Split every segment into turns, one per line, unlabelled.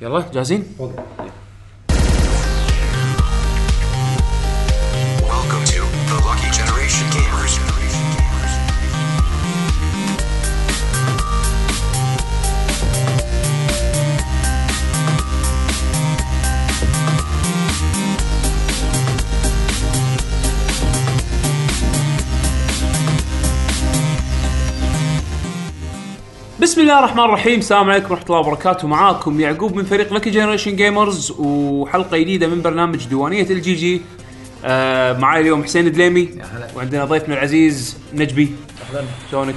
يلا جاهزين؟
Welcome to the Lucky Generation Gamers.
بسم الله الرحمن الرحيم السلام عليكم ورحمه الله وبركاته معاكم يعقوب من فريق لكي جنريشن جيمرز وحلقه جديده من برنامج ديوانيه الجي جي آه معاي اليوم حسين الدليمي وعندنا ضيفنا العزيز نجبي شلونك؟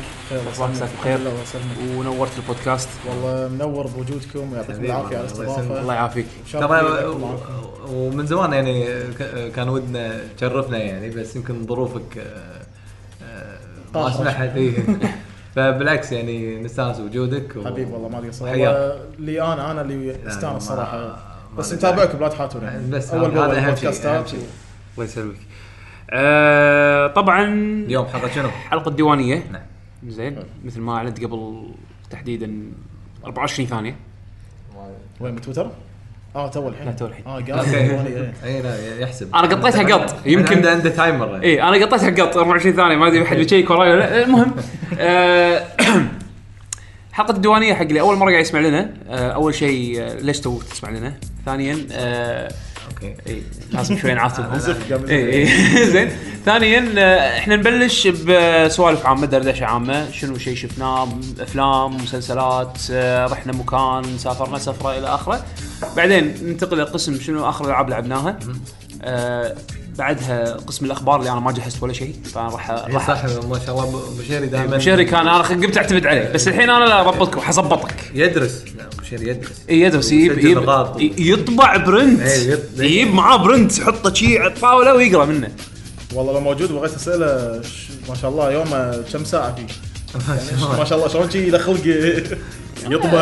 الله يمساك بخير
الله يسلمك
ونورت البودكاست
والله منور بوجودكم ويعطيكم العافيه على
الله
الاستضافه
يعافيك
إن شاء الله
ترى
يعطيكم العافية.
ومن زمان يعني ك- كان ودنا تشرفنا يعني بس يمكن ظروفك آه، آه، ما
طاحت.
سمحت إيه. فبالعكس يعني نستانس وجودك و-
حبيب والله ما ادري صراحه
وحياك.
والله لي انا انا اللي
ما-
استانس صراحه
ما
بس
أدري.
متابعكم لا تحاتون يعني.
بس
اول
هذا- هذا
باول
أهم شيء، أهم
البودكاستات
شيء.
الله يسلمك آه طبعا
اليوم حلقه شنو؟
حلقه ديوانيه
نعم.
زين مثل ما اعلنت قبل تحديدا 24 ثانيه
وين بتويتر؟ اه تو الحين
لا، تو الحين.
اه قاعد
اوكي
إيه.
اي لا يحسب
أنا قطيتها قط، يمكن. إيه.
عنده عنده تايمر يعني.
اي انا قطيتها قط 24 ثانيه ما ادري احد بيشيك وراي ولا لا، المهم آه، حلقه الديوانيه حق اللي اول مره قاعد يسمع لنا آه، اول شيء آه، ليش توك تسمع لنا؟ ثانيا آه،
اوكي
اي لازم شوي نعاتبهم
قبل-
اي اي إيه، زين ثانيا آه، احنا نبلش بسوالف عامه دردشه عامه شنو شيء شفناه افلام مسلسلات آه، رحنا مكان سافرنا سفره الى اخره بعدين ننتقل لقسم شنو اخر الالعاب لعبناها آه، بعدها قسم الاخبار اللي انا ما جهزت ولا شيء فانا راح
إيه
راح
صح ما شاء الله أبو بشيري دائما
بشيري كان انا خ- قمت اعتمد عليه بس الحين انا لا ربطك وحظبطك
يدرس لا بشيري يدرس
اي إيه، يدرس إيه. يجيب
ويسجل
يجيب
نقاط.
ي- يطبع برنت
إيه، يط-
يجيب معاه برنت يحطه شي على الطاوله ويقرا منه
والله لو موجود بغيت اساله ش- ما شاء الله يومه كم ساعه فيه يعني ما شاء الله شلون شي له خلق يطبخ و-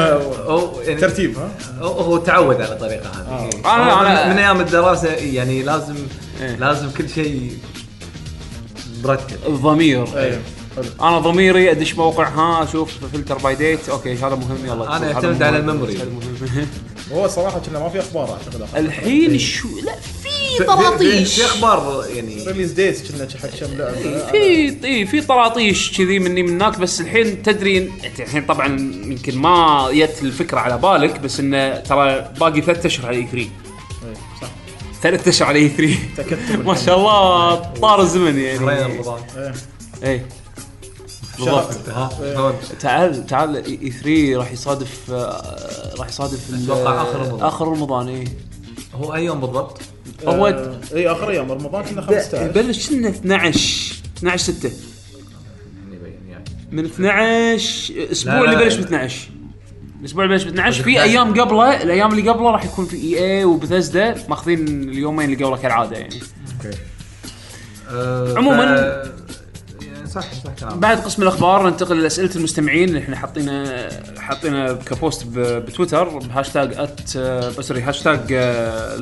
أو يعني-
ترتيب ها
هو هو تعود على الطريقه هذه إيه.
أنا-
هو
أنا-
من- من ايام الدراسه يعني لازم
آه، إيه.
لازم كل شيء مرتب
الضمير
ايه حلو
انا ضميري ادش موقع ها اشوف فلتر باي ديت اوكي هذا مهم يلا
أنا
هذا
أعتمد
مهم،
على الميموري.
هذا مهم.
هو صراحه كنا ما في اخبار اعتقد آخر.
الحين شو لا في
في-
طراطيش
في اخبار يعني
ريليز ديز كنا حق كم لعبه
في إي، في طراطيش كذي مني من هناك بس الحين تدري إن- انت الحين طبعا يمكن ما جت الفكره على بالك بس انه ترى باقي ثلاث اشهر على E اي 3
إيه، صح
ثلاث اشهر على اي 3
تكتب
ما شاء الله طار الزمن
شهرين
يعني
رمضان
إيه.
اي
آه،
بالضبط
ها شلون؟
تعال تعال اي 3 راح يصادف آه، راح يصادف ال-
أتوقع آخر رمضان.
اخر رمضان إيه. اي
هو اي يوم بالضبط؟
هو
آه، اي اخر ايام رمضان كنا 15
يبلش كنا 12 12 6
يعني يبين يعني.
من 12 اسبوع
لا،
اللي
لا،
بلش ب
لا.
12 الاسبوع اللي بلش ب 12 في
11.
ايام قبله الايام اللي قبله راح يكون في اي اي وبثزدا ماخذين اليومين اللي قبله كالعاده يعني
آه،
عموماً.
ف- يعني صح صح كلامك
بعد قسم الاخبار ننتقل لاسئله المستمعين احنا حطينا حطينا كبوست ب- بتويتر بهاشتاج آه، ات بسري هاشتاج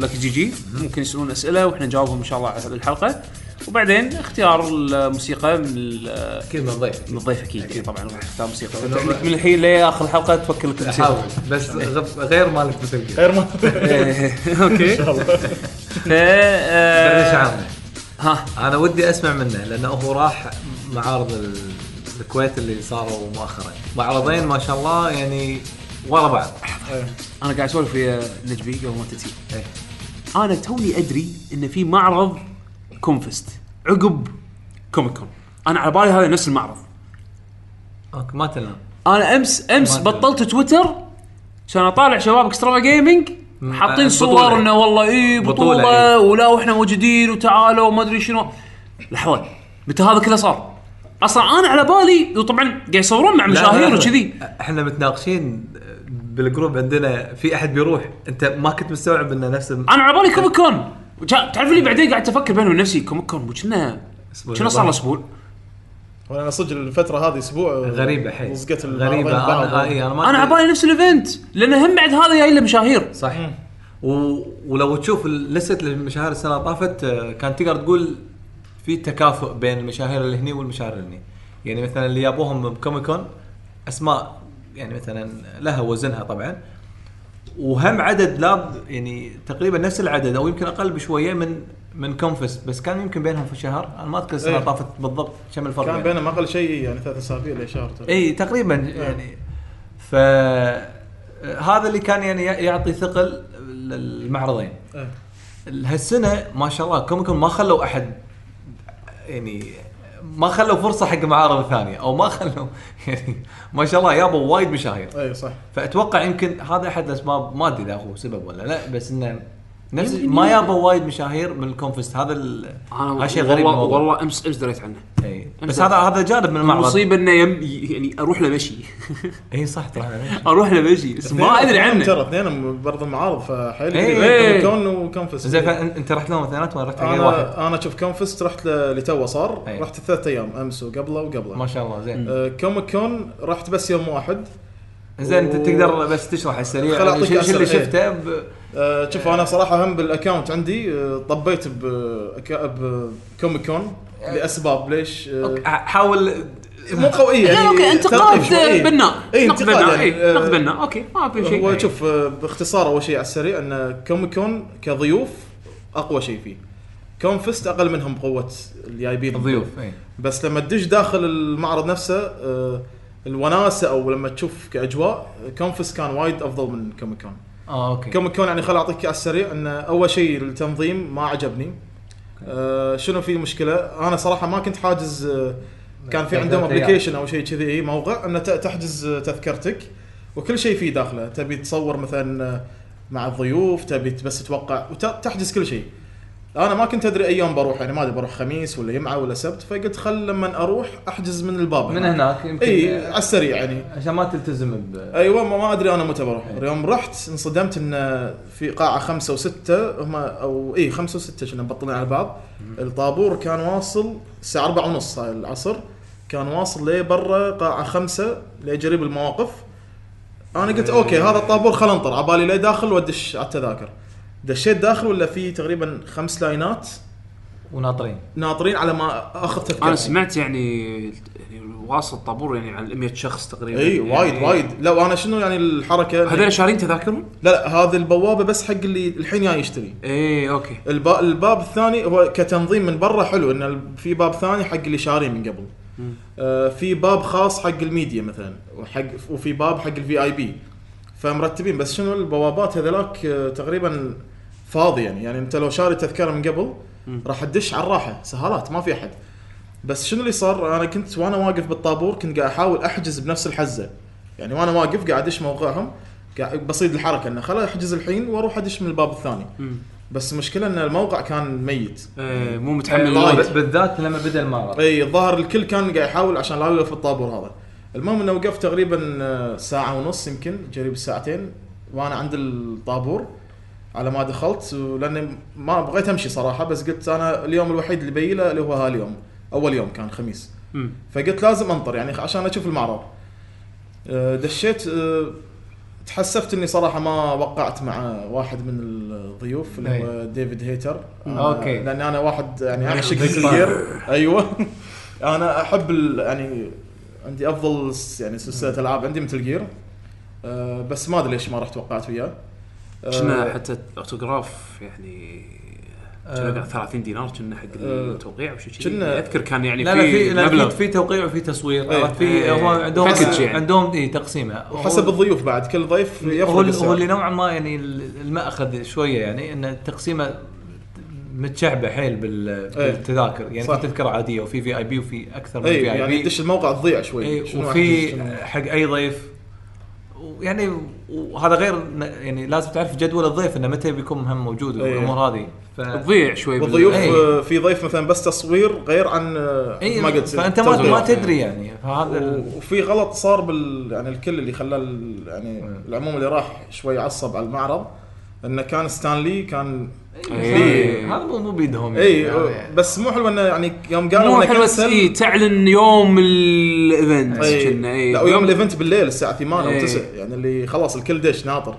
لك جي جي آه، ممكن يسالون اسئله واحنا نجاوبهم ان شاء الله على الحلقه وبعدين اختيار الموسيقى من ال-
اكيد من ضيف
من الضيف اكيد يعني طبعا راح اختار موسيقى فأنت من الحين لاخر الحلقه تفكر لك
حاول
موسيقى
بس غ- غير مالك مثل
غير ما
إيه.
اوكي ف
دردش
آه،
عامه
ها
انا ودي اسمع منه لانه هو راح معارض ال- الكويت اللي صاروا مؤخرا معرضين ما شاء الله يعني ورا بعض
انا قاعد اسولف ويا نجبي قبل ما تتي
إيه.
انا توني ادري ان في معرض كونفست عقب كوميك كون انا على بالي هذا نفس المعرض
اوكي ما تنام
انا امس امس
ما أدري.
بطلت تويتر عشان اطالع شباب اكسترا جيمنج حاطين
بطولة.
صور انه والله اي بطوله,
بطولة،
بطولة
إيه.
ولا واحنا موجودين وتعالوا وما ادري شنو لحظه متى هذا كله صار؟ اصلا انا على بالي وطبعا قاعد يصورون مع مشاهير وكذي
احنا متناقشين بالجروب عندنا في احد بيروح انت ما كنت مستوعب انه نفس الم-
انا على بالي كوميك كون وجا- تعرف اللي بعدين قعدت افكر بيني وبين نفسي كوميك كون وكنا
أسبوع
كنا صار له
اللي
اسبوع
وانا صدق الفتره هذه آه، اسبوع
غريبه حيل
لصقت
غريبه انا آه، إيه، انا ما
انا على
أدري.
بالي نفس الايفنت لان هم بعد هذا جاي له مشاهير
صح و... ولو تشوف اللست المشاهير السنه اللي طافت آه، كان تقدر تقول في تكافؤ بين المشاهير اللي هني والمشاهير اللي هني يعني مثلا اللي جابوهم بكوميكون اسماء يعني مثلا لها وزنها طبعا وهم عدد لاب يعني تقريبا نفس العدد او يمكن اقل بشويه من من كونفست بس كان يمكن بينهم في شهر انا ما اذكر السنه
إيه.
طافت بالضبط كم الفرق يعني.
كان
بينهم.
بينهم اقل شيء يعني ثلاث اسابيع لشهر تقريبا.
اي تقريبا إيه، يعني ف هذا اللي كان يعني يعطي ثقل المعرضين
إيه.
هالسنه ما شاء الله كوميك كون ما خلوا احد يعني ما خلوا فرصه حق معارض ثانيه او ما خلوا يعني ما شاء الله جابوا وايد مشاهير
اي إيه، صح
فاتوقع يمكن هذا احد الاسباب ما ادري اذا هو سبب ولا لا بس انه نفس ما جابوا وايد مشاهير من الكونفست هذا ال- هذا شيء غريب
والله
بالموضوع.
والله امس امس دريت عنه
إي. بس هذا هذا جانب من المعرض
المصيبه انه يم يعني اروح له مشي
اي صح ترى أنا-
اروح له مشي بس ما ادري
ترى
عنه
اثنينهم برضه معارض فحيل
إيه.
إيه.
كبير. كون وكونفست
زين فأن- انت رحت لهم اثنينات ولا رحت حق أي واحد؟
انا انا شوف كونفست رحت ل- اللي تو صار
إيه.
رحت ثلاث ايام امس وقبله
ما
وقبله
شاء الله زين
آه، كوميك كون رحت بس يوم واحد
زين انت
و-
تقدر بس تشرح على السريع
خل أعطيك
شو شو اللي
أسرع. إيه.
شفته ب...
آه، شوف انا صراحه هم بالاكونت عندي آه، طبيت ب بكوميك كون لاسباب ليش آه،
أوكي، ح- حاول
مو قويه
لا
يعني
اوكي انتقاد
تلطيف شوي.
بناء
إيه،
نقد
انتقاد
بناء
يعني.
إيه،
آه،
نقد بناء اوكي ما في شيء
هو شوف آه، باختصار اول شيء على السريع ان كوميكون كضيوف اقوى شيء فيه كونفست اقل منهم بقوه الجايبين
الضيوف اي
بس لما تدش داخل المعرض نفسه آه، الوناسه او لما تشوف كاجواء كونفست كان وايد افضل من كوميكون
اه اوكي
كوميكون يعني خل اعطيك على السريع ان اول شيء التنظيم ما عجبني آه شنو في مشكله انا صراحه ما كنت حاجز آه كان في عندهم
تذكرة
ابلكيشن او شيء كذي إيه، موقع ان ت- تحجز آه، تذكرتك وكل شيء فيه داخله تبي تصور مثلا آه، مع الضيوف تبي بس تتوقع وتحجز كل شيء انا ما كنت ادري اي يوم بروح يعني ما ادري بروح خميس ولا جمعه ولا سبت فقلت خل لما اروح احجز من الباب
من هناك يمكن
اي
آه،
على السريع يعني
عشان ما تلتزم ب
ايوه ما, ما ادري انا متى بروح يوم رحت انصدمت ان في قاعه خمسه وسته هم إيه، او اي خمسه وسته كنا مبطلين على بعض الطابور كان واصل الساعه أربعة ونص هاي العصر كان واصل لي برا قاعه خمسه لجريب المواقف انا قلت اوكي هذا الطابور خل انطر على بالي لي داخل وادش على التذاكر دشيت داخل ولا في تقريبا خمس لاينات
وناطرين
ناطرين على ما اخذ تذكرتي
انا سمعت يعني يعني واصل طابور يعني على 100 شخص تقريبا
اي إيه، وايد
يعني-
وايد لا انا شنو يعني الحركه
هذول
لا
شارين تذاكرهم؟
لا هذه البوابه بس حق اللي الحين جاي يشتري
اي اوكي
الب... الباب الثاني هو كتنظيم من برا حلو ان ال- في باب ثاني حق اللي شارين من قبل آه في باب خاص حق الميديا مثلا وحق وفي باب حق الفي اي بي فمرتبين بس شنو البوابات هذولاك آه تقريبا فاضي يعني يعني انت لو شاري تذكره من قبل راح تدش على الراحه سهالات ما في احد بس شنو اللي صار انا كنت وانا واقف بالطابور كنت قاعد احاول احجز بنفس الحزه يعني وانا واقف قاعد ادش موقعهم قاعد بصيد الحركه انه خل احجز الحين واروح ادش من الباب الثاني بس المشكله ان الموقع كان ميت
إيه، مو متحمل
وايد.
وايد.
ب- بالذات لما بدا المعرض
اي الظاهر الكل كان قاعد يحاول عشان لا يوقف الطابور هذا المهم انه وقفت تقريبا آه، ساعه ونص يمكن قريب الساعتين وانا عند الطابور على ما دخلت لاني ما بغيت امشي صراحه بس قلت انا اليوم الوحيد اللي بيله اللي هو هاليوم اول يوم كان خميس
مم.
فقلت لازم انطر يعني عشان اشوف المعرض آه، دشيت آه، تحسفت اني صراحه ما وقعت مع واحد من الضيوف اللي هو ديفيد هيتر أه، أنا-
أوكي.
لان انا واحد يعني اعشق الجير ايوه انا احب ال- يعني عندي افضل س- يعني سلسله العاب عندي مثل جير أه بس ما ادري ليش ما رحت وقعت وياه أه،
كنا حتى اوتوغراف يعني كنا 30 دينار كنا حق التوقيع وشي كذي
آه، كنا-
اذكر كان يعني
لا لا في لا في-
مبلغ
في توقيع وفي تصوير
إيه.
عرفت في
إيه.
هو عندهم
Package يعني.
عندهم إيه، اي تقسيمه
وحسب الضيوف بعد كل ضيف
هو
يفرق
هو اللي
السعر.
نوعا ما يعني ال- المأخذ شويه يعني ان التقسيمه متشعبه حيل بال-
إيه.
بالتذاكر يعني
صح.
في تذكره عاديه وفي في اي بي وفي اكثر من
اي
في اي
يعني
بي
دش الموقع تضيع شوي
إيه،
شنو أحجز،
وفي
شنو-
حق اي ضيف ويعني وهذا غير إن- يعني لازم تعرف جدول الضيف انه متى بيكون هم موجود
إيه.
والامور هذه ف...
تضيع شوي بال-
والضيوف
إيه.
آه، في ضيف مثلا بس تصوير غير عن آه،
إيه،
ما قلت
فانت ما, ما
تسويق.
تدري يعني فهذا ال-
و- وفي غلط صار بال يعني الكل اللي خلاه ال- يعني العموم اللي راح شوي عصب على المعرض انه كان ستانلي كان
إيه.
هذا مو مو بيدهم يعني.
اي
يعني
بس مو حلو انه يعني يوم قالوا
مو
انه
حلو بس إيه،
كنسل
تعلن يوم الايفنت
إي.
كنا
إيه،
إيه. اي
إيه، لا ويوم الايفنت بالليل الساعه 8 او
إيه.
9 يعني اللي خلاص الكل دش ناطر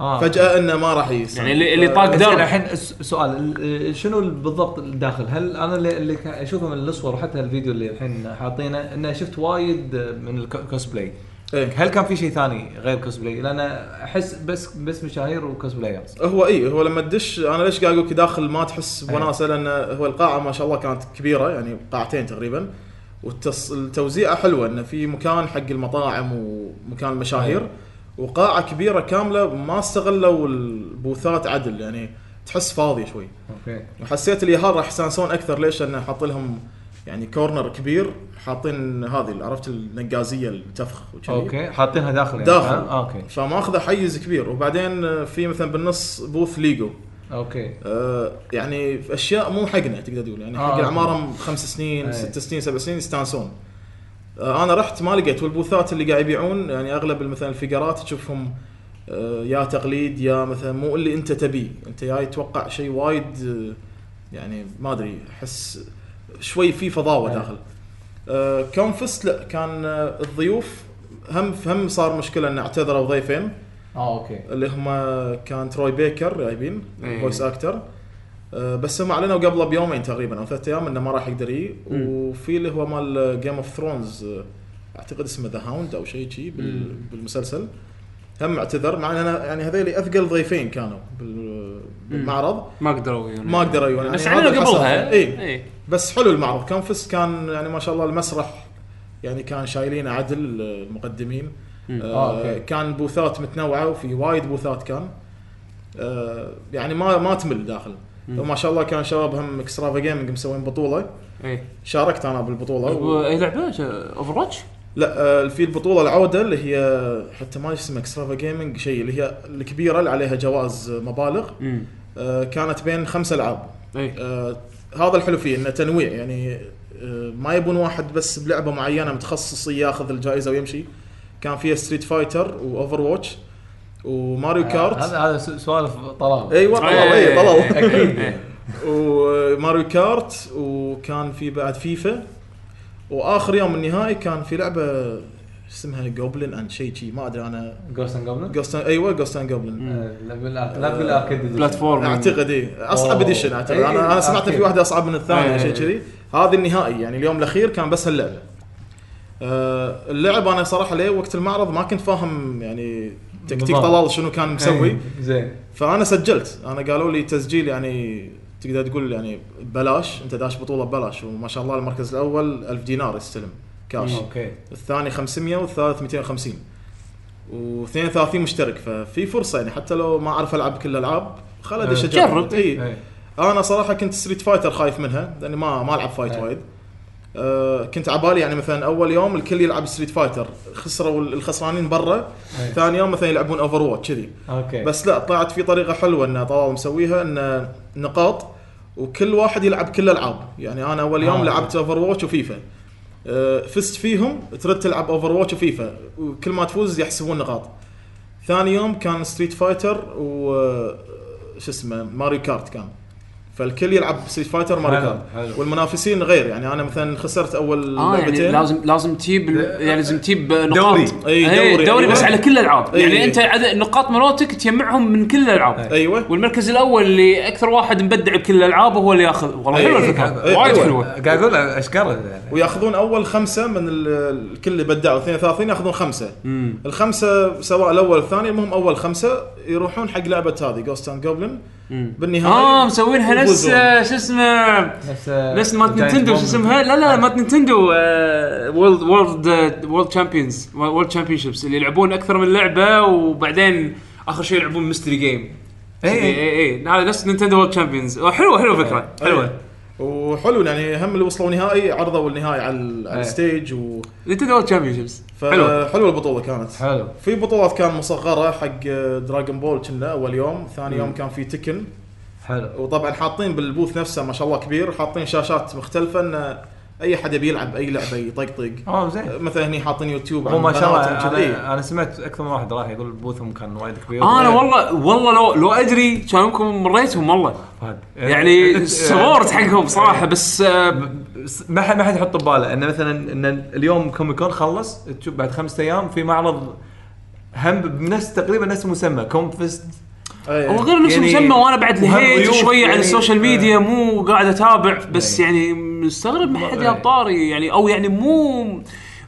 آه.
فجاه انه ما راح يس
يعني اللي, اللي طاق
زين،
درب
الحين الس- سؤال ال- ال- شنو بالضبط الداخل؟ هل انا اللي- اللي كا- اشوفه من الصور وحتى الفيديو اللي الحين حاطينه انه شفت وايد من الكوسبلاي
إيه.
هل كان في شيء ثاني غير كوسبلاي؟ لان احس بس بس مشاهير وكوسبلايرز
هو اي هو لما تدش انا ليش قاعد اقول لك داخل ما تحس بوناسه لان هو القاعه ما شاء الله كانت كبيره يعني قاعتين تقريبا والتوزيعه حلوه انه في مكان حق المطاعم ومكان المشاهير وقاعه كبيره كامله ما استغلوا البوثات عدل يعني تحس فاضيه شوي
اوكي
وحسيت اليهال راح يستانسون اكثر ليش؟ لانه حاط لهم يعني كورنر كبير حاطين هذه عرفت النقازيه التفخ وجذي.
اوكي حاطينها داخل يعني
داخل.
ها؟ اوكي
فماخذه حيز كبير وبعدين في مثلا بالنص بوث ليجو
اوكي
آه، يعني في اشياء مو حقنا تقدر تقول يعني
آه.
حق اعمارهم خمس سنين
أي.
ست سنين سبع سنين يستانسون آه، انا رحت ما لقيت والبوثات اللي قاعد يبيعون يعني اغلب مثلا الفقرات تشوفهم آه، يا تقليد يا مثلا مو اللي انت تبيه انت جاي تتوقع شيء وايد آه، يعني ما ادري احس شوي في فضاوه
أي.
داخل آه، كونفست لا كان آه، الضيوف هم هم صار مشكله ان اعتذروا ضيفين
اه اوكي
اللي هم كان تروي بيكر جايبين
إيه.
فويس اكتر أه، بس هم اعلنوا قبله بيومين تقريبا او ثلاث ايام انه ما راح يقدر يجي
مم.
وفي اللي هو مال جيم اوف ثرونز اعتقد آه، اسمه ذا هاوند او شيء شي بال-
مم.
بالمسلسل هم اعتذر مع ان أنا- يعني هذول اثقل ضيفين كانوا بال- بالمعرض
ما قدروا يجون.
ما قدروا يجون.
بس
يعني هذا
عملوا
حصل.
قبلها
إيه.
إيه.
بس حلو المعرض كان فس كان يعني ما شاء الله المسرح يعني كان شايلين عدل المقدمين
مم.
آه،
آه
أوكي.
كان بوثات متنوعه وفي وايد بوثات كان آه يعني ما ما تمل داخل وما شاء الله كان شباب هم اكسترافا جيمنج مسوين بطوله
إيه.
ايه
شاركت انا بالبطوله و...
اي لعبه اوفر واتش؟
لا آه في البطوله العوده اللي هي حتى ما اسمها اكسترافا جيمنج شيء اللي هي الكبيره اللي عليها جوائز مبالغ
امم
آه كانت بين خمسة العاب
إيه.
اي
آه، هذا الحلو فيه انه تنويع يعني آه، ما يبون واحد بس بلعبه معينه متخصص ياخذ الجائزه ويمشي كان فيها ستريت فايتر واوفر واتش وماريو كارت
آه، هذا هذا س- سوالف طلال
ايوه طلال
إيه.
اي طلال
اكيد
وماريو كارت وكان في بعد فيفا واخر يوم النهائي كان في لعبه اسمها جوبلin اند شيء شي ما ادري انا
جوست اند جوبلن
جوستان ايوه جوستان جوبلن
آه، لا بالأر- لا بالاركيد
بلاتفورم
اعتقد ايه اصعب
إيه. أوه.
اديشن اعتقد
إيه،
انا انا سمعت إن
أكيد.
في واحده اصعب من الثانيه
إيه.
شيء كذي هذه النهائي يعني اليوم الاخير كان بس هاللعبه آه، اللعب انا صراحه ليه وقت المعرض ما كنت فاهم يعني تكتيك
بالضبط.
طلال شنو كان مسوي
إيه. زين
فانا سجلت انا قالوا لي تسجيل يعني تقدر تقول يعني ببلاش انت داش بطوله ببلاش وما شاء الله المركز الاول 1000 دينار يستلم كاش
اوكي
الثاني 500 والثالث 250 و32 مشترك ففي فرصه يعني حتى لو ما اعرف العب كل الالعاب خل ادش
أه.
جرب.
اجرب اي
إيه.
انا صراحه كنت ستريت فايتر خايف منها لاني ما ما العب فايت
أه.
وايد أه كنت عبالي يعني مثلا اول يوم الكل يلعب ستريت فايتر خسروا الخسرانين برا
أي.
ثاني يوم مثلا يلعبون اوفر واتش كذي
اوكي
بس لا طلعت في طريقه حلوه ان طلال مسويها ان نقاط وكل واحد يلعب كل الالعاب يعني انا اول يوم
آه.
آه. لعبت اوفر واتش وفيفا أه، فزت فيهم ترد تلعب اوفر واتش وفيفا وكل ما تفوز يحسبون نقاط ثاني يوم كان ستريت فايتر و أه، شو اسمه ماريو كارت كان فالكل يلعب ستريت فايتر ماريو
حلو،
كارت
حلو. آه،
والمنافسين غير يعني انا مثلا خسرت اول
اه يعني
لعبتين
لازم لازم تجيب ال- يعني لازم تجيب نقاط
دوري.
أي،
إيه،
دوري،
دوري
أيوة.
بس على كل الالعاب
أي،
يعني
أي.
انت عدد النقاط مالتك تجمعهم من كل الالعاب
ايوه
والمركز الاول اللي اكثر واحد مبدع بكل الالعاب هو اللي ياخذ والله
أي،
حلوه
أي،
الفكره
أي،
وايد
أيوة.
حلوه
قاعد اقول اشكره يعني
وياخذون اول خمسه من ال- الكل اللي بدعوا 32 ياخذون خمسه الخمسه سواء الاول الثاني المهم اول خمسه يروحون حق لعبه هذه جوست اند جوبلن بالنهايه
اه مسوينها نفس
يفوزون.
آه، شو اسمه
نفس
نفس مالت نينتندو شو اسمها لا آه، لا مالت نينتندو وورلد وورلد وورلد تشامبيونز وورلد تشامبيونشيبس اللي يلعبون اكثر من لعبه وبعدين اخر شيء يلعبون ميستري جيم
إي إي.
اي هذا نفس نينتندو وورلد تشامبيونز حلوه حلوه فكره حلوه
إيه. وحلو يعني هم اللي وصلوا نهائي عرضوا النهائي على, ال- على
إيه.
الستيج و
نينتندو وورلد تشامبيونشيبس حلوه
فحلوه البطوله كانت
حلو
في بطولات كان مصغره حق دراجون بول كنا اول يوم ثاني يوم كان في تكن
حلو
وطبعا حاطين بالبوث نفسه ما شاء الله كبير حاطين شاشات مختلفه ان اي حد يبي يلعب اي لعبه يطقطق
Oh,
اه زين
مثلا هني حاطين يوتيوب
هو
عن
ما شاء
قنوات
الله
وكذا. إيه.
انا انا سمعت اكثر من واحد راح يقول بوثهم كان وايد كبير
انا والله والله لو لو ادري كان يمكن مريتهم والله
فهد. إيه.
يعني سبورت حقهم صراحه بس آه،
بس ما حد ما حد يحط بباله انه مثلا ان اليوم كومي كون خلص تشوف بعد خمسة ايام في معرض هم بنفس تقريبا نفس المسمى كوم فيست
إيه.
وغير نفس
يعني-
المسمى وانا بعد
وهم
لهيت
ضيوف
شويه على
يعني-
السوشيال ميديا مو قاعد اتابع بس
إيه.
يعني مستغرب ما حد
إيه.
جاب طاري يعني او يعني مو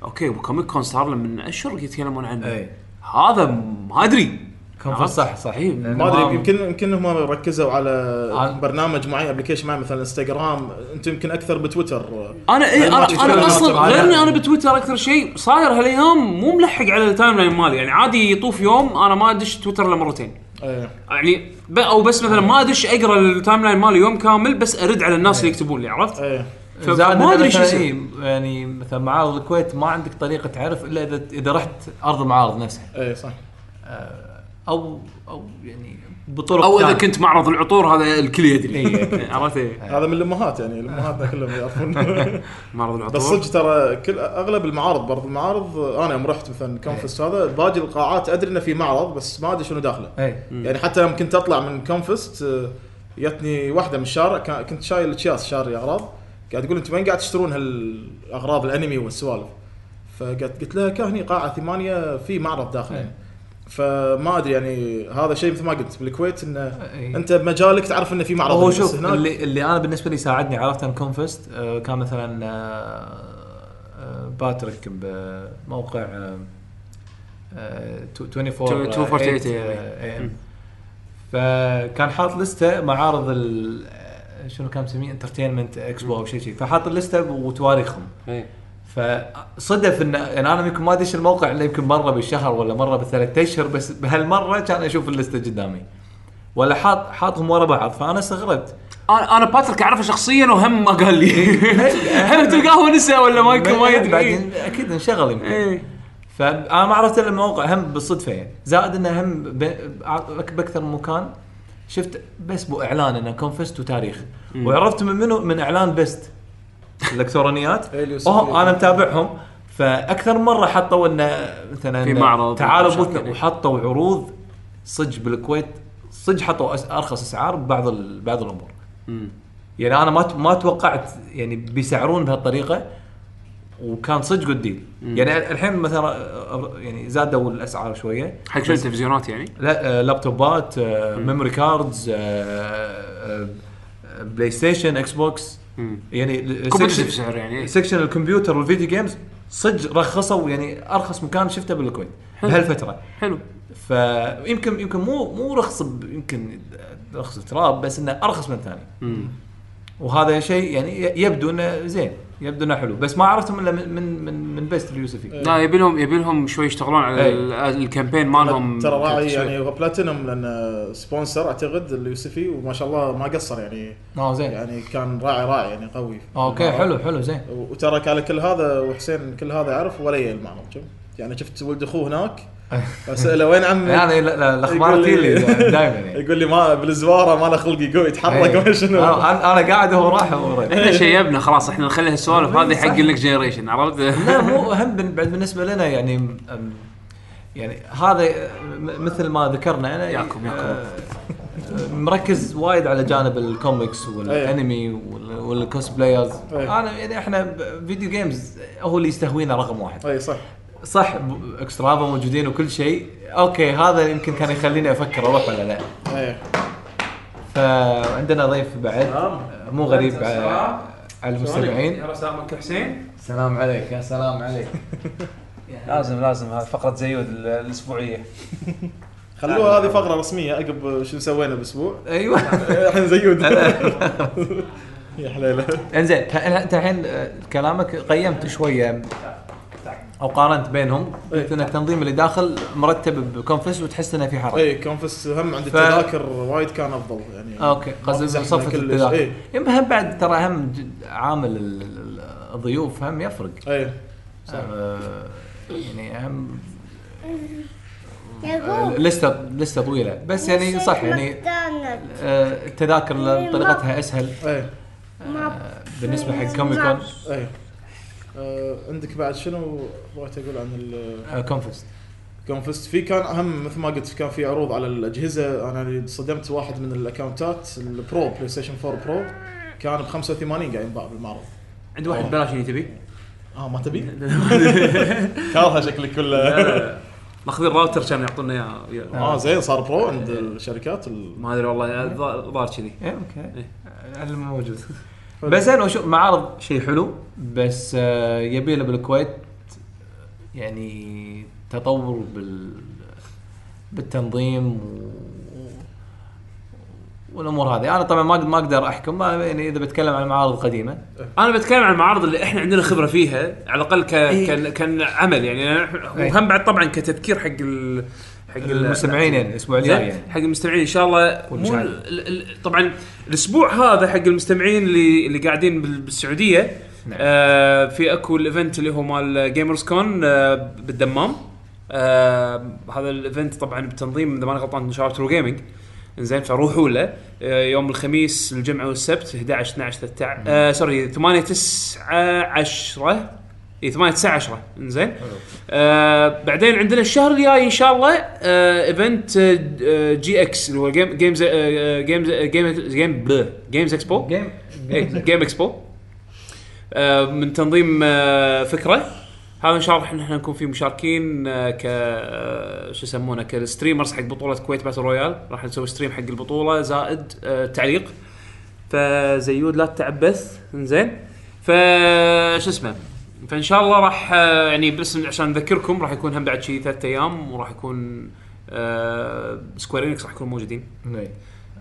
اوكي وكوميك كون صار له من اشهر يتكلمون عنه
إي.
هذا ما ادري
إيه. كان
عرفت؟
صح صح
إي،
لأنه
ما ادري يمكن يمكن هم ركزوا على
عن-
برنامج معين ابلكيشن معين مثلا انستغرام انت يمكن اكثر بتويتر
آه.
انا اي
ما
انا,
تتكلم
أنا اصلا
عن-
لاني انا بتويتر اكثر شيء صاير هالايام مو ملحق على التايم لاين مالي يعني عادي يطوف يوم انا ما ادش تويتر الا مرتين
إيه.
يعني ب او بس مثلا ما ادش اقرا التايم لاين مالي يوم كامل بس ارد على الناس اللي يكتبون لي عرفت؟
ايه
ف- فما
زائد إيه. إنه
ادري شو
مثلاً
يصير
إيه، يعني مثلا معارض الكويت ما عندك طريقه تعرف الا اذا اذا رحت ارض المعارض نفسها
ايه صح
او او يعني بطرق
او اذا
ثانية.
كنت معرض العطور هذا الكل يدري
إي.
عرفت إيه؟
هذا من الامهات يعني الامهات كلهم يعرفون
معرض
بس
العطور
صدق ترى كل اغلب المعارض برضو المعارض انا يوم رحت مثلا كونفست هذا باقي القاعات ادري انه في معرض بس ما ادري شنو داخله
إيه.
يعني حتى يوم كنت اطلع من كونفست آه، جتني واحده من الشارع كا- كنت شايل اكياس شاري اغراض قاعد تقول انت وين قاعد تشترون هالاغراض الانمي والسوالف فقلت قلت لها كهني قاعه ثمانيه في معرض داخل
إيه.
يعني فما ادري يعني هذا شيء مثل ما قلت بالكويت انه
إيه.
انت بمجالك تعرف انه في معرض
هو
بس
شوف
هناك-
اللي, اللي انا بالنسبه لي ساعدني عرفت ان كونفست آه، كان مثلا آه، آه، باتريك بموقع آه، آه، 24
تو- 48
8
يعني.
آه،
مم.
AM. فكان حاط لسته معارض ال آه، شنو كان مسميه انترتينمنت اكسبو او شيء شيء فحاط اللسته وتواريخهم
إي.
فصدف ان يعني انا يمكن ما ادش الموقع الا يمكن مره بالشهر ولا مره بالثلاث اشهر بس بهالمره كان اشوف اللسته قدامي ولا حاط حاطهم ورا بعض فانا استغربت
انا انا باتريك اعرفه شخصيا وهم ما قال لي هل تلقاه نسى ولا ما يمكن ما يدري إيه.
بعدين اكيد انشغل يمكن
إي.
فانا ما عرفت الا الموقع هم بالصدفه يعني زائد انه هم ب- بأك- باكثر من مكان شفت بس بو اعلان انه كونفست وتاريخ وعرفت من منو من اعلان بيست الالكترونيات
إيه، اللي يوصل
وهم
فيه.
انا متابعهم فاكثر من مره حطوا انه مثلا
في معرض
تعالوا
ومشاكل.
بوثنا وحطوا عروض صج بالكويت صج حطوا أس- ارخص اسعار ببعض ال- بعض الامور يعني انا ما ت- ما توقعت يعني بيسعرون بهالطريقه وكان صدق جود ديل يعني الحين مثلا آه، يعني زادوا الاسعار شويه
حق شنو التلفزيونات يعني؟
لا آه، لابتوبات آه، ميموري كاردز آه، آه، بلاي ستيشن اكس بوكس
مم.
يعني
كومبتيتيف سعر يعني
سكشن الكمبيوتر والفيديو جيمز صدق رخصوا يعني ارخص مكان شفته بالكويت
حلو.
بهالفتره
حلو
فيمكن يمكن مو مو رخص ب- يمكن رخص تراب بس انه ارخص من الثاني
مم.
وهذا شيء يعني ي- يبدو انه زين يبدو انه حلو بس ما عرفتهم الا من من من, من بيست اليوسفي
إيه.
لا يبي لهم يبي لهم شوي يشتغلون على
إي.
ال- الكامبين مالهم
ترى راعي
شوي.
يعني هو بلاتينوم لان سبونسر اعتقد اليوسفي وما شاء الله ما قصر يعني
اه زين
يعني كان راعي راعي يعني قوي
اوكي حلو حلو زين
وترك على كل هذا وحسين كل هذا يعرف ولا يجي المعرض شوف يعني شفت ولد اخوه هناك اساله وين عمي؟
يعني لا- لا- الاخبار
يقول
تجي
لي-
دائما يعني
يقول لي ما بالزواره ما له خلق يقوم يتحرك ولا
إيه.
شنو إيه.
انا أنا قاعد وهو راح وهو رايح.
احنا شيبنا خلاص احنا نخلي هالسوالف هذه حق النكست جنريشن عرفت؟
لا مو اهم بن- بعد بالنسبه لنا يعني أم، يعني هذا م- مثل ما ذكرنا انا
ياكم- ياكم.
آه، آه، مركز وايد على جانب الكوميكس
أيه.
والانمي وال- والكوسبلايرز
أيه.
انا يعني احنا ب- فيديو جيمز هو اللي يستهوينا رقم واحد
اي إيه، صح
صح ب- اكسترافا موجودين وكل شيء اوكي هذا يمكن كان يخليني افكر اروح ولا لا
اي
فعندنا ضيف بعد
سلام.
مو غريب
سلام.
على على المستمعين
سلامك حسين
السلام عليك يا سلام عليك
لازم لازم هذه فقره زيود ال- الاسبوعيه
خلوها هذه فقره رسميه عقب شنو سوينا باسبوع
ايوه
الحين زيود يا حليله
انزين ت- انت الحين آه، كلامك قيمت شويه او قارنت بينهم قلت ان التنظيم اللي داخل مرتب بكونفس وتحس انه في حركه
اي إيه، كونفس هم عند
ف-
التذاكر وايد كان افضل يعني
اوكي آه، قصدي
زحمة
صفه
كلش.
التذاكر
إيه.
يمكن هم بعد ترى هم ج- عامل ال- ال- الضيوف هم يفرق
اي
آه، يعني هم آه،
يقول
لسته لسته طويله بس يعني صح يعني آه، التذاكر طريقتها اسهل
اي
ما
بالنسبه حق كوميك كون
اي إيه. آه عندك بعد شنو بغيت اقول عن ال-
آه، كونفست
كونفست في كان اهم مثل ما قلت كان في عروض على الاجهزه انا اللي صدمت واحد من الاكونتات البرو بلاي ستيشن 4 برو كان ب 85 قاعد ينباع بالمعرض
عند واحد بلاش اللي تبي
اه ما تبي؟ كارها شكلك كله
ماخذين راوتر كان يعطونا إياه- اياه
اه زين صار برو عند الشركات ال-
ما ادري والله الظاهر الظاهر كذي
ايه
إيه،
اوكي الموجود بس انا اشوف معارض شيء حلو بس آه، يبي له بالكويت يعني تطور بال بالتنظيم و... والامور هذه انا طبعا ما ما اقدر احكم ما- يعني اذا بتكلم عن معارض قديمه
انا بتكلم عن المعارض اللي احنا عندنا خبره فيها على الاقل ك...
إيه.
كان كان عمل يعني أنا-
إيه.
وهم بعد طبعا كتذكير حق ال... حق ال-
المستمعين يعني الاسبوع
زين؟
الجاي يعني
إيه، حق المستمعين ان شاء الله مو
والمشاهدين.
ال- ال- ال- طبعا الاسبوع هذا حق المستمعين اللي اللي قاعدين بال- بالسعوديه
نعم.
آه في اكو الايفنت اللي هو مال جيمرز كون آه بالدمام آه هذا الايفنت طبعا بتنظيم اذا ماني غلطان شارع ترو جيمنج زين فروحوا له آه يوم الخميس الجمعه والسبت 11 12 13 آه سوري 8 9 10 اي 8 9 10 زين آه بعدين عندنا الشهر الجاي ان شاء الله آه ايفنت آه، آه، جي اكس اللي هو جيم جيمز آه، جيمز آه، جيم جيم بلو. جيمز اكسبو
جيم
إيه، جيم اكسبو آه، من تنظيم آه، فكره هذا ان شاء الله احنا نكون فيه مشاركين آه، ك آه، شو يسمونه كستريمرز حق بطوله كويت باتل رويال راح نسوي ستريم حق البطوله زائد آه، تعليق فزيود لا تعبث انزين ف شو اسمه فان شاء الله راح آه، يعني بس عشان نذكركم راح يكون هم بعد شي ثلاث ايام وراح يكون سكوير انكس راح يكونوا موجودين
إيه.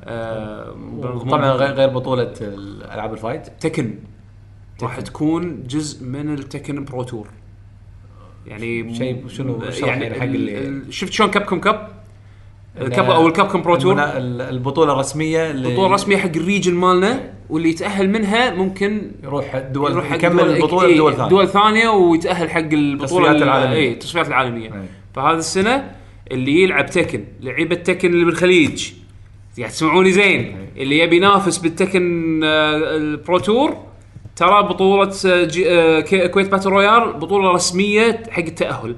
آه،
طبعا غير غير بطوله العاب الفايت
تكن راح تكون جزء من التكن برو تور يعني
شيء- شنو- شرح
يعني
يعني حق
حق
اللي-
شفت شلون كاب كوم كاب الكاب
إنه
او الكاب كوم برو تور
المنا- ال- البطوله الرسميه اللي
بطوله رسميه حق الريجن مالنا واللي يتاهل منها ممكن
يروح
يروح
دول يروح
حق
يكمل البطوله
إيه،
لدول ثانيه
دول ثانيه ويتاهل حق البطوله
تصفيات العالمية.
اي التصفيات العالميه
إيه.
فهذا السنه اللي يلعب تكن لعيبه تكن اللي بالخليج قاعد تسمعوني زين
إيه.
اللي يبي ينافس بالتكن آه، البرو تور ترى بطولة آه، جي- آه، كي- كويت باتل رويال بطولة رسمية حق التأهل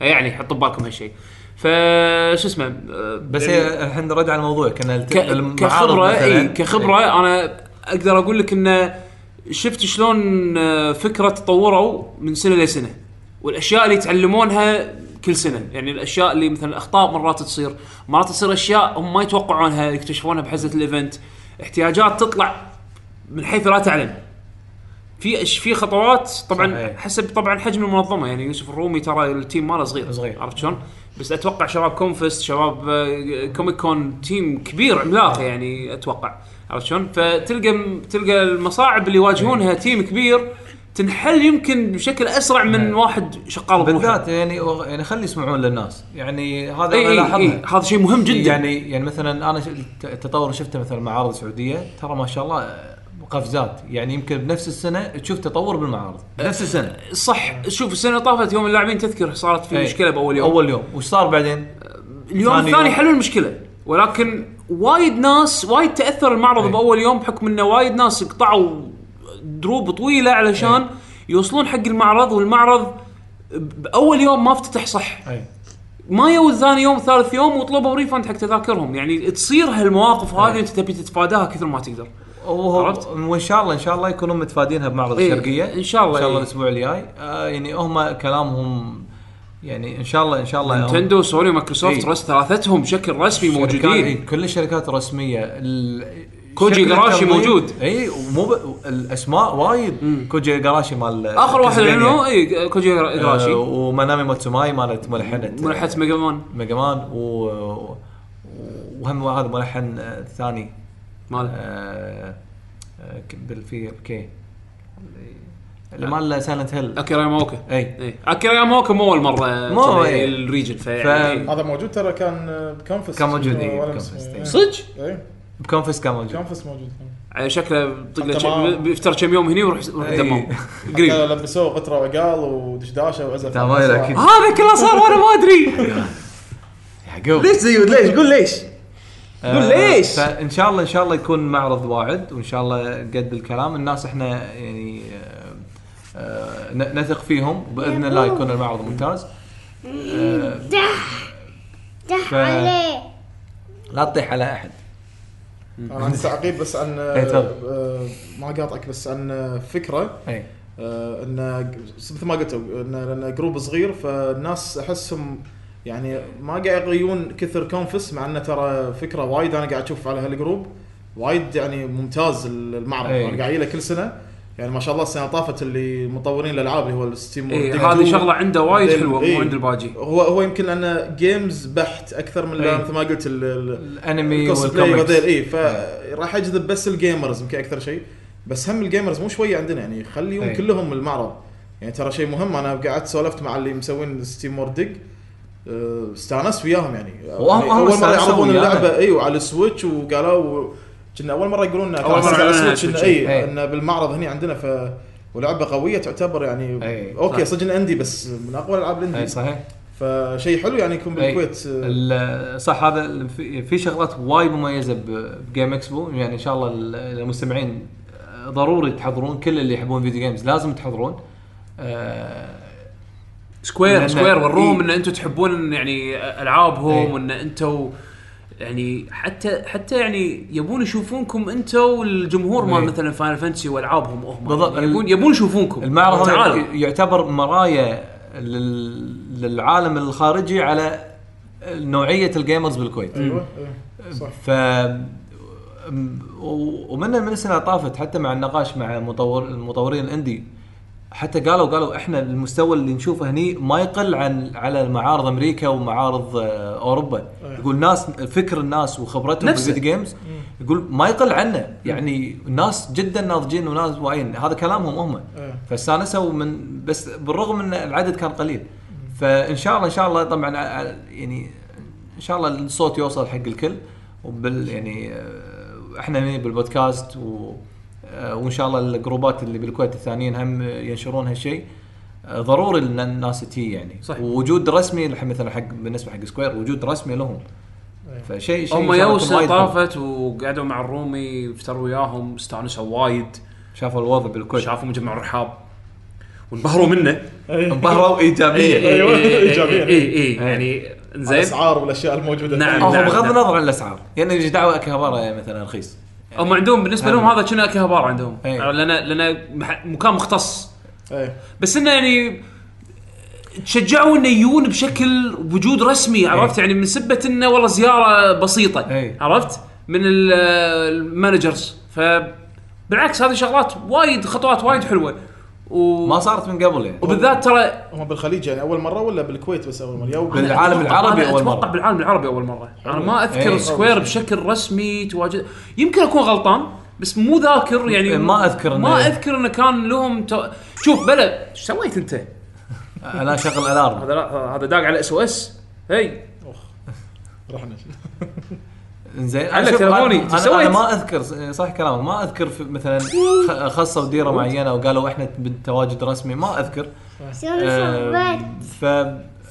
يعني حطوا ببالكم هالشيء فشو اسمه آه،
بس
يعني-
هي الحين نرد على الموضوع كان الت-
ك- إيه،
المعارض
كخبره
مثلاً- إيه.
اي كخبره انا اقدر اقول لك انه شفت شلون آه، فكره تطوروا من سنه لسنه والاشياء اللي يتعلمونها كل سنه يعني الاشياء اللي مثلا الاخطاء مرات تصير مرات تصير اشياء هم ما يتوقعونها يكتشفونها بحزه الايفنت احتياجات تطلع من حيث لا تعلم في أش- في خطوات طبعا
صحيح.
حسب طبعا حجم المنظمه يعني يوسف الرومي ترى التيم ماله صغير
صغير.
عرفت شلون؟ بس اتوقع شباب كونفست شباب آه، كوميك كون تيم كبير عملاق يعني اتوقع عرفت شلون؟ فتلقى تلقى المصاعب اللي يواجهونها تيم كبير تنحل يمكن بشكل اسرع من واحد شغال بروحه.
نعم. بالذات يعني يعني خلي يسمعون للناس يعني هذا
اي
انا
اي
لاحظها
اي إيه، هذا شيء مهم جدا يعني
يعني يعني مثلا انا ش- الت- التطور اللي شفته مثلا معارض سعوديه ترى ما شاء الله آه، قفزات يعني يمكن بنفس السنه تشوف تطور بالمعارض نفس السنه
صح شوف السنه اللي طافت يوم اللاعبين تذكر صارت في
إي.
مشكله باول يوم
اول إيه. يوم وش صار بعدين؟
اليوم
ثاني
الثاني
يوم.
حلوا المشكله ولكن وايد ناس وايد تاثر المعرض
إيه.
باول يوم بحكم انه وايد ناس قطعوا دروب طويله علشان
إيه.
يوصلون حق المعرض والمعرض ب- باول يوم ما افتتح صح
اي
ما يو ثاني يوم ثالث يوم وطلبوا ريفند حق تذاكرهم يعني تصير هالمواقف
إيه.
هذه انت تبي تتفاداها كثر ما تقدر عرفت؟
وهو وان شاء الله ان شاء الله يكونون متفادينها بمعرض
إيه،
الشرقيه
إن شاء الله،
ان شاء الله
إيه.
الاسبوع الجاي آه يعني هم كلامهم يعني ان شاء الله ان شاء الله هم-
نتندو سوني مايكروسوفت
إيه.
رس ثلاثتهم بشكل رسمي
شركات-
موجودين
إيه، كل الشركات الرسميه ال-
كوجي
شكل
إيغاراشي
التنظيم-
موجود.
اي ومو ب... الاسماء وايد كوجي جراشي مال
اخر واحد إيه،
كاسلفينيا.
اعلنوه اي كوجي
آه،
ايغاشي
ومنامي ماتسوماي مالت ملحنه
ملحه ميجا مان
ميجا مان و... و- وهم هذا ملحن آه، ثاني
ماله
آه، آه، ك- بال- في كي اللي مال سايلنت هيل
اكيرا ياماوكا
اي
ايه اكيرا ياماوكا مو اول مره
مو-
تسوي
إيه.
الريجن فيعني
ف-
إيه.
هذا موجود ترى كان آه، بكونفس
كان موجود، إيه،
ولا
بكونفس،
اسمه،
إيه.
إيه.
صدق
إيه
بكونفس كان موجود
كونفس موجود
على شكله بيطق له
تمام.
شي- بيفتر كم يوم هني ويروح يروح
إيه.
الدمام قريب
قريب لبسوه قطره وقال ودشداشه وعزف
تمام، أكيد.
هذا كله صار وانا ما ادري
يعقوب
ليش زيود ليش قول ليش قول ليش؟
فان شاء الله ان شاء الله يكون معرض واعد وان شاء الله قد الكلام الناس احنا يعني آه، آه، ن- نثق فيهم باذن الله يكون المعرض ممتاز
دح
ف-
عليه
لا تطيح على احد
انا عندي تعقيب بس عن آه،
إيه، تفضل.
آه، ما قاطعك بس عن آه، فكره
اي
آه، انه مثل ما قلتوا انه لان جروب صغير فالناس احسهم يعني ما قاعد يغيون كثر كونفس مع انه ترى فكره وايد انا قاعد اشوف على هالجروب وايد يعني ممتاز المعرض
إيه.
انا قاعد أجي له كل سنه يعني ما شاء الله السنه اللي طافت اللي مطورين الالعاب اللي هو الستيم
إيه
والديمو.
هذه شغله عنده وايد
ديل-
حلوه
إيه.
مو عند الباجي
هو هو يمكن لانه جيمز بحت اكثر من
إيه.
مثل ما قلت ال- ال-
الانمي
الكوسبلاي وذيل
والكوميكس
اي فراح يجذب بس الجيمرز يمكن اكثر شيء بس هم الجيمرز مو شويه عندنا يعني خليهم
إيه.
كلهم المعرض يعني ترى شيء مهم انا قعدت سولفت مع اللي مسوين ستيم وردق أه، استانست وياهم يعني
وهم-
يعني
هم
اول مره
استانسوا
يعرضون
ويانا.
اللعبه ايوه على السويتش وقالوا كنا اول مره يقولون لنا
أول مرة
على
يعلنون عن
السويتش إن
السويتش،
اي
إيه.
ان بالمعرض هنا عندنا ف ولعبه قويه تعتبر يعني
إيه،
اوكي
صح.
صدق إن اندي بس من اقوى الالعاب
اي
الاندي
صحيح
فشيء حلو يعني يكون
إيه.
بالكويت أه،
ال- صح هذا ال- في- في شغلات وايد مميزه ب- بجيم اكسبو يعني ان شاء الله ال- المستمعين آه، ضروري تحضرون كل اللي يحبون فيديو جيمز لازم تحضرون آه،
سكوير
لأن-
سكوير وروهم
إيه.
ان انتم تحبون يعني العابهم
إيه.
وان انتم يعني حتى حتى يعني يبون يشوفونكم انتم والجمهور مال
إيه.
مثلا فاينل فانتسي والعابهم هم
بالضبط.
يعني يبون يبون يشوفونكم
المعرض هذا
تعالوا
ي- يعتبر مرايا لل- للعالم الخارجي على نوعيه الجيمرز بالكويت
ايوه إيه. صح
ف م- و- ومن من السنه اللي طافت حتى مع النقاش مع مطور المطورين الاندي حتى قالوا قالوا احنا المستوى اللي نشوفه هني ما يقل عن على معارض امريكا ومعارض آه، اوروبا يقول ناس فكر الناس وخبرتهم
نفسه.
بالفيديو جيمز يقول ما يقل عنا يعني ناس جدا ناضجين وناس واعيين هذا كلامهم هم
إيه.
فاستانسوا من بس بالرغم ان العدد كان قليل فان شاء الله ان شاء الله طبعا ع- ع- يعني ان شاء الله الصوت يوصل حق الكل وبال يعني آه، احنا هنا بالبودكاست و آه، وان شاء الله الجروبات اللي بالكويت الثانيين هم ينشرون هالشيء آه، ضروري ان الناس تي يعني
صح.
ووجود رسمي الحين مثلا حق بالنسبه حق سكوير وجود رسمي لهم فشيء شيء
هم
إن شاء الله
يو
يكون
السنة
وايد حلو.
طافت وقعدوا مع الرومي فطروا وياهم استانسوا وايد
شافوا الوضع بالكويت
شافوا مجمع الرحاب وانبهروا
إيه،
منه
انبهروا
إيه،
ايجابيه
أيوة،
اي
إيه،
إيجابية.
اي يعني زين
الاسعار والاشياء الموجوده
نعم.
هو
نعم.
بغض النظر عن الاسعار يعني ايش دعوه كهبره مثلا رخيص
هم عندهم بالنسبه لهم هذا كنا كهبار عندهم
إيه.
لان لان مح- مكان مختص
إيه.
بس انه يعني تشجعوا انه يجون بشكل وجود رسمي عرفت يعني من سبه انه والله زياره بسيطه
إيه.
عرفت من ال- المانجرز ف بالعكس هذه شغلات وايد خطوات وايد حلوه و...
ما صارت من قبل يعني
وبالذات ترى
هم بالخليج يعني اول مره ولا بالكويت بس اول مره يو
بالع- بالعالم
أتوقع-
العربي
أنا
أول
اتوقع
مرة.
بالعالم العربي اول مره انا ما اذكر
إيه.
سكوير بشكل رسمي تواجد يمكن اكون غلطان بس مو ذاكر يعني
إيه، ما أذكر إنه-
ما اذكر انه كان لهم تو... شوف بلا ايش سويت انت؟
انا شغل الارم
هذا لا هذا داق على اس او اس هي
رحنا
زين
علق
شوف،
تلفوني،
أنا-
شو
انا
سويت؟
أنا ما اذكر صح كلامك ما اذكر في مثلا خ- خصوا ديره معينه وقالوا احنا بالتواجد رسمي ما اذكر
Sono
آه،
sorbetti,
ف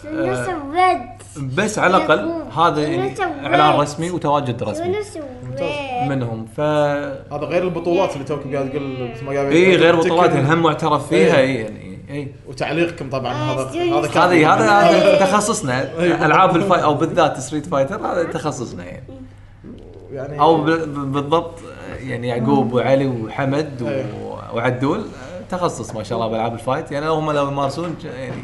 sono
آه،
sorbetti,
بس على الاقل هذا يعني اعلان رسمي وتواجد رسمي
sono sorbetti.
منهم ف
هذا غير البطولات اللي توك قاعد تقول مثل ما قاعد
اي إيه، غير بطولات
تكن-
هم معترف فيها
إيه.
اي يعني اي
وتعليقكم طبعا هذا
آه،
هذا كان- يعني
هذه هذا هذا تخصصنا العاب الفاي او بالذات ستريت فايتر هذا تخصصنا يعني
يعني
او بال- بالضبط يعني يعقوب وعلي وحمد و...
أيوه.
وعدول تخصص ما شاء الله بالعاب الفايت يعني هم لو يمارسون ج- يعني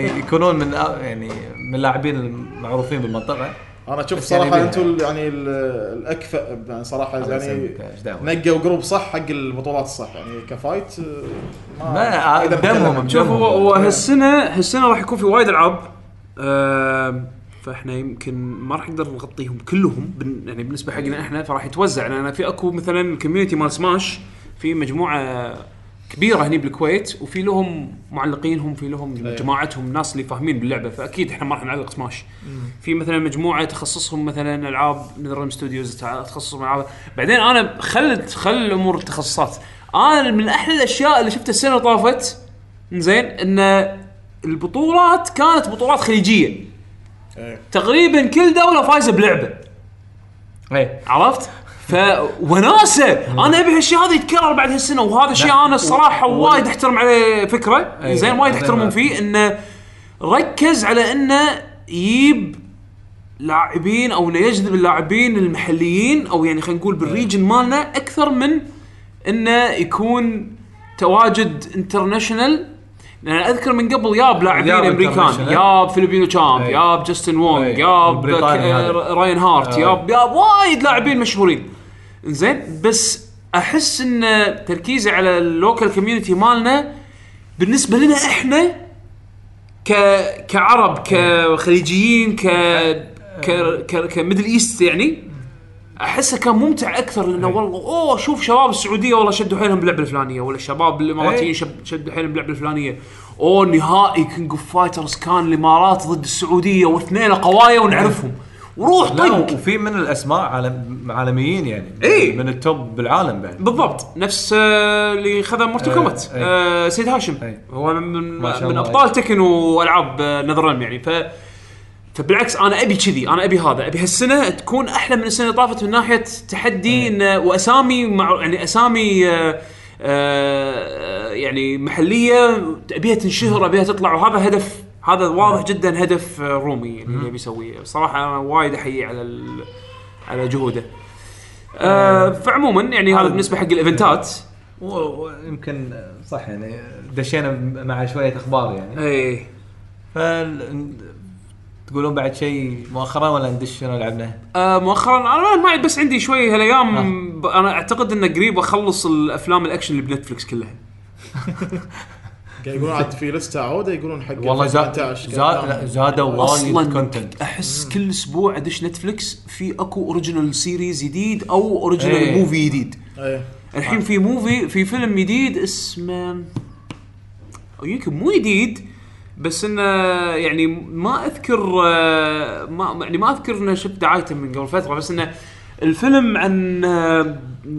يعني يكونون من أ- يعني من اللاعبين المعروفين بالمنطقه
انا اشوف
بس يعني
صراحه
بيها.
انتم يعني ال- الاكفأ يعني صراحه يعني
يسلمك، إيش دعوة.
نقوا جروب صح حق البطولات الصح يعني كفايت آه،
ما آه،
أقدر
دمهم
أتكلم.
شوف هو هو
بدمهم
هالسنه هالسنه راح يكون في وايد العاب آم، فاحنا يمكن ما راح نقدر نغطيهم كلهم بن- يعني بالنسبه حقنا احنا فراح يتوزع لان في اكو مثلا الكوميونتي مال سماش في مجموعه كبيره هني بالكويت وفي لهم معلقينهم في لهم جماعتهم ناس اللي فاهمين باللعبه فاكيد احنا ما راح نعلق سماش في مثلا مجموعه تخصصهم مثلا العاب نذرم ستوديوز تع- تخصصهم العاب بعدين انا خل خل الامور التخصصات انا من احلى الاشياء اللي شفتها السنه اللي طافت زين ان البطولات كانت بطولات خليجيه
إيه.
تقريبا كل دوله فايزه بلعبه
إيه.
عرفت فوناسه انا ابي هالشيء هذا يتكرر بعد هالسنه وهذا الشيء انا الصراحه وايد احترم عليه فكره
أي.
زين وايد
زين
احترمهم
ما-
فيه انه ركز على انه يجيب لاعبين او انه يجذب اللاعبين المحليين او يعني خلينا
إيه.
نقول بالريجن مالنا اكثر من انه يكون تواجد انترناشونال لان اذكر من قبل ياب لاعبين
ياب
امريكان
international.
ياب فيليبينو تشامب
أي.
ياب جاستن وونغ
أي.
ياب
البريطاني
ك-
هذا.
راين هارت
أي.
ياب ياب وايد لاعبين مشهورين زين بس احس ان تركيزي على اللوكال كوميونتي مالنا بالنسبه لنا احنا ك كعرب كخليجيين ك ك ك كميدل ايست يعني احسه كان ممتع اكثر لانه
إيه.
والله اوه شوف شباب السعوديه والله شدوا حيلهم باللعبه الفلانيه ولا الشباب الاماراتيين
إيه.
شب- شدوا حيلهم باللعبه الفلانيه اوه نهائي كينج اوف فايترز كان الامارات ضد السعوديه واثنين قوايا ونعرفهم وروح
لا
طق
وفي من الاسماء عالم عالميين يعني
إيه.
من التوب بالعالم بعد
بالضبط نفس آه، اللي خذ مورتل
آه،
كومت
أي.
آه، سيد هاشم
أي.
هو من
إيه. ما شاء
من
الله.
ابطال تكن والعاب نذرهم يعني ف فبالعكس انا ابي كذي انا ابي هذا ابي هالسنه تكون احلى من السنه اللي طافت من ناحيه تحدي إن
إيه.
واسامي مع يعني اسامي آه، آه، يعني محليه ابيها تنشهر ابيها تطلع وهذا هدف هذا
إيه.
واضح جدا هدف آه، رومي يعني اللي بيسويه بصراحه انا وايد احييه على ال- على جهوده آه، فعموما يعني هذا بالنسبه حق الايفنتات
و- ويمكن صح يعني دشينا مع شويه اخبار يعني
اي
فال تقولون بعد شيء مؤخرا ولا ندش شنو لعبنا؟
آه مؤخرا انا ما بس عندي شوي هالايام ب- انا اعتقد انه قريب اخلص الافلام الاكشن اللي بنتفلكس كلها
قاعد يقولون عاد في لسته عوده يقولون حق
والله زاد
2018
زاد لا، زادوا وايد
اصلا
كونتنت
احس كل اسبوع ادش نتفلكس في اكو اوريجينال سيريز جديد او اوريجينال
إيه.
موفي جديد
إيه.
الحين في موفي في فيلم جديد اسمه أو يمكن مو جديد بس انه يعني ما اذكر آه، ما يعني ما اذكر انه شفت دعايته من قبل فتره بس انه الفيلم عن آه،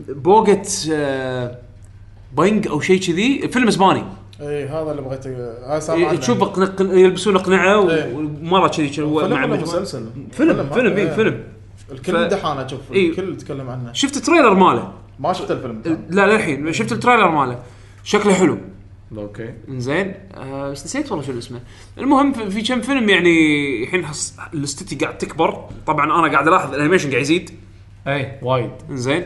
بوقة آه، بنج او شيء كذي فيلم اسباني
اي إيه، هذا اللي بغيت هاي
إيه،
سامع
ي-
عنه.
تشوف قن- قن- يلبسون قناعه
إيه.
ومره كذي هو
فيلم
مع
ولا
مجموعة-
مسلسل؟
فيلم فيلم
إيه.
اي فيلم
الكل
ف-
دحان اشوف
إيه.
الكل يتكلم عنه
شفت تريلر ماله
ما شفت الفيلم
لا للحين شفت التريلر ماله شكله حلو
اوكي
زين آه بس نسيت والله شو اسمه المهم في في كم فيلم يعني الحين حص... لستي قاعد تكبر طبعا انا قاعد الاحظ الانيميشن قاعد يزيد
اي إيه، وايد
زين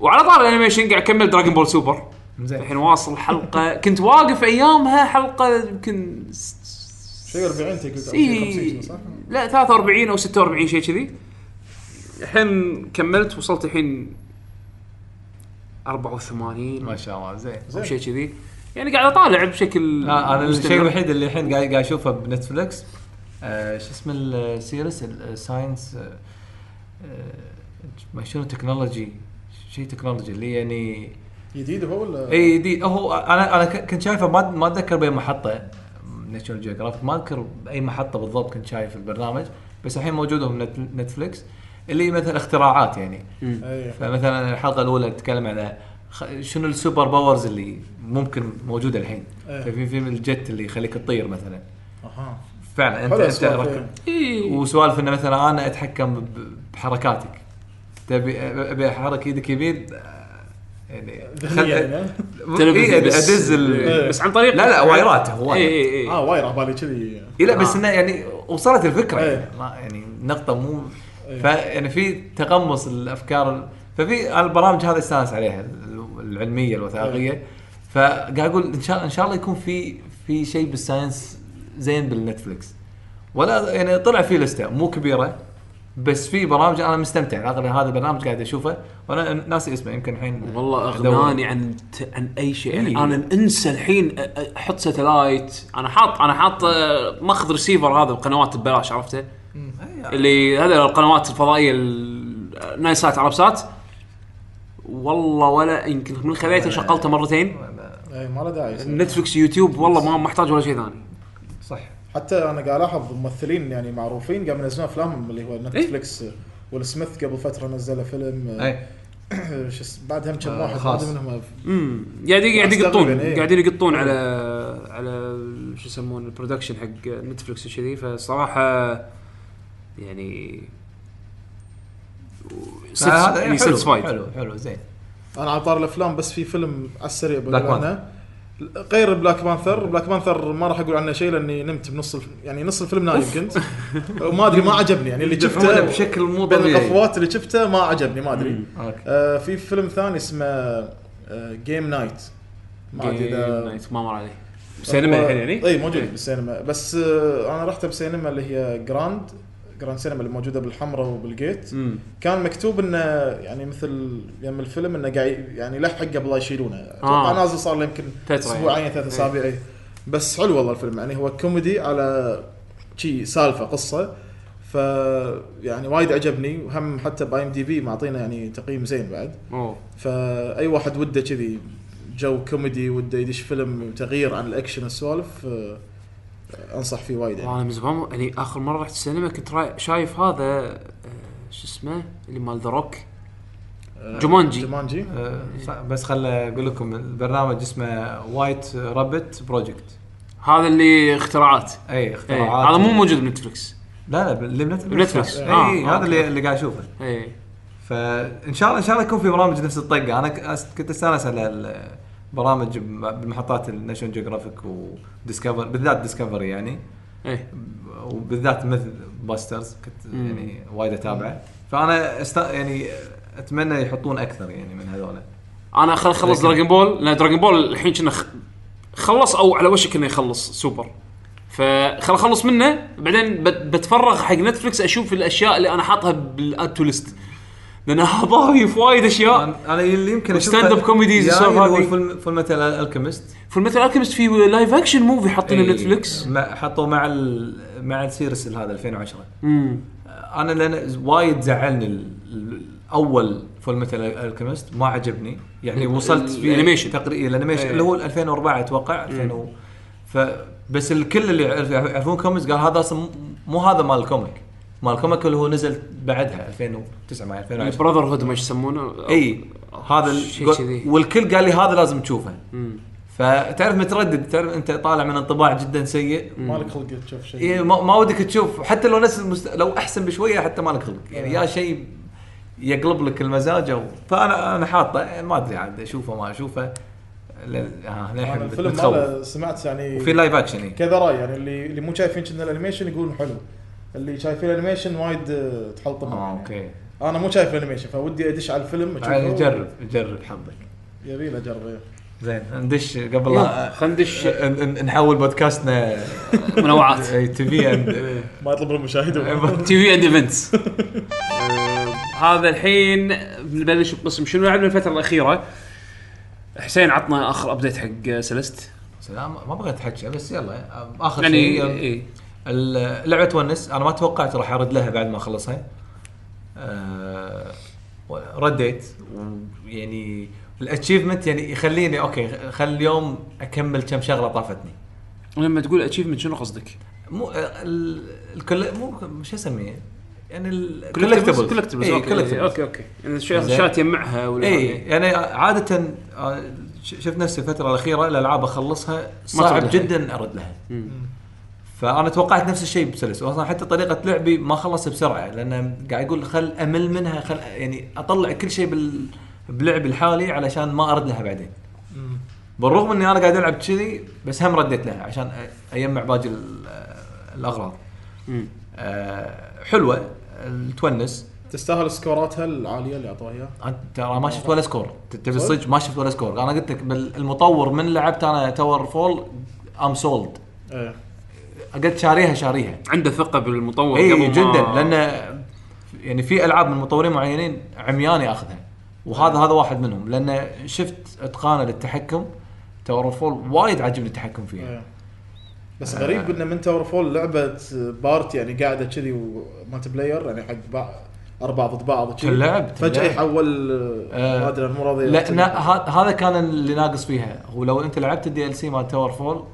وعلى طار الانيميشن قاعد اكمل دراجون بول سوبر
زين
الحين واصل حلقه كنت واقف ايامها حلقه يمكن س-
شيء 40 تقريبا أو شيء 50
إيه.
صح؟
لا 43 او 46 شيء كذي الحين كملت وصلت الحين 84
ما شاء الله زين
او شيء كذي يعني قاعد اطالع بشكل
لا، انا آه، الشيء
مستمر.
الوحيد اللي الحين قاعد قاعد اشوفه بنتفلكس آه، شو اسمه السيريس الساينس آه، آه، شنو تكنولوجي شيء تكنولوجي اللي يعني
جديد هو ولا
إيه.
اي دي هو انا انا ك- كنت شايفه ما ما اتذكر باي محطه ناشونال جيوغرافيك ما اذكر باي محطه بالضبط كنت شايف البرنامج بس الحين موجود هو بنت- نتفليكس اللي مثلا اختراعات يعني
اي
فمثلا الحلقه الاولى تتكلم على خ- شنو السوبر باورز اللي ممكن موجوده الحين
إيه.
ففي فيلم الجت اللي يخليك تطير مثلا
اها
فعلا انت
حلو
انت
السوالف،
ركب
إيه.
وسوالف انه مثلا انا اتحكم ب- بحركاتك تبي ابي احرك ايدك يمين آه، يعني خل-
ذهنية يعني.
تلفزيون
إيه،
بس-
ادز ال-
بس عن طريق إيه،
لا لا وايرات آه. هو
اي
واير.
اي اي
اه واير على بالي كذي
إيه لا بس انه يعني وصلت الفكره
آه. إيه.
يعني ما يعني نقطه مو
إيه.
فيعني في تقمص الافكار ال- ففي البرامج هذه استانس عليها ال- العلميه الوثائقيه
إيه.
فقاعد اقول ان شاء ان شاء الله يكون في في شيء بالساينس زين بالنتفلكس ولا يعني طلع في لسته مو كبيره بس في برامج انا مستمتع اغلب هذا البرنامج قاعد اشوفه وانا ناسي اسمه يمكن الحين
والله
أدور.
اغناني عن ت- عن اي شيء يعني
إيه.
انا انسى الحين أ- أ- احط ساتلايت انا حاط انا حاط آه، ماخذ ريسيفر هذا القنوات ببلاش عرفته
إيه،
اللي هذا القنوات الفضائيه ال- آه، نايسات عربسات والله ولا يمكن من خليته شغلته مرتين
اي إيه، ما له داعي
آه.
يصير.
نتفلكس يوتيوب والله ما محتاج ولا شيء ثاني
صح
حتى انا قاعد الاحظ ممثلين يعني معروفين قاموا ينزلون افلامهم اللي
إيه.
هو نتفلكس ويل سميث قبل فتره نزل فيلم آه،
إيه.
اي
شو اسمه بعد هم كم
آه،
واحد
خاص.
واحد منهم
امم قاعدين قاعدين يقطون
تقريباً، إيه.
قاعدين يقطون على على شو يسمون البرودكشن حق نتفلكس وكذي فالصراحه يعني
فهذا
يعني
حلو
satisfied.
حلو حلو زين
انا على طار الافلام بس في فيلم على السريع بقول
Black
عنه غير بلاك بانثر بلاك بانثر ما راح اقول عنه شيء لاني نمت بنص الف... يعني نص الفيلم نايم كنت وما ادري ما عجبني يعني اللي
يدفعونه
شفته
بشكل مو
بين
طبيعي
القفوات اللي شفته ما عجبني ما ادري
اوكي
آه في فيلم ثاني اسمه جيم نايت ما ادري
Game
اذا
Night، ما مر عليه
طيب.
سينما الحين يعني
اي موجود بالسينما بس آه انا رحت بسينما اللي هي جراند جراند سينما اللي موجوده بالحمراء وبالجيت كان مكتوب انه يعني مثل يم الفيلم انه قاعد يعني لحق قبل لا يشيلونه اتوقع
آه.
نازل صار له يمكن
فترة
اسبوعين
يعني.
ثلاث اسابيع إيه. بس حلو والله الفيلم يعني هو كوميدي على شي سالفه قصه ف يعني وايد عجبني وهم حتى باي ام دي بي معطينا يعني تقييم زين بعد
اوه
فاي واحد وده كذي جو كوميدي وده يدش فيلم تغيير عن الاكشن والسوالف آه، انصح فيه وايد يعني
والله انا من زمان ما- يعني اخر مره رحت السينما كنت راي- شايف هذا آه، شو اسمه اللي مال ذا روك جومانجي.
جومانجي
آه، صح، بس خل اقول لكم البرنامج اسمه وايت رابت بروجكت
هذا اللي اختراعات
اي
إيه،
اختراعات
هذا مو موجود بنتفلكس
لا لا اللي بنتفلكس
بنتفلكس.
اي
آه،
إي،
آه،
هذا اللي
أوكي.
اللي قاعد اشوفه
اي
فان شاء الله ان شاء الله يكون في برامج نفس الطقه انا ك- كنت استانس على البرامج بم- بالمحطات الناشونال جيوغرافيك وديسكفر بالذات ديسكفري يعني
اي
وبالذات مثل باسترز كنت يعني وايد اتابعه فانا است... يعني اتمنى يحطون اكثر يعني من هذول
انا خل خلص دراجون بول لان دراجون بول الحين كنا خ- خلص او على وشك انه يخلص سوبر فخل اخلص منه بعدين بت- بتفرغ حق نتفلكس اشوف الاشياء اللي انا حاطها بالاد تو ليست لان ضايف وايد اشياء
انا اللي يمكن يعني
وستاند أب كوميديز والسوالف هذه.
هذه فول ميتال الكيمست
في مثل الكيمست في لايف اكشن موفي حاطينه بنتفلكس
حطوا إيه، مع ال... مع السيرس هذا 2010
امم
انا لان وايد زعلني ال- ال- اول فول ميتال الكيمست ما عجبني يعني وصلت فيه
الأنيميشن.
تقريبا الانيميشن
إيه.
اللي هو 2004 اتوقع 2000 و... ف بس الكل اللي يعرف- يعرفون كوميكس قال هذا اصلا مو هذا مال الكوميك مال الكوميك اللي هو نزل بعدها 2009 مع 2010
البراذر هود ما ايش يسمونه
اي هذا ال-
شيء كذي.
والكل قال لي هذا لازم تشوفه فتعرف متردد تعرف انت طالع من انطباع جدا سيء
مالك خلق تشوف شيء
إيه ما, ما ودك تشوف حتى لو نفس المست... لو احسن بشويه حتى ما لك خلق يعني يا شيء يقلب لك المزاج او فانا انا حاطه ما ادري عاد اشوفه ما اشوفه لل- آه، للحين
انا الفيلم
متخوف
ماله سمعت يعني
وفي لايف اكشن إيه.
كذا راي يعني اللي اللي مو شايفين كنا الانيميشن يقولون حلو اللي شايفين الانيميشن وايد آه، تحلطم
اه
يعني.
اوكي
انا مو شايف الانيميشن فودي ادش على الفيلم
تعال نجرب نجرب حظك
يبي له اجرب إيه.
زين ندش قبل لا
خل ندش
ن- ن- نحول بودكاستنا
منوعات
تي في
ما يطلب المشاهد
تي في اند ايفنتس هذا الحين بنبلش بقسم شنو لعبنا الفتره الاخيره حسين عطنا اخر ابديت حق سلست
سلام ما بغيت احكي بس يلا اخر
يعني
شيء
إيه.
ال- اللعبه تونس انا ما توقعت راح ارد لها بعد ما اخلصها أه رديت يعني الاتشيفمنت يعني يخليني اوكي خل اليوم اكمل كم شغله طافتني
لما تقول اتشيفمنت شنو قصدك؟
مو آه، ال- الكل مو شو اسميه يعني إيه،
كولكتبلز
الكولكتبل
كولكتبلز اوكي اوكي اوكي يعني شو-
زين.
شات يجمعها ولا
اي
اي
يعني عاده آه، ش- شفت نفسي الفتره الاخيره الالعاب اخلصها
ترد
صعب
لها.
جدا ارد لها فانا توقعت نفس الشيء بسلس اصلا حتى طريقه لعبي ما خلص بسرعه لان قاعد اقول خل امل منها خل يعني اطلع كل شيء بال بلعبي الحالي علشان ما ارد لها بعدين بالرغم اني انا قاعد العب كذي بس هم رديت لها عشان أ- اجمع باقي ال- الاغراض آه حلوه تونس
تستاهل سكوراتها العاليه اللي اعطوها اياها
أنا ترى ما شفت ولا سكور ت- تبي الصدق ما شفت ولا سكور انا قلت لك بال- المطور من لعبت انا تاور فول ام سولد
ايه
قلت شاريها شاريها
عنده ثقه بالمطور
اي
قبل
جدا
ما-
لان يعني في العاب من مطورين معينين عمياني اخذها وهذا هذا واحد منهم لان شفت اتقانه للتحكم تاور فول وايد عاجبني التحكم فيها
ايه بس غريب انه من تاور فول لعبه بارت يعني قاعده كذي ومالتي بلاير يعني حق بع- اربعه ضد بعض كذي.
تلعب-
فجاه
تلعب.
يحول آه، ما ادري مو راضي
لا نا ه- هذا كان اللي ناقص فيها هو لو انت لعبت الدي ال سي مال تاور فول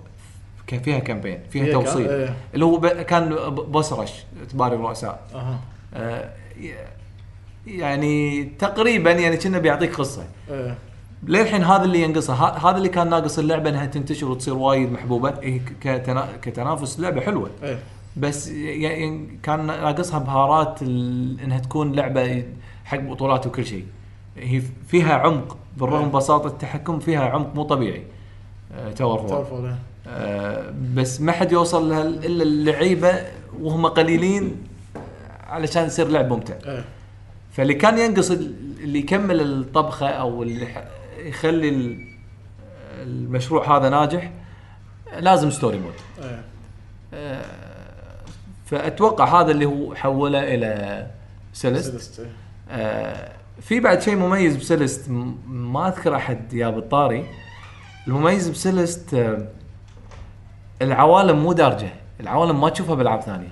كان فيها كامبين
فيها
فيها
كام-
توصيل
إيه.
اللي هو ب- كان ب- بوس رش تباري الرؤساء
اها
آه، ي- يعني تقريبا يعني كنا بيعطيك قصه
ايه
للحين هذا اللي ينقصه ه- هذا اللي كان ناقص اللعبه انها تنتشر وتصير وايد محبوبه هي ك- كتنا... كتنافس لعبه حلوه
ايه
بس ي- ي- كان ناقصها بهارات ال... انها تكون لعبه حق بطولات وكل شيء هي ف- فيها عمق بالرغم من بساطه التحكم فيها عمق مو طبيعي آه، تاور فور
تاور فول إيه.
آه، بس ما حد يوصل لها الا اللعيبه وهم قليلين علشان يصير لعب ممتع
ايه
فاللي كان ينقص ال- اللي يكمل الطبخه او اللي ح- يخلي ال-
إيه.
المشروع هذا ناجح لازم ستوري مود
ايه
ف- فاتوقع هذا اللي هو حوله الى سيلست
سلست.
آه، في بعد شيء مميز بسيلست م- ما اذكر احد جاب الطاري المميز بسيلست آه، العوالم مو دارجه العوالم ما تشوفها بالعاب ثانيه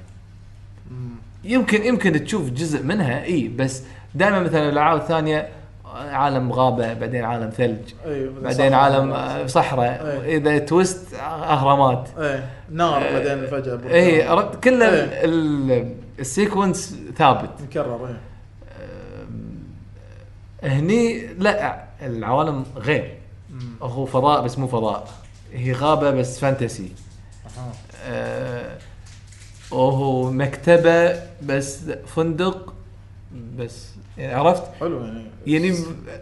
يمكن يمكن تشوف جزء منها اي بس دائما مثلا الالعاب الثانيه آه، عالم غابه بعدين عالم ثلج
أي،
بعدين
صح.
عالم آه، صحراء
أي.
اذا تويست آه، اهرامات
اي إيه، نار
إيه،
بعدين فجاه برد.
اي عرفت؟ كله
إيه.
ال- ال- السيكونس ثابت
مكرر إيه. اي
هني لا العوالم غير هو فضاء بس مو فضاء هي غابه بس فانتسي آه وهو مكتبه بس فندق بس يعني عرفت
حلو يعني
يعني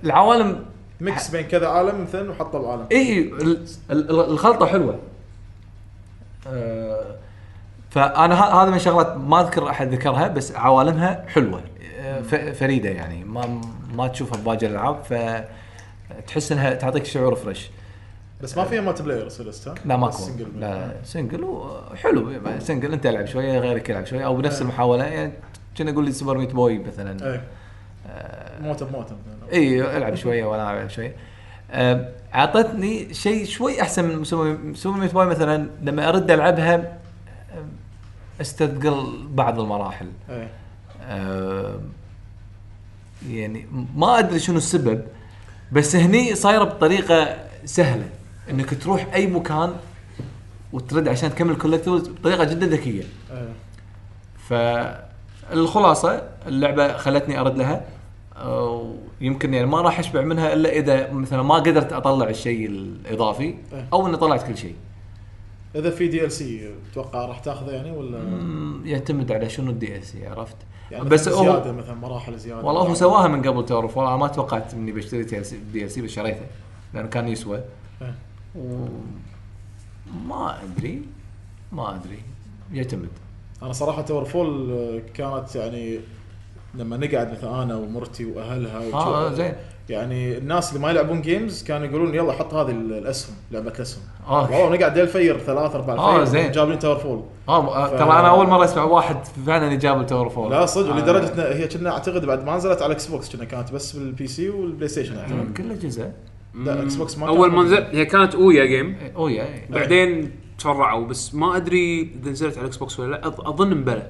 العوالم
ميكس بين كذا عالم مثلا وحطوا العالم
اي إيه، ال- ال- الخلطه حلوه آه، فانا ه- هذا من شغلات ما اذكر احد ذكرها بس عوالمها حلوه آه، ف- فريده يعني ما ما تشوفها بباقي الالعاب فتحس انها تعطيك شعور فريش
بس ما فيها مالتي بلاير سيلست ها؟
لا
بس
ماكو لا
سنجل
لا سنجل وحلو يعني سنجل انت العب شويه غيرك يلعب شويه او بنفس
إيه.
المحاوله يعني كنا اقول لي سوبر ميت بوي مثلا
اي
آه،
موته بموته مثلا
اي العب شويه وانا العب شويه أه، اعطتني شيء شوي احسن من سوبر سوبر ميت بوي مثلا لما ارد العبها أه، استثقل بعض المراحل
اي
أه، يعني ما ادري شنو السبب بس هني صايره بطريقه سهله انك تروح اي مكان وترد عشان تكمل كولكتبلز بطريقه جدا ذكيه
اي
فالخلاصه اللعبه خلتني ارد لها أو يمكن يعني ما راح اشبع منها الا اذا مثلا ما قدرت اطلع الشيء الاضافي
إيه.
او اني طلعت كل شيء
اذا في دي ال سي تتوقع راح تاخذه يعني ولا
أمم، يعتمد على شنو الدي اس عرفت
يعني
بس هو
زياده مثلا مراحل يعني زياده
والله هو سواها من قبل تعرف والله ما توقعت اني بشتري دي ال سي بس شريته لانه كان يسوى
إيه.
و ما ادري ما ادري يعتمد
انا صراحه تاور فول آه، كانت يعني لما نقعد مثلا انا ومرتي واهلها
اه آه،
وجو-
زين
يعني الناس اللي ما يلعبون جيمز كانوا يقولون يلا حط هذه ال- الاسهم لعبه الاسهم
اه
والله نقعد الفير ثلاث اربع
آه،
الفير
زين.
جاب لي تاور فول
اه
ف-
ترى انا اول مره اسمع واحد فعلا يجاب التور فول
لا صدق لدرجه إن هي كنا اعتقد بعد ما نزلت على الاكس بوكس كنا كانت بس بالبي سي والبلاي ستيشن اعتقد
كله جزء
لا اكس بوكس ما
اول
كان-
ما نزل هي كانت اويا جيم
او يا
بعدين تفرعوا بس ما ادري اذا نزلت على الاكس بوكس ولا لا أظ- اظن مبلى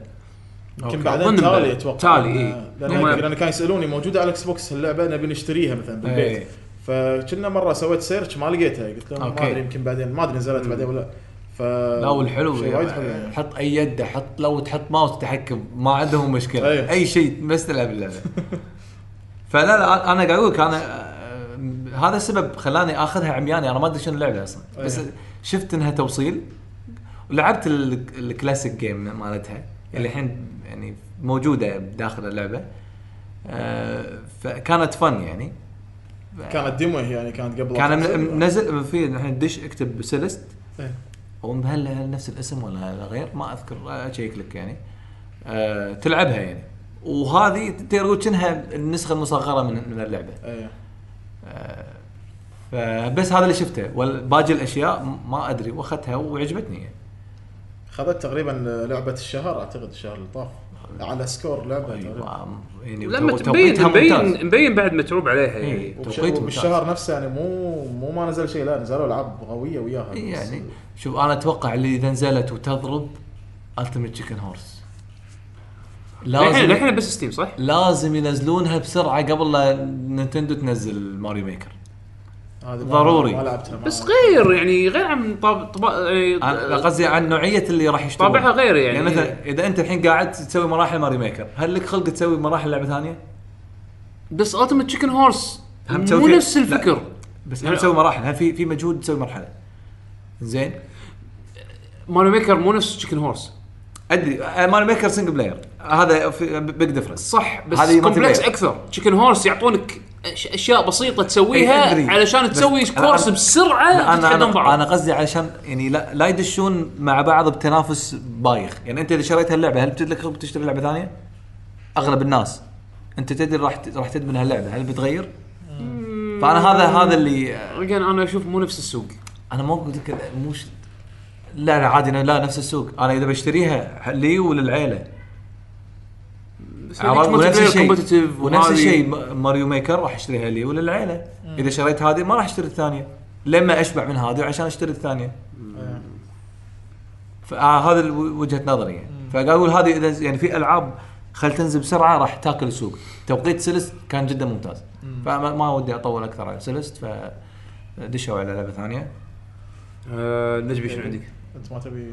يمكن
أظن
بعدين تالي
بلى.
اتوقع
تالي،
إيه.
آه،
إي.
لان
هم-
لان كانوا يسالوني موجوده على الاكس بوكس اللعبه نبي نشتريها مثلا
إي.
بالبيت فكنا مره سويت سيرش ما لقيتها قلت لهم
أوكي.
ما ادري يمكن بعدين ما ادري نزلت بعدين ولا ف
لا والحلو
شيء وايد حلو يعني.
حط اي يده حط لو تحط ماوس تحكم ما عندهم مشكله
أيه.
اي شيء بس تلعب اللعبه فلا لا انا قاعد اقول لك انا آه، هذا السبب خلاني اخذها عمياني انا ما ادري شنو اللعبه اصلا بس
أيه.
شفت انها توصيل ولعبت ال- الكلاسيك جيم مالتها
طيب.
اللي الحين يعني موجوده داخل اللعبه آه، فكانت فن يعني
كانت ديمو هي يعني كانت قبل
كان
أكس
من-
بوكس.
منزل في الحين دش اكتب سيلست
إيه.
او هل هل نفس الاسم ولا غير ما اذكر اشيك لك يعني أه تلعبها يعني وهذه تقدر تقول كأنها النسخه المصغره من من اللعبه
إيه.
فبس هذا اللي شفته والباقي الاشياء م- ما ادري واخذتها وعجبتني يعني
خذت تقريبا لعبه الشهر اعتقد الشهر اللي طاف على سكور لعبه
أيوة.
تقريبا.
ما- يعني
طيب. لما
تو-
تبين
توقيتها ممتاز.
مبين مبين بعد متعوب عليها يعني
إيه،
وبش-
توقيت ممتاز.
وبالشهر نفسه يعني مو مو ما نزل شيء لا نزلوا العاب قويه وياها
إيه
بس-
يعني شوف انا اتوقع اللي اذا نزلت وتضرب التيمت تشيكن هورس
الحين الحين بس ستيم صح؟
لازم ينزلونها بسرعه قبل لا نينتندو تنزل ماريو ميكر
هذه ما-
ضروري.
ما لعبتها ما-
بس غير يعني غير عن طاب طبع يعني
أنا قصدي عن نوعيه اللي راح يشترون
طابعها غير يعني.
يعني مثلا اذا انت الحين قاعد تسوي مراحل ماريو ميكر هل لك خلق تسوي مراحل لعبه ثانيه؟
بس التيمت تشيكن هورس
هم
مو
توفي-
نفس
لا.
الفكر
بس
لا.
هم تسوي مراحل هل في في مجهود تسوي مرحله زين
ماريو ميكر مو نفس تشيكن هورس
ادري آه، ماريو ميكر سنجل بلاير هذا في- بيج ديفرنس
صح بس
هذه ما
كومبلكس
تبين.
اكثر تشيكن هورس يعطونك أش- اشياء بسيطه تسويها
أي إيه، أدري.
علشان
بس
تسوي
أنا-
كورس
أنا-
بسرعه
انا
تتحدون
انا, أنا
بعض
قصدي علشان يعني لا, لا يدشون مع بعض بتنافس بايخ يعني انت اذا شريت هاللعبه هل بتدلك خلق تشتري لعبه ثانيه اغلب الناس انت تدري راح ت- راح تدمن هاللعبه هل بتغير فانا هذا هذا اللي آه،
Again، انا اشوف مو نفس السوق
انا ما اقول لك مو ش- لا لا عادي أنا- لا نفس السوق انا اذا بشتريها لي وللعيله عرفت ونفس الشيء ونفس الشيء ما- ماريو ميكر راح اشتريها لي وللعيله اذا شريت هذه ما راح اشتري الثانيه لما اشبع من هذه عشان اشتري الثانيه فهذا وجهه نظري يعني فقاعد اقول هذه اذا يعني في العاب خل تنزل بسرعه راح تاكل السوق توقيت سلست كان جدا ممتاز فما ما ودي اطول اكثر على سلست فدشوا على لعبه ثانيه
آه، نجبي شنو عندك؟
انت ما تبي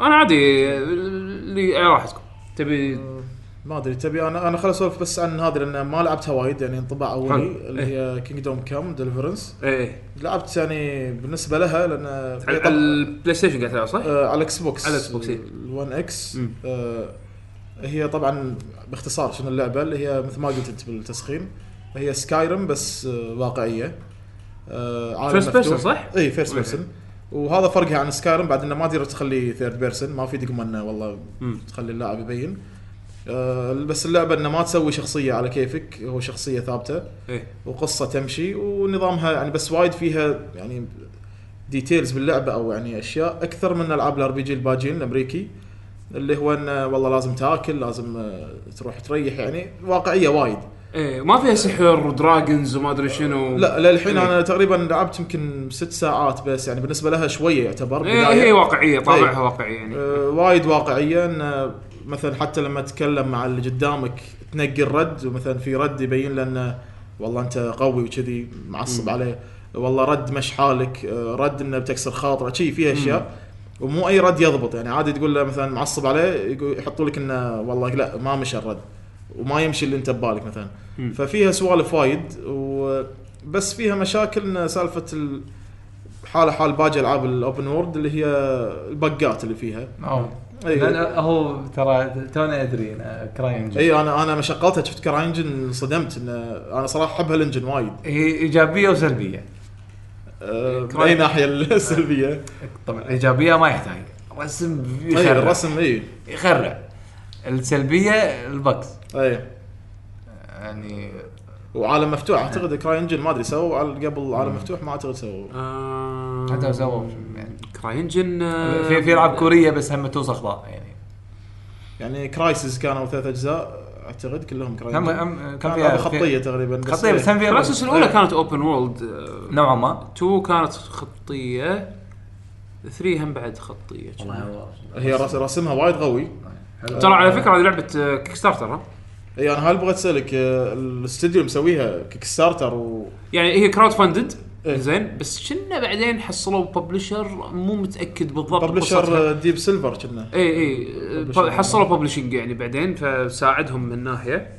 انا عادي آه، اللي على راحتكم تبي
ما ادري تبي انا انا خل اسولف بس عن هذه لان ما لعبتها وايد يعني انطباع اولي
حلو.
اللي
إيه.
هي كينجدوم كام ديليفرنس
ايه
لعبت يعني بالنسبه لها لان
على على البلاي ستيشن قاعد تلعب صح؟
آه، على الاكس بوكس
على الإكس بوكس، إيه.
ال1 اكس
مم.
آه هي طبعا باختصار شنو اللعبه اللي هي مثل ما قلت انت بالتسخين هي سكايرم بس آه واقعيه آه عالم
First person
مفتوح.
صح؟
اي فيرست بيرسون وهذا فرقها عن سكايرم بعد انه ما تقدر تخلي ثيرد بيرسون ما في دقمه انه والله
مم.
تخلي اللاعب يبين آه بس اللعبه انه ما تسوي شخصيه على كيفك هو شخصيه ثابته
ايه
وقصه تمشي ونظامها يعني بس وايد فيها يعني ديتيلز باللعبه او يعني اشياء اكثر من العاب الار بي جي الباجين الامريكي اللي هو انه والله لازم تاكل لازم آه، تروح تريح يعني واقعيه وايد
ايه ما فيها سحر ودراجونز وما ادري شنو إيه.
لا للحين انا تقريبا لعبت يمكن ست ساعات بس يعني بالنسبه لها شويه يعتبر
ايه
بداية.
هي واقعيه طابعها
إيه.
واقعي يعني
آه، وايد واقعيه ان مثلا حتى لما تتكلم مع اللي قدامك تنقي الرد ومثلا في رد يبين له انه والله انت قوي وكذي معصب عليه والله رد مش حالك آه، رد انه بتكسر خاطره شي فيها اشياء ومو اي رد يضبط يعني عادي تقول له مثلا معصب عليه يقول يحطوا لك انه والله لا ما مشى الرد وما يمشي اللي انت ببالك مثلا ففيها سوالف وايد وبس فيها مشاكل إن سالفه ال- حاله حال باقي العاب الاوبن وورد اللي هي البقات اللي فيها اي
لان هو ترى توني ادري أنا كرايم
اي انا انا ما شغلتها شفت كراي انجن انصدمت ان انا صراحه احب هالانجن وايد
هي ايجابيه وسلبيه
أه من
كراي-
اي ناحيه السلبيه
طبعا ايجابيه ما يحتاج رسم
اي
يخرع
أيوة، الرسم اي
يخرع السلبيه البكس
اي
يعني
وعالم مفتوح اعتقد كراي انجن ما ادري سووا عال- قبل عالم مفتوح ما اعتقد سووا
آه،
حتى لو سووا يعني
كراي انجن آه،
في في العاب كوريه بس هم توصل اخطاء يعني
يعني كرايسيس كانوا ثلاث اجزاء اعتقد كلهم كراي
هم
انجن
هم كان
كان
فيها
لعبة خطيه تقريبا بس
خطيه بس هم فيها
كرايسيس الاولى
إيه.
كانت اوبن وورلد
نوعا ما
2 كانت خطيه 3 هم بعد خطيه
هي رس- رسمها وايد قوي
ترى على فكره هذه لعبه كيك ستارتر ها؟
اي انا هل بغيت اسالك آه، الاستديو اللي مسويها كيك ستارتر و
يعني هي كراود فاندد
إيه.
زين بس كنا بعدين حصلوا ببلشر مو متاكد بالضبط قصتها.
ببلشر آه، ديب سيلفر كنا
اي اي حصلوا ببلشنج يعني بعدين فساعدهم من ناحيه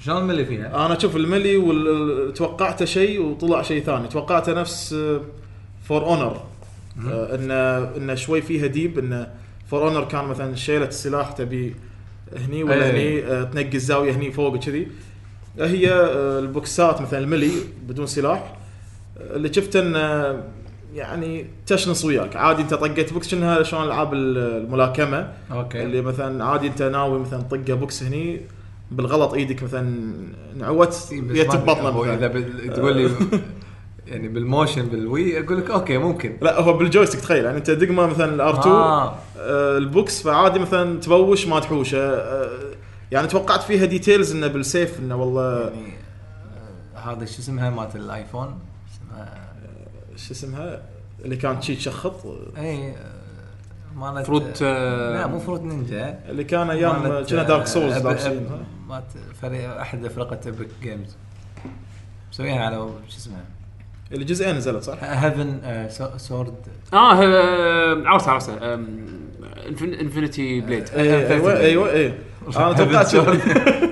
شلون ملي فيها؟
انا اشوف الملي وال- توقعته شيء وطلع شيء ثاني توقعته نفس آه، فور اونر ان ان آه، شوي فيها ديب ان فور اونر كان مثلا شيله السلاح تبي هني ولا
أي.
هني آه، تنقي الزاويه هني فوق كذي هي آه، البوكسات مثلا الملي بدون سلاح آه، اللي شفته ان آه، يعني تشنص وياك عادي انت طقيت بوكس شنها شلون العاب الملاكمه
اوكي
اللي مثلا عادي انت ناوي مثلا طقه بوكس هني بالغلط ايدك مثلا نعوت جت ببطنه
اذا
مثلاً.
بال- تقول لي يعني بالموشن بالوي اقول لك اوكي ممكن
لا هو بالجويستيك تخيل يعني انت دقمه مثلا الار2 آه.
آه.
البوكس فعادي مثلا تبوش ما تحوشه آه يعني توقعت فيها ديتيلز انه بالسيف انه والله
يعني آه، هذا شو اسمها مالت الايفون اسمها
يعني شو اسمها اللي كان شي تشخط آه،
اي آه، مالت
فروت، آه،
لا مو فروت نينجا
اللي كان ايام
مالت،
كنا
آه،
دارك سولز
أب-
لابسين ها؟
أب- مالت فريق احد فرقه ايبك جيمز مسويها على شو آه، اسمه
اللي جزئين نزلت صح؟
هيفن سورد
اه آه، عرفت عرفت انفنتي بليد
ايوه ايوه ايوه ايوه انا توقعت
آه،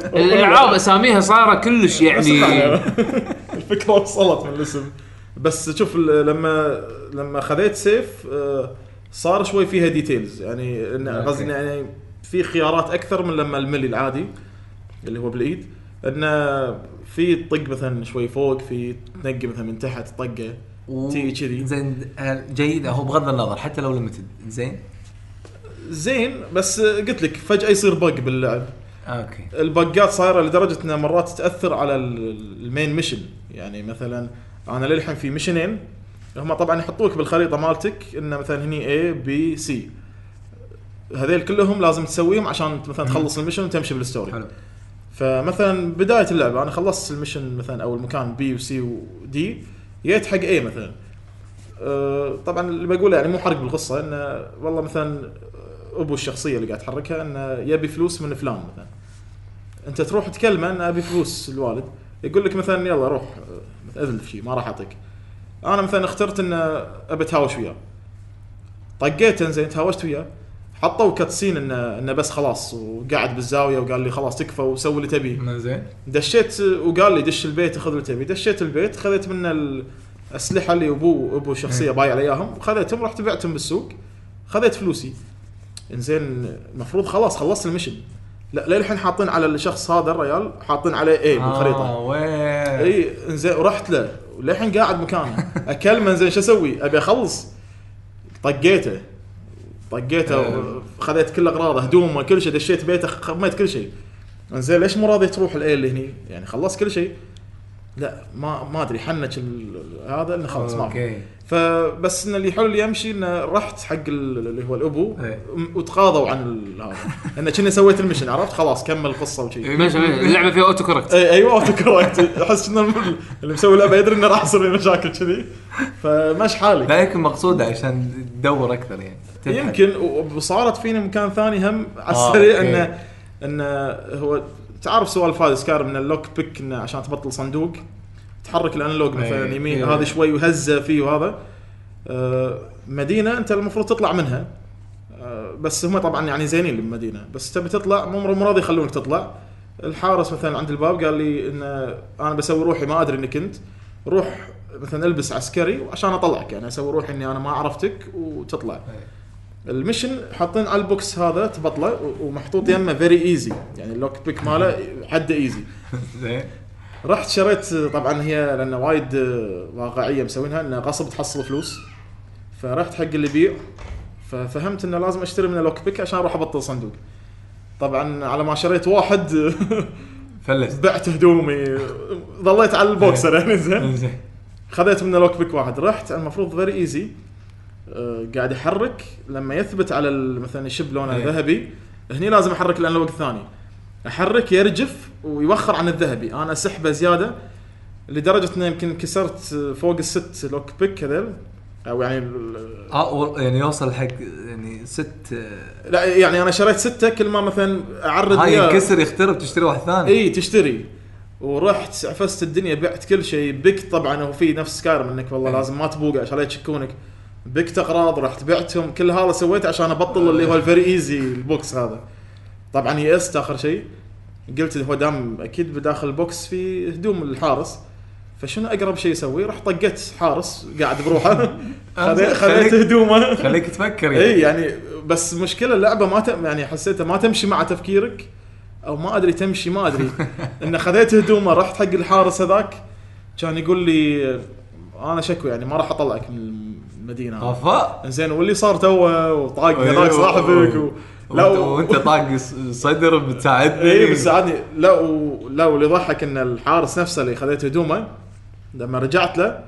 الالعاب اساميها صايره كلش يعني
الفكره وصلت من الاسم بس شوف ال- لما لما خذيت سيف آه، صار شوي فيها ديتيلز يعني إن-
أوكي.
قصدي إن يعني في خيارات اكثر من لما الملي العادي اللي هو بالايد انه في طق مثلا شوي فوق في تنقي مثلا من تحت طقه تي كذي
زين آه، جيده هو بغض النظر حتى لو ليمتد زين
زين بس آه، قلت لك فجاه يصير بق باللعب
اوكي
البقات صايره لدرجه انها مرات تاثر على ال- المين ميشن يعني مثلا انا للحين في ميشنين هم طبعا يحطوك بالخريطه مالتك ان مثلا هني اي بي سي هذيل كلهم لازم تسويهم عشان مثلا تخلص المشن وتمشي بالستوري
حلو.
فمثلا بدايه اللعبه انا خلصت المشن مثلا او المكان بي وسي ودي جيت حق اي مثلا إيه أه، طبعا اللي بقوله يعني مو حرق بالقصه انه والله مثلا ابو الشخصيه اللي قاعد تحركها انه يبي فلوس من فلان مثلا انت تروح تكلمه انه ابي فلوس الوالد يقول لك مثلا يلا روح أه، اذن في شيء ما راح اعطيك انا مثلا اخترت ان ابي اتهاوش وياه طقيت انزين تهاوشت وياه حطوا كاتسين انه انه بس خلاص وقعد بالزاويه وقال لي خلاص تكفى وسوي اللي تبيه
زين
دشيت وقال لي دش البيت خذ اللي تبي دشيت البيت خذيت منه الاسلحه اللي ابوه ابو شخصيه بايع لي اياهم وخذيتهم رحت بعتهم بالسوق خذيت فلوسي انزين المفروض خلاص خلصت المشن لا للحين حاطين على الشخص هذا الريال حاطين عليه إيه، اي بالخريطه
اه وين
اي انزين ورحت له وللحين قاعد مكانه اكلمه زين شو اسوي؟ ابي اخلص طقيته طقيته
آه.
خذيت كل اغراضه هدومه كل شيء دشيت بيته خميت كل شيء انزين ليش مو راضي تروح الاي اللي هني؟ يعني خلصت كل شيء لا ما ما ادري حنك ال- هذا انه خلاص ما في.
اوكي
فبس ان اللي حلو اللي يمشي انه رحت حق ال- اللي هو الابو
إيه.
م- وتقاضوا عن ال- هذا انه كنا سويت المشن عرفت خلاص كمل القصه وشي
ماشي اللعبه فيها اوتو كوركت
اي ايوه اوتو كوركت احس ان الم- اللي مسوي اللعبه يدري انه راح يصير لي مشاكل كذي فماشي حالي
لا يمكن مقصوده عشان تدور اكثر يعني تبحث.
يمكن و- وصارت فيني مكان ثاني هم على
آه،
السريع
أوكي.
انه انه هو تعرف سوالف هذه سكار من اللوك بيك انه عشان تبطل صندوق تحرك الانلوج مثلا
أي،
يمين
أي.
هذا شوي وهزه فيه وهذا آه، مدينه انت المفروض تطلع منها آه، بس هم طبعا يعني زينين بالمدينه بس تبي تطلع مو مو راضي يخلونك تطلع الحارس مثلا عند الباب قال لي ان انا بسوي روحي ما ادري انك انت روح مثلا البس عسكري وعشان اطلعك يعني اسوي روحي اني انا ما عرفتك وتطلع المشن حاطين على البوكس هذا تبطله و- ومحطوط يمه فيري ايزي يعني اللوك بيك ماله حد ايزي
زين
رحت شريت طبعا هي لان وايد آه، واقعيه مسوينها انه غصب تحصل فلوس فرحت حق اللي يبيع ففهمت انه لازم اشتري من اللوك بيك عشان اروح ابطل صندوق طبعا على ما شريت واحد
فلس
بعت هدومي ظليت على البوكسر يعني زين
زين
خذيت منه لوك بيك واحد رحت المفروض فيري ايزي قاعد يحرك لما يثبت على ال- مثلا الشب لونه
إيه.
ذهبي هني لازم احرك الانلوج الثاني احرك يرجف ويوخر عن الذهبي انا اسحبه زياده لدرجه انه يمكن كسرت آه، فوق الست لوك بيك هذول او يعني ال- ال-
اه و- يعني يوصل حق يعني ست آه،
لا يعني انا شريت سته كل ما مثلا اعرض
هاي
إياه-
ينكسر يخترب تشتري واحد ثاني
اي تشتري ورحت عفست الدنيا بعت كل شيء بكت طبعا هو في نفس سكارم انك والله لازم ما تبوق عشان لا يشكونك بكت اغراض رحت بعتهم كل هذا سويته عشان ابطل اللي هو الفيري ايزي البوكس هذا طبعا يأست اخر شيء قلت هو دام اكيد بداخل البوكس في هدوم الحارس فشنو اقرب شيء اسوي؟ رحت طقيت حارس قاعد بروحه خذي- خذيت
خليك-
هدومه
خليك تفكر
اي
يعني
يعني بس مشكله اللعبه ما تم يعني حسيتها ما تمشي مع تفكيرك او ما ادري تمشي ما ادري ان خذيت هدومه رحت حق الحارس هذاك كان يقول لي انا شكوى يعني ما راح اطلعك من المدينه
افا
زين واللي صار توه وطاق هذاك
آه. أيوه.
صاحبك و... لا
وأنت-
و-
وانت طاق ص- صدر بتساعدني
اي بس عادني إيه، لا و... لا واللي ضحك ان الحارس نفسه اللي خذيت هدومه لما رجعت له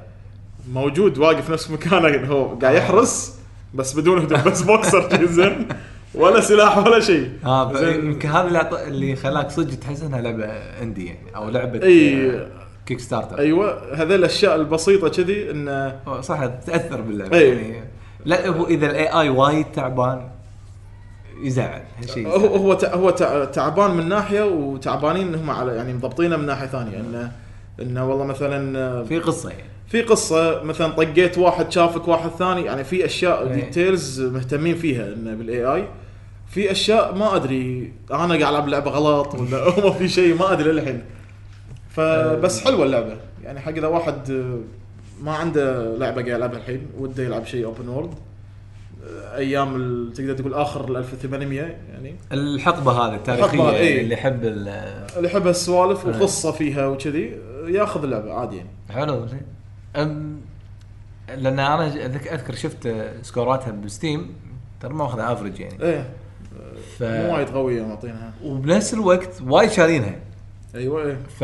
موجود واقف نفس مكانه هو قاعد يحرس بس بدون هدوم بس بوكسر شي زين ولا سلاح ولا شيء
اه ب-
زين.
يمكن هذا اللي أعط- اللي خلاك صدق تحس انها لعبه اندي يعني او لعبه
إي.
آه، كيك ستارتر
ايوه هذا الاشياء البسيطه كذي انه
هو صح تاثر باللعبه
إي.
يعني لا هو اذا الاي اي وايد تعبان يزعل هالشيء
هو
يزعل.
هو تع- هو تع- تعبان من ناحيه وتعبانين هم على يعني مضبطينه من ناحيه ثانيه انه انه والله مثلا
في قصه يعني
في قصه مثلا طقيت واحد شافك واحد ثاني يعني في اشياء
إيه.
ديتيلز مهتمين فيها انه بالاي اي في اشياء ما ادري انا قاعد العب لعبه غلط ولا هو في شيء ما ادري للحين فبس حلوه اللعبه يعني حق اذا واحد آه، ما عنده لعبه قاعد يلعبها الحين وده يلعب شيء اوبن وورلد ايام ال- تقدر تقول اخر ال 1800 يعني
الحقبه هذه التاريخيه
الحقبة، إي.
اللي يحب ال-
اللي يحب السوالف وقصه فيها وكذي آه، ياخذ اللعبه عادي يعني
حلو زين. أم لان انا ج- أذك- اذكر شفت سكوراتها بستيم ترى ما واخذها افرج يعني
ايه
ف
مو وايد قويه معطينها
وبنفس الوقت وايد شارينها
ايوه ايه
ف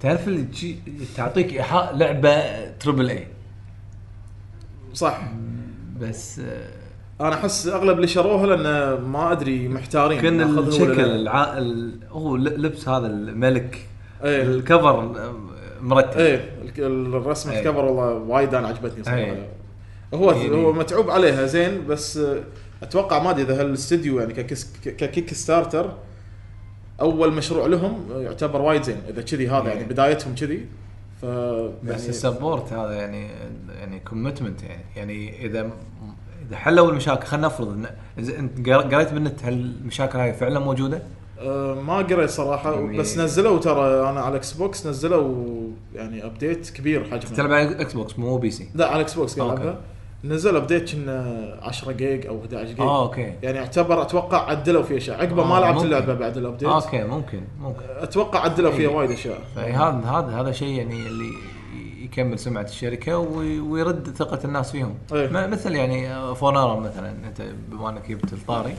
تعرف اللي تجي- تعطيك ايحاء لعبه تربل اي
صح
بس آه،
انا احس اغلب اللي شروها لان ما ادري محتارين
كان
ناخذها ولا
الشكل
لا.
الع... ال... هو ل- لبس هذا الملك إيه.
ايه
الكفر آه، مرتب
ايه الك- الرسم
إيه.
الكفر والله وايد انا عجبتني صراحه
إيه.
هو
يعني-
هو متعوب عليها زين بس آه، اتوقع ما ادري اذا هالاستديو يعني ككس- ك- ككيك ستارتر اول مشروع لهم آه، يعتبر وايد زين اذا كذي هذا يعني
إيه.
بدايتهم كذي ف
بس
يعني-
السبورت هذا يعني يعني كومتمنت يعني يعني اذا اذا حلوا المشاكل خلينا نفرض ان إذا انت قر- قريت بالنت هل المشاكل هاي فعلا موجوده؟
آه، ما قريت صراحه
يعني-
بس نزلوا ترى انا على اكس بوكس نزلوا يعني ابديت كبير حجمه
تلعب على اكس بوكس مو بي سي
لا على اكس بوكس قاعد
أوكي.
ألعبها. نزل ابديت كنا 10 جيج او 11 جيج
اه اوكي
يعني يعتبر اتوقع عدلوا فيه اشياء عقبه ما
آه،
لعبت
ممكن.
اللعبه بعد الابديت
آه، اوكي ممكن ممكن
اتوقع عدلوا فيها
إيه.
وايد اشياء
فهذا هذا هذا شيء يعني اللي يكمل سمعه الشركه وي- ويرد ثقه الناس فيهم
إيه.
م- مثل يعني فونارا مثلا انت بما انك جبت الطاري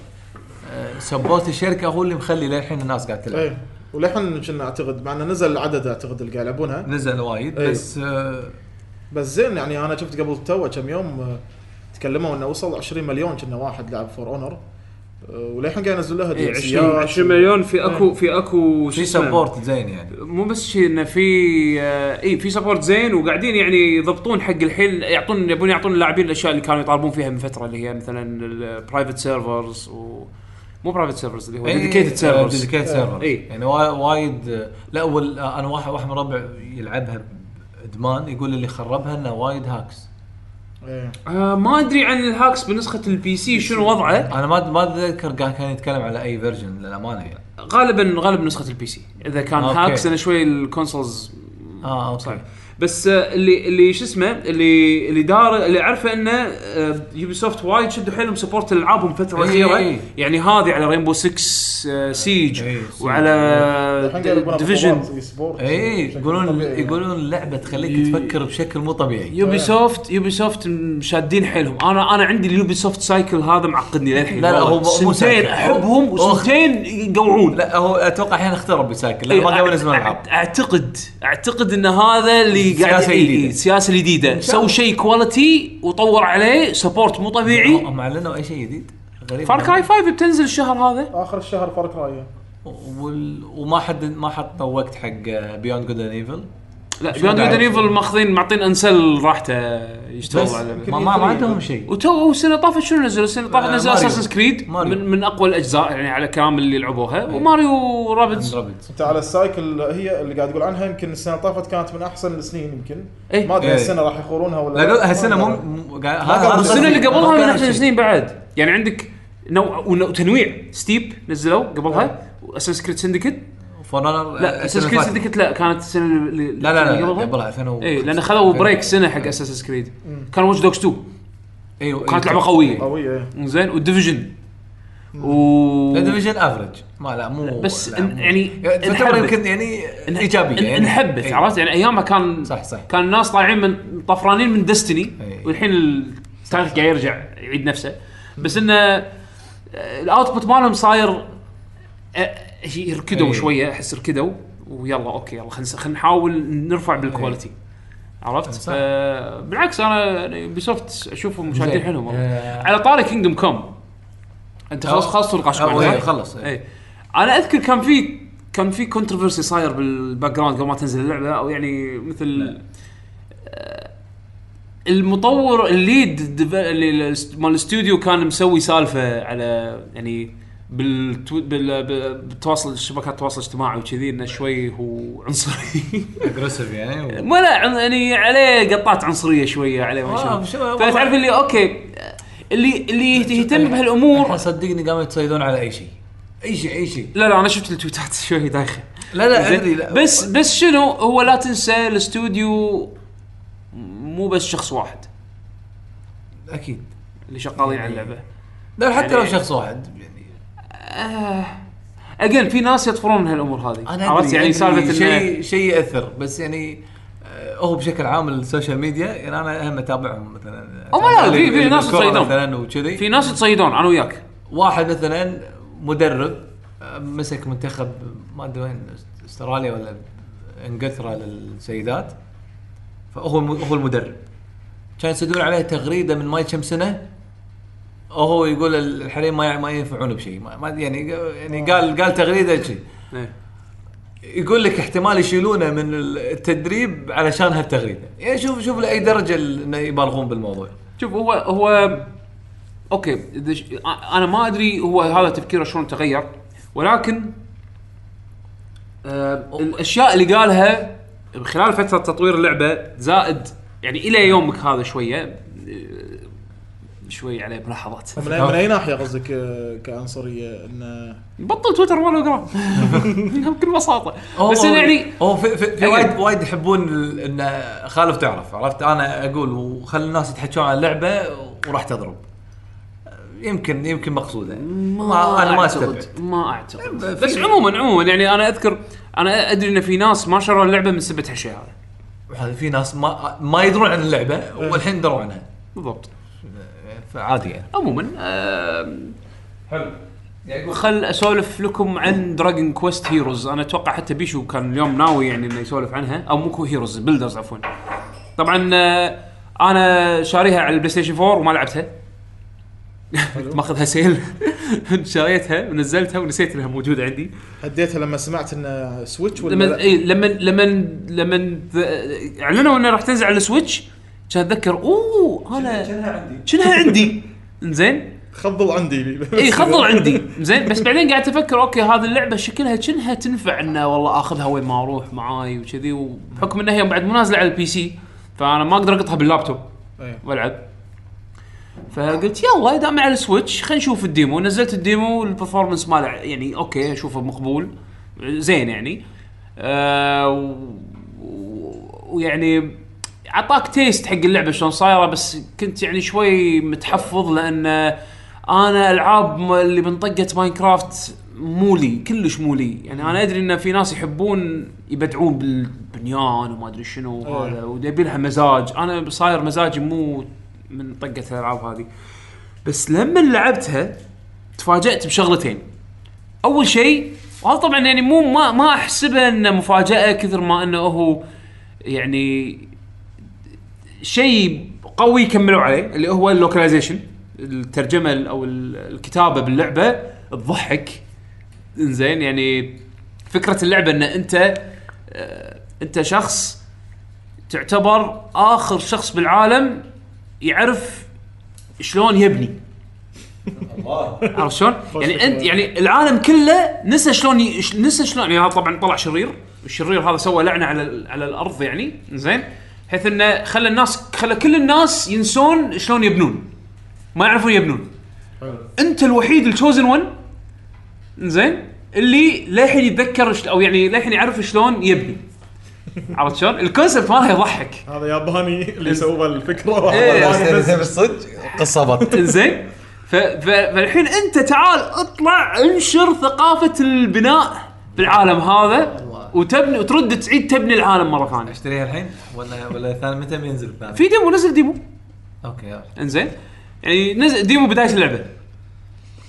آه، سبورت الشركه هو اللي مخلي للحين الناس قاعد تلعب
ايه وللحين كنا اعتقد مع انه نزل العدد اعتقد اللي قاعد يلعبونها
نزل وايد
إيه.
بس آه،
بس زين يعني انا شفت قبل تو كم يوم آه، تكلموا انه وصل 20 مليون كنا واحد لعب فور اونر وللحين قاعد ينزل لها
إيه، 20
DLC آه،
20 مليون في اكو في اكو شو
في
اسمه؟
سبورت زين يعني
مو بس شيء انه في آه، اي في سبورت زين وقاعدين يعني يضبطون حق الحين يعطون يبون يعطون اللاعبين الاشياء اللي كانوا يطالبون فيها من فتره اللي هي مثلا البرايفت سيرفرز و مو برايفت سيرفرز اللي هو
إيه،
ديديكيتد سيرفرز
ديديكيتد سيرفر
إيه.
يعني وا- وايد لا وال... انا واحد واحد من ربع يلعبها ادمان يقول اللي خربها انه وايد هاكس
إيه.
آه ما ادري عن الهاكس بنسخه البي سي شنو وضعه
انا ما ما اتذكر قا- كان يتكلم على اي فيرجن للامانه يعني
غالبا غالبا نسخه البي سي اذا كان
أوكي.
هاكس انا شوي الكونسولز
اه اوكي
صحيح بس آه، اللي اللي شو اسمه اللي اللي دار اللي عارفه انه يوبي سوفت وايد شدوا حيلهم سبورت العابهم الفتره
إي
الاخيره
إي.
يعني هذه على آه، رينبو 6 سيج
إي،
الحين قاعد يلعبون
وعلى ديفيجن
بطولات e-sports
اي
إيه،
إيه،
بشكل
يقولون
طبيعي.
يقولون لعبه تخليك تفكر بشكل مو طبيعي
يوبي سوفت يوبي سوفت شادين حيلهم انا انا عندي اليوبي سوفت سايكل هذا معقدني للحين
لا، لا، هو مو
سنتين
سايكل.
احبهم
هو-
وسنتين يقوعون
لا هو اتوقع الحين اخترب بساكن لا
إيه،
ما قبل
أع-
ينزلون العاب
أع- اعتقد اعتقد ان هذا اللي قاعد
السياسة نعم.
إيه، إيه،
الجديدة.
السياسه الجديده
شاء الله.
سووا شيء كواليتي وطور عليه سبورت مو طبيعي
هم اعلنوا اي شيء جديد غريب
فار كراي 5 بتنزل الشهر هذا
اخر الشهر فار كراي
وال... وما حد ما حطوا وقت حق بيوند جود اند ايفل
لا
شو
بيوند
قاعد
جود
يصير؟
ايفل ماخذين معطين انسل راحته يشتغل على
ما ما ما عندهم شيء
وتو السنه طافت شنو نزلوا؟ السنه طافت
آه،
نزل
ماريو.
اساسن كريد
ماريو. إيه.
من, من اقوى الاجزاء يعني على كلام اللي لعبوها وماريو رابتس
رابط
انت على السايكل هي اللي قاعد تقول عنها يمكن السنه اللي طافت كانت من احسن السنين يمكن
إيه.
ما ادري
إيه.
السنه راح يخورونها ولا
لا قبل
ما
هالسنه
أدري.
مو مو- قا- هذا- هذا
السنه اللي
قصدي.
قبلها
ما
من
كان
احسن
شيء.
السنين بعد يعني عندك نوع ون- وتنويع ستيب نزلوا قبلها
إيه.
واساس كريد سندكت
فور أونر،
لا
السنة
اساس كريد
اللي فاتت.
سندكت لا كانت السنه اللي
آه، لا لا لا
قبلها. إيه،
قبلها 2000
اي لان خذوا بريك
إيه.
سنه حق اساس كريد كان واتش دوكس 2
ايوه
كانت لعبه قويه
قويه إيه.
زين والديفيجن و
ديفيجن افرج ما لا مو
بس
لا،
إن-
مو-
يعني
تعتبر
انحبت.
يمكن يعني
إن-
ايجابيه
إن-
يعني
انحبت
إي.
عرفت يعني ايامها كان
صح، صح. إيه.
كان الناس طالعين من طفرانين من ديستني
إي.
والحين التاريخ قاعد يرجع يعيد نفسه بس انه آه، الاوتبوت مالهم صاير آه، يركدوا
إي.
شويه احس ركدوا ويلا اوكي يلا خلينا خلينا نحاول نرفع بالكواليتي عرفت؟
إيه. صح.
آه بالعكس انا يعني بسوفت اشوفهم شادين
زين.
حيلهم والله.
آه.
على طاري كينجدوم كوم انت خلاص
أو-
خلصتوا نقاشكم
أو
عنها؟
إيه، خلص، إيه.
اي انا اذكر كان في كان في كونتروفرسي صاير بالباك جراوند قبل ما تنزل اللعبه او يعني
نعم.
مثل آه، المطور الليد ديف- اللي الاست- مال الاستوديو كان مسوي سالفه على يعني بالتو... بال... بال- بالتواصل شبكات التواصل الاجتماعي وكذي انه شوي هو عنصري
اجريسيف يعني و-
ما لا عن- يعني عليه قطات عنصريه شويه عليه ما
آه،
شنو
شو- والله.
فتعرف اللي اوكي اللي اللي يهتم
الحين
بهالامور
صدقني قاموا يتصيدون على اي شيء اي شيء اي شيء
لا لا انا شفت التويتات شوي دايخه
لا لا
زين؟
ادري لا
بس بس شنو هو لا تنسى الاستوديو مو بس شخص واحد
اكيد
اللي شغالين على اللعبه
لا حتى لو
يعني-
شخص واحد يعني
اجين في ناس يطفرون من هالامور هذه
انا
عرفت
عرفت
يعني سالفه انه
شيء شيء ياثر بس يعني آه، هو بشكل عام السوشيال ميديا يعني انا اهم اتابعهم مثلا
هم لا، في- في
الكرة
ناس يصيدون.
مثلا وكذي
في ناس يتصيدون انا وياك
واحد مثلا مدرب آه، مسك منتخب ما ادري وين است- استراليا ولا انجلترا للسيدات فهو الم- هو المدرب كان يصدقون عليه تغريده من ماي كم سنه وهو يقول الحريم ما ما ينفعون بشيء ما- ما يعني يعني قال قال تغريده شيء
إيه.
يقول لك احتمال يشيلونه من التدريب علشان هالتغريده يعني شوف شوف لاي درجه ال- انه يبالغون بالموضوع
شوف هو هو اوكي إذا ش- انا ما ادري هو هذا تفكيره شلون تغير ولكن آه الاشياء اللي قالها خلال فتره تطوير اللعبه زائد يعني الى يومك هذا شويه آه، شوي عليه ملاحظات
من أي- من اي ناحيه قصدك آه، كعنصريه انه
بطل تويتر ولا اقرا بكل بساطه بس إنه يعني أيوه.
هو في, في, في
أي.
وايد وايد يحبون ال- ان خالف تعرف عرفت انا اقول وخلي الناس يتحكون عن اللعبه وراح تضرب يمكن يمكن مقصوده ما انا ما استبعد
اعتقد ما اعتقد بس عموما عموما يعني انا اذكر انا ادري ان في ناس ما شروا اللعبه من سبه هالشيء هذا
وهذا في ناس ما ما يدرون عن اللعبه والحين دروا عنها
بالضبط
فعادي يعني
عموما آه
حلو يعني يقول
خل اسولف لكم عن دراجون كويست هيروز انا اتوقع حتى بيشو كان اليوم ناوي يعني انه يسولف عنها او مو هيروز بلدرز عفوا طبعا آه، انا شاريها على البلاي ستيشن 4 وما لعبتها ماخذها سيل شريتها ونزلتها ونسيت انها موجوده عندي
هديتها لما سمعت انه سويتش ولا
لما إيه.
لا؟
اي لما لما لما ذ- اعلنوا انه راح تنزل على السويتش كان اتذكر اوه انا
كانها عندي
شنها عندي زين
خضل عندي
اي خضر إيه، عندي زين بس بعدين قاعد افكر اوكي هذه اللعبه شكلها كأنها تنفع انه والله اخذها وين ما اروح معاي وكذي وبحكم انها هي بعد مو نازله على البي سي فانا ما اقدر اقطها باللابتوب
إيه.
والعب فقلت يلا دام على السويتش خلينا نشوف الديمو نزلت الديمو البرفورمانس ماله يعني اوكي اشوفه مقبول زين يعني آه، و- و- ويعني عطاك تيست حق اللعبه شلون صايره بس كنت يعني شوي متحفظ لان انا العاب م- اللي منطقه ماينكرافت مو لي كلش مو لي يعني انا ادري ان في ناس يحبون يبدعون بالبنيان وما ادري شنو وهذا ويبي لها مزاج انا صاير مزاجي مو من طقه الالعاب هذه بس لما لعبتها تفاجات بشغلتين اول شيء وهذا طبعا يعني مو ما ما احسبه انه مفاجاه كثر ما انه هو يعني شيء قوي كملوا عليه اللي هو اللوكلايزيشن الترجمه ال- او ال- الكتابه باللعبه تضحك انزين يعني فكره اللعبه ان انت آه، انت شخص تعتبر اخر شخص بالعالم يعرف شلون يبني
الله
عرفت شلون؟ يعني انت يعني العالم كله نسى شلون ي... ش- نسى شلون يعني هذا طبعا طلع شرير، الشرير هذا سوى لعنه على ال- على الارض يعني زين بحيث انه خلى الناس خلى كل الناس ينسون شلون يبنون. ما يعرفون يبنون. انت الوحيد التشوزن 1 زين اللي للحين يتذكر ش- او يعني للحين يعرف شلون يبني. عرفت شلون؟ الكونسبت ماله يضحك.
هذا ياباني اللي سوى الفكره
إيه.
بالصدق قصه بط
زين ف- ف- فالحين انت تعال اطلع انشر ثقافه البناء بالعالم هذا وتبني وترد تعيد تبني العالم مره ثانيه
اشتريها الحين ولا ولا ثاني متى بينزل الثاني؟
في ديمو نزل ديمو
اوكي يلا.
انزين يعني نزل ديمو بدايه اللعبه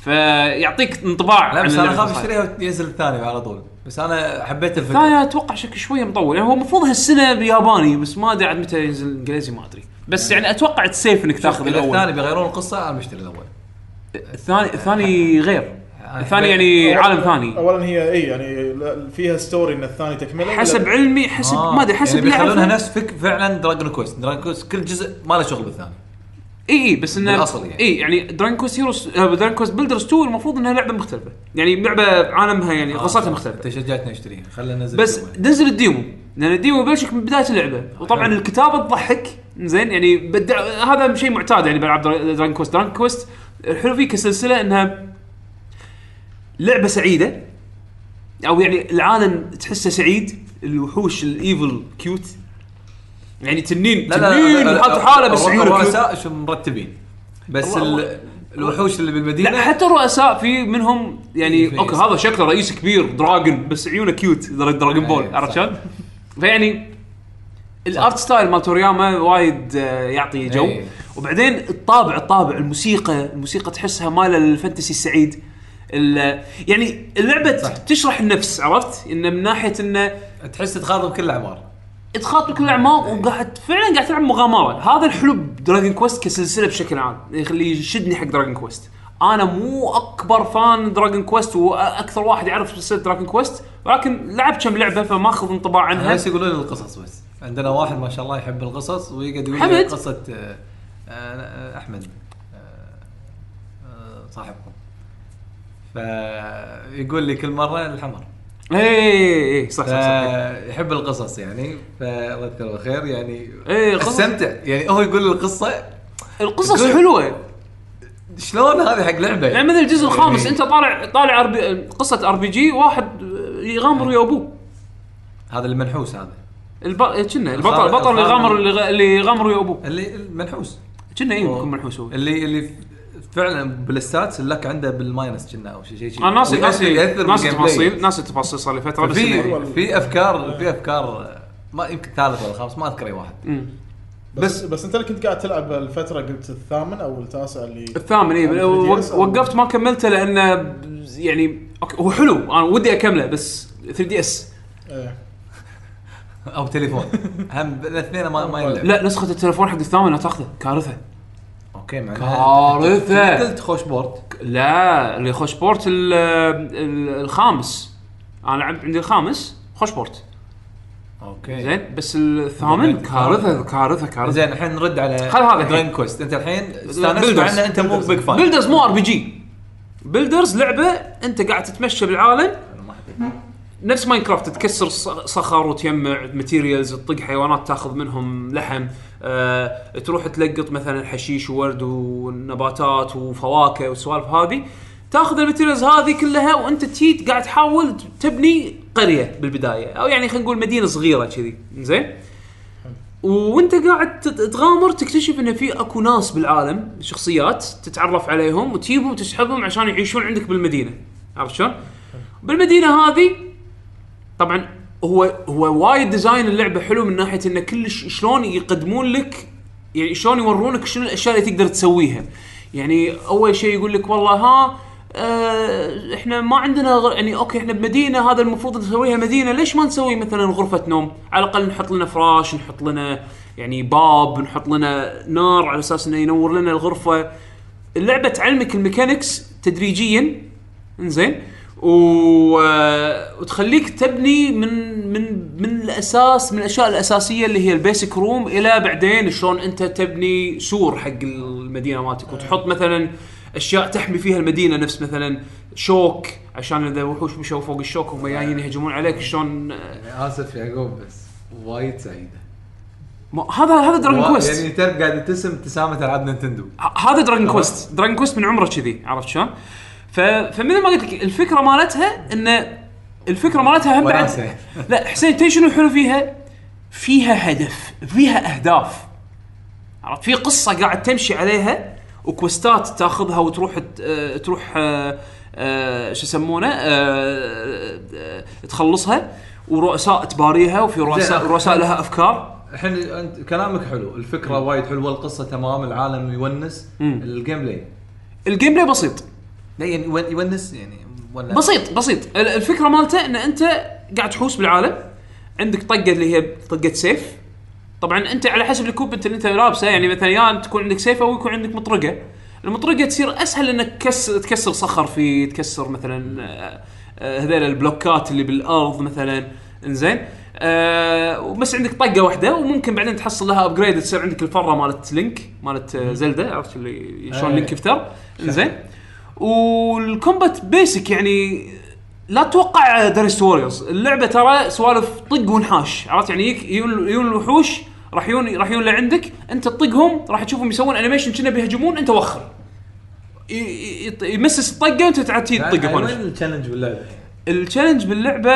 فيعطيك انطباع
لا
عن
بس انا
اللعبة
اخاف
صحيح.
اشتريها وينزل الثاني على طول بس انا حبيت
لا
الفكره
لا اتوقع شكل شويه مطول يعني هو المفروض هالسنه بياباني بس ما ادري عاد متى ينزل انجليزي ما ادري بس يعني اتوقع تسيف انك تاخذ
اذا
الاول
الثاني بيغيرون القصه انا بشتري الاول
الثاني الثاني غير
أنا
الثاني
حبيت-
يعني عالم ثاني
اولا هي اي يعني لا- فيها ستوري ان الثاني تكمله
حسب علمي حسب
آه،
ما ادري حسب
يعني
اللي
بيخلونها
أعرفه.
نفس فك فعلا دراجون كويست دراجون كويست كل جزء ما له شغل بالثاني
اي اي بس انه
بالأصل يعني.
اي يعني دراجون كويست هيروز دراجون كويست بيلدرز 2 المفروض انها لعبه مختلفه يعني لعبه عالمها
آه،
يعني قصتها
انت
مختلفه
شجعتني اشتريها خلينا ننزل
بس
الأول.
نزل الديمو لان الديمو بلشك من بدايه اللعبه وطبعا
حلو.
الكتابه تضحك زين يعني بدع هذا شيء معتاد يعني بالعاب دراجون كويست دراجون كويست الحلو فيه كسلسله انها لعبه سعيده او يعني العالم تحسه سعيد الوحوش الايفل كيوت يعني تنين تنين حاط حاله بس عيونه كيوت.
الرؤساء شو مرتبين بس
الله-
ال- الوحوش اللي بالمدينه
لا حتى الرؤساء في منهم
في
يعني اوكي
رؤساء.
هذا شكله رئيس كبير دراجون بس عيونه كيوت در- دراجون بول
أي،
عرفت
إيه، صح.
شلون؟ فيعني الارت ستايل مال تورياما وايد آه، يعطي جو
أي.
وبعدين الطابع الطابع الموسيقى الموسيقى تحسها مال الفانتسي السعيد ال- يعني اللعبه
صح.
تشرح النفس عرفت؟ انه من ناحيه انه
تحس تخاطب كل الاعمار
ادخال لكل الاعمار وقاعد فعلا قاعد تلعب مغامره هذا الحلو بدراجون كويست كسلسله بشكل عام اللي يشدني حق دراجون كويست انا مو اكبر فان دراجون كويست واكثر واحد يعرف سلسله دراجون كويست ولكن لعبت كم لعبه فماخذ انطباع عنها
بس يقولون لي القصص بس عندنا واحد ما شاء الله يحب القصص ويقعد يقول لي
حمد.
قصه آه، آه، احمد آه، آه، صاحبكم فيقول لي كل مره الحمر
اي اي اي إيه، صح صح, صح.
آه. فيحب القصص يعني فالله يذكره بالخير يعني
إيه، قصص.
استمتع يعني هو يقول لي القصه
القصص
يقول-
حلوه
شلون هذه حق لعبه
يعني مثل الجزء
إيه.
الخامس انت طالع طالع أربي... قصه ار بي جي واحد يغامر ويا ابوه
هذا المنحوس هذا
الب... كنا البطل
الخامس-
البطل اللي
الخامس.
يغامر اللي غ- اللي يغامر ويا ابوه
اللي المنحوس
كنا اي
أوه.
إيه، يمكن منحوس هو
اللي اللي فعلا بالستاتس اللك عنده بالماينس كنا او شيء شيء شيء
انا آه، ناسي
ويأثر-
ناسي
يأثر
ناسي
بالجيم بلاي.
تفاصيل ناسي تفاصيل صار لي فتره بس إنه-
في في افكار في افكار ما يمكن ثالث ولا خامس ما اذكر اي واحد
بس بس انت اللي كنت قاعد تلعب الفتره قلت الثامن او التاسع اللي
الثامن اي
أو
وق-
3DS أو-
وقفت ما كملته لانه ب- يعني أوكي هو حلو انا ودي اكمله بس 3 دي اس
إيه.
او تليفون هم الاثنين ما ما ينلعب
لا نسخه التليفون حق الثامن لا تاخذه كارثه
اوكي معناها
كارثه
قلت خوش بورد
لا اللي خوش بورت ال- ال- الخامس انا لعبت عندي الخامس خوش بورت
اوكي
زين بس الثامن كارثه كارثه كارثه
زين الحين نرد على
خل هذا الحين.
درين كويست انت الحين استانست مع
Builders.
ان انت مو بيج فان
بلدرز مو ار بي جي بلدرز لعبه انت قاعد تتمشى بالعالم نفس ماينكرافت تكسر ص- صخر وتجمع ماتيريالز تطق حيوانات تاخذ منهم لحم أه تروح تلقط مثلا حشيش وورد ونباتات وفواكه والسوالف هذه تاخذ الماتيريالز هذه كلها وانت تيت قاعد تحاول تبني قريه بالبدايه او يعني خلينا نقول مدينه صغيره كذي زين وانت قاعد تت- تغامر تكتشف ان في اكو ناس بالعالم شخصيات تتعرف عليهم وتجيبهم وتسحبهم عشان يعيشون عندك بالمدينه عرفت شلون؟ بالمدينه هذه طبعا هو هو وايد ديزاين اللعبه حلو من ناحيه انه كلش شلون يقدمون لك يعني شلون يورونك شنو الاشياء اللي تقدر تسويها يعني اول شيء يقول لك والله ها آه، احنا ما عندنا غ... يعني اوكي احنا بمدينه هذا المفروض نسويها مدينه ليش ما نسوي مثلا غرفه نوم على الاقل نحط لنا فراش نحط لنا يعني باب نحط لنا نار على اساس انه ينور لنا الغرفه اللعبه تعلمك الميكانكس تدريجيا انزين و... آه، وتخليك تبني من من من الاساس من الاشياء الاساسيه اللي هي البيسك روم الى بعدين شلون انت تبني سور حق المدينه مالتك وتحط مثلا اشياء تحمي فيها المدينه نفس مثلا شوك عشان اذا وحوش مشوا فوق الشوك هم جايين يهجمون عليك شلون آه،
اسف يعقوب بس وايد سعيده
ما... هذا هذا دراجون كويست
يعني تعرف قاعد ابتسم ابتسامه العاب نينتندو
ه- هذا دراجون كويست دراجون كويست من عمره كذي عرفت شلون؟ ف... فمثل ما قلت لك الفكره مالتها ان الفكره مالتها هم بعد
وناسة.
لا حسين تدري شنو الحلو فيها؟ فيها هدف فيها اهداف عرفت في قصه قاعد تمشي عليها وكوستات تاخذها وتروح ت- آه، تروح آه، آه، شو يسمونه آه، آه، تخلصها ورؤساء تباريها وفي رؤساء
زين.
رؤساء لها افكار
الحين انت كلامك حلو الفكره وايد حلوه القصه تمام العالم يونس الجيم بلاي
الجيم بلاي بسيط
لا يعني يون- يونس يعني ولا
بسيط بسيط ال- الفكره مالته ان انت قاعد تحوس بالعالم عندك طقه اللي هي طقه سيف طبعا انت على حسب الكوبنت اللي انت لابسه يعني مثلا يا أن تكون عندك سيف او يكون عندك مطرقه المطرقه تصير اسهل انك كس تكسر صخر في تكسر مثلا آه، آه، هذيل البلوكات اللي بالارض مثلا انزين أه وبس عندك طقه واحده وممكن بعدين تحصل لها ابجريد تصير عندك الفره مالت لينك مالت آه، زلده عرفت اللي شلون لينك يفتر انزين والكومبات بيسك يعني لا تتوقع دارست ووريرز اللعبه ترى سوالف طق ونحاش عرفت يعني يك- يجون يجون الوحوش راح يجون راح يجون لعندك انت تطقهم راح تشوفهم يسوون انيميشن كنا بيهجمون انت وخر ي- ي- يط- يمسس الطقه وانت تعطيه
يعني
الطقه
وين
مالك.
التشالنج باللعبه؟
التشالنج باللعبه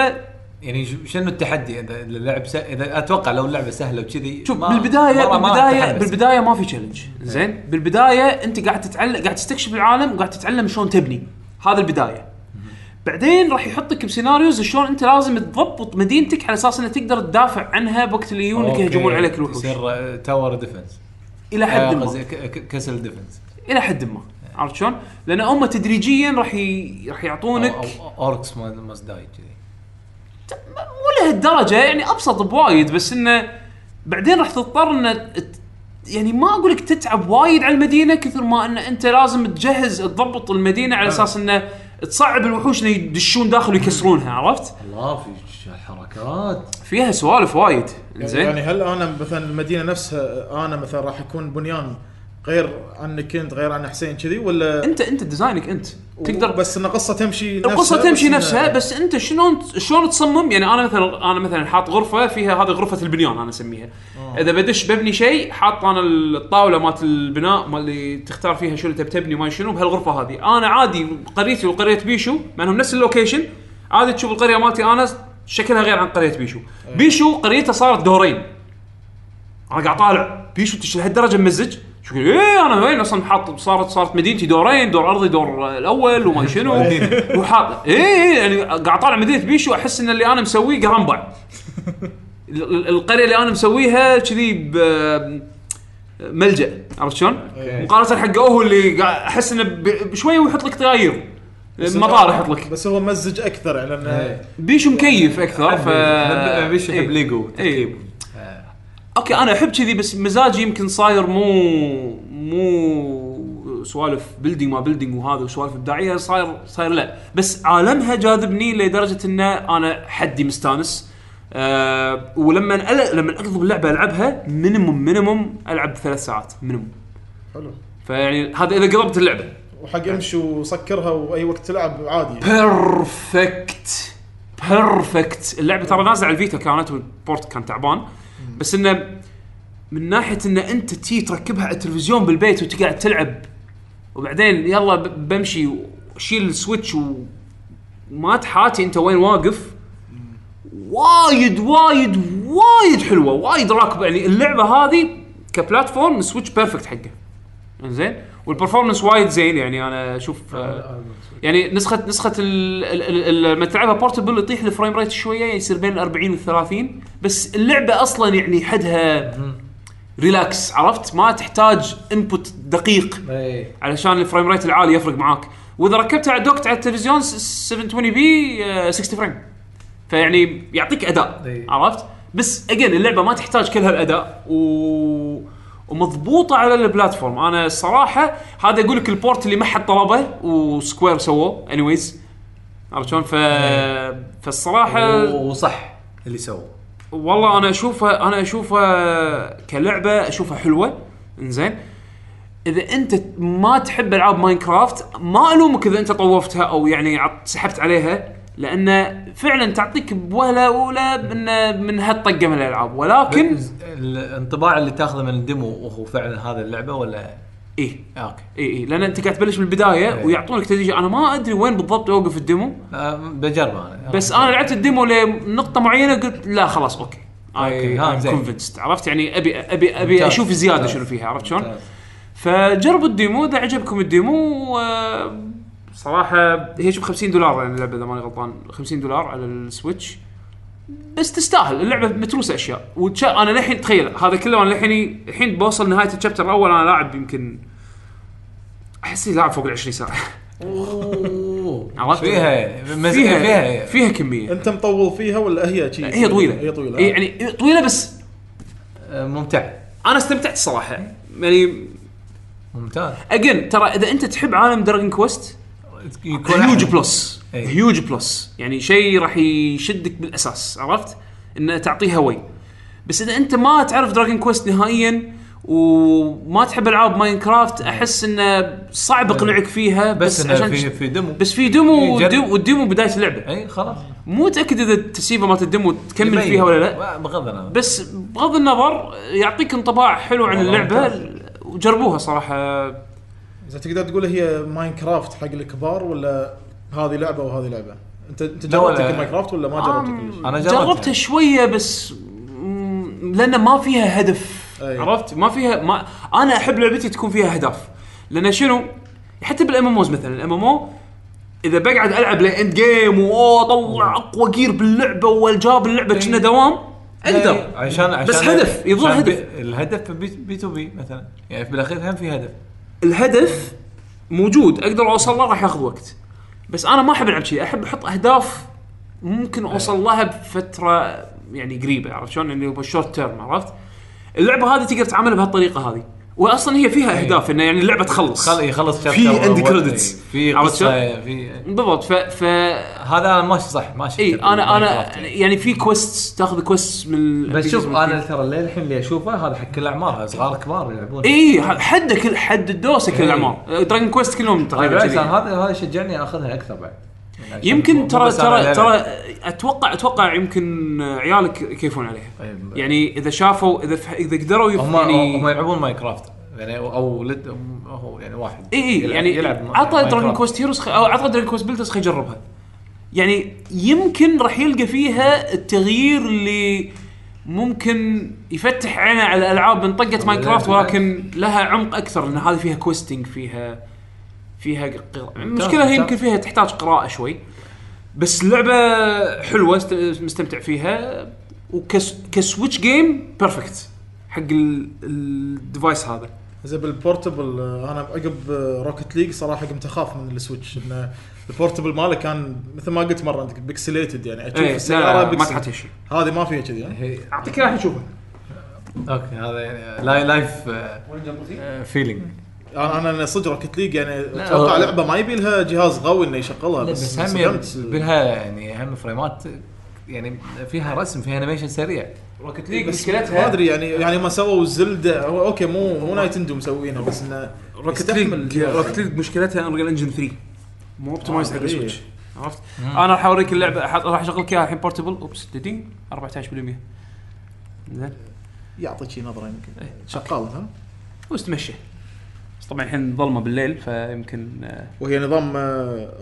يعني ش- شنو التحدي اذا اللعب س... اذا اتوقع لو اللعبه سهله وكذي
شوف
ما-
بالبدايه
مرة ما
بالبدايه
أتحمس.
بالبدايه ما في تشالنج زين بالبدايه انت قاعد تتعلم قاعد تستكشف العالم وقاعد تتعلم شلون تبني هذا البدايه بعدين راح يحطك بسيناريوز شلون انت لازم تضبط مدينتك على اساس انك تقدر تدافع عنها بوقت اللي يجونك
أوكي.
يهجمون عليك الوحوش
يصير آه، تاور ديفنس
الى
آه،
حد ما
قصدي ك- ك- كسل ديفنس
الى حد ما عرفت شلون؟ لان هم تدريجيا راح ي... راح يعطونك
اوركس ماست داي كذي
مو لهالدرجه يعني ابسط بوايد بس انه بعدين راح تضطر انه ت- يعني ما اقول لك تتعب وايد على المدينه كثر ما ان انت لازم تجهز تضبط المدينه
أه.
على اساس انه تصعب الوحوش انه يدشون داخل ويكسرونها عرفت؟
الله في حركات
فيها سوالف وايد زين
يعني هل انا مثلا المدينه نفسها انا مثلا راح اكون بنيان غير عنك انت غير عن حسين كذي ولا
انت انت ديزاينك انت تقدر
بس ان قصه تمشي نفسها
القصه تمشي
بس إنه-
نفسها بس انت شلون شلون تصمم يعني انا مثلا انا مثلا حاط غرفه فيها هذه غرفه البنيان انا اسميها
آه.
اذا بدش ببني شيء حاط انا الطاوله مالت البناء مال اللي تختار فيها شنو تبي تبني وما شنو بهالغرفه هذه انا عادي قريتي وقريه بيشو مع انهم نفس اللوكيشن عادي تشوف القريه مالتي انا شكلها غير عن قريه بيشو
إيه.
بيشو قريته صارت دورين انا قاعد طالع بيشو تش- لهالدرجه ممزج شو يقول ايه انا وين اصلا حاط صارت صارت مدينتي دورين دور ارضي دور آه، الاول وما شنو وحاط ايه إيه، يعني قاعد طالع مدينه بيشو احس ان اللي انا مسويه قرنبع ال- ال- القريه اللي انا مسويها كذي ب- ملجا عرفت شلون؟ مقارنه حق اوهو اللي قاعد احس انه ب- بشويه ويحط لك تغير
بس إنه-
مطار يحط لك
بس هو مزج اكثر يعني لان
بيشو مكيف اكثر ف
حب- بيشو يحب
إيه.
ليجو
اي اوكي انا احب كذي بس مزاجي يمكن صاير مو مو سوالف بيلدينج ما بيلدينج وهذا وسوالف ابداعيه صاير صاير لا بس عالمها جاذبني لدرجه ان انا حدي مستانس أه ولما أل- لما اقضب اللعبه العبها مينيموم مينيموم العب ثلاث ساعات مينيموم
حلو
فيعني هذا اذا قضبت اللعبه
وحق امشي وسكرها واي وقت تلعب عادي
بيرفكت بيرفكت اللعبه ترى نازله على الفيتا كانت والبورت كان تعبان بس انه من ناحيه ان انت تي تركبها على التلفزيون بالبيت وتقعد تلعب وبعدين يلا ب- بمشي وشيل السويتش وما تحاتي انت وين واقف وايد وايد وايد حلوه وايد راكبه يعني اللعبه هذه كبلاتفورم سويتش بيرفكت حقه زين والبرفورمانس وايد زين يعني انا اشوف آه، يعني نسخه نسخه ال- ال- ال- ال- لما تلعبها بورتبل يطيح الفريم ريت شويه يعني يصير بين ال 40 وال 30 بس اللعبه اصلا يعني حدها ريلاكس عرفت ما تحتاج انبوت دقيق
اي
علشان الفريم ريت العالي يفرق معاك واذا ركبتها على دوكت على التلفزيون س- 720 بي 60 فريم فيعني يعطيك اداء
إي.
عرفت بس اجين اللعبه ما تحتاج كل هالاداء و ومضبوطه على البلاتفورم انا الصراحه هذا اقول لك البورت اللي ما حد طلبه وسكوير سووه اني ويز عرفت شلون ف... فالصراحه
وصح اللي سووه
والله انا اشوفها انا اشوفها كلعبه اشوفها حلوه انزين اذا انت ما تحب العاب ماينكرافت ما الومك اذا انت طوفتها او يعني عط- سحبت عليها لان فعلا تعطيك بوهله اولى من من هالطقه من الالعاب ولكن
ز- الانطباع اللي تاخذه من الديمو وهو فعلا هذا اللعبه ولا
ايه
آه، اوكي
اي اي لان انت قاعد تبلش من
إيه.
البدايه ويعطونك تدريج انا ما ادري وين بالضبط يوقف الديمو
آه، بجربه انا
بس انا لعبت الديمو لنقطه معينه قلت لا خلاص اوكي
أوكي،
اي
ها، إيه، زين.
كونفنست عرفت يعني ابي ابي ابي
ممتاز.
اشوف زياده
ممتاز.
شنو فيها عرفت شلون؟
ممتاز.
فجربوا الديمو اذا عجبكم الديمو آه، صراحه هي شوف 50 دولار يعني اللعبه اذا ماني غلطان 50 دولار على السويتش بس تستاهل اللعبه متروسه اشياء وتشا انا للحين تخيل هذا كله انا للحين الحين بوصل نهايه الشابتر الاول انا لاعب يمكن احسي لاعب فوق ال 20 ساعه عرفت؟
فيها مز-
فيها
فيها
فيها, فيها كميه
انت مطول فيها ولا هي شي
هي طويله
هي طويله
إيه يعني طويله بس
آه، ممتع
انا استمتعت الصراحه يعني
ممتاز
اجين ترى اذا انت تحب عالم دراجون كويست
يكون
هيوج
أحلى.
بلس
إيه.
هيوج بلس يعني شيء راح يشدك بالاساس عرفت؟ انه تعطيه هوي بس اذا انت ما تعرف دراجون كويست نهائيا وما تحب العاب ماينكرافت احس انه صعب اقنعك فيها بس,
إيه. بس
بس
إنه
عشان
في في ديمو
بس في ديمو
إيه، جرب.
والديمو- والديمو بدايه اللعبه
اي خلاص
مو متاكد اذا التسييفه مالت الديمو تكمل
يبين.
فيها ولا لا
ما- بغض النظر
بس بغض النظر يعطيك انطباع حلو عن
والله
اللعبه وجربوها صراحه
اذا تقدر تقول هي ماينكرافت حق الكبار ولا هذه لعبه وهذه لعبه انت انت
لا، ولا-
جربت كل ماينكرافت ولا ما جربت كل شيء؟
انا جربتها.
جربتها شويه بس مم، لان ما فيها هدف
أي.
عرفت ما فيها ما انا احب لعبتي تكون فيها اهداف لان شنو حتى بالام ام مثلا الام ام اذا بقعد العب لاند جيم واوه طلع اقوى جير باللعبه والجاب اللعبه كنا دوام اقدر
عشان عشان
بس هدف، يظل
عشان
هدف.
بي- الهدف بي, بي تو بي مثلا يعني بالاخير هم في هدف
الهدف موجود اقدر اوصل له راح ياخذ وقت بس انا ما احب العب شيء احب احط اهداف ممكن اوصل لها بفتره يعني قريبه عرفت شلون؟ اللي هو شورت تيرم عرفت؟ اللعبه هذه تقدر تتعامل بهالطريقه هذه واصلا هي فيها اهداف انه يعني اللعبه تخلص
خل يخلص
في
إيه، chapter
end
أول.
credits.
في
عرفت
قصه في
بالضبط ف, ف...
هذا أنا ماشي صح ماشي
اي انا انا يعني في كويست تاخذ كويست من
بس شوف
انا ترى للحين اللي اشوفه هذا حق كل الاعمار صغار كبار يلعبون
اي حد كل إيه، حد الدوسه كل الاعمار دراجون كويست كلهم تقريبا
بالعكس أنا
كذي.
هذا هذا شجعني اخذها اكثر بعد يعني
يمكن
عشان مو
ترى
بس أنا
ترى
ألعب.
ترى اتوقع اتوقع يمكن عيالك يكيفون عليها
إيه،
يعني اذا شافوا اذا ف- اذا قدروا يف-
هم
يعني
هم يلعبون ماينكرافت يعني او لد هو يعني واحد
اي اي
يلعب-
يعني
يلعب
عطى
ماينكرافت.
دراجون كويست هيروز خ... او عطى دراجون كويست بلدرز خليه يجربها يعني يمكن راح يلقى فيها التغيير اللي ممكن يفتح عينه على العاب من طقه ماينكرافت ولكن لها عمق اكثر لان هذه فيها كويستنج فيها فيها قراءة المشكله هي يمكن فيها تحتاج قراءه شوي بس اللعبه حلوه است- مستمتع فيها وكس كسويتش جيم بيرفكت حق ال- الديفايس هذا
زين بالبورتبل آه، انا عقب آه، روكت ليج صراحه قمت اخاف من السويتش انه البورتبل ماله كان مثل ما قلت مره انت بيكسليتد يعني اشوف
ايه لا،
السياره
لا، ما
بيكسل.
تحط شيء
هذه ما فيها كذي يعني
اعطيك اياها نشوفها
اوكي هذا يعني لاي- لايف
آه،
فيلينج
انا أنا- انا صدق روكت ليج يعني اتوقع
هو-
لعبه ما يبي لها جهاز قوي انه يشغلها بس
آه، بس هم يب-
صدمت.
بلها يعني هم فريمات يعني فيها رسم فيها انيميشن سريع
روكت ليج
بس ما ادري يعني يعني ما سووا زلدة هو اوكي مو مو نايتندو مسوينها بس انه
روكت ليج روكت ليج مشكلتها انريل انجن 3 مو اوبتمايز حق
إيه.
السويتش عرفت؟ انا راح اوريك اللعبه ح- راح اشغلك اياها الحين بورتبل اوبس ديدين 14% زين
يعطيك شي نظره يمكن
إيه،
شغال ها
واستمشى بس طبعا الحين ظلمه بالليل فيمكن آه،
وهي نظام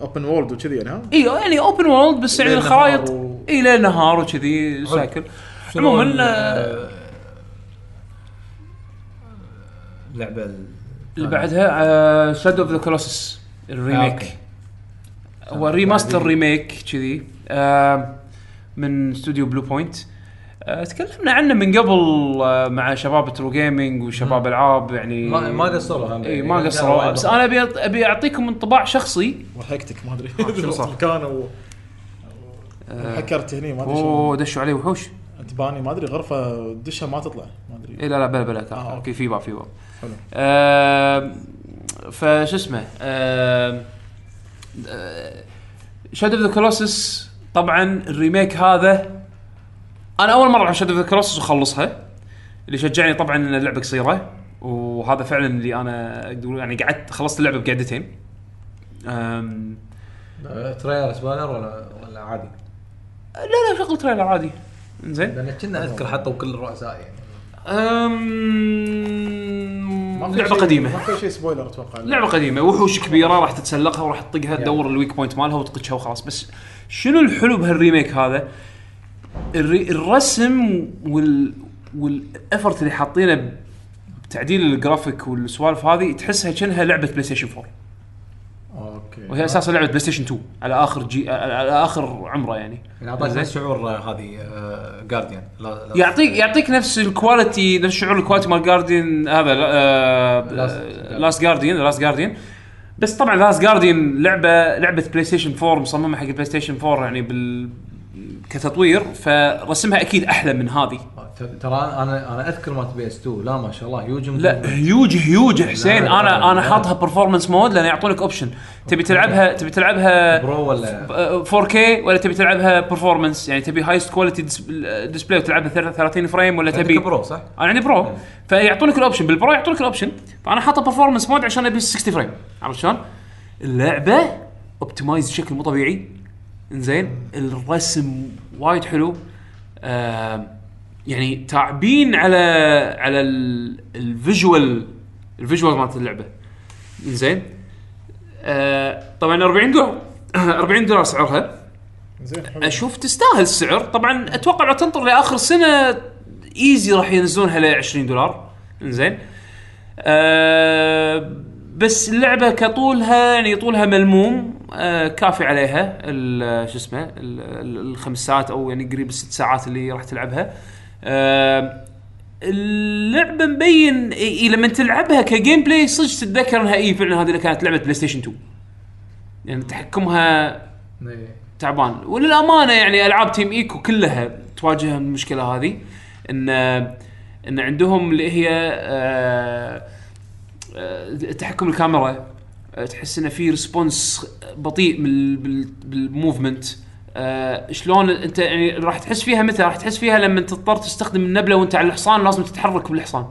اوبن وورلد وكذي يعني ها
ايوه يعني اوبن وورلد بس يعني
ليل
الخرائط
نهار و-
اي ليل نهار وكذي سايكل عموما آه،
اللعبه طيب.
اللي بعدها آه، شادو اوف ذا كولوسس
آه،
الريميك هو
طيب،
ريماستر ريميك كذي آه، من استوديو بلو بوينت آه، تكلمنا عنه من قبل آه، مع شباب ترو جيمنج وشباب العاب يعني
ما ما قصروا هم يعني
اي ما قصروا بس انا ابي ابي اعطيكم انطباع شخصي
ضحكتك ما ادري
شنو صار؟ آه.
مكان و حكرت هني ما ادري شلون
اوه دشوا عليه وحوش
انت باني ما ادري غرفه دشها ما تطلع ما ادري
اي لا لا بلا بلا
آه،
آه
أوكي.
اوكي في باب في باب
حلو.
آم، فشو اسمه آه، شادو اوف ذا كولوسس طبعا الريميك هذا انا اول مره العب شادو اوف ذا كولوسس واخلصها اللي شجعني طبعا ان اللعبه قصيره وهذا فعلا اللي انا أقدر- يعني قعدت خلصت اللعبه بقعدتين آم،
تريلر سبايلر ولا ولا عادي
لا لا شغل تريلر عادي زين
لان كنا اذكر حطوا كل الرؤساء يعني
ما في
لعبه
شيء-
قديمه
ما في شيء سبويلر اتوقع
لعبه قديمه وحوش كبيره راح تتسلقها وراح تطقها تدور الويك بوينت مالها وتقتشها وخلاص بس شنو الحلو بهالريميك هذا؟ الري الرسم وال والافرت اللي حاطينه بتعديل الجرافيك والسوالف هذه تحسها كأنها لعبه بلاي ستيشن 4
اوكي
وهي اساسا لعبه بلاي ستيشن 2 على اخر جي على على اخر عمره يعني
يعني اعطاك نفس شعور آه، هذه جارديان
يعطيك
إيه.
يعطيك نفس الكواليتي نفس شعور الكواليتي مال جارديان هذا آه، لاست جارديان لاست جارديان بس طبعا لاست جارديان لعبه لعبه بلاي ستيشن 4 مصممه حق بلاي ستيشن 4 يعني بال كتطوير فرسمها اكيد احلى من هذه
آه، ترى انا انا اذكر مالت بي اس 2 لا ما شاء الله هيوج
لا هيوج هيوج يا حسين
لا، لا،
انا انا
لا.
حاطها برفورمانس مود لان يعطونك اوبشن تبي تلعبها تبي تلعبها
برو ولا
4K ولا تبي تلعبها برفورمانس يعني تبي هايست كواليتي ديسبلاي وتلعبها 30 فريم ولا تبي
برو صح؟
انا عندي برو فيعطونك الاوبشن بالبرو يعطونك الاوبشن فانا حاطه برفورمانس مود عشان ابي 60 فريم عرفت شلون؟ اللعبه اوبتمايز بشكل مو طبيعي انزين الرسم وايد حلو آم، يعني تعبين على على ال- الفيجوال الفيجوال مالت اللعبه انزين آه، طبعا 40 دولار 40 دولار سعرها
زين حلو.
اشوف تستاهل السعر طبعا اتوقع لو تنطر لاخر سنه ايزي راح ينزلونها ل 20 دولار زين أه بس اللعبه كطولها يعني طولها ملموم أه كافي عليها ال- شو اسمه ال- ال- الخمس ساعات او يعني قريب الست ساعات اللي راح تلعبها أه اللعبه مبين إي- إي لما تلعبها كجيم بلاي صدق تتذكر انها اي فعلا هذه اللي كانت لعبه بلاي ستيشن 2 يعني تحكمها
إيه.
تعبان وللامانه يعني العاب تيم ايكو كلها تواجهها المشكله هذه ان ان عندهم اللي هي آه، آه، تحكم الكاميرا آه، تحس انه في ريسبونس بطيء بال- بال- بالموفمنت آه، شلون انت يعني راح تحس فيها متى راح تحس فيها لما تضطر تستخدم النبله وانت على الحصان لازم تتحرك بالحصان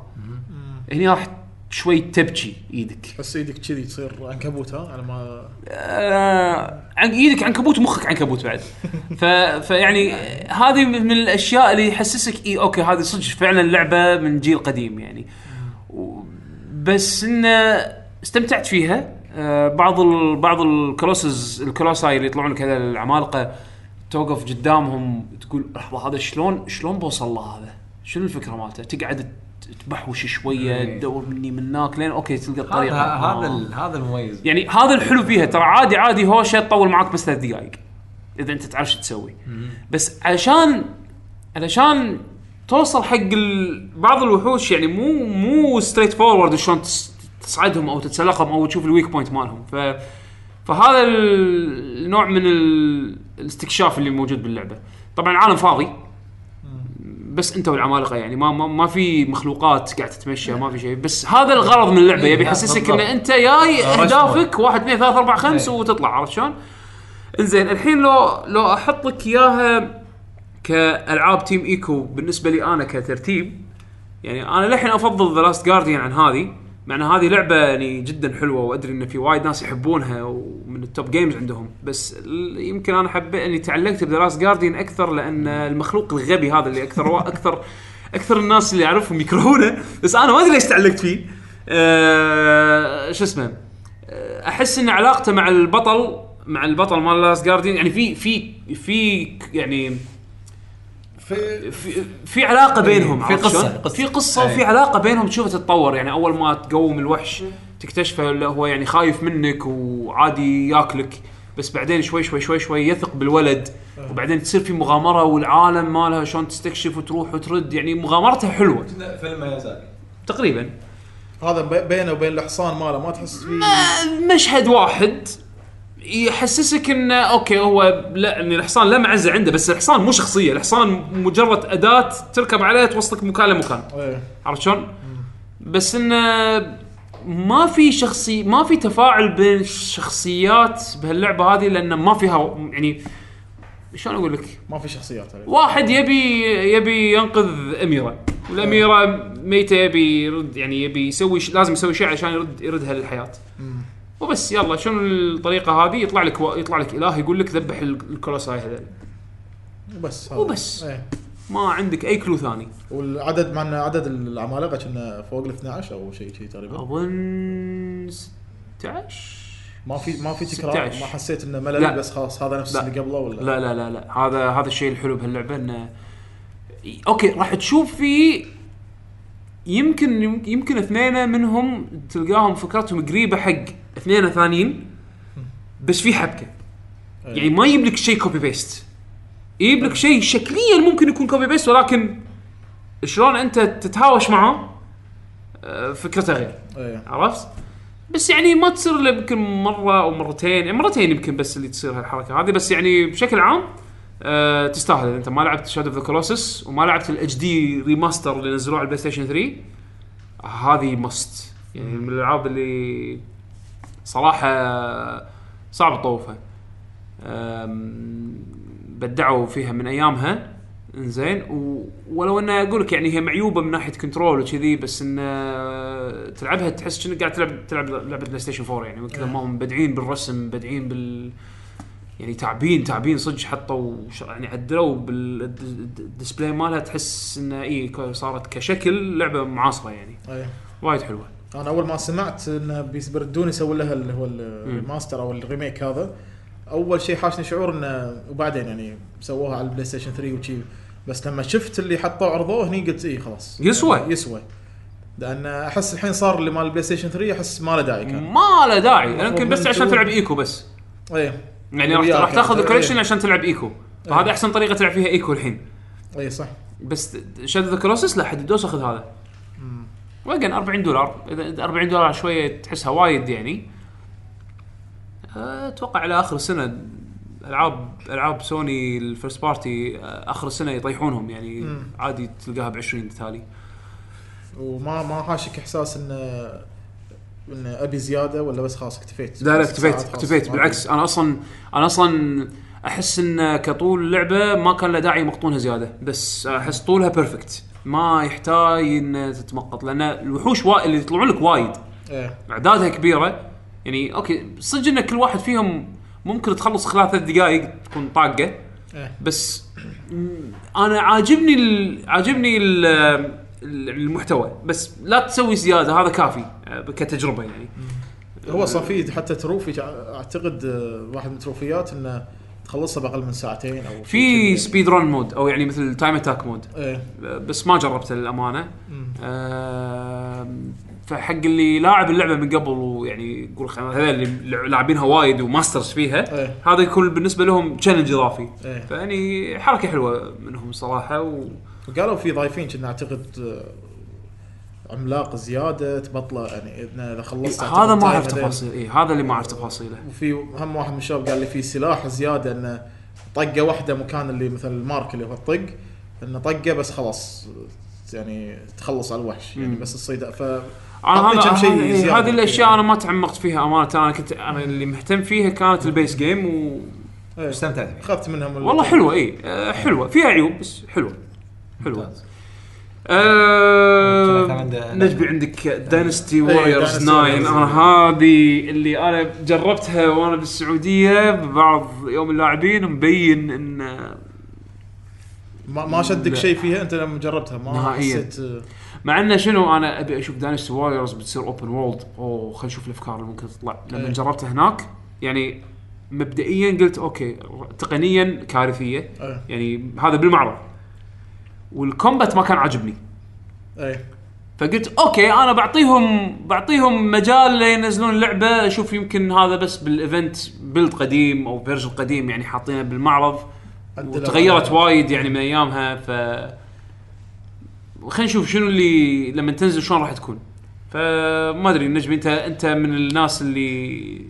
هني راح شوي تبكي ايدك
تحس ايدك كذي تصير عنكبوت ها على ما
آه، عن ايدك عنكبوت ومخك عنكبوت بعد ف... فيعني هذه من من الاشياء اللي يحسسك اي اوكي هذه صدق فعلا لعبه من جيل قديم يعني و- بس انه استمتعت فيها آه، بعض ال... بعض الكلوسز الكلوساي اللي يطلعون لك هذا العمالقه توقف قدامهم تقول لحظه هذا شلون شلون بوصل له هذا؟ شنو الفكره مالته؟ تقعد تبحوش شويه تدور مني من هناك لين اوكي تلقى
هذا
الطريقه
إيه. هذا
آه.
ال- هذا المميز
يعني هذا الحلو فيها ترى عادي عادي هوشه تطول معاك بس ثلاث دقائق اذا انت تعرف شو تسوي بس علشان علشان توصل حق ال- بعض الوحوش يعني مو مو ستريت فورورد شلون تس- تصعدهم او تتسلقهم او تشوف الويك بوينت مالهم ف فهذا ال- النوع من ال- الاستكشاف اللي موجود باللعبه طبعا العالم فاضي بس انت والعمالقه يعني ما ما, ما في مخلوقات قاعد تتمشى ما في شيء بس هذا الغرض من اللعبه يبي يحسسك ان انت جاي اهدافك واحد اثنين ثلاث اربع خمس وتطلع عرفت شلون؟ انزين الحين لو لو احط لك اياها كالعاب تيم ايكو بالنسبه لي انا كترتيب يعني انا للحين افضل ذا لاست جارديان عن هذه مع ان هذه لعبه يعني جدا حلوه وادري ان في وايد ناس يحبونها ومن التوب جيمز عندهم بس ال- يمكن انا حبيت اني تعلقت بذا لاست جارديان اكثر لان المخلوق الغبي هذا اللي اكثر اكثر اكثر الناس اللي اعرفهم يكرهونه بس انا ما ادري ليش تعلقت فيه أه شو اسمه آه، احس ان علاقته مع البطل مع البطل مال لاست جارديان يعني في في في يعني
في
في في علاقه بينهم
في
إيه، عرفت
قصة-
شلون؟ إيه.
قصة.
في قصه وفي علاقه بينهم تشوفها تتطور يعني اول ما تقوم الوحش تكتشفه لا هو يعني خايف منك وعادي ياكلك بس بعدين شوي شوي شوي شوي يثق بالولد وبعدين تصير في مغامره والعالم مالها شلون تستكشف وتروح وترد يعني مغامرتها حلوه
فيلم ميازاكي
تقريبا
هذا بي- بينه وبين الحصان ماله ما تحس فيه
مشهد واحد يحسسك انه اوكي هو لا ان الحصان لا معزه عنده بس الحصان مو شخصيه الحصان مجرد اداه تركب عليها توصلك مكان لمكان
إيه.
عرفت شلون؟ بس انه ما في شخصي ما في تفاعل بين الشخصيات بهاللعبه هذه لان ما فيها يعني شلون اقول لك؟
ما في شخصيات عليه
واحد يبي يبي ينقذ اميره والاميره ميته يبي يرد يعني يبي يسوي ش... لازم يسوي شيء عشان يرد يردها للحياه وبس يلا شنو الطريقه هذه يطلع لك و... يطلع لك اله يقول لك ذبح ال- الكولوساي هذول
وبس
وبس.
إيه.
ما عندك اي كلو ثاني
والعدد مع ان عدد العمالقه كنا فوق ال 12 او شيء شيء تقريبا
اظن 16
ما في ما في تكرار
16.
ما حسيت انه ملل
لا.
بس خلاص هذا نفس
لا.
اللي قبله ولا
لا لا لا لا هذا هذا الشيء الحلو بهاللعبه انه اوكي راح تشوف في يمكن يمكن اثنين منهم تلقاهم فكرتهم قريبه حق اثنين ثانيين بس في حبكه يعني ما يجيب لك شيء كوبي بيست يجيب لك شيء شكليا ممكن يكون كوبي بيست ولكن شلون انت تتهاوش معه آه، فكرته غير
إيه.
عرفت؟ بس يعني ما تصير الا يمكن مره او مرتين يعني مرتين يمكن بس اللي تصير هالحركه هذه بس يعني بشكل عام أه تستاهل إذا انت ما لعبت شاد اوف ذا كولوسس وما لعبت الاتش دي ريماستر اللي نزلوه على البلاي ستيشن 3 هذه مست يعني من الالعاب اللي صراحه صعب تطوفها أم، بدعوا فيها من ايامها انزين و- ولو ان اقول لك يعني هي معيوبه من ناحيه كنترول وكذي بس ان آه، تلعبها تحس كأنك قاعد تلعب تلعب لعبه بلاي ستيشن 4 يعني من كثر
إيه.
ما هم مبدعين بالرسم مبدعين بال يعني تعبين تعبين صدق حطوا ش- يعني عدلوا بالديسبلاي مالها تحس انه اي ك- صارت كشكل لعبه معاصره يعني
إيه.
وايد حلوه
انا اول ما سمعت انه بيس- بيردون يسوون لها اللي هو الماستر او الريميك هذا اول شيء حاشني شعور انه وبعدين يعني سووها على البلاي ستيشن 3 وشي بس لما شفت اللي حطوا عرضوه هني قلت ايه خلاص
يسوى.
يعني يسوى لان احس الحين صار اللي مال البلاي ستيشن 3 احس ما له داعي كان
ما له داعي يمكن
المفروض
بس
من
عشان
تو-
تلعب ايكو بس
ايه
يعني راح
وياك إيه.
راح تاخذ
أنت.
الكولكشن عشان تلعب ايكو فهذا احسن طريقه تلعب فيها ايكو الحين
ايه صح
بس شاد ذا كروسس لا حد دوس اخذ هذا وقن 40 دولار اذا إذا 40 دولار شويه تحسها وايد يعني أه، اتوقع على اخر السنه العاب العاب سوني الفيرست بارتي آه، اخر السنه يطيحونهم يعني عادي تلقاها ب 20 تالي
وما ما حاشك احساس انه انه ابي زياده ولا بس خلاص اكتفيت
لا لا
بس
اكتفيت
ساعات خلاص.
اكتفيت
ما
بالعكس انا اصلا انا اصلا احس ان كطول لعبه ما كان له داعي يمقطونها زياده بس احس طولها بيرفكت ما يحتاج ان تتمقط لان الوحوش وا... اللي يطلعون لك وايد
إيه.
اعدادها كبيره يعني اوكي صدق ان كل واحد فيهم ممكن تخلص خلال ثلاث دقائق تكون طاقه
إيه.
بس انا عاجبني ال... عاجبني ال... ال- المحتوى بس لا تسوي زياده هذا كافي آه، كتجربه يعني
هو صار في حتى تروفي تع- اعتقد آه، واحد من التروفيات انه تخلصها باقل من ساعتين او شيء كذي
في
يعني.
سبيد رون مود او يعني مثل تايم اتاك مود
ايه
بس ما جربته للامانه آم، فحق اللي لاعب اللعبه من قبل ويعني يقول خ- هذول اللي لاعبينها وايد وماسترز فيها
إيه.
هذا يكون بالنسبه لهم تشالنج اضافي
إيه.
فيعني حركه حلوه منهم صراحه و...
وقالوا في ضايفين كنا اعتقد آه، عملاق زياده تبطله يعني إنه اذا خلصت
هذا
أعتقد
ما اعرف
تايم
تفاصيل اي هذا اللي ما اعرف تفاصيله
وفي هم واحد من الشباب قال لي في سلاح زياده انه طقه واحده مكان اللي مثل المارك اللي هو الطق انه طقه بس خلاص يعني تخلص على الوحش يعني بس تصيد ف إيه.
انا
أعطيه
هذا
كم شيء
هذه-
زيادة.
إيه، هذه الاشياء انا ما تعمقت فيها امانه انا كنت انا اللي مهتم فيها كانت البيس جيم و...
استمتعت فيه
اخذت منهم ال-
والله حلوه اي آه، حلوه فيها عيوب بس حلوه
طيب.
حلوه آه،
كان عنده-
نجبي عندك داينستي
إيه،
ووريرز
Dynasty
9 انا هذه اللي انا جربتها وانا بالسعوديه ببعض يوم اللاعبين مبين ان
ما, ما شدك شيء فيها انت لما جربتها ما
نهائياً.
حسيت آه،
مع انه شنو انا ابي اشوف داينستي ووريرز بتصير اوبن وولد اوه خلينا نشوف الافكار اللي ممكن تطلع لما
إيه.
جربتها هناك يعني مبدئيا قلت اوكي تقنيا كارثيه
إيه.
يعني هذا بالمعرض والكومبات ما كان عاجبني
ايه
فقلت اوكي انا بعطيهم بعطيهم مجال لينزلون لعبه اشوف يمكن هذا بس بالايفنت بيلد قديم او فيرجن قديم يعني حاطينه بالمعرض
عدلوا
وتغيرت
على-
وايد يعني من ايامها ف خلينا نشوف شنو اللي لما تنزل شلون راح تكون فما ادري نجم انت انت من الناس اللي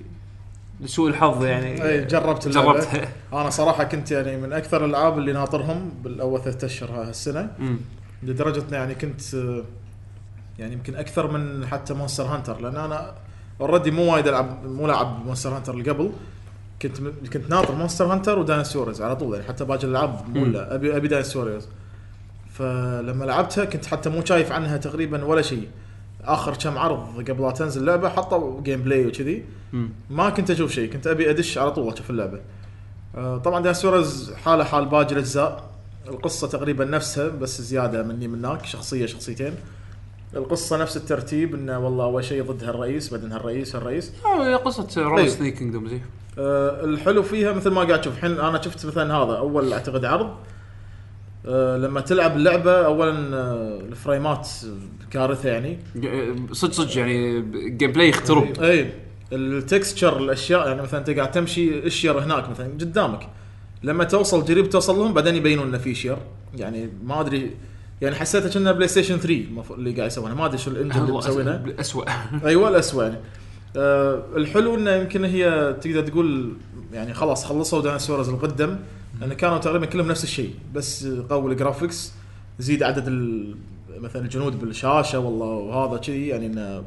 لسوء الحظ يعني
اي إيه، جربت اللعبه
جربتها
انا صراحه كنت يعني من اكثر الالعاب اللي ناطرهم بالاول ثلاثة اشهر هالسنه
مم.
لدرجه إن يعني كنت آه، يعني يمكن اكثر من حتى مونستر هانتر لان انا اوريدي مو وايد العب مو لاعب مونستر هانتر اللي قبل كنت م- كنت ناطر مونستر هانتر وداينسوريز على طول يعني حتى باقي الالعاب مو لا ابي ابي داينسوريز فلما لعبتها كنت حتى مو شايف عنها تقريبا ولا شيء اخر كم عرض قبل لا تنزل اللعبه حطوا جيم بلاي وكذي ما كنت اشوف شيء كنت ابي ادش على طول اشوف اللعبه آه، طبعا داينسورز حاله حال باقي الاجزاء القصه تقريبا نفسها بس زياده مني منك شخصيه شخصيتين القصه نفس الترتيب انه والله اول شيء ضد هالرئيس بعدين هالرئيس هالرئيس
آه، قصه رول
طيب.
سني كينجدوم زي
أه الحلو فيها مثل ما قاعد تشوف الحين انا شفت مثلا هذا اول اعتقد عرض أه لما تلعب اللعبه اولا آه، الفريمات كارثه يعني
صدق صدق يعني جيم بلاي يخترب
اي التكستشر الاشياء يعني مثلا انت قاعد تمشي الشير هناك مثلا قدامك لما توصل قريب توصل لهم بعدين يبينون انه في شير يعني ما ادري يعني حسيته كأنه بلاي ستيشن 3 المفروض اللي قاعد يسوونه ما ادري شو الانجن اللي مسوينه
والله اسوء
ايوه الاسوء يعني آه الحلو انه يمكن هي تقدر تقول يعني خلاص خلصوا داينسورز القدم لان كانوا تقريبا كلهم نفس الشيء بس قوي الجرافكس زيد عدد ال- مثلا الجنود بالشاشه والله وهذا كذي يعني انه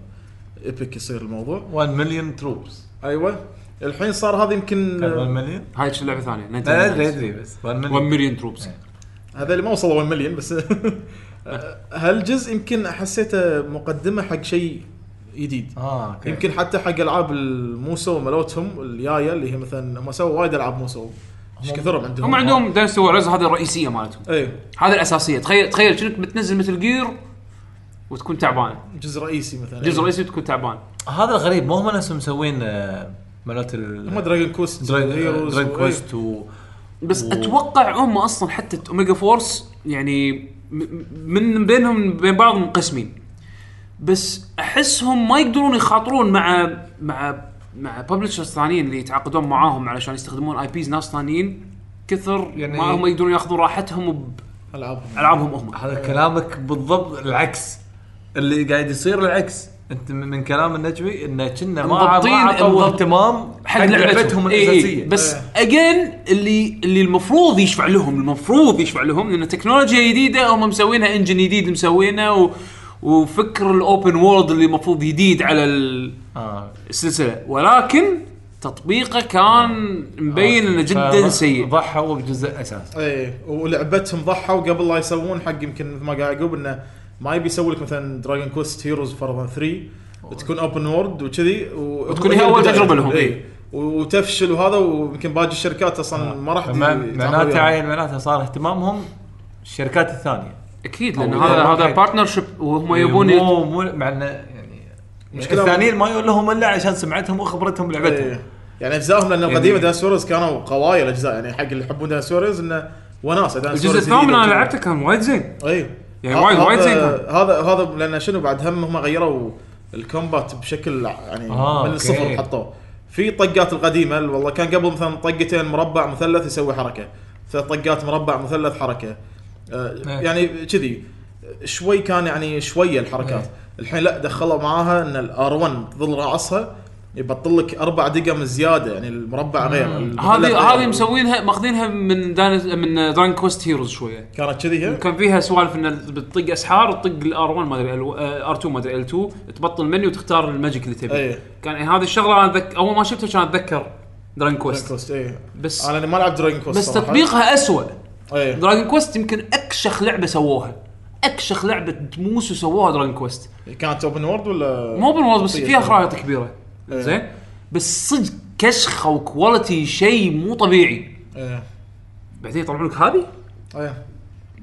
ايبك يصير الموضوع
1 مليون تروبس
ايوه الحين صار هذا يمكن
1 مليون
هاي شو لعبه ثانيه
لا ادري ادري بس 1
1
مليون
مليون تروبس
هذا اللي ما وصلوا 1 مليون بس هالجزء يمكن حسيته مقدمه حق شيء جديد
آه،
اه اوكي
يمكن حتى حق العاب الموسو مالتهم الجايه اللي هي مثلا هم سووا وايد العاب موسو ايش كثرهم عندهم إيه،
هم عندهم داينستي وورز هذه الرئيسيه مالتهم
اي
هذه الاساسيه تخيل تخيل شنك بتنزل مثل جير وتكون تعبان
جزء رئيسي مثلا
جزء رئيسي وتكون تعبان
هذا الغريب مو هم نفسهم مسوين آه، مالت ال
هم دراجون إيه. كوست
دراجون
Heroes
دراجون
و-
كويست و
بس اتوقع هم اصلا حتى اوميجا فورس يعني م- من بينهم بين بعض منقسمين بس احسهم ما يقدرون يخاطرون مع مع مع ببلشرز ثانيين اللي يتعاقدون معاهم علشان يستخدمون اي بيز ناس ثانيين كثر يعني
يعني-
ما هم يقدرون ياخذون راحتهم
العابهم
بالعابهم هم
هذا كلامك بالضبط العكس اللي قاعد يصير العكس
انت من- من كلام النجمي انه كنا ما
مضبطين-
ما عطوا
مضبط-
اهتمام حق
حق
لعبتهم آه.
إي إي،
الاساسيه
بس اجين اللي اللي المفروض يشفع لهم المفروض يشفع لهم لان تكنولوجيا جديده هم مسوينها انجن جديد مسوينه و وفكر الاوبن وورلد اللي المفروض جديد على ال-
آه.
السلسله ولكن تطبيقه كان مبين انه جدا
فضح-
سيء
ضحوا بجزء اساسي
اي إيه، ولعبتهم ضحوا قبل لا يسوون حق يمكن مثل ما قاعد يعقوب انه ما يبي يسوي لك مثلا دراجون كوست هيروز فرضا 3 تكون اوبن وورد وكذي و-
وتكون
وهي
هي أول
البداية.
تجربة لهم.
اي وتفشل وهذا ويمكن باقي الشركات اصلا آه. ما راح
فما-
تي-
معناته
تعامل
عيل معناته صار اهتمامهم الشركات الثانيه
اكيد لان
أو
هذا
إذا-
هذا بارتنر شيب وهم يبون
مو مو مع انه يعني
مشكلة-
الثانيين ما يقول لهم الا عشان سمعتهم وخبرتهم
وياهم.
لعبتهم
إي. يعني اجزائهم لان القديمه دانسورز كانوا قوايا الاجزاء يعني حق اللي يحبون دانسورز انه وناسه
الجزء الثامن انا لعبته كان وايد زين
اي
يعني
ه-
وايد- وايد
أيوه. هذا-
زين كان.
هذا هذا لان شنو بعد هم هم غيروا الكومبات بشكل يعني
آه،
من
أوكي.
الصفر حطوه في طقات القديمه اللي والله كان قبل مثلا طقتين مربع مثلث يسوي حركه ثلاث طقات مربع مثلث حركه آه
إيه.
يعني كذي شوي كان يعني شويه الحركات
إيه.
الحين لا دخلوا معاها ان الار 1 تظل راسها يبطل لك اربع دقم زياده يعني المربع غير يعني. المثلث
هذه
غير.
هذه مسوينها ماخذينها من دانس من دران كوست هيروز شويه
كانت كذي هي؟
كان فيها سوالف ان بتطق اسحار تطق الار 1 ما ادري ار 2 ما ادري ال 2 تبطل المنيو وتختار الماجيك اللي تبيه
إيه.
كان هذه الشغله انا ذك... اول ما شفتها كان اتذكر دران كويست
كوست اي
بس
انا إيه. ما لعبت دراجون كوست
بس
صراحة.
تطبيقها اسوء
إيه.
دراجون كويست يمكن اكشخ لعبه سووها اكشخ لعبه تموس وسووها دراجون كويست
كانت اوبن وورد ولا
مو اوبن وورلد بس
طيب.
فيها خرائط كبيره زين بس صدق كشخه وكواليتي شيء مو طبيعي
ايه
بعدين يطلعون لك هذه
ايه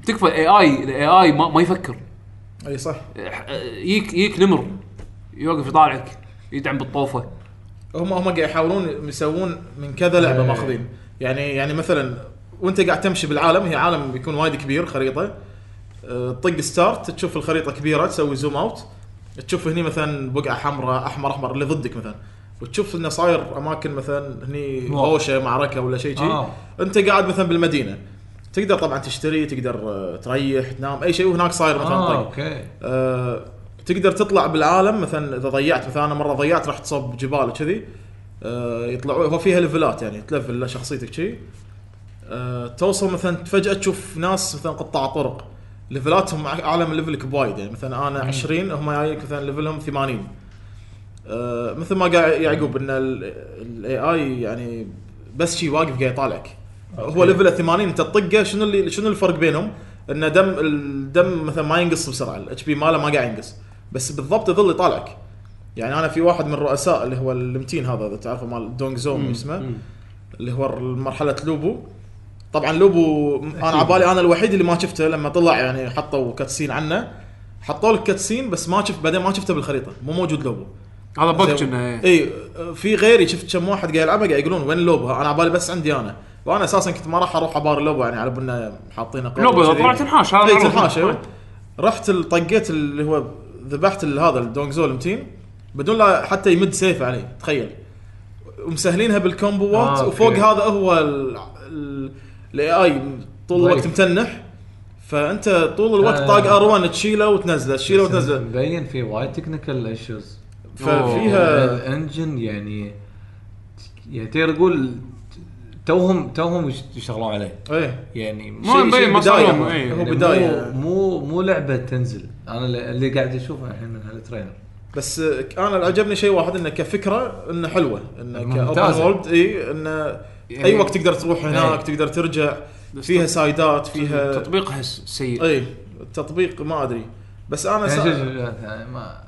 تكفى الاي اي الاي اي ما, ما يفكر
اي إيه، صح
يجيك يجيك نمر يوقف يطالعك يدعم بالطوفه
هم هم قاعد يحاولون يسوون من كذا لعبه ماخذين يعني يعني مثلا وانت قاعد تمشي بالعالم هي عالم بيكون وايد كبير خريطه أه، تطق ستارت تشوف الخريطه كبيره تسوي زوم اوت تشوف هني مثلا بقعه حمراء احمر احمر اللي ضدك مثلا وتشوف انه صاير اماكن مثلا هني هوشه معركه ولا شيء شيء
آه.
آه. انت قاعد مثلا بالمدينه تقدر طبعا تشتري تقدر آه، تريح تنام اي شيء وهناك صاير مثلا
اه
طق
اوكي
آه، تقدر تطلع بالعالم مثلا اذا ضيعت مثلا انا مره ضيعت رحت صوب جبال كذي آه، يطلعوا هو فيها ليفلات يعني تلفل له شخصيتك كذي توصل مثلا فجاه تشوف ناس مثلا قطاع طرق ليفلاتهم ع- اعلى من ليفلك بوايد يعني مثلا انا 20 هم جايك مثلا ليفلهم 80 آه، مثل ما قاعد يعقوب ان الاي اي يعني بس شي واقف قاعد يطالعك هو ليفله 80 انت تطقه شنو اللي شنو الفرق بينهم؟ ان دم الدم مثلا ما ينقص بسرعه الاتش بي ماله ما قاعد ينقص بس بالضبط يظل يطالعك يعني انا في واحد من الرؤساء اللي هو المتين هذا اذا تعرفه مال دونج زوم اسمه اللي هو مرحله لوبو طبعا لوبو انا على بالي انا الوحيد اللي ما شفته لما طلع يعني حطوا كاتسين عنه حطوا لك كاتسين بس ما شفت بعدين ما شفته بالخريطه مو موجود لوبو
هذا بق
زين.
كنا إيه.
اي في غيري شفت كم واحد قاعد يلعبها قاعد يقولون وين لوبها انا على بالي بس عندي انا وانا اساسا كنت ما راح اروح ابار لوبا يعني على بالنا حاطينه قوي
لوبا
وكذي.
طلعت تنحاش هذا
اي
معروف.
تنحاش أيوة. رحت ال- طقيت اللي هو ذبحت ال- هذا الدونجزو المتين بدون لا حتى يمد سيفه علي تخيل ومسهلينها بالكومبوات
آه،
آه، وفوق
أوكي.
هذا هو الاي اي طول الوقت متنح فانت طول الوقت
آه.
طاق ار 1 تشيله وتنزله تشيله وتنزله
مبين في وايد تكنيكال ايشوز
ففيها
الانجن يعني يعني تقدر تقول توهم توهم يش- يشتغلون عليه
ايه
يعني مو
ما
شيء-
مبين
شيء
ما صار
بداية.
لهم، إيه.
هو بدايه
مو مو لعبه تنزل انا اللي اللي قاعد اشوفه الحين من هالتريلر
بس آه، انا اللي عجبني شيء واحد انه كفكره انه حلوه انه كاوبن
ممتازة.
وورلد اي انه
يعني-
اي وقت تقدر تروح هناك
إيه.
تقدر ترجع
بس
فيها
تط-
سايدات فيها إيه.
تطبيقها س- سيء
اي التطبيق ما ادري بس انا
يعني
سا...
شوف- شوف- شوف، يعني ما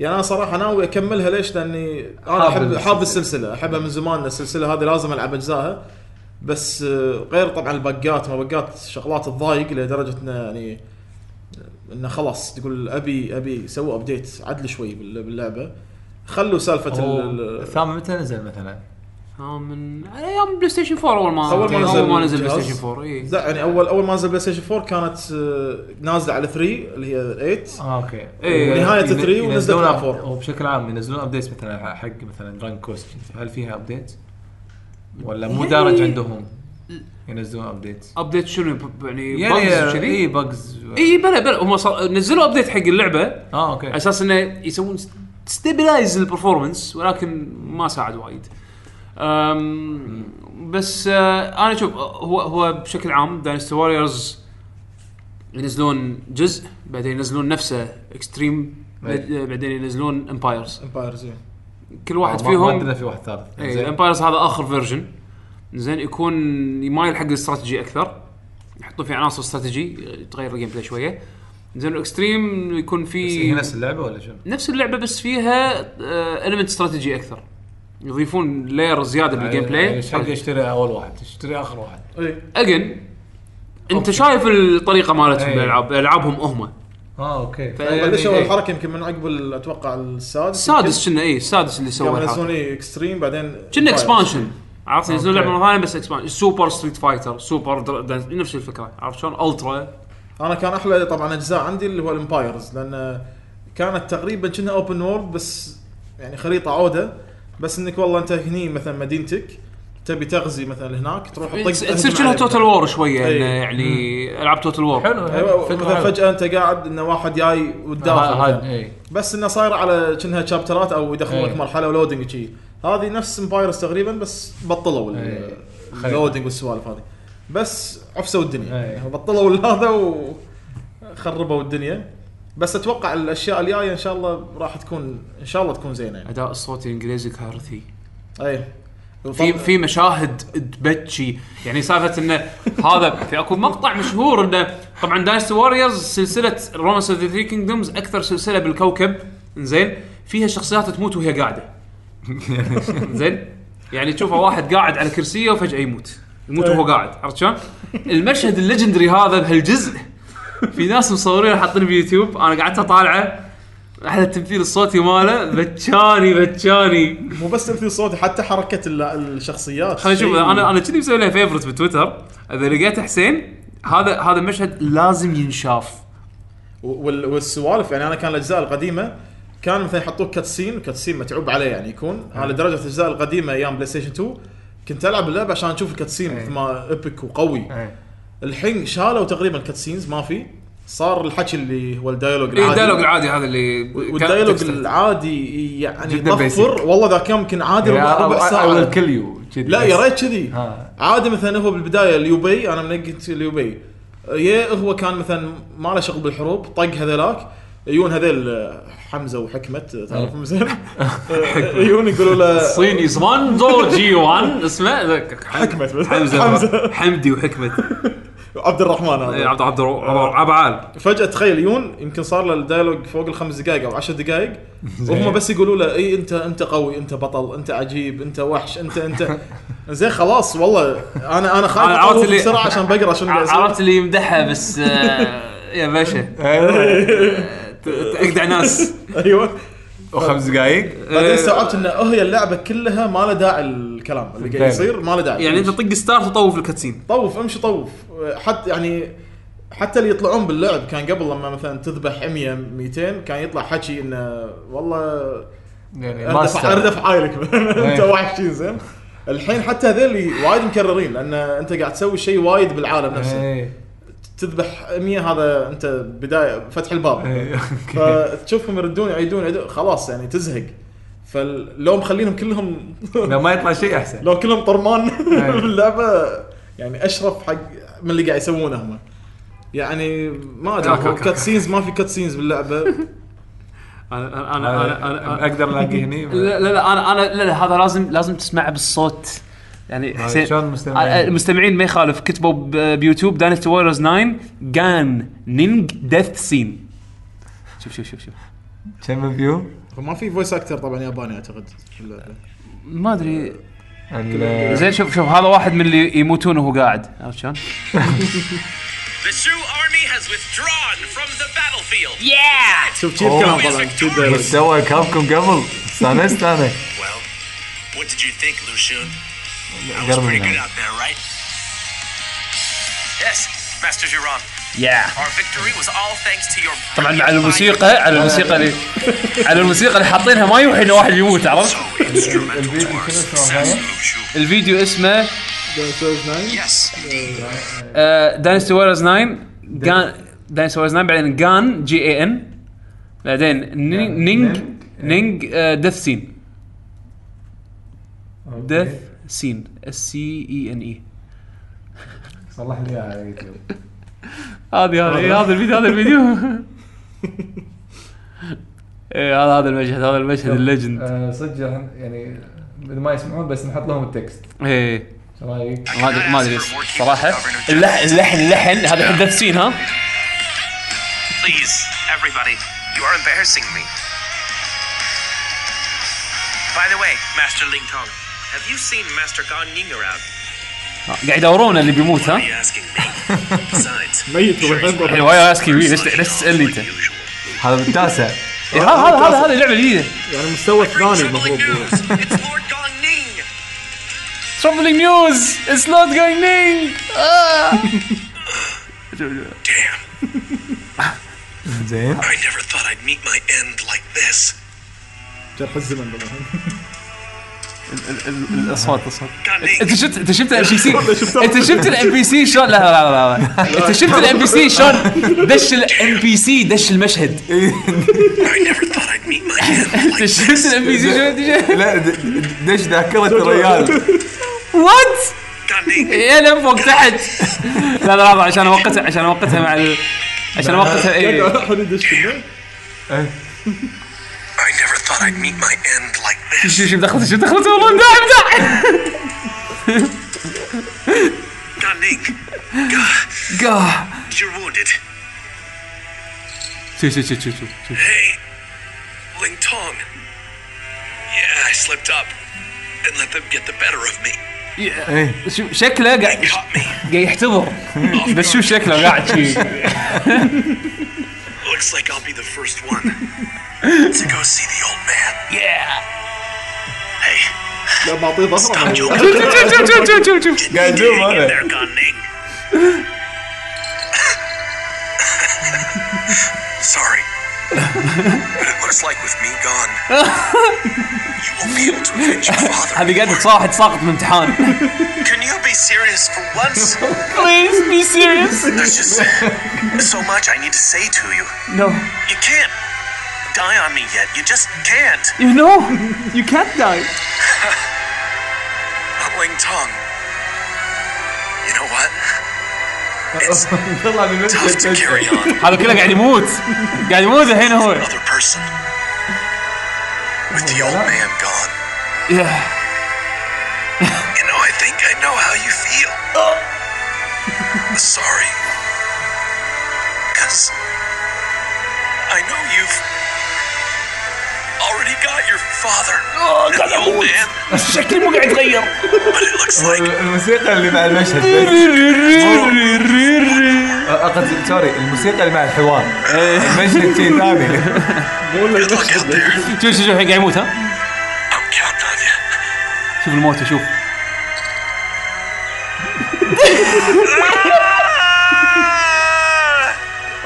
يعني انا صراحه ناوي اكملها ليش؟ لاني انا
حاب
احب
السلسلة.
حاب السلسله احبها من زمان إن السلسله هذه لازم العب اجزائها بس آه، غير طبعا البقات ما بقات شغلات تضايق لدرجه انه يعني انه خلاص تقول ابي ابي سووا ابديت عدل شوي بال- باللعبه خلوا سالفه
هو
ال- ال-
الثامن متى نزل مثلا؟
ها من على ايام بلاي ستيشن 4 اول ما
أول ما نزل
ما نزل إيه. بلاي
الجهاز.
ستيشن 4 اي
لا يعني اول اول ما نزل بلاي ستيشن 4 كانت آه، نازله على 3 اللي هي 8
اه اوكي
إيه،
نهاية
ين-
3 ونزلت
ينزلون
على
أب-
4.
وبشكل عام ينزلون ابديتس مثلا حق مثلا درانك كوست هل فيها ابديت؟ ولا مو دارج عندهم ينزلون ابديتس؟
ابديت شنو ب- يعني
إيه،
بجز
يعني اي
كذي إيه،
بجز
اي بلا بلا هم صار- نزلوا ابديت حق اللعبه
اه
على
اوكي
اساس انه يسوون س- تستبلايز البرفورمنس ولكن ما ساعد وايد أم، بس آه، انا شوف آه، هو هو بشكل عام داينستي واريورز ينزلون جزء بعدين ينزلون نفسه اكستريم بعدين ينزلون امبايرز
امبايرز إيه.
كل واحد
آه، ما- ما
فيهم
ادري إن في واحد ثالث
اي
يعني
زين
الامبايرز هذا اخر فيرجن زين يكون يمايل حق الاستراتيجي اكثر يحطون فيه عناصر استراتيجي تغير الجيم بلاي شويه زين الاكستريم يكون
هي
فيه
نفس اللعبه ولا شنو؟
نفس اللعبه بس فيها آه، المنت استراتيجي اكثر يضيفون لاير زياده بالجيم
يعني
بلاي
ايش حق اشتري اول واحد اشتري اخر واحد
اي
اجن انت شايف الطريقه مالتهم
أي.
بالالعاب العابهم هم
آه،
اه اوكي
بلشوا
إيه.
الحركه يمكن من عقب ال- اتوقع السادس
السادس كنا اي السادس إيه، اللي
يمكن.
سوى
يوم
الحركة.
ينزلون اكستريم بعدين
كنا
Empires.
اكسبانشن عرفت ينزلون
أوكي.
لعبه مره ثانيه بس اكسبانشن سوبر ستريت فايتر سوبر در- دانس- نفس الفكره عرفت شلون الترا
انا كان احلى طبعا اجزاء عندي اللي هو الامبايرز لان كانت تقريبا كنا اوبن وورلد بس يعني خريطه عوده بس انك والله انت هني مثلا مدينتك تبي تغزي مثلا هناك تروح تطق-
تصير
تهجم
شنو
عليه
توتال وور شويه
أي.
إنه يعني العاب توتال وور
أيوة. حلو
ايوه
حلو،
مثلا
فكره
فجاه انت قاعد انه واحد جاي وتدافع
هذا
مثلاً.
اي
بس انه صاير على كأنها شابترات او يدخلون لك
إيه.
مرحله ولودنج شي هذه نفس امبايرز تقريبا بس بطلوا ال-
إيه.
اللودنج والسوالف هذه بس عفسوا الدنيا
إيه.
يعني بطلوا هذا وخربوا الدنيا بس اتوقع الاشياء الجايه ان شاء الله راح تكون ان شاء الله تكون زينه يعني إيه.
اداء الصوت الانجليزي كارثي
اي
في في مشاهد تبكي يعني سالفه انه هذا في اكو مقطع مشهور انه طبعا دايست ووريرز سلسله رومانس اوف ذا ثري كينجدومز اكثر سلسله بالكوكب زين فيها شخصيات تموت وهي قاعده زين يعني تشوفه واحد قاعد على كرسيه وفجاه يموت يموت وهو قاعد عرفت شلون؟ المشهد الليجندري هذا بهالجزء في ناس مصورينه حاطينه بيوتيوب انا قعدت اطالعه احلى التمثيل الصوتي ماله بتشاني بتشاني
مو بس تمثيل صوتي حتى حركه ال- الشخصيات
خلينا نشوف
شيء-
انا انا كذي مسوي لها فيفرت بتويتر اذا لقيت حسين هذا هذا المشهد لازم ينشاف
وال- والسوالف يعني انا كان الاجزاء القديمه كان مثلا يحطوك كاتسين وكاتسين متعوب عليه يعني يكون
نعم.
على درجه الاجزاء القديمه ايام بلاي ستيشن 2 كنت العب اللعبه عشان اشوف
نعم.
الكاتسين مثل ما ايبك وقوي الحين شالوا تقريبا الكاتسينز ما في صار الحكي اللي هو الديالوج
اي
العادي
الديالوج إيه، العادي هذا اللي
والديالوج
كان-
العادي يعني
جداً
يطفر والله ذاك يوم يمكن عادي ربع
يعني
ربع ساعه
كل يو
لا يا ريت كذي
ها.
عادي مثلا هو بالبدايه اليوبي انا منقط اليوبي يا هو كان مثلا ما له شغل بالحروب طق هذيلاك يجون هذيل آه، حمزه وحكمه
إيه.
تعرفهم زين آه، يجون يقولوا له
صيني سواندو جي وان اسمه ذاك
حكمة بس.
حمزه
حمزة.
حمدي وحكمه
عبد الرحمن
إي،
هذا
عبد عبد
آه.
عبعال
فجاه تخيل يجون يمكن صار له الديالوج فوق الخمس دقائق او عشر دقائق وهم بس يقولوا له اي انت انت قوي انت بطل انت عجيب انت وحش انت انت زين خلاص والله انا انا خايف
أنا عرفت
أطول
اللي-
بسرعه عشان بقرا شنو قاعد يصير.
عرفت اللي يمدحها بس آه، يا باشا
أيوه.
آه، ت- تقدع ناس آه،
ايوه
وخمس دقائق
بعدين استوعبت ان هي اللعبه كلها ما له داعي الكلام اللي قاعد يصير ما له داعي
يعني انت طق ستارت وطوف الكاتسين
طوف امشي طوف حتى يعني حتى اللي يطلعون باللعب كان قبل لما مثلا تذبح 100 200 كان يطلع حكي انه والله
يعني
اردف اردف عايلك انت
إيه.
وحشي زين الحين حتى هذول وايد مكررين لان انت قاعد تسوي شيء وايد بالعالم نفسه
إيه.
تذبح 100 هذا انت بدايه فتح الباب
إيه.
فتشوفهم يردون يعيدون يعيدون خلاص يعني تزهق فلو مخلينهم كلهم
لو ما يطلع شيء احسن
لو كلهم طرمان باللعبه يعني اشرف حق من اللي قاعد يسوونه هم يعني ما ادري
كاك-
هو
كاك-
كات سينز ما في كات سينز باللعبه
انا انا انا انا
اقدر الاقيه هني
لا لا لا انا انا لا لا هذا لازم لازم تسمعه بالصوت يعني حسين
شلون المستمعين؟
آه، آه، المستمعين ما يخالف كتبوا ب- بيوتيوب داينستي ووريرز 9 جان نينج ديث سين شوف شوف شوف شوف
كم فيو؟
ما في فويس اكتر طبعا ياباني اعتقد باللعبه
ما ادري زين شوف شوف هذا واحد من اللي يموتون وهو قاعد عرفت شلون؟
The Shu army has withdrawn from the battlefield.
شوف كيف كلام طبعا كيف
أوه.
دايلوج.
سوى كابكم قبل استانست انا
Well, what did you think, Lucian? I was
gotta
pretty
be
good
nice.
out there, right? Yes, Master Jiran.
Yeah.
Our victory was all thanks to your.
طبعا على الموسيقى على الموسيقى اللي على الموسيقى اللي حاطينها ما يوحي انه واحد يموت عرفت؟
instrumental to our success, Lucian.
الفيديو اسمه
Yes, indeed.
داينستي وورز 9 جان داينستي وورز 9 بعدين جان جي اي ان بعدين نينج إيه. نينج آه، ديث سين ديث سين E اس سي اي ان اي
صلح لي اياها على يوتيوب
هذه هذه هذا الفيديو هذا الفيديو ايه هذا هذا المشهد هذا المشهد الليجند
آه، صدق إحنا- يعني ما يسمعون بس نحط لهم التكست
ايه
ايش رايك؟
ما ادري ما ادري صراحه اللحن اللحن اللحن هذا حدث سين ها
Please, everybody, you are embarrassing me. By the way, Master Ling Tong, have you seen Master Gan Ying around?
قاعد يدورون اللي بيموت ها
Are you asking me? Besides,
ميت
sure he's
وبعدين
يعني واي اسكي ليش ليش تسالني انت؟ إيه،
usual.
هذا بالتاسع
هذا هذا هذا هذا لعبه جديده
يعني المستوى الثاني
Troubling
المفروض
news! It's Lord Gong Ning!
ترافلينج نيوز اتس نوت جوينج نينج
Damn,
زين
I never thought I'd meet my end like this.
جرح الزمن بالله
الاصوات الاصوات
Gong Ning!
انت شفت انت شفت الام بي سي انت شفت الام بي سي شلون لا لا لا, لا. انت شفت الام بي سي شلون دش الام بي سي دش المشهد
I never thought I'd meet my end like
انت شفت الام بي سي شلون
لا د- د- دش ذاكره الريال
وات
Gong Ning!
يا لم فوق تحت لا لا لحظه عشان اوقتها عشان اوقتها مع ال... عشان اوقتها اي
احد يدش بالله.
I never thought I'd meet my end like this.
شوف شوف دخلت شوف دخلت والله امدع امدع
Gong Ning,
قاه
you're wounded.
شوف شوف شوف شوف شوف شوف.
Hey, Ling Tong. Yeah, I slipped up and let them get the better of me.
شوف شكله قاعد
They caught me.
قاعد يحتضر بس شوف شكله قاعد شي
Looks like I'll be the first one to go see the old man.
Yeah.
Hey,
لا بعطيه ظهره
stop
ما
joking.
شوف شوف شوف شوف شوف شوف شوف
قاعد يدوم
Hang in
هذا
there, Gan Ning.
Sorry. but it looks like with me gone, you won't be able to avenge your father.
هذه قاعد صاحت ساقط من امتحان
Can you be serious for once?
بليز بي سيريس
There's just so much I need to say to you.
نو
You can't die on me yet. You just can't.
يو نو يو كانت داي
Ling Tong. You know what? It's
طلع من
tough to carry on.
هذا كله قاعد يموت قاعد يموت الحين هو
Another person. With the old man gone.
Yeah.
You know, I think I know how you feel. Sorry. Because I know you've already got your father. Oh, and the old man.
شكلي مو قاعد يتغير
But it looks like
الموسيقى اللي مع المشهد بس. اقصد سوري الموسيقى اللي مع الحوار المشهد شيء ثاني
good luck out there.
شوف شوف شوف الحين قاعد يموت ها
I'm counting on you.
شوف الموت شوف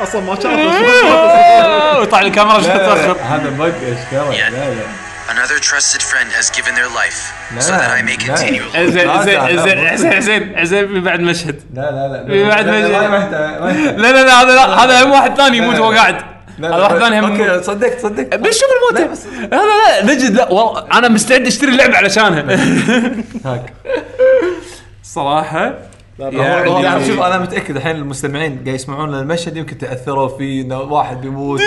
اصلا ما شافه
طلع الكاميرا شوف تتاخر
هذا بق اشكاله لا لا
Another trusted friend has given their life so
Nah,
that I may
nah.
continue.
زين
لا،
زين
لا، لا.
زين حسين حسين حسين في بعد مشهد
لا لا لا
في إيه، بعد
لا، لا،
مجال.
ما يحتاج- ما يحتاج.
لا لا لا هذا لا هذا هم واحد ثاني يموت
لا.
وهو قاعد
لا،
هذا
لا،
واحد ثاني هم
اوكي صدقت صدقت
بس شوف الموت لا لا لا نجد لا والله انا مستعد اشتري اللعبه علشانها
هاك
صراحه
يعني
والله
يعني
يعني-
شوف انا متاكد الحين المستمعين قاعد يسمعون المشهد يمكن تاثروا فيه انه واحد بيموت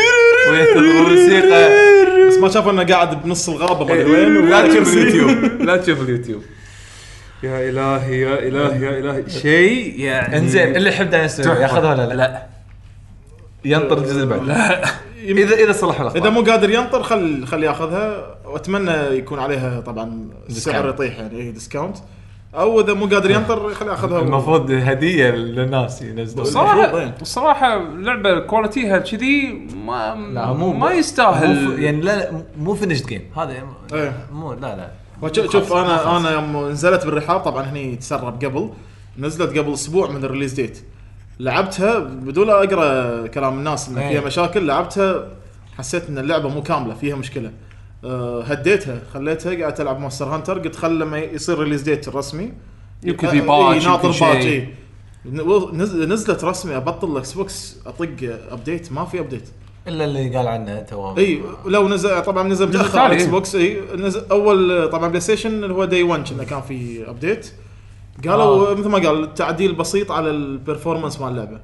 ويأثر الموسيقى
بس ما شافه انه قاعد بنص الغابه ما ادري وين
لا تشوف اليوتيوب لا تشوف اليوتيوب
يا الهي يا الهي يا الهي شيء يعني
انزين اللي يحب داينستور ياخذها ولا لا؟ لا ينطر الجزء اللي بعده اذا اذا صلحوا
اذا
الاخبار
مو قادر ينطر خل خل ياخذها واتمنى يكون عليها طبعا السعر
ديسكاونت.
يطيح يعني إيه، ديسكاونت او اذا مو قادر ينطر خل ياخذها
المفروض هديه للناس ينزلون
المفروض، إيه.
صراحه الصراحه لعبه كواليتيها كذي ما
لا مو
ما
مو ف-
يستاهل
يعني لا لا مو فينشد جيم هذا
إيه.
مو لا لا
شوف شوف انا انا يوم نزلت بالرحاب طبعا هني تسرب قبل نزلت قبل اسبوع من الريليز ديت لعبتها بدون لا اقرا كلام الناس ان
إيه.
فيها مشاكل لعبتها حسيت ان اللعبه مو كامله فيها مشكله أه، هديتها خليتها قاعد العب مونستر هانتر قلت خل لما يصير ريليز ديت الرسمي
يمكن
يبقى-
في
إيه،
باتش،
يناطر
يمكن
باتش
شيء.
إيه. نز- نزلت رسمي ابطل الاكس بوكس اطق ابديت ما في ابديت
الا اللي قال عنه تو
اي لو نزل طبعا نزل متاخر على الاكس بوكس اي نزل اول طبعا بلاي ستيشن اللي هو داي 1 كنا كان في ابديت قالوا آه. مثل ما قال تعديل بسيط على البرفورمانس مال اللعبه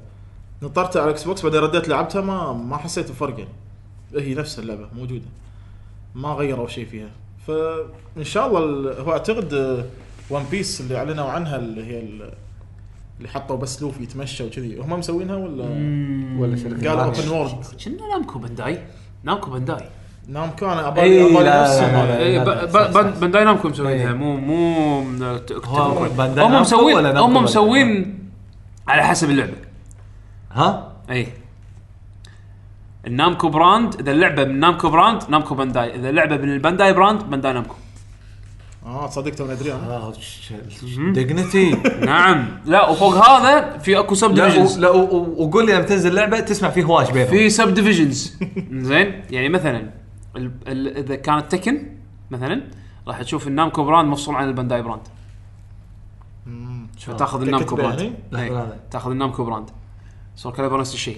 نطرتها على الاكس بوكس بعدين رديت لعبتها ما ما حسيت بفرق يعني هي نفس اللعبه موجوده ما غيروا شيء فيها فان شاء الله ال- هو اعتقد ون بيس اللي اعلنوا عنها اللي هي ال- اللي حطوا بس لوفي يتمشى وكذي هم مسوينها ولا
ولا شركه
قالوا اوبن وورد
كنا نامكو بنداي نامكو بنداي
نامكو انا
إي،
ابالي ابالي
إيه، لا،
نفسهم
لا، لا.
هذا.
إيه،
لا،
ب-
صح،
ب-
صح.
بن- بنداي نامكو مسوينها
إيه.
مو مو من-
هو بنداي
هم
نامكو
مسوين
ولا نامكو
هم
بنداي؟
مسوين على حسب اللعبه
ها
اي النامكو براند اذا اللعبه من نامكو براند نامكو بنداي اذا اللعبه من البنداي براند بنداي نامكو
اه تصدق توني ادري انا
آه، ديجنتي
نعم لا وفوق هذا في اكو سب
لا و-
ديفيجنز
لا و- و- وقول لي لما تنزل لعبه تسمع فيه هواش بينهم
في سب ديفيجنز زين يعني مثلا ال- ال- اذا كانت تكن مثلا راح تشوف النامكو براند مفصول عن البنداي براند فتاخذ النامكو
كتبه
براند
يعني؟
إي،
لحظة، لحظة.
إيه، تاخذ النامكو براند سول كاليبر نفس الشيء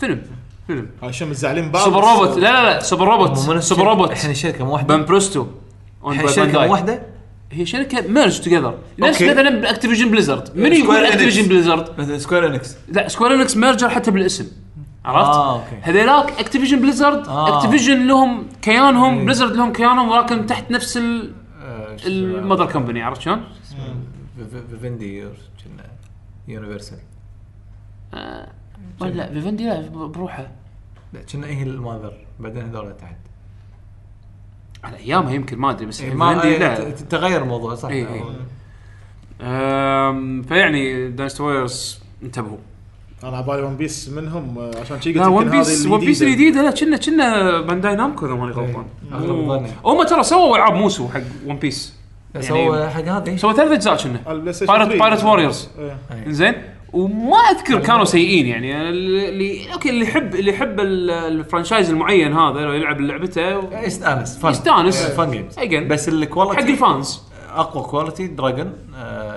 فيلم فيلم
هاي شو مزعلين بعض
سوبر
آه، بس-
روبوت لا لا لا سوبر روبوت
مو من
سوبر
الشركة-
روبوت
الحين الشركه مو واحده
بامبرستو اون
الحين
باي
الشركه
بانداي.
مو واحده
هي شركه ميرج توجذر نفس
أوكي.
مثلا باكتيفيجن بليزرد من يقول
Square Enix.
اكتيفيجن بليزرد
مثل سكوير انكس
لا سكوير انكس ميرجر حتى بالاسم عرفت؟
آه، أوكي.
هذيلاك اكتيفيجن بليزرد
آه.
اكتيفيجن لهم كيانهم بليزرد لهم كيانهم ولكن تحت نفس ال-
آه،
المذر كمباني عرفت شلون؟
فيفندي يونيفرسال طيب.
ولا لا فيفندي لا بروحه
لا كنا هي الماذر بعدين هذول تحت
على ايامها يمكن ما ادري بس
ما
فيفندي
إيه،
لا
ت- تغير الموضوع صح
إيه، إيه. أم، فيعني داينستويرز انتبهوا
انا عبالي ون بيس منهم آه، عشان شي قلت
لا
يمكن
ون بيس
هذه
ون بيس
الجديدة.
الجديده لا كنا كنا بانداي نامكو اذا ماني
إيه.
غلطان
اغلب ظني
هم ترى سووا العاب موسو حق ون بيس يعني-
سوى حق هذه
سووا ثلاث اجزاء كنا
على البلاي ستيشن
بايرت
3.
بايرت ووريرز
إيه.
آه،
زين وما اذكر كانوا سيئين يعني اللي اوكي اللي يحب اللي يحب ال- الفرانشايز المعين هذا لو يلعب لعبته و-
يستانس فن إيه،
يستانس.
فن جيمز
Again.
بس
حق
الكواليتي
الفانز
اقوى كواليتي دراجون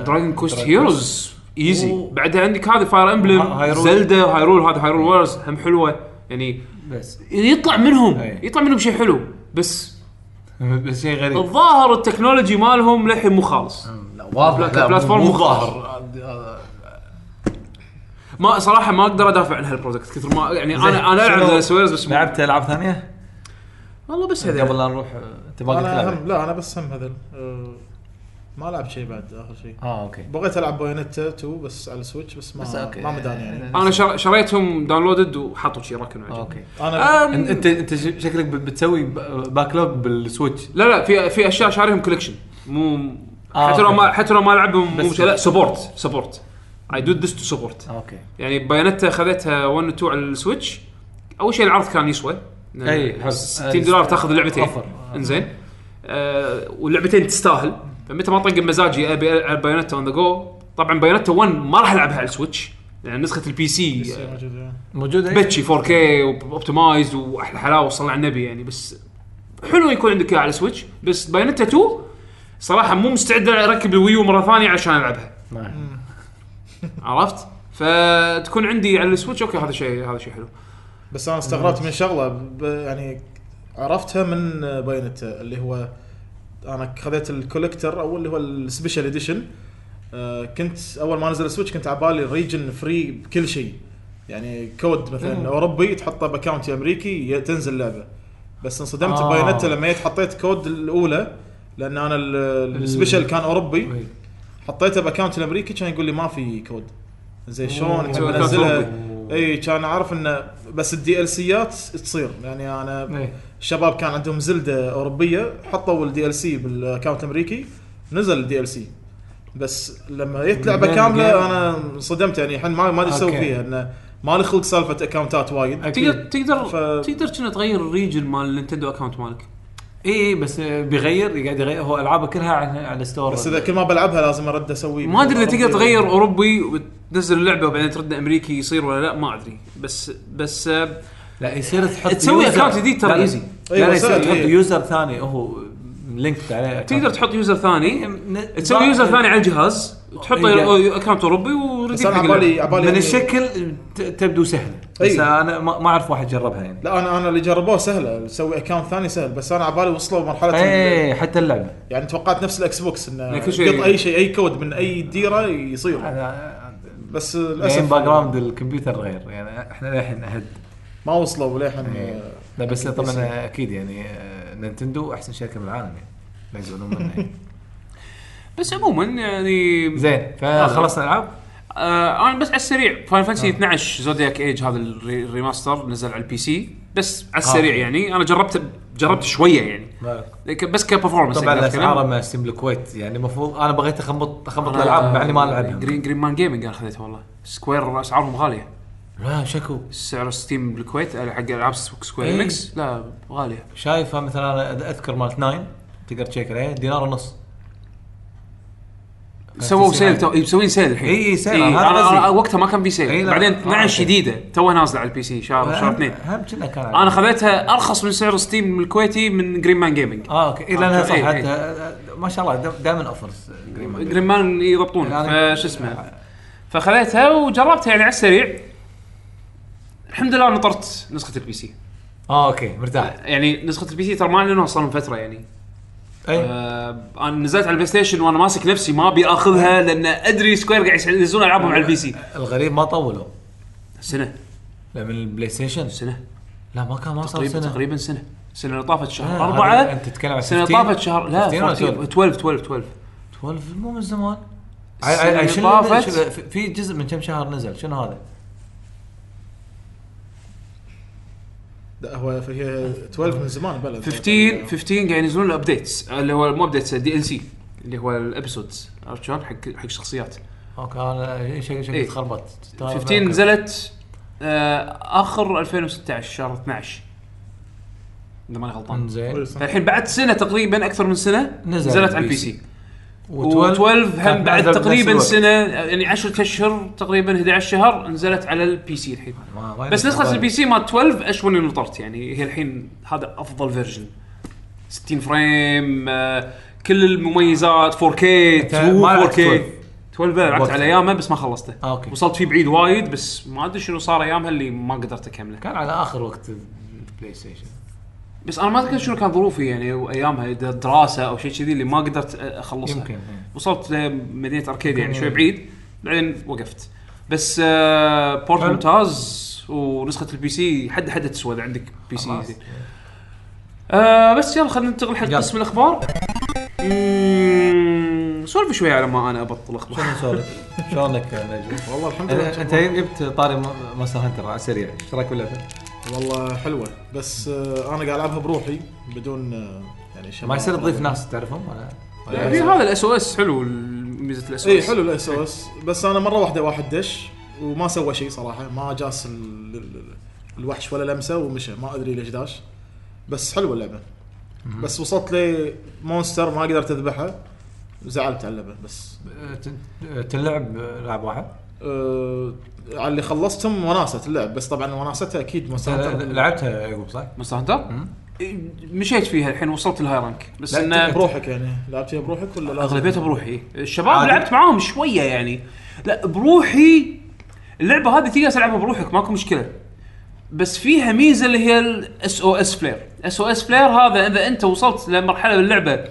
دراجون كوست هيروز ايزي
و-
بعدها عندك هذه فاير امبلم
هايرول.
زلدا هايرول هذا هايرول وورز هم حلوه يعني
بس
يطلع منهم
أي.
يطلع منهم شيء حلو بس
بس شيء غريب
الظاهر التكنولوجي مالهم للحين مو خالص
لا واضح
لا، بلاتفورم
مو
مختلف.
ظاهر
ما صراحه ما اقدر ادافع عن هالبرودكت كثر ما يعني انا انا العب
شنو-
ذا سويرز بس مو-
لعبت العاب ثانيه
والله بس هذا
قبل لا نروح آه، انت باقي
انا
تلعب
هم لا انا بس هم هذا آه، ما لعبت شيء بعد اخر شيء
اه اوكي
بغيت العب بايونيتا 2 بس على السويتش بس ما
بس أوكي. آه.
ما مداني يعني
انا شر- شريتهم داونلودد وحطوا شي ركنوا عجل.
اوكي
انا
أم،
انت انت ش- شكلك ب- بتسوي ب- باكلوج بالسويتش
لا لا في في اشياء شاريهم كوليكشن مو
آه،
حتى لو
أوكي.
ما حتى لو ما لعبهم مو
بس-
لا سبورت سبورت اي دو ذس تو سبورت
اوكي
يعني بايونتا خذيتها 1 و 2 على السويتش اول شيء العرض كان يسوى
أي، حلو.
60 دولار تاخذ لعبتين
أوفر.
انزين آه واللعبتين تستاهل فمتى ما طق مزاجي ابي العب بايونتا اون ذا جو طبعا بايونتا 1 ما راح العبها على السويتش لان نسخه البي سي آه،
يعني موجود
موجوده
بتشي 4K واوبتمايزد واحلى حلاوه صلى على النبي يعني بس حلو يكون عندك إياها على سويتش بس بايونتا 2 صراحه مو مستعد اركب الويو مره ثانيه عشان العبها عرفت؟ فتكون عندي على السويتش اوكي هذا شيء هذا شيء حلو
بس انا استغربت من شغله ب- يعني عرفتها من بايونيتا اللي هو انا خذيت الكوليكتر او اللي هو السبيشال اديشن آه، كنت اول ما نزل السويتش كنت على بالي ريجن فري بكل شيء يعني كود مثلا اوروبي تحطه باكونت امريكي ي- تنزل اللعبه بس انصدمت
آه.
آه. بايونيتا لما جيت حطيت كود الاولى لان انا ال- السبيشال كان اوروبي حطيته باكونت الامريكي كان يقول لي ما في كود زي شلون
أوه.
كان منزلها
أوه.
اي كان عارف انه بس الدي ال سيات تصير يعني انا
إيه.
الشباب كان عندهم زلده اوروبيه حطوا الدي ال سي بالاكونت الامريكي نزل الدي ال سي بس لما جيت لعبه
Game-
كامله
game.
انا انصدمت يعني الحين ما ما ادري اسوي
أوكي.
فيها انه ما لي خلق سالفه اكونتات وايد
تقدر تقدر
ف-
تقدر كنا تغير الريجن مال النينتندو اكونت مالك
اي اي بس آه، بيغير قاعد يغير هو العابه كلها على على الستور
بس اذا كل ما بلعبها لازم ارد اسوي
ما ادري اذا تقدر
أوروبي.
تغير اوروبي وتنزل اللعبه وبعدين ترد امريكي يصير ولا لا ما ادري بس بس آه،
لا يصير تحط
تسوي
user.
account جديد ترى
لا، لا.
easy.
لا لا
أيوة،
يصير
سهل،
تحط
إيه.
يوزر ثاني هو لينكد عليه
تقدر تحط يوزر
إيه،
ثاني تسوي يوزر ثاني على الجهاز تحط
إيه.
اكونت اوروبي
بس إيه،
ورديت
انا
حق
على بالي
اللعبة.
على بالي
من
يعني- أيوة.
الشكل ت- تبدو سهله بس
أي.
انا ما ما اعرف واحد جربها يعني
لا انا انا اللي جربوه سهله تسوي اكونت ثاني سهل بس انا على بالي وصلوا مرحله ال-
اي إيه، حتى اللعبه
يعني توقعت نفس الاكس بوكس انه
يعني إيه. كل إيه. شيء-
يقط اي شيء اي كود من اي ديره يصير بس
للاسف
للاسف
باك جراوند الكمبيوتر غير يعني احنا للحين اهد
ما وصلوا للحين
إيه.
لا بس طبعا اكيد يعني آه، نينتندو احسن شركه بالعالم يعني لا يزعلون منها يعني.
بس عموما يعني
زين فخلصنا الالعاب
آه انا بس على السريع فاين
آه.
فانسي 12 زودياك ايج هذا الري- الريماستر نزل على البي سي بس على السريع
آه.
يعني انا جربت جربت شويه يعني ك- بس يعني، كبرفورمنس
طبعا اسعارها مع سيم الكويت يعني المفروض انا بغيت اخمط اخمط الالعاب مع اني يعني ما العبها
جرين جرين مان جيمنج انا خذيتها والله سكوير اسعارهم غاليه
لا شكو
سعر ستيم بالكويت آه، حق العاب سكوير
إيه.
انكس لا غاليه
شايفها مثلا انا اذكر مالت 9 تقدر تشيك عليها دينار ونص
سووا
آه، تسعين
سيل تو مسوين سيل الحين
إي، سيل،
إي،
هذا
أنا-
قصدي.
أنا وقتها ما كان في
إي،
سيل
لا.
بعدين
آه،
12
أوكي. آه.
جديده توها نازله على البي سي شهر شهر اثنين
هم كنا كان عليها.
انا خذيتها ارخص من سعر ستيم الكويتي من جرين مان جيمنج
اه اوكي إيه، لانها صح
إيه،
حتى
إيه.
آه، ما شاء الله دائما اوفرز جرين مان.
جرين مان يضبطون
أنا-
فشو اسمه فخذيتها وجربتها يعني على السريع الحمد لله نطرت نسخه البي سي
اه اوكي مرتاح
يعني نسخه البي سي ترى ما اعلنوها صار من فتره يعني
اي
آه انا نزلت على البلاي ستيشن وانا ماسك نفسي ما ابي اخذها لان ادري سكوير قاعد ينزلون العابهم على البي سي
الغريب ما طولوا
سنه
لا من البلاي ستيشن
سنه
لا ما كان ما صار
تقريبا
سنه
تقريبا سنه السنه اللي طافت شهر
آه،
أربعة
هذا أنت تتكلم عن
السنه اللي
15
طافت شهر لا
15 ولا
14 12 12 12
12 مو من زمان
السنة
عي- عي-
اللي
شنو-
طافت.
شنو- في- في جزء من كم شهر نزل شنو هذا؟
لا هو هي 12 من زمان بلا
15 15 قاعد يعني ينزلون الابديتس اللي هو مو ابديتس دي ال سي اللي هو الابسودز عرفت شلون حق حق شخصيات
اوكي انا شكلي شكلي
إيه.
تخربطت
15 نزلت آه، اخر 2016 شهر 12 اذا ماني غلطان
زين
الحين بعد سنه تقريبا اكثر من سنه
نزل
نزلت على البي
البي
سي
و12
و12 هم
كانت
بعد
نازلة بنفس
تقريبا
الوقت.
سنه يعني 10 اشهر تقريبا 11 شهر نزلت على البي سي الحين
ما- ما
بس
ينزل.
نسخه البي سي مال 12 اشون اللي نطرت يعني هي الحين هذا افضل فيرجن 60 فريم آه، كل المميزات 4K
ما لعبت
2 4K
12.
12 إيه، لعبت
وقت.
على ايامه بس ما خلصته
آه، أوكي.
وصلت فيه بعيد وايد بس ما ادري شنو صار ايامها اللي ما قدرت اكمله
كان على اخر وقت البلاي ستيشن
بس انا ما اذكر شنو كان ظروفي يعني ايامها إذا دراسه او شيء كذي اللي ما قدرت اخلصها
يمكن إيه.
وصلت مدينه اركيد يعني شوي بعيد بعدين وقفت بس آه بورت
حلو.
ممتاز ونسخه البي سي حد حد تسوى اذا عندك بي سي
خلاص.
زين. آه بس يلا خلينا ننتقل حق
يلا.
قسم الاخبار مم، سولف شوي على ما انا ابطل اخبار
شنو نسولف؟ شلونك يا نجم؟
والله الحمد
أنا-
لله
انت جبت طاري ماستر هانتر على السريع ايش رايك باللعبه؟
والله حلوه بس آه، انا قاعد العبها بروحي بدون آه، يعني شباب.
ما يصير تضيف ناس تعرفهم ولا
يعني
إيه.
هذا الاس او اس حلو ميزه الاس او
اي
اس
إيه، حلو الاس او اس بس انا مره واحده واحد دش وما سوى شيء صراحه ما جاس ال- ال- الوحش ولا لمسه ومشى ما ادري ليش داش بس حلوه اللعبه بس وصلت لي مونستر ما قدرت اذبحه زعلت على اللعبه بس
أه، تن- تلعب لعب واحد؟
أه على اللي خلصتهم وناست اللعب بس طبعا وناستها اكيد مونستر هانتر.
لعبتها يعقوب صح؟
مونستر هانتر إيه، مشيت فيها الحين وصلت الهاي رانك بس
لا،
انه
بروحك يعني لعبت فيها بروحك ولا لازم؟
اغلبيتها بروحي الشباب
عادي.
لعبت معاهم شويه يعني لا بروحي اللعبه هذه تقدر تلعبها بروحك ماكو مشكله بس فيها ميزه اللي هي الاس او اس فلير اس او اس فلير هذا اذا انت وصلت لمرحله باللعبه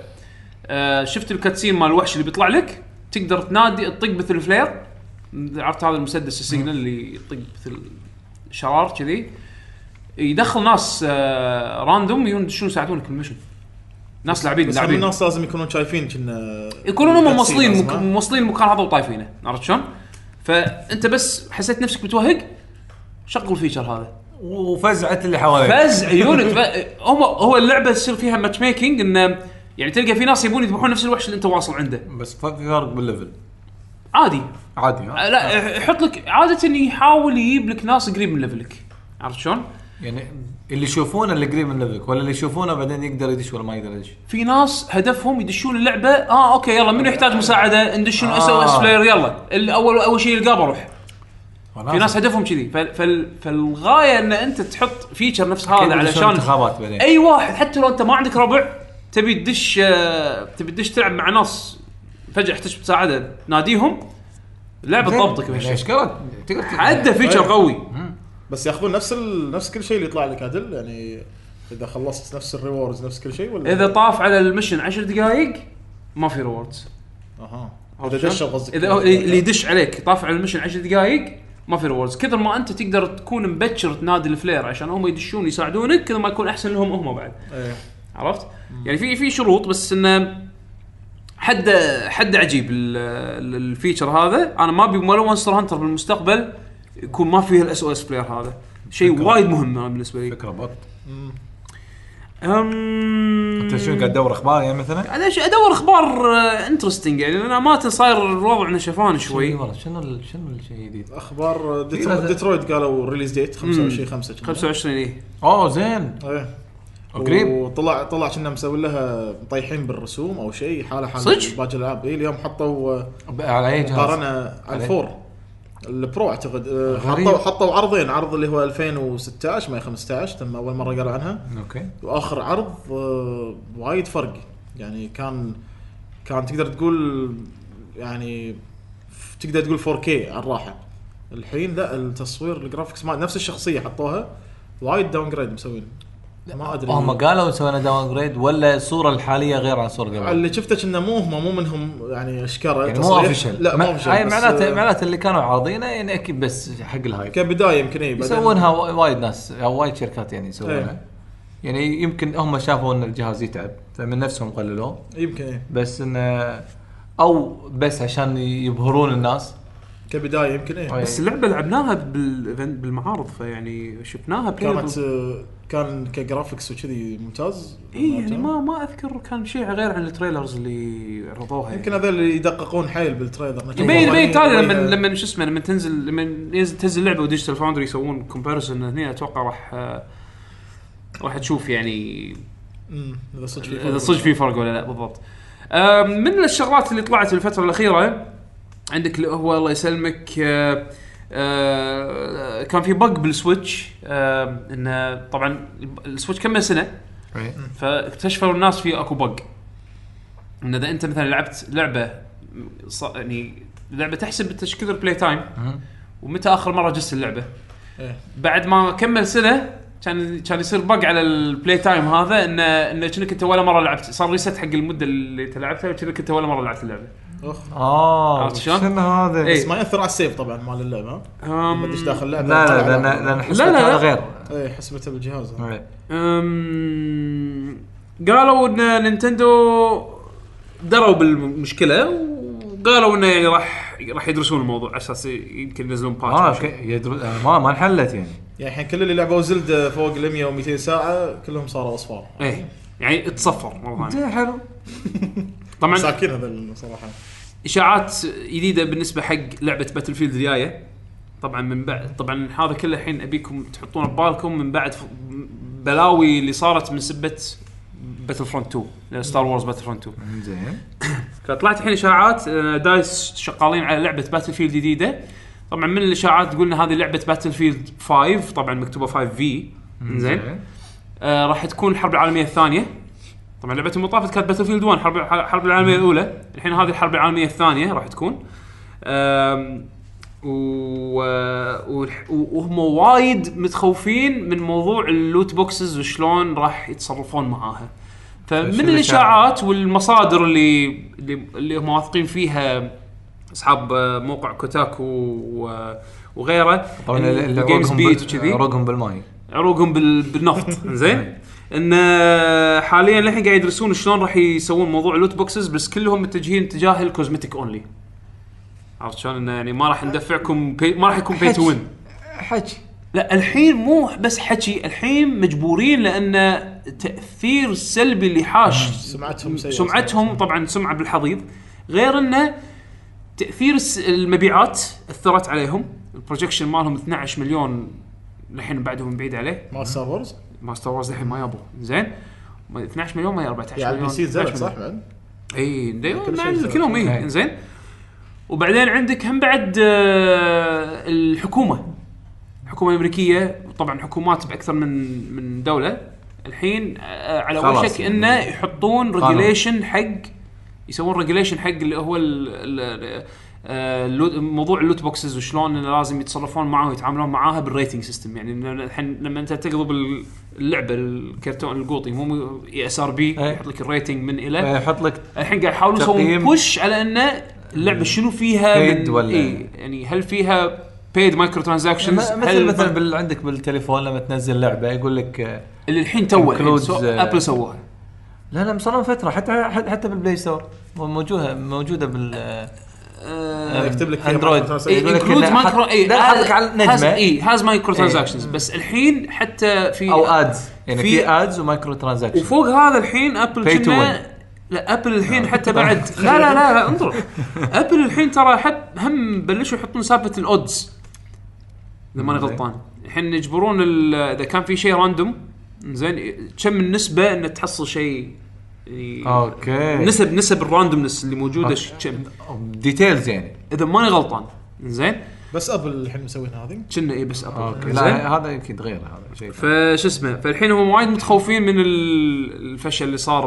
آه شفت الكاتسين مال الوحش اللي بيطلع لك تقدر تنادي تطق مثل فلير عرفت هذا المسدس السيجنال اللي يطق مثل شرار كذي يدخل ناس آه راندوم يدشون يساعدونك بالمشن ناس لاعبين
بس هم
لاعبين
الناس لازم يكونون شايفين كنا
يكونون هم موصلين مك...
لازم، ها؟
موصلين المكان هذا وطايفينه عرفت شلون؟ فانت بس حسيت نفسك متوهق شغل الفيشر هذا
وفزعت اللي حواليك
فز عيونك ف... هم هو اللعبه تصير فيها ماتش ميكنج انه يعني تلقى في ناس يبون يذبحون نفس الوحش اللي انت واصل عنده
بس ف- في فرق بالليفل
عادي أه،
عادي ها؟
لا يحط لك عاده يحاول يجيب لك ناس قريب من ليفلك عرفت شلون؟
يعني اللي يشوفونه اللي قريب من ليفلك ولا اللي يشوفونه بعدين يقدر يدش ولا ما يقدر يدش
في ناس هدفهم يدشون اللعبه اه اوكي يلا منو يحتاج مساعده ندشون اس او اس
آه.
فلير يلا اللي اول اول شيء يلقاه بروح في ناس هدفهم كذي فال فال فالغايه ان انت تحط فيتشر نفس هذا
يدشون
علشان
انتخابات بعدين
اي واحد حتى لو انت ما عندك ربع تبي تدش آه، تبي تدش تلعب مع ناس فجاه احتاج مساعده ناديهم لعبه ضبطك
يعني
بهالشيء
اشكرك تقدر
عده فيتشر قوي
بس ياخذون نفس ال... نفس كل شيء اللي يطلع لك عدل يعني اذا خلصت نفس الريوردز نفس كل شيء ولا
اذا طاف على المشن 10 دقائق ما في ريوردز
اها اذا دشوا قصدك
اذا هو- اللي يدش عليك طاف على المشن 10 دقائق ما في ريوردز كثر ما انت تقدر تكون مبكر تنادي الفلير عشان هم يدشون يساعدونك كثر ما يكون احسن لهم هم بعد
إيه.
عرفت؟ يعني في في شروط بس انه حد حد عجيب ال- ال- الفيتشر هذا انا ما ابي ولا مونستر هانتر بالمستقبل يكون ما فيه الاس او اس بلاير هذا شيء وايد مهم أنا بالنسبه لي
فكره بط
أم...
انت شنو قاعد تدور اخبار يعني مثلا؟
انا ش- ادور اخبار انترستنج يعني لان امانه صاير الوضع نشفان
اي
شوي
والله شنو ال- شنو الشيء الجديد؟
اخبار ديترو...
إيه.
ديترويد قالوا ريليز ديت 25 5
25 ايه
اوه زين
ايه
قريب
وطلع طلع كنا مسوي لها مطيحين بالرسوم او شيء حاله حال
صدق؟
باقي الالعاب اي اليوم حطوا آه،
ب- على اي جهاز؟
مقارنه على
عليه.
الفور البرو اعتقد آه،
غريب.
حطوا حطوا عرضين عرض اللي هو 2016 ما هي 15 تم اول مره قالوا عنها
اوكي
واخر عرض آه، وايد فرق يعني كان كان تقدر تقول يعني ف- تقدر تقول 4K على الراحه الحين لا التصوير الجرافكس ما نفس الشخصيه حطوها وايد داون جريد مسوين ما ادري
هم قالوا سوينا داون جريد ولا الصوره الحاليه غير عن الصوره قبل؟
اللي شفته كنا مو هم مو منهم يعني اشكره
يعني مو
تصريح.
اوفشل
لا مو اوفشل
هاي
بس،
معناته
آه،
معناته اللي كانوا عارضينه يعني اكيد بس حق الهايب
كبدايه يمكن اي بعدين-
يسوونها وا- وايد ناس او وايد شركات يعني يسوونها
إيه.
يعني يمكن هم شافوا ان الجهاز يتعب فمن نفسهم قللوه
يمكن إيه. اي
بس انه او بس عشان يبهرون الناس
كبدايه يمكن إيه. اي
طيب.
بس اللعبه لعبناها بال- بالمعارض فيعني شفناها
كانت
playable.
آه، كان كجرافكس وكذي ممتاز
اي يعني ما ما اذكر كان شيء غير عن التريلرز اللي عرضوها يعني.
يمكن هذول اللي يدققون حيل بالتريلر
يبين
إيه،
يبين تالي لما لما شو اسمه لما تنزل لما ينزل تنزل لعبه وديجيتال فاوندري يسوون كومباريسون هنا اتوقع راح آه، راح تشوف يعني
مم، اذا صدق في
اذا صدق في فرق ولا لا بالضبط. آم، من الشغلات اللي طلعت الفتره الاخيره عندك اللي هو الله يسلمك آه، آه، كان في بق بالسويتش آم، انه طبعا السويتش كمل سنه
إيه.
فاكتشفوا الناس في اكو بق ان اذا انت مثلا لعبت لعبه ص... يعني لعبه تحسب انت ايش كثر بلاي تايم ومتى اخر مره جست اللعبه
إيه.
بعد ما كمل سنه كان كان يصير بق على البلاي تايم هذا انه انه كأنك انت ولا مره لعبت صار ريست حق المده اللي انت لعبتها وكأنك انت ولا مره لعبت اللعبه
اه
عرفت شلون؟
شنو هذا
إيه.
بس ما ياثر على السيف طبعا مال اللعبه ها؟
أم...
بدش داخل اللعبه
لا
طلع
لا
على-
لان لان حسبة
لا، لا.
هذا غير
اي حسبته بالجهاز ها.
إيه.
أم... قالوا ان نينتندو دروا بالمشكله وقالوا انه يعني راح راح يدرسون الموضوع على اساس يمكن ينزلون
اه
باتش
اوكي يدرو- آه، ما ما انحلت يعني
يعني الحين كل اللي لعبوا زلدة فوق ال 100 و 200 ساعه كلهم صاروا اصفار
ايه يعني تصفر مره ثانيه
زين حلو
طبعا
مساكين هذول صراحه
اشاعات جديده بالنسبه حق لعبه باتل فيلد الجايه طبعا من بعد طبعا هذا كله الحين ابيكم تحطونه ببالكم من بعد ف- بلاوي اللي صارت من سبه باتل فرونت 2 ستار وورز باتل فرونت 2
زين
فطلعت الحين اشاعات آه، دايس شغالين على لعبه باتل فيلد جديده طبعا من الاشاعات قلنا هذه لعبه باتل فيلد 5 طبعا مكتوبه 5 في زين آه راح تكون الحرب العالميه الثانيه طبعا لعبتهم المطافه كانت باتل فيلد 1 الحرب الحرب العالميه الاولى الحين هذه الحرب العالميه الثانيه راح تكون آم، و... والح- و- وهم وايد متخوفين من موضوع اللوت بوكسز وشلون راح يتصرفون معاها
فشو
فمن
اللي
الاشاعات والمصادر اللي اللي, اللي هم واثقين فيها اصحاب آه، موقع كوتاكو و- وغيره
طبعا
إن
اللي
Games
روقهم
Beat
بال-
وكذي.
روقهم بالماي
عروقهم بال... بالنفط زين ان آه، حاليا للحين قاعد يدرسون شلون راح يسوون موضوع اللوت بوكسز بس كلهم متجهين تجاه الكوزمتيك اونلي عرفت شلون انه يعني ما راح ندفعكم بي... ما راح يكون بي تو وين
حكي
لا الحين مو بس حكي الحين مجبورين لان تاثير سلبي اللي حاش
سمعتهم سيئة.
سمعتهم طبعا سمعه بالحضيض غير انه تاثير الس- المبيعات اثرت عليهم البروجكشن مالهم 12 مليون الحين بعدهم بعيد عليه
ما ستار وورز
ما ستار وورز الحين ما يبوا زين ما- 12 مليون ما هي 14
يعني
مليون
البي سي زلت
12
صح
مليون.
بعد؟
اي دي-
كل شيء
مع
زلت.
كلهم اي
إيه.
انزين وبعدين عندك هم بعد آه، الحكومه الحكومه الامريكيه طبعا حكومات باكثر من من دوله الحين آه، على
خلاص
وشك
يعني.
انه يحطون
قانون.
ريجوليشن حق يسوون ريجوليشن حق اللي هو ال- ال- آه، اللوت- موضوع اللوت بوكسز وشلون انه لازم يتصرفون معاه ويتعاملون معاها بالريتنج سيستم يعني إنه الحين لما انت تقلب اللعبه الكرتون القوطي مو اس ار بي
أي.
يحط لك الريتنج من الى
يحط لك
الحين قاعد يحاولون يسوون
تقييم.
بوش على انه اللعبه شنو فيها
Paid ولا-
إيه يعني هل فيها بيد مايكرو ترانزاكشنز
مثل مثل بال- عندك بالتليفون لما تنزل لعبه يقول لك آه،
اللي الحين يعني، تو
includes- آه،
ابل سووها
لا لا مصر فتره حتى حتى بالبلاي ستور موجوده موجوده بال آه، إيه،
يكتب لك فيها
اندرويد
Microsoft.
آه،
إيه،
يقول لك
انكلود
إن
مايكرو
حط-
اي
لا، حطك على إيه. نجمه
اي هاز مايكرو ترانزاكشنز إيه، بس الحين حتى في
او ادز يعني
في-
في ادز ومايكرو ترانزاكشن
وفوق هذا الحين ابل
Pay to
كنا-
win. آه،
لا ابل الحين حتى بعد لا لا لا, لا انظر ابل الحين ترى حب هم بلشوا يحطون سالفه الاودز اذا ماني غلطان الحين يجبرون ال- اذا كان في شيء راندوم زين كم النسبه ان تحصل شيء يعني
اوكي
نسب نسب الراندومنس اللي موجوده ش- كم
ديتيلز يعني
اذا ماني غلطان زين
بس ابل الحين مسوين هذه
كنا اي بس ابل زين
لا هذا يمكن غير هذا شيء ثاني.
فشو اسمه فالحين هم وايد متخوفين من ال- الفشل اللي صار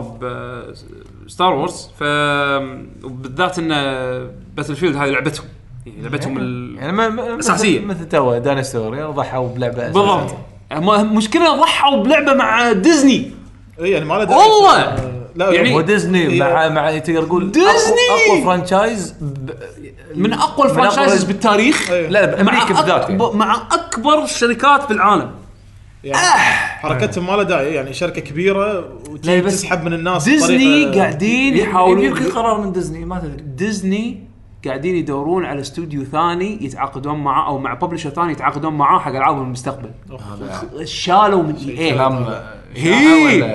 بستار وورز ف وبالذات ان باتل فيلد هذه لعبتهم يعني لعبتهم ال...
يعني ما- ما- مثل-
أساسية.
مثل تو دايناصور يعني ضحوا بلعبه أساسية.
بالضبط هم- مشكله ضحوا بلعبه مع ديزني
اي يعني ما له داعي.
والله!
آه، لا
يعني-
مو
يعني
ديزني
إيه.
مع مع تقدر تقول
ديزني!
أقوى- اقوى فرانشايز
من اقوى
من أقوى-
الفرانشايزز بالتاريخ
إيه.
لا بامريكا
مع
بالذات يعني.
أكبر, مع اكبر الشركات بالعالم
يعني حركتهم ما لها داعي يعني شركه كبيره
لا، بس
وتسحب من الناس
ديزني
بطريقة-
قاعدين
يمكن
يحاولون
قرار من ديزني ما تدري
ديزني قاعدين يدورون على استوديو ثاني يتعاقدون معاه او مع ببلشر ثاني يتعاقدون معاه حق العابهم المستقبل شالوا من اي اي
كلام
إيه.
آه،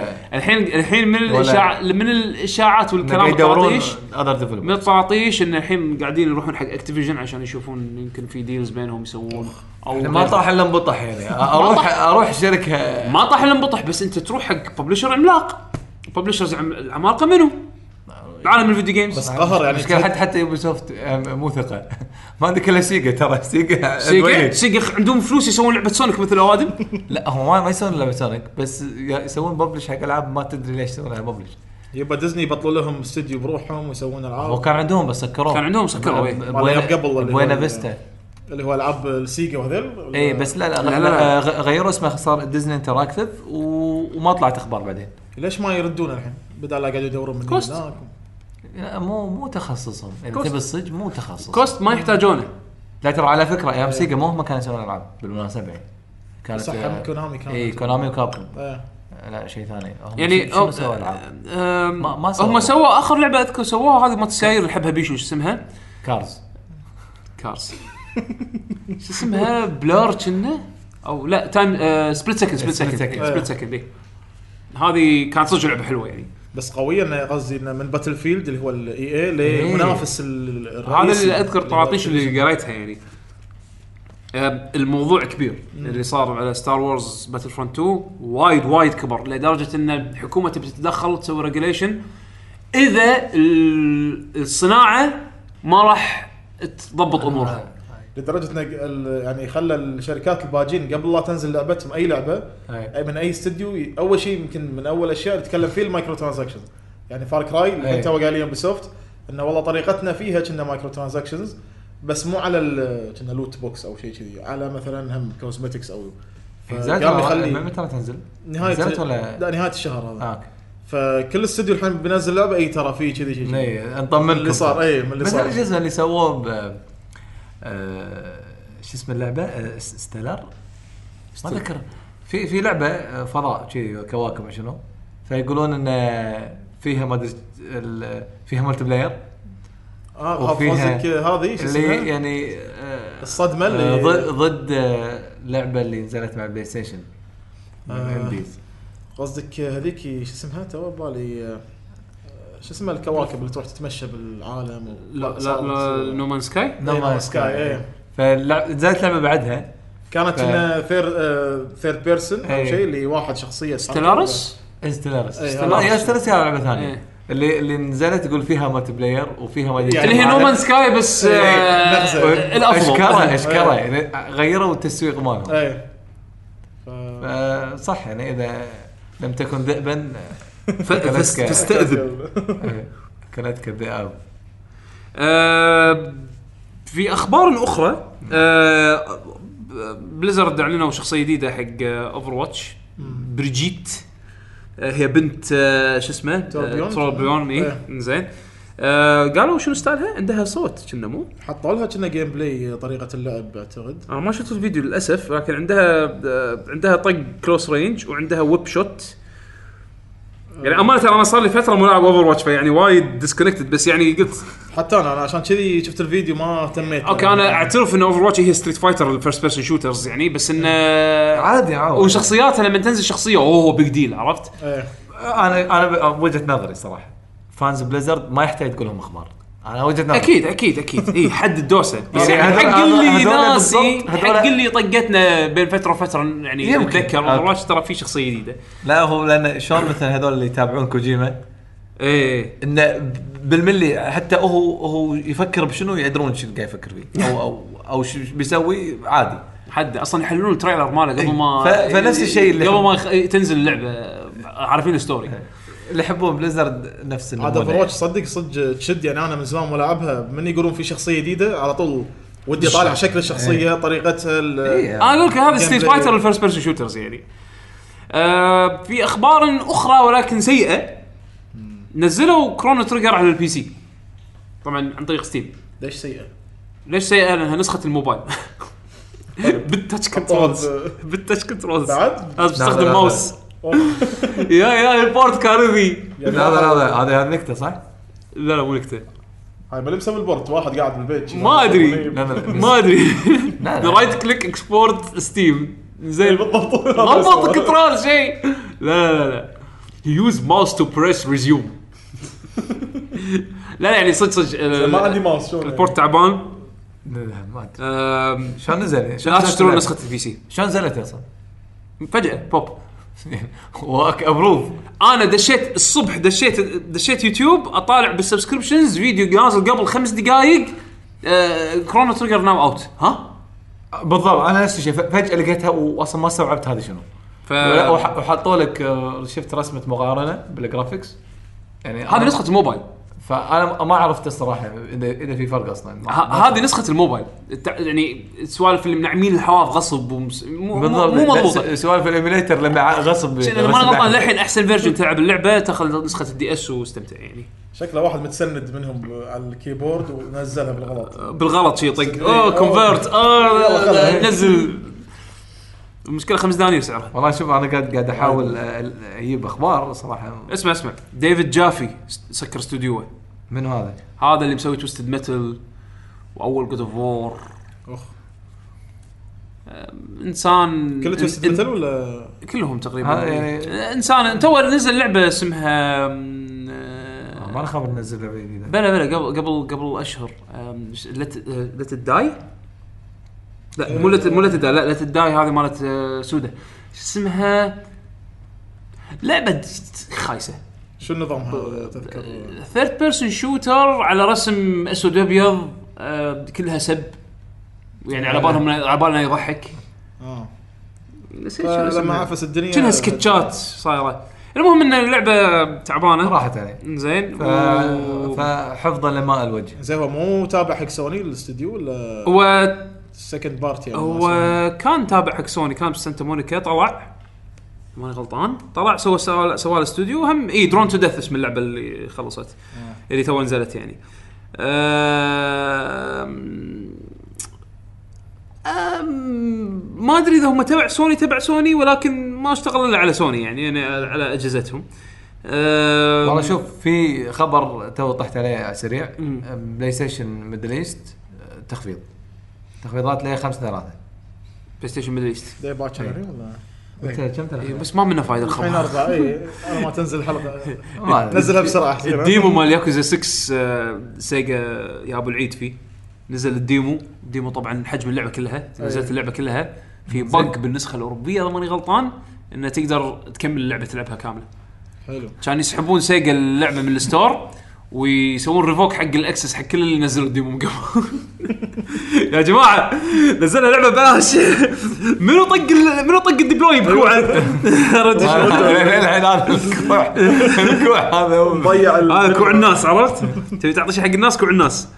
هي الحين الحين من الاشاع من الاشاعات والكلام
يدورون
الطاطيش
اذر
من
ديفلوبمنت
الطاطيش ان الحين قاعدين يروحون حق اكتيفيجن عشان يشوفون يمكن في ديلز بينهم يسوون او
ما طاح الا انبطح يعني اروح اروح شركه
ما طاح الا انبطح بس انت تروح حق ببلشر عملاق ببلشرز عم... العمالقه منو؟ عالم الفيديو جيمز
بس قهر يعني
مشكلة حتى حتى يوبي سوفت مو ثقه ما عندك الا سيجا ترى سيجا
سيجا
أدوية.
سيجا خ- عندهم فلوس يسوون لعبه سونيك مثل اوادم
لا هم ما ما يسوون الا سونيك بس ي- يسوون ببلش حق العاب ما تدري ليش يسوون لها ببلش
يبقى ديزني يبطلوا لهم استوديو بروحهم ويسوون
هو
العاب
كان عندهم بس سكروه
كان عندهم سكروه، إيه.
ب-
مال أيام
بوينا-
قبل اللي هو-
بوينا فيستا
اللي هو العاب السيجا وهذيل
اي إيه، بس لا لا, لا,
لا.
لا, لا غيروا اسمه صار ديزني انتراكتيف و... وما طلعت اخبار بعدين
ليش ما يردون الحين؟ بدل لا قاعد يدورون من
كوست.
هناك
لا مو مو تخصصهم اذا
كوست.
تبي الصج مو تخصص
كوست ما يحتاجونه
لا ترى على فكره ايام سيجا مو هم كانوا يسوون العاب بالمناسبه يعني كانت
إيه. صح، هم كونامي كانت.
اي كونامي وكابكم
إيه.
لا شيء ثاني هم
يعني
شنو
أو-
سووا العاب
أم،
ما- ما سووا.
هم سووا اخر لعبه اذكر سووها هذه مالت السيايير اللي حبها بيشو شو اسمها؟
كارز
كارز شو اسمها بلور كنا او لا آه، تايم سبليت سكند سبليت
Split
سكند
second.
سبليت سكند إيه. هذه كانت صدق لعبه حلوه يعني
بس قويه انه قصدي انه من باتل فيلد اللي هو الاي اي
إيه.
لمنافس ال-
هذا
الرئيسي
اللي اذكر طراطيش اللي قريتها يعني أم، الموضوع كبير اللي صار على ستار وورز باتل فرونت 2 وايد وايد كبر لدرجه ان الحكومه تبي تتدخل وتسوي ريجوليشن اذا ال- الصناعه ما راح تضبط امورها
آه. لدرجه انه ال- يعني خلى الشركات الباجين قبل لا تنزل لعبتهم اي لعبه
أي.
أي من اي استديو ي- اول شيء يمكن من اول اشياء اللي تكلم فيه المايكرو ترانزاكشنز يعني فار كراي اللي
أي.
تو قال يوبي سوفت انه والله طريقتنا فيها كنا مايكرو ترانزاكشنز بس مو على ال- كنا لوت بوكس او شيء كذي على مثلا هم كوزمتكس او
نزلت
فقام
ولا-
يخلي-
م- متى راح تنزل؟
نهايه
نزلت ولا
لا نهايه الشهر هذا
آه، اوكي
فكل استوديو الحين بينزل لعبه اي ترى في كذي شيء
اي نطمنكم
اللي صار، إي، من اللي
بس
صار.
الجزء اللي سووه ب آه، شو اسم اللعبه آه، س- ستيلر ما اذكر في في لعبه آه، فضاء شي كواكب شنو فيقولون ان آه، فيها ما ادري ال- فيها ملتي بلاير
اه
وفيها-
قصدك هذه شو
اللي
اسمها؟
يعني آه،
الصدمه
آه،
اللي
ضد- ضد آه، اللعبه اللي نزلت مع البلاي ستيشن
آه.
MDs.
قصدك هذيك شو اسمها تو ببالي آه، شو اسمها الكواكب اللي تروح تتمشى بالعالم و...
لا لا لا
صارت-
نو مان سكاي
No يعني. Man's
Sky،
Sky.
إيه.
فاللع- نزلت لعبه بعدها
كانت آه،
ف-
كنا ثير ثيرد بيرسون او
إيه.
شيء اللي واحد شخصيه
ستيلارس
ستيلارس
أي،
لا يا ستيلارس يا لعبه
أي.
ثانيه اللي اللي نزلت تقول فيها مالتي بلاير وفيها ما ادري
يعني
اللي هي نو مان سكاي بس
إيه،
آه،
نغزة.
الافضل
اشكره اشكره يعني غيروا التسويق مالهم
اي إيه. ف...
ف- صح يعني اذا لم تكن ذئبا
فس-
كلاسكا.
فاستاذن
كانت كالذئاب
آه، في اخبار اخرى آه بليزرد اعلنوا شخصيه جديده حق اوفر واتش بريجيت آه هي بنت آه شو اسمه
توربيون.
توربيون اي
إيه.
زين آه قالوا شنو ستايلها عندها صوت كنا مو
حطوا لها كنا جيم بلاي طريقه اللعب اعتقد
انا ما شفت الفيديو للاسف لكن عندها آه، عندها طق كلوس رينج وعندها ويب شوت يعني امانه انا صار لي فتره مو لاعب اوفر واتش فيعني وايد ديسكونكتد بس يعني قلت
حتى انا انا عشان كذي شفت الفيديو ما اهتميت
اوكي انا اعترف ان اوفر واتش هي ستريت فايتر الفيرست بيرسون شوترز يعني بس انه
عادي عادي
وشخصياتها لما تنزل شخصيه اوه بيج ديل عرفت؟
إيه.
انا انا وجهه نظري صراحه فانز بليزرد ما يحتاج تقول لهم اخبار انا وجهه نظري
اكيد اكيد اكيد اي حد الدوسه بس
آه. يعني
يعني
هذول-
حق اللي
هذول- هذول
ناسي
بالضبط- هذول-
حق اللي طقتنا بين فتره وفتره يعني
يمكن. آه.
اتذكر اوفر واتش ترى في شخصيه جديده
لا هو لان شلون مثلا هذول اللي يتابعون كوجيما
ايه
انه بالملي حتى هو هو يفكر بشنو يدرون شنو قاعد يفكر فيه او او او شو بيسوي عادي
حد اصلا يحللون التريلر ماله قبل ما
ف- فنفس الشيء اللي-
قبل ما خ- تنزل اللعبه عارفين الستوري
اللي يحبون بليزرد نفس
عاد
النموذج.
اوفر واتش صدق صدق تشد يعني انا من زمان ما العبها من يقولون في شخصيه جديده على طول ودي اطالع شكل الشخصيه طريقتها ال-
إيه.
انا اقول لك هذا ستريت
جيم بلاي.
فايتر الفيرست بيرسون شوترز يعني. آه في اخبار اخرى ولكن سيئه نزلوا كرونو تريجر على البي سي. طبعا عن طريق ستيم.
ليش سيئه؟
ليش سيئه؟ لانها نسخه الموبايل. بالتاتش كنترولز
طب،
بالتاتش كنترولز
طيب، بعد؟
لازم تستخدم
لا، لا.
ماوس
أوه.
يا يا البورت كارثي
لا لا لا لا، هذا هذا نكته صح؟
لا لا مو نكته
هاي بل مسوي البورت واحد قاعد بالبيت يعني شي.
ما أدري.
لا لا لا.
ما ادري
لا.
رايت كليك اكسبورت ستيم زين
بالضبط
غلط كنترول شيء لا لا لا لا use mouse to press resume لا لا يعني صدق صدق ال-
ما عندي ماوس شلون
البورت تعبان
لا، لا، ما أدري.
أم،
شلون نزل؟ شلون
لا
نزلت
تشترون
اللعبة؟
نسخه البي سي
شلون نزلت اصلا؟
فجاه بوب
واك ابروف
انا دشيت الصبح دشيت دشيت يوتيوب اطالع بالسبسكريبشنز فيديو نازل قبل خمس آه، دقائق كرونو تريجر ناو اوت ها
بالضبط انا نفس الشيء ف- فجاه لقيتها واصلا ما استوعبت هذه شنو
ف
لا، وح- وحطوا لك آه، شفت رسمه مقارنه بالجرافكس يعني
هذه
أنا-
نسخه الموبايل
فانا ما عرفت الصراحه اذا اذا في فرق اصلا ما-
ه- هذه نسخه الموبايل التع- يعني السوالف اللي منعمين الحواف غصب ومس... مو مو
بالضبط
مو مضبوطه
لا، س- سوالف الايميليتر لما ع- غصب
شيء اذا ما أنا غلطان للحين احسن فيرجن تلعب اللعبه تاخذ نسخه الدي اس واستمتع يعني
شكله واحد متسند منهم على الكيبورد ونزلها
آه.
بالغلط
بالغلط شي طق اوه
إيه، أوه.
كونفرت
يلا
اه
خلها.
نزل المشكله خمس دنانير سعرها
والله شوف انا قاعد قاعد احاول
آه.
أ- اجيب اخبار صراحه
اسمع اسمع ديفيد جافي س- سكر استوديوه
من هذا؟
هذا اللي مسوي توستد ميتل واول جود اوف وور انسان
كله
إن-
توست
إن-
متل ولا
كلهم تقريبا
هذا يعني-
آه، انسان تو نزل لعبه اسمها أم، آه،
ما انا خبر نزل لعبه جديده
بلا بلا قبل قبل قبل اشهر لت الداي لا مو لت مو لت الداي لا لت الداي هذه مالت آه، سوده شو اسمها لعبه د- خايسه
شو النظام
آه.
هذا تذكر
ثيرد بيرسون شوتر على رسم اسود ابيض آه، كلها سب يعني على بالهم على بالنا يضحك
اه
نسيت آه. شنو
فلما
اسمها
عفس الدنيا
شنها سكتشات صايره المهم ان اللعبه تعبانه
راحت علي
زين
ف... فحفظا لماء الوجه
زين هو مو تابع حق سوني الاستديو ولا
هو
سكند بارتي يعني
هو كان تابع حق سوني كان بسانتا مونيكا طلع ماني غلطان طلع سوى سوى سوى الاستوديو هم اي درون تو ديث اسم اللعبه اللي خلصت
آه.
اللي تو نزلت يعني أم... أم... ما ادري اذا هم تبع سوني تبع سوني ولكن ما اشتغل الا على سوني يعني, يعني على اجهزتهم أم...
والله شوف في خبر تو طحت عليه على السريع آه، بلاي ستيشن ميدل ايست آه، تخفيض تخفيضات ل 5 3
بلاي ستيشن ميدل ايست
دي باكر يعني ولا
انت كم تلعب؟
إيه، بس ما منه فايده
الحين
الخبر
اربع اي أول ما تنزل الحلقه
ما أدري.
نزلها بسرعه أحسن.
الديمو مال ياكوزا 6 آه، سيجا يا ابو العيد فيه نزل الديمو الديمو طبعا حجم اللعبه كلها نزلت اللعبه كلها في بق بالنسخه الاوروبيه اذا ماني غلطان انه تقدر تكمل اللعبه تلعبها كامله
حلو
كان يسحبون سيجا اللعبه من الستور ويسوون ريفوك حق الاكسس حق كل اللي نزلوا الديمو من قبل يا جماعه نزلنا لعبه ببلاش منو طق ال- منو طق الديبلوي بكوعه عرفت شلون؟
الحين هذا الكوع الكوع هذا هو
ضيع ال-
آه، هذا كوع الناس عرفت؟ تبي تعطي شيء حق الناس كوع الناس.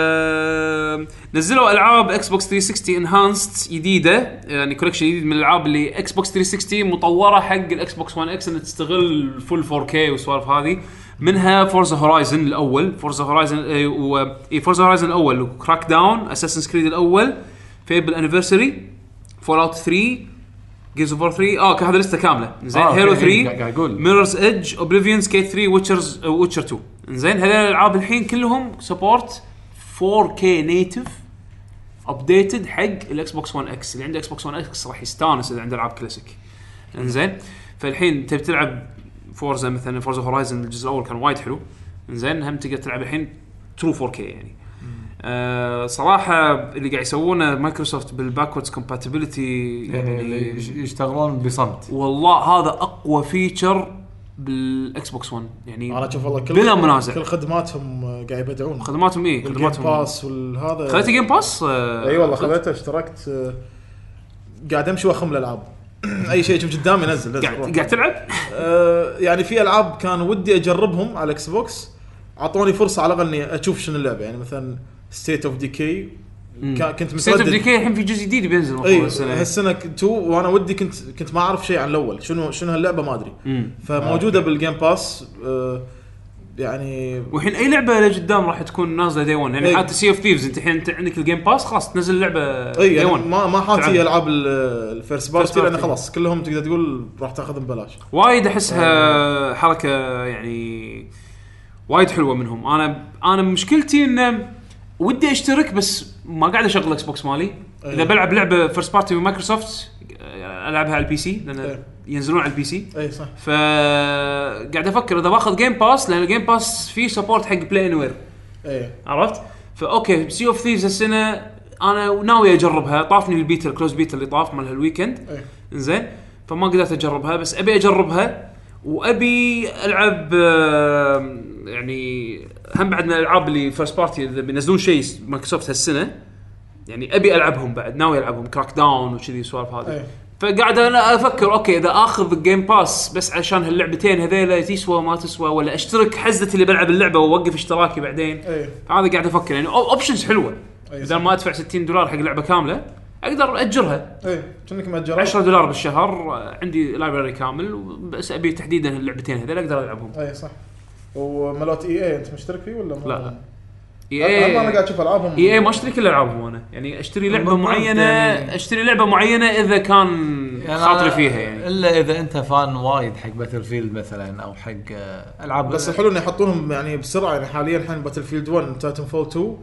آه، نزلوا العاب اكس بوكس 360 انهانست جديده يعني كولكشن جديد من الالعاب اللي اكس بوكس 360 مطوره حق الاكس بوكس 1 اكس انها تستغل فول 4 كي والسوالف هذه منها فورزا هورايزن الاول فورزا هورايزن اي فورزا هورايزن الاول وكراك داون اساسن كريد الاول فيبل انيفرساري فول اوت 3 جيمز اوف 3 اه كان هذا لسته كامله زين
آه،
هيلو
أوكي، إيه، قاعد-
3
قاعد أقول.
ميرورز ايدج اوبليفيون سكيت 3 ويتشرز ويتشر 2 زين uh, هذول الالعاب الحين كلهم سبورت 4K نيتف ابديتد حق الاكس بوكس 1 اكس اللي عنده اكس بوكس 1 اكس راح يستانس اذا عنده العاب كلاسيك انزين فالحين تبي تلعب فورزا مثلا فورزا هورايزن الجزء الاول كان وايد حلو انزين هم تقدر تلعب الحين ترو 4K يعني آه صراحه اللي قاعد يسوونه مايكروسوفت بالباكوردز كومباتيبلتي
يعني اللي يش- يشتغلون بصمت
والله هذا اقوى فيتشر بالاكس بوكس 1 يعني
انا اشوف والله كل
بلا منازع.
كل خدماتهم آه، قاعد يبدعون
خدماتهم ايه
خدماتهم
خدماتهم
باس والهذا
خذيت جيم باس آه،
اي والله خذيته اشتركت آه، قاعد امشي واخم الالعاب اي شيء يشوف قدامي انزل لازم أروح.
قاعد قاعد تلعب
آه، يعني في العاب كان ودي اجربهم على الاكس بوكس اعطوني فرصه على الاقل اني اشوف شنو اللعبه يعني مثلا ستيت اوف ديكي كنت
ستيت اوف
متردد
ديكي الحين في جزء جديد بينزل
اي
المفروض السنه
هالسنه 2 وانا ودي كنت كنت ما اعرف شيء عن الاول شنو شنو هاللعبه ما ادري فموجوده بالجيم باس آه، يعني
والحين اي لعبه لقدام راح تكون نازله دي 1 يعني
إيه.
حتى سي اوف ثيفز انت الحين انت عندك الجيم باس خلاص تنزل لعبه
اي
دي
يعني
1
ما ما حاتي
تلعب.
العاب الفيرست بارتي لان
party.
يعني خلاص كلهم تقدر تقول راح تاخذهم ببلاش
وايد احسها حركه يعني وايد حلوه منهم انا انا مشكلتي انه ودي اشترك بس ما قاعد اشغل الاكس بوكس مالي اذا
أي.
بلعب لعبه فيرست بارتي من مايكروسوفت العبها على البي سي
أي.
لان ينزلون على البي سي
اي إيه، صح
فقاعد افكر اذا باخذ جيم باس لان الجيم باس فيه سبورت حق بلاي ان وير
اي
عرفت؟ فاوكي سي اوف ثيفز السنه انا ناوي اجربها طافني البيتا الكلوز بيتا اللي طاف مال هالويكند
إيه.
زين فما قدرت اجربها بس ابي اجربها وابي العب آم، يعني هم بعد من الالعاب اللي فيرست بارتي اذا بينزلون شيء مايكروسوفت هالسنه يعني ابي العبهم بعد ناوي العبهم كراك داون وكذي السوالف هذه
إيه.
فقاعد انا افكر اوكي اذا اخذ جيم باس بس عشان هاللعبتين هذيلا تسوى ما تسوى ولا اشترك حزتي اللي بلعب اللعبه واوقف اشتراكي بعدين
اي
هذا قاعد افكر يعني اوبشنز حلوه
أي
بدل
صح.
ما ادفع 60 دولار حق لعبه كامله اقدر اجرها
اي إيه. كأنك مأجرها
10 دولار بالشهر آه، عندي لايبرري كامل بس ابي تحديدا اللعبتين هذول اقدر العبهم
اي إيه، صح وملوت اي اي انت مشترك فيه ولا ما
لا. اي
اي انا قاعد
اي
اشوف العابهم
اي إيه. ما اشتري كل العابهم انا يعني اشتري لعبه
بالضبط،
معينه
يعني.
اشتري لعبه معينه اذا كان
يعني
خاطري
أنا-
فيها يعني
الا اذا انت فان وايد حق باتل فيلد مثلا او حق آه، العاب
بس الحلو انه يحطونهم يعني بسرعه يعني حاليا الحين باتل فيلد 1 تايتن فول 2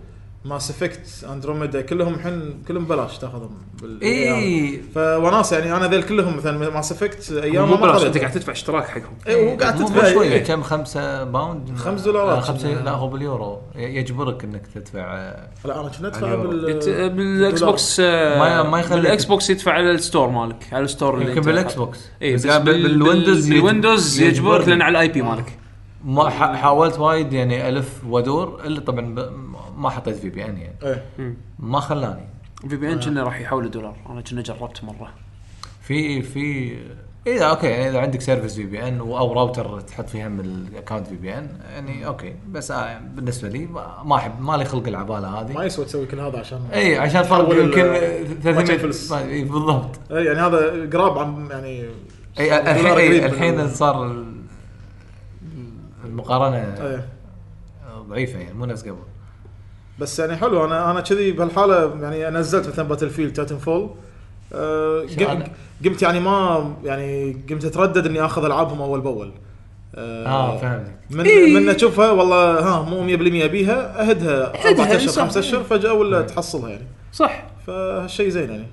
ماس افكت اندروميدا كلهم الحين كلهم ببلاش تاخذهم بال
إيه. اي
فوناس يعني انا ذيل كلهم مثلا ماس افكت ايام
مو
ما
بلاش
قريت.
انت قاعد تدفع اشتراك حقهم
اي وقاعد
مو- مو
إيه، تدفع
شوي
إي.
كم خمسة باوند
خمس دولارات.
آه، خمسة لا هو باليورو ي- يجبرك انك تدفع آه،
لا انا كنت ادفع
اليورو.
يت-
بال
بالاكس بوكس آه،
ما- ما يخليك.
بالاكس بوكس يدفع على الستور مالك على الستور اللي
يمكن
أنت-
بالاكس بوكس
اي
بس
إيه، بس
يعني
بال-
بالويندوز يج-
بالويندوز يجبرك لان على الاي بي مالك
ما ح- حاولت وايد يعني الف وادور الا طبعا ب- ما حطيت في بي ان يعني
إيه.
ما خلاني
في بي ان كنا راح يحول دولار انا كنا جربت مره
في في اذا اوكي يعني اذا عندك سيرفيس في بي ان او راوتر تحط فيه هم الاكونت في بي ان يعني اوكي بس آه، بالنسبه لي ما ما احب ما لي خلق العباله
ما
هذه
يسوى تسوي كل هذا عشان
اي عشان فرق
طيب. حول ال-
يمكن
ما
300
تشيل فلوس.
ما- إي، بالضبط
إي، يعني هذا قراب عن يعني
اي الحين
دولار قريب
أي
من-
الحين صار ال- المقارنه
إيه.
ضعيفه يعني مو نفس قبل
بس يعني حلو انا انا كذي بهالحاله يعني نزلت مثلا باتل فيلد تاتن فول أه
شلون؟
قم- قمت يعني ما يعني قمت اتردد اني اخذ العابهم اول باول
اه فهمتك
آه، من من اشوفها والله ها مو 100% ابيها اهدها اربع اشهر
صح.
خمس اشهر فجاه ولا تحصلها يعني
صح
فهالشيء زين يعني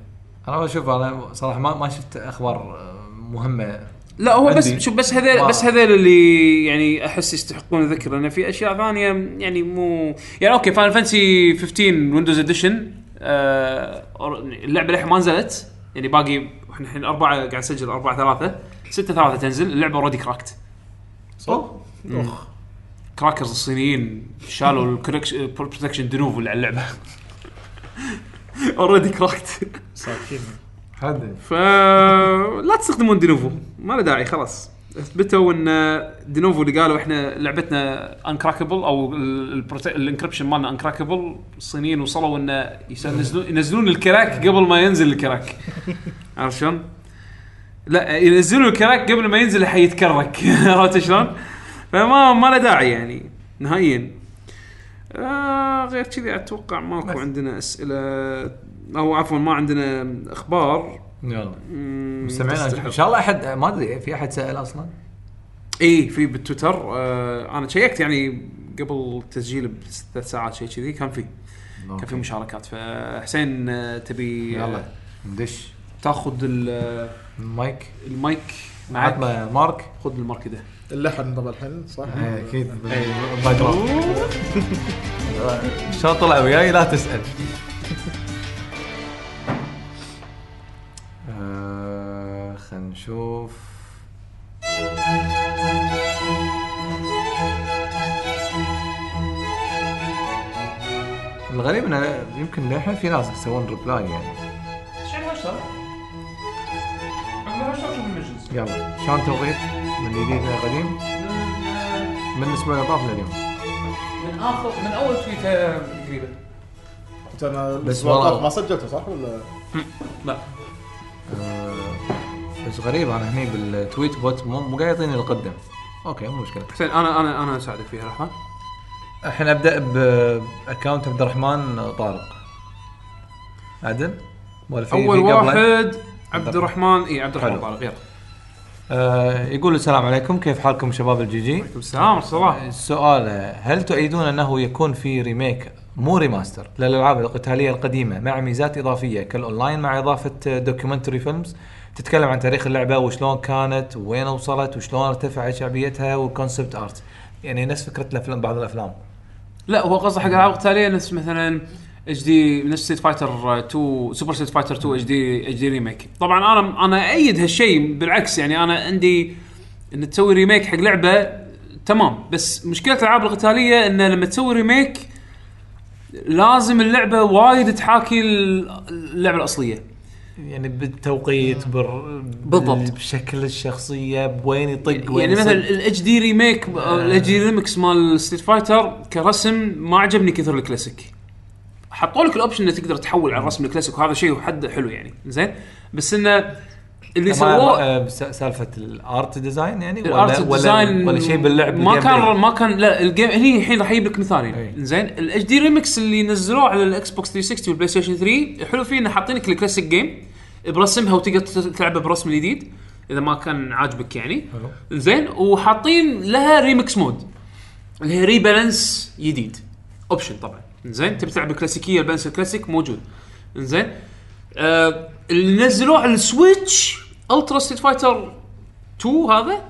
انا شوف انا صراحه ما ما شفت اخبار آه، مهمه
لا هو بس
عندي.
شوف بس هذول
ما-
بس هذول اللي يعني احس يستحقون ذكر لان في اشياء ثانيه يعني مو يعني اوكي فاينل فانسي 15 ويندوز اديشن آه أر- اللعبه للحين ما نزلت يعني باقي احنا الحين اربعه قاعد نسجل اربعه ثلاثه سته ثلاثه تنزل اللعبه اوريدي كراكت
صح؟ اخ
كراكرز الصينيين شالوا البروتكشن دنوف اللي على اللعبه اوريدي كراكت
ساكتين
حد
فلا تستخدمون دينوفو ما له داعي خلاص اثبتوا ان دينوفو اللي قالوا احنا لعبتنا انكراكبل او الانكربشن مالنا انكراكبل الصينيين وصلوا انه ينزلون ينزلون الكراك قبل ما ينزل الكراك عرفت شلون؟ لا ينزلون الكراك قبل ما ينزل حيتكرك عرفت شلون؟ فما ما له داعي يعني نهائيا آه غير كذي اتوقع ماكو عندنا اسئله او عفوا ما عندنا اخبار
يلا
مم،
مستمعين ان شاء الله احد ما ادري في احد سال اصلا
اي إيه، في بالتويتر آه انا شيكت يعني قبل التسجيل بثلاث ساعات شيء كذي كان في كان في مشاركات فحسين آه، تبي آه،
يلا ندش
تاخذ ال- آه،
المايك
المايك معك
عطنا مارك
خذ المارك ده
اللحن طبعا الحين صح؟
إيه، اكيد باك جراوند. شلون طلع وياي لا تسال آه، خلينا نشوف الغريب انه يمكن للحين في ناس يسوون ريبلاي يعني يلا شلون توقيت من جديد الى قديم من الاسبوع اللي طاف لليوم
من اخر من اول تويت تقريبا
قلت انا بس
والله-
ما سجلته صح ولا؟
آه، بس غريب انا هني بالتويت بوت مو مو قاعد يعطيني القدم اوكي مو مشكله
حسين انا انا انا اساعدك فيها لحظه
الحين ابدا باكونت عبد الرحمن طارق عدل ولا في
اول
في قبله؟
واحد عبد الرحمن اي عبد الرحمن
حلو.
طارق يلا
آه يقول السلام عليكم كيف حالكم شباب الجيجي؟
السلام ورحمه
إيه.
الله
السؤال هل تؤيدون انه يكون في ريميك مو ريماستر للالعاب القتاليه القديمه مع ميزات اضافيه كالاونلاين مع اضافه دوكيومنتري فيلمز تتكلم عن تاريخ اللعبه وشلون كانت وين وصلت وشلون ارتفعت شعبيتها والكونسبت ارت يعني نفس فكره الافلام بعض الافلام
لا هو قصده حق العاب قتاليه نفس مثلا اتش دي نفس ستيت فايتر 2 سوبر ستيت فايتر 2 اتش دي اتش دي ريميك طبعا انا انا ايد هالشيء بالعكس يعني انا عندي ان تسوي ريميك حق لعبه تمام بس مشكله الالعاب القتاليه ان لما تسوي ريميك لازم اللعبه وايد تحاكي اللعبه الاصليه
يعني بالتوقيت بر...
بالضبط.
بشكل الشخصيه بوين يطق وين
يعني مثلا
يصد.
الاتش دي ريميك الاتش دي ريمكس مال ستريت فايتر كرسم ما عجبني كثر الكلاسيك حطوا لك الاوبشن انك تقدر تحول على الرسم الكلاسيك وهذا شيء حد حلو يعني زين بس انه اللي
ما-
سووه
آه، س- سالفه الارت ديزاين يعني
الارت
ولا,
ديزاين
ولا شيء باللعب إيه.
ما
بالجيم بلاي؟
كان ما كان لا الجيم هني الحين راح اجيب لك مثالين
أي.
زين الاتش دي ريمكس اللي نزلوه على الاكس بوكس 360 والبلاي ستيشن 3 الحلو فيه انه حاطين لك الكلاسيك جيم برسمها وتقدر تلعبها برسم الجديد اذا ما كان عاجبك يعني زين وحاطين لها ريمكس مود اللي هي ريبالانس جديد اوبشن طبعا زين تبي تلعب الكلاسيكيه البالانس الكلاسيك موجود زين آه اللي نزلوه على السويتش الترا ستيت فايتر 2 هذا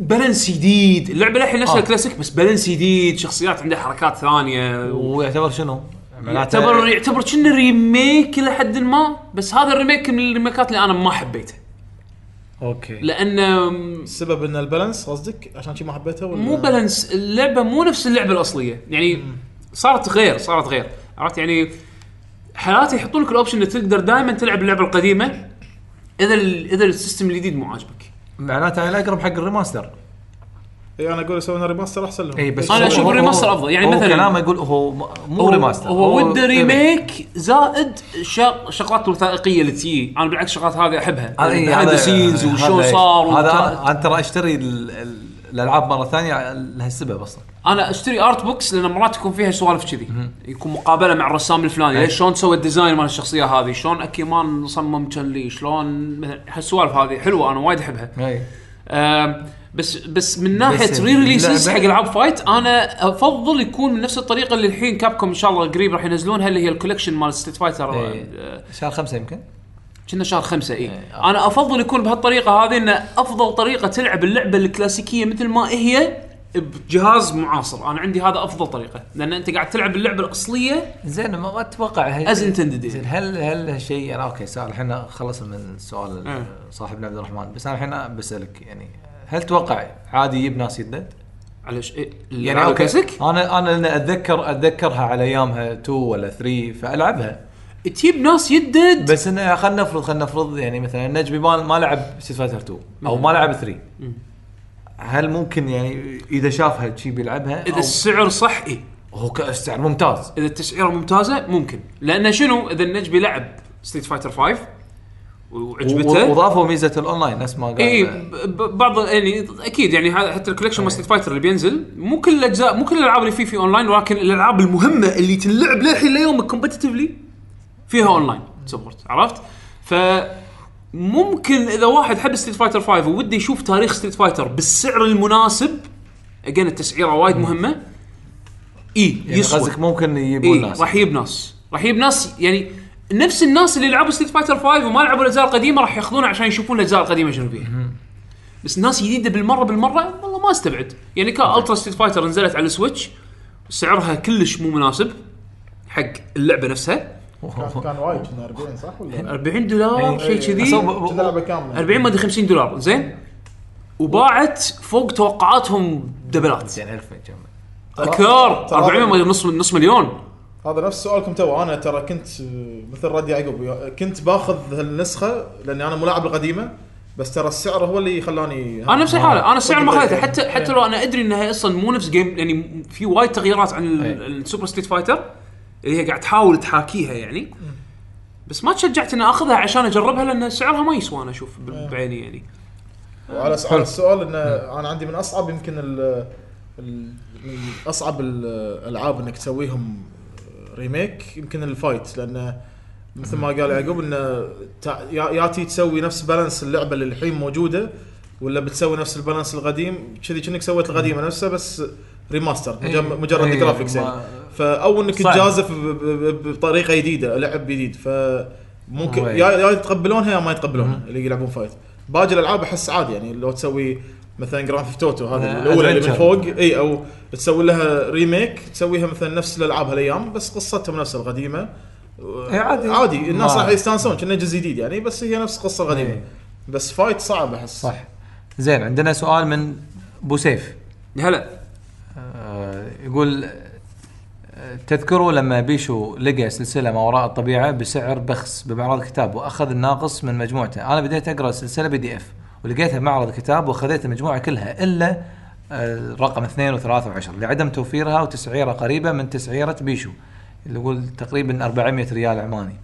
بالانس جديد اللعبه للحين نفسها
آه.
الكلاسيك بس بالانس جديد شخصيات عندها حركات ثانيه و...
ويعتبر شنو؟ معناته-
يعتبر يعتبر كنا ريميك الى حد ما بس هذا الريميك من الريميكات اللي انا ما حبيتها
اوكي
لانه
السبب ان البالانس قصدك عشان شي ما حبيتها ولا؟
مو بالانس اللعبه مو نفس اللعبه الاصليه يعني
Mm.
صارت غير صارت غير عرفت يعني حالات يحطون لك الاوبشن انك تقدر دائما تلعب اللعبه القديمه اذا ال- اذا السيستم الجديد مو عاجبك
معناته انا اقرب حق الريماستر
اي انا اقول يسوون ريماستر احسن لهم
اي إيه، بس
أنا
هو-
أشوف
هو-
الريماستر
هو-
أفضل. يعني
هو
مثلاً-
كلامه يقول هو م- مو ريماستر
هو وده ريميك زائد شغ- شغلات الوثائقيه اللي تجي انا بالعكس الشغلات هذه احبها
هذا آه، إي، هذا-
هذا سينز وشو
هذا-
صار
هذا
وبتاع.
أنا- انا ترى اشتري ال- ال- الالعاب مره ثانيه لهالسبب اصلا
انا اشتري ارت بوكس لان مرات يكون فيها سوالف كذي يكون مقابله مع الرسام الفلاني ليش شلون سوى الديزاين مال الشخصيه هذه شلون اكيمان صمم لي شلون مثلاً هالسوالف هذه حلوه انا وايد احبها
اي
آم، بس بس من ناحيه
إيه. بس
ري ريليسز حق
اللعبة-
العاب فايت انا افضل يكون من نفس الطريقه اللي الحين كابكوم ان شاء الله قريب راح ينزلونها اللي هي الكولكشن مال ستيت فايتر آه،
شهر خمسه يمكن
كنا شهر خمسة اي
إيه،
انا افضل يكون بهالطريقه هذه انه افضل طريقه تلعب اللعبه الكلاسيكيه مثل ما هي بجهاز معاصر انا عندي هذا افضل طريقه لان انت قاعد تلعب اللعبه الاصليه
زين ما ما اتوقع هي-
As intended.
زين هل هل هالشيء انا اوكي سؤال الحين خلصنا من سؤال
إيه.
ال- صاحبنا عبد الرحمن بس انا الحين بسالك يعني هل توقع عادي يجيب ناس يدد؟
على ش... إيه،
يعني
اللعبة
اوكي
الكلاسيك
انا انا لأن اتذكر اتذكرها على ايامها 2 ولا 3 فالعبها
تجيب ناس يدد
بس انه خلينا نفرض خلينا نفرض يعني مثلا نجمي ما ما لعب ستيت فايتر 2 او ما لعب 3 هل ممكن يعني اذا شافها شي بيلعبها
اذا السعر صح إيه. اي
أو- هو كاستعر ممتاز
اذا التسعيره ممتازه ممكن لان شنو اذا النجم لعب ستيت فايتر 5
و-
وعجبته
وضافوا ميزه الاونلاين نفس ما قال
اي إيه، ب- ب- بعض يعني اكيد يعني ها- حتى الكوليكشن مال ستيت فايتر اللي بينزل مو كل الاجزاء مو كل الالعاب اللي فيه في اونلاين ولكن الالعاب المهمه اللي تنلعب للحين ليومك كومبتتفلي فيها اونلاين سبورت عرفت؟ ف ممكن اذا واحد حب ستريت فايتر 5 ووده يشوف تاريخ ستريت فايتر بالسعر المناسب اجين التسعيره وايد مهمه اي
يعني
يسوى
قصدك ممكن يجيبون
اي
ناس
راح يجيب ناس راح يجيب ناس يعني نفس الناس اللي لعبوا ستيت فايتر 5 وما لعبوا الاجزاء القديمه راح ياخذونها عشان يشوفون الاجزاء القديمه شنو فيها. بس ناس جديده بالمره بالمره والله ما استبعد، يعني كان الترا ستيت فايتر نزلت على السويتش سعرها كلش مو مناسب حق اللعبه نفسها
أوه.
كان وايد كنا 40 صح ولا
40 دولار
يعني
شيء كذي
كنا لعبه كامله
40 ما ادري 50 دولار زين وباعت فوق توقعاتهم دبلات
يعني 1000 يجمع.
اكثر
ترى-
400 ما أدري نص نص مليون
هذا نفس سؤالكم تو انا ترى كنت آه، مثل رد يعقوب ويا- كنت باخذ هالنسخه لاني انا مو لاعب القديمه بس ترى السعر هو اللي خلاني
انا نفس الحاله انا السعر ما
وقت
خذيته
البريك.
حتى
إيه.
حتى لو انا ادري انها اصلا مو نفس جيم يعني في وايد تغييرات عن ال-
أي.
السوبر ستريت فايتر اللي هي قاعد تحاول تحاكيها يعني بس ما تشجعت اني اخذها عشان اجربها لان سعرها ما يسوى انا اشوف
إيه.
ب- بعيني يعني
وعلى سؤال السؤال ان
نعم.
انا عندي من اصعب يمكن ال ال- من اصعب الالعاب انك تسويهم ريميك يمكن الفايت لان مثل ما قال يعقوب انه تع- يا يا تي تسوي نفس بالانس اللعبه اللي الحين موجوده ولا بتسوي نفس البالانس القديم كذي كأنك سويت القديمه نفسها بس ريماستر مجم- مجرد
إيه،
جرافيكس
ما-
يعني فاو انك
صعب.
تجازف ب- ب- ب- بطريقه جديده لعب جديد ف ممكن
هو
يا يا يتقبلونها يا ما يتقبلونها اللي يلعبون فايت باقي الالعاب احس عادي يعني لو تسوي مثلا جراند ثيفت اوتو هذه
آه،
الاولى اللي من
adventure.
فوق اي او تسوي لها ريميك تسويها مثلا نفس الالعاب هالايام بس قصتهم نفس القديمه
إيه، عادي.
عادي الناس
ما-
راح يستانسون كانه جزء جديد يعني بس هي نفس القصه القديمه
إيه.
بس فايت صعب احس
صح زين عندنا سؤال من بو سيف
هلا
آه، يقول آه، تذكروا لما بيشو لقى سلسله ما وراء الطبيعه بسعر بخس بمعرض كتاب واخذ الناقص من مجموعته، انا بديت اقرا السلسله بي دي اف ولقيتها بمعرض كتاب واخذت المجموعه كلها الا آه، رقم اثنين وثلاثة وعشر لعدم توفيرها وتسعيره قريبه من تسعيره بيشو اللي يقول تقريبا 400 ريال عماني.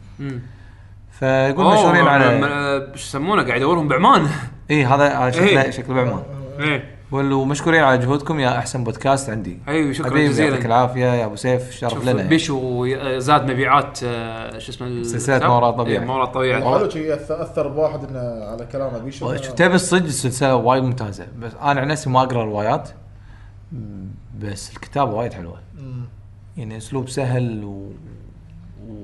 فيقول
أوه،
مشهورين
ما-
على
ما- شو يسمونه قاعد ادورهم بعمان
اي هذا هذا
إيه.
شكله شكله بعمان.
ايه
يقول ومشكورين على جهودكم يا احسن بودكاست عندي.
أيوه،
أيوة،
شكراً
حبيبي،
جزيلاً.
يعطيك العافيه يا ابو سيف شرف
شوف
لنا.
بيشو ي- زاد مبيعات آه، شو اسمه
سلسلة
الكتاب؟
ما وراء الطبيعة.
إيه، ما وراء الطبيعه
يعني حلو شي أث- اثر بواحد انه على كلامه بيشو
شوف تبي الصدق السلسله وايد ممتازه بس انا عن نفسي ما اقرا روايات بس الكتابه وايد حلوه يعني اسلوب سهل و... و...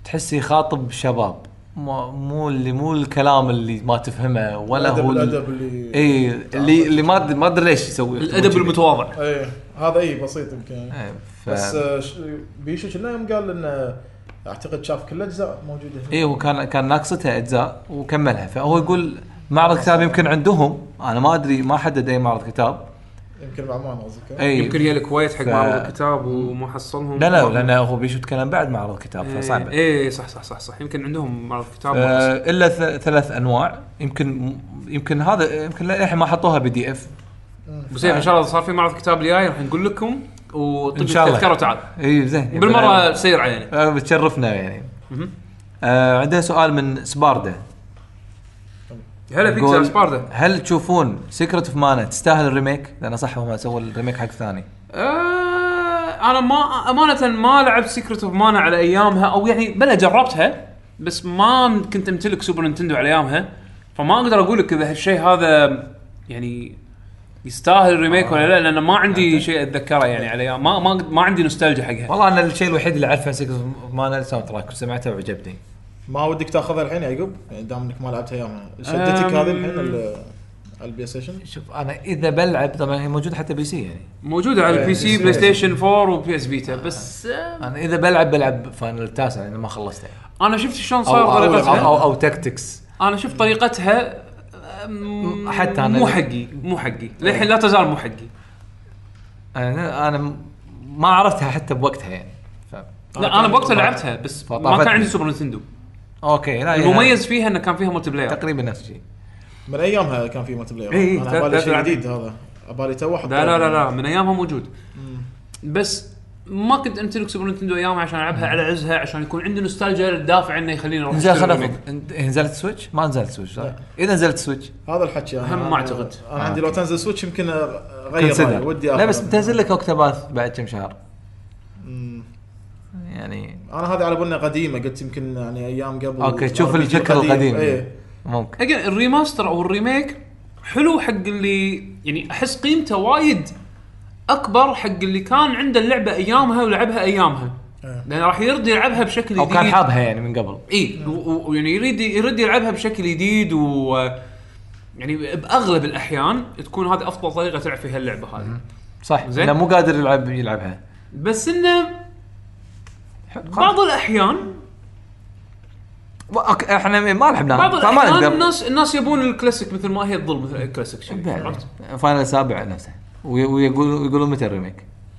وتحسي خاطب شباب ما- مو اللي مو الكلام اللي ما تفهمه ولا
الأدب-
هو ال-
الأدب اللي-
اي اللي اللي ما أدري- ما ادري ليش يسوي
الادب المتواضع
ايه هذا اي بسيط يمكن يعني.
إيه، ف...
بس آه، ش- بيشو كنا يوم قال انه اعتقد شاف كل الاجزاء موجوده هنا.
اي
إيه،
إيه، وكان كان ناقصتها اجزاء وكملها فهو يقول معرض كتاب يمكن عندهم انا ما ادري ما حدد اي معرض كتاب
يمكن بعمان قصدك
اي
يمكن هي الكويت حق
إيه. ف-
معرض الكتاب وما حصلهم
لا لا لان هو بيشو تكلم بعد معرض كتاب فصعب
ايه إيه، صح صح صح صح يمكن عندهم معرض كتاب
آه، الا ث- ثلاث انواع يمكن يمكن هذا يمكن للحين ما حطوها بي دي اف
ابو سيف ان إيه، شاء الله صار في معرض كتاب الجاي راح نقول لكم وطب
آه. إن شاء الله.
التذكره وتعال
اي إيه، زين
بالمره سير علينا
آه، بتشرفنا يعني آه عندنا سؤال من سباردا
هلا فيك
يقول-
يا سباردا
هل تشوفون سكرت اوف مانا تستاهل الريميك؟ لان صح هم سووا الريميك حق ثاني
آه انا ما امانه ما لعبت سيكرت اوف مانا على ايامها او يعني بلا جربتها بس ما كنت امتلك سوبر نينتندو على ايامها فما اقدر اقول لك اذا هالشيء هذا يعني يستاهل ريميك ولا لا لان ما عندي شيء اتذكره يعني على ايام ما ما ما عندي نوستالجيا حقها
والله انا الشيء الوحيد اللي اعرفه عن سكرت اوف مانا الساوند تراك وسمعته وعجبني
ما ودك تاخذها الحين يا يعقوب يعني دام انك ما لعبت ايامها شدتك
أم.
هذه الحين ال- على البلاي ستيشن
شوف انا اذا بلعب طبعا هي موجوده حتى بي سي يعني
موجوده على البي سي بلاي ستيشن
إيه.
4 وبي اس فيتا بس آه،
انا اذا بلعب بلعب فاينل التاسع لان ما خلصته
انا شفت شلون
او
صار
او, أو,
طريقتها
أو, أو تكتكس
انا شفت طريقتها أم،
حتى أنا- إيه.
مو حقي مو حقي للحين لا تزال مو حقي
انا انا م- ما عرفتها حتى بوقتها يعني ف...
لا انا بوقتها لعبتها بس ما
فطافتني.
كان عندي سوبر نتندو
إيه. اوكي لا يعني
المميز فيها انه كان فيها ملتي بلاير
تقريبا نفس الشيء
من ايامها كان في
إيه،
ملتي بلاير
إي،
انا
تعرف-
عبالي
تعرف
شيء
العب.
جديد هذا عبالي تو واحد
لا لا لا لا من ايامها موجود بس ما كنت امتلك سوبر نتندو ايامها عشان العبها على عزها عشان يكون عندي نوستالجيا الدافع انه يخليني اروح
انزين
أشتري
خلنا
الريميك.
نفرض انت- نزلت سويتش؟ ما نزلت سويتش صح؟ اذا نزلت سويتش
هذا الحكي انا
هم ما أعتقد. آه،
انا عندي لو تنزل سويتش يمكن اغير
كونسيدر
رأيي، أيوة، ودي
لا
آخذ.
بس بتنزل لك اوكتوباث بعد كم شهر
أمم.
يعني
انا هذه على بالنا قديمه قلت يمكن يعني ايام قبل
اوكي تشوف
RPG
الفكر القديم
ايه
ممكن
Again، الريماستر او الريميك حلو حق اللي يعني احس قيمته وايد اكبر حق اللي كان عنده اللعبه ايامها ولعبها ايامها لان راح يرد يلعبها بشكل
او
جديد
كان حابها يعني من قبل
اي و- و- ويعني يريد يرد يلعبها بشكل جديد و يعني باغلب الاحيان تكون هذه افضل طريقه تلعب فيها اللعبه هذه
صح
زين.
زين مو قادر يلعب يلعبها
بس انه بعض الاحيان
اوكي احنا ما لعبناها
بعض
آه. فما
الاحيان
نقدر
الناس الناس يبون الكلاسيك مثل ما هي تظل مثل الكلاسيك شيء عرفت؟
فاينل سابع نفسه ويقولون يقولون متى الريميك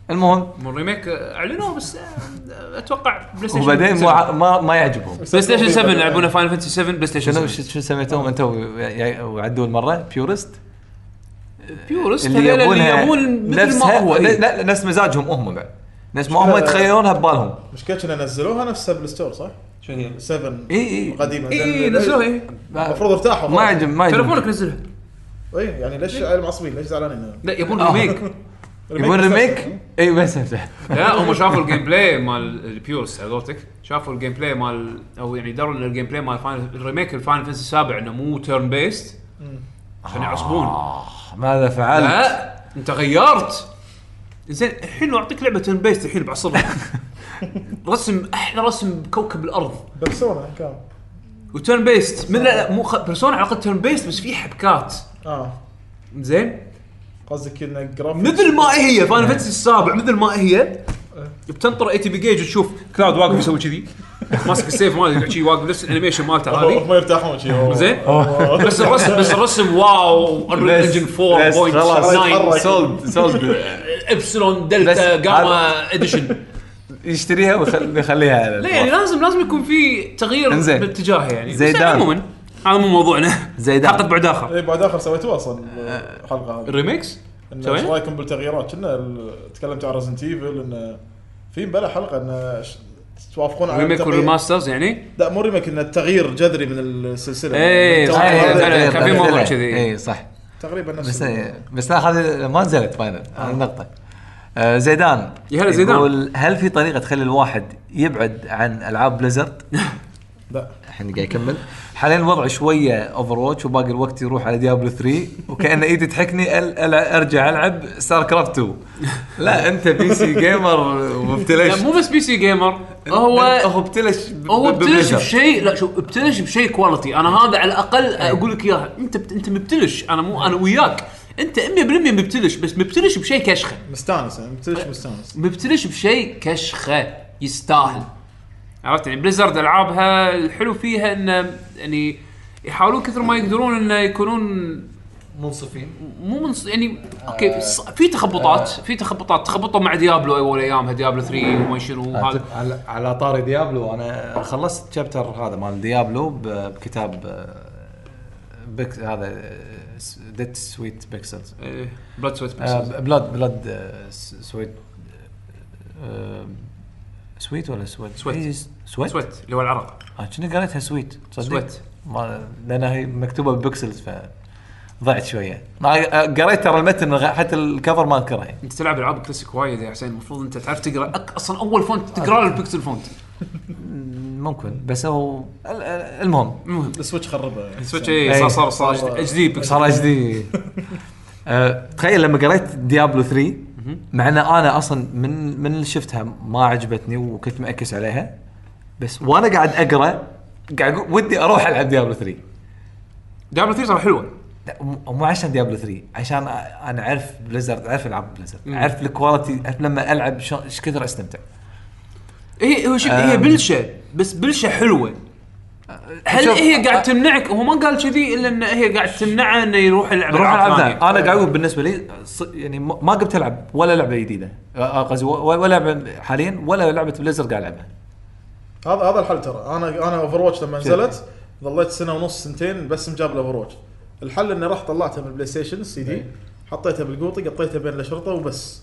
المهم
مو الريميك آه، اعلنوه بس آه، اتوقع بلاي ستيشن
وبعدين مو
7.
ع- ما ما يعجبهم
بلاي ستيشن 7 يلعبونه فاينل فانتسي 7 بلاي ستيشن
شنو
7
شو شو سميتهم انت و- يا- وعدول مره بيورست
بيورست
اللي
هذول اللي
يبونها
يبون مثل ما
نفسها
هو
لا,
إيه.
لا نفس مزاجهم هم بعد نفس ما هم يتخيلونها ببالهم
مشكلتها انه نزلوها نفسها بالستور صح؟
شنو هي؟
7
اي اي
قديمه
اي
زين،
اي نزلوها اي
المفروض ارتاحوا
ما عجب ما عجب
تلفونك نزلها
اي يعني ليش عيل معصبين ليش زعلانين منه؟
لا يبون ريميك
يبون ريميك اي بس
لا هم شافوا الجيم بلاي مال البيورست على قولتك شافوا الجيم بلاي مال او يعني دروا ان الجيم بلاي مال فاينل الريميك الفاينل فانتسي السابع انه مو تيرن بيست عشان يعصبون
ماذا فعلت؟
لا انت غيرت زين الحين لو اعطيك لعبه تيرن بيست الحين بعصرها رسم احلى رسم بكوكب الارض
بيرسونا كان
وتيرن بيست من لا لا مو خ... بيرسونا على الاقل تيرن بيست بس في حبكات
اه
زين
قصدك انه جرافيك
مثل ما هي فاينل فانتسي السابع مثل ما هي بتنطر اي تي بي جيج وتشوف كلاود واقف يسوي كذي ماسك السيف ماله يقعد شي واقف نفس الانيميشن مالته هذه
هم يرتاحون شيء
زين بس الرسم بس الرسم واو انريل انجن 4.9
سولد سولد
ابسلون دلتا
بس
جاما اديشن
يشتريها ويخل- ويخليها على
لا يعني
الفرق.
لازم لازم يكون في تغيير
إنزين.
باتجاهه يعني بس
زيدان.
عموما هذا مو موضوعنا
زيدان.
حلقه بعد اخر
اي بعد اخر سويتوها اصلا الحلقه هذه
الريميكس
إنه
سوينا؟
ايش رايكم بالتغييرات؟ كنا ال- تكلمت عن رزنت ايفل انه في بلا حلقه انه ش- توافقون على
ريميك
التغيير.
والريماسترز يعني
لا مو ريميك انه تغيير جذري من السلسله
إيه،
من
صحيح،
التوقع
فعلا، فعلا.
هذا
كان في
فعلا.
موضوع كذي.
اي إيه، صح
تقريبا نفس
بس إيه،
الموضوع.
بس لا هذه ما نزلت فاينل هذه النقطة آه، زيدان
يا هلا زيدان.
يقول هل في طريقة تخلي الواحد يبعد عن العاب بليزرد؟
لا.
الحين قاعد يكمل حاليا الوضع شوية اوفر واتش وباقي الوقت يروح على ديابلو 3 وكأن ايدي تحكني أل أل ارجع العب ستار كرافت 2 لا انت بي سي جيمر
لا
ومبتلش
مو بس بي سي جيمر هو
هو ابتلش ب-
هو
ب-
ابتلش
ببليزرد.
بشيء لا شوف ابتلش بشيء كواليتي انا هذا على الاقل اقول لك اياها انت بت... انت مبتلش انا مو انا وياك انت 100% مبتلش بس مبتلش بشيء كشخه
مستانس يعني مبتلش مستانس
مبتلش بشيء كشخه يستاهل عرفت يعني بليزرد العابها الحلو فيها انه يعني يحاولون كثر ما يقدرون انه يكونون
منصفين
مو من يعني اوكي ص- في تخبطات في تخبطات تخبطوا مع ديابلو اول ايامها ديابلو 3 وما شنو هذا
على على طاري ديابلو انا خلصت الشابتر هذا مال ديابلو ب- بكتاب آه، بك هذا آه، ديت سويت بيكسلز
إيه، بلاد سويت
بلاد بلاد آه، س- سويت آه، سويت ولا سويت؟
سويت.
إيه، سويت؟ سويت
سويت اللي هو العرق
كنا قريتها سويت تصدق؟
سويت.
ما لانها هي مكتوبه ببكسلز ف ضعت شويه ما آه، قريت ترى المتن غ- حتى الكفر ما اذكره يعني.
انت تلعب العاب كلاسيك وايد يا حسين المفروض انت تعرف تقرا أك... اصلا اول فونت تقرا له البكسل فونت
ممكن بس هو ال- ال- المهم
المهم
السويتش خربها يعني
سويتش اي إيه، صار صار صار اتش دي بكسل
صار اتش دي آه، تخيل لما قريت ديابلو 3 مع ان انا اصلا من من اللي شفتها ما عجبتني وكنت مأكس عليها بس وانا قاعد اقرا قاعد اقول ودي اروح العب ديابلو 3
ديابلو 3 ترى حلوه
لا مو- مو عشان ديابلو 3 عشان أ- انا اعرف بليزرد اعرف العاب بليزرد اعرف الكواليتي اعرف لما العب شلون- ايش كثر استمتع
هي هو شوف هي
أم.
بلشه بس بلشه حلوه هل
شوف،
هي قاعد تمنعك هو ما قال كذي الا ان هي قاعد تمنعه انه يروح يلعب
بروح
ألعاب
العب ثاني
ثانية.
انا قاعد اقول بالنسبه لي ص- يعني ما ما قمت العب ولا لعبه جديده آه، قصدي و- ولا لعبه حاليا ولا لعبه بليزر قاعد العبها
هذا هذا الحل ترى انا انا اوفر واتش لما نزلت ظليت سنه ونص سنتين بس مجاب الاوفر واتش الحل اني رحت طلعتها من البلاي ستيشن السي دي حطيتها بالقوطي قطيتها بين الاشرطه وبس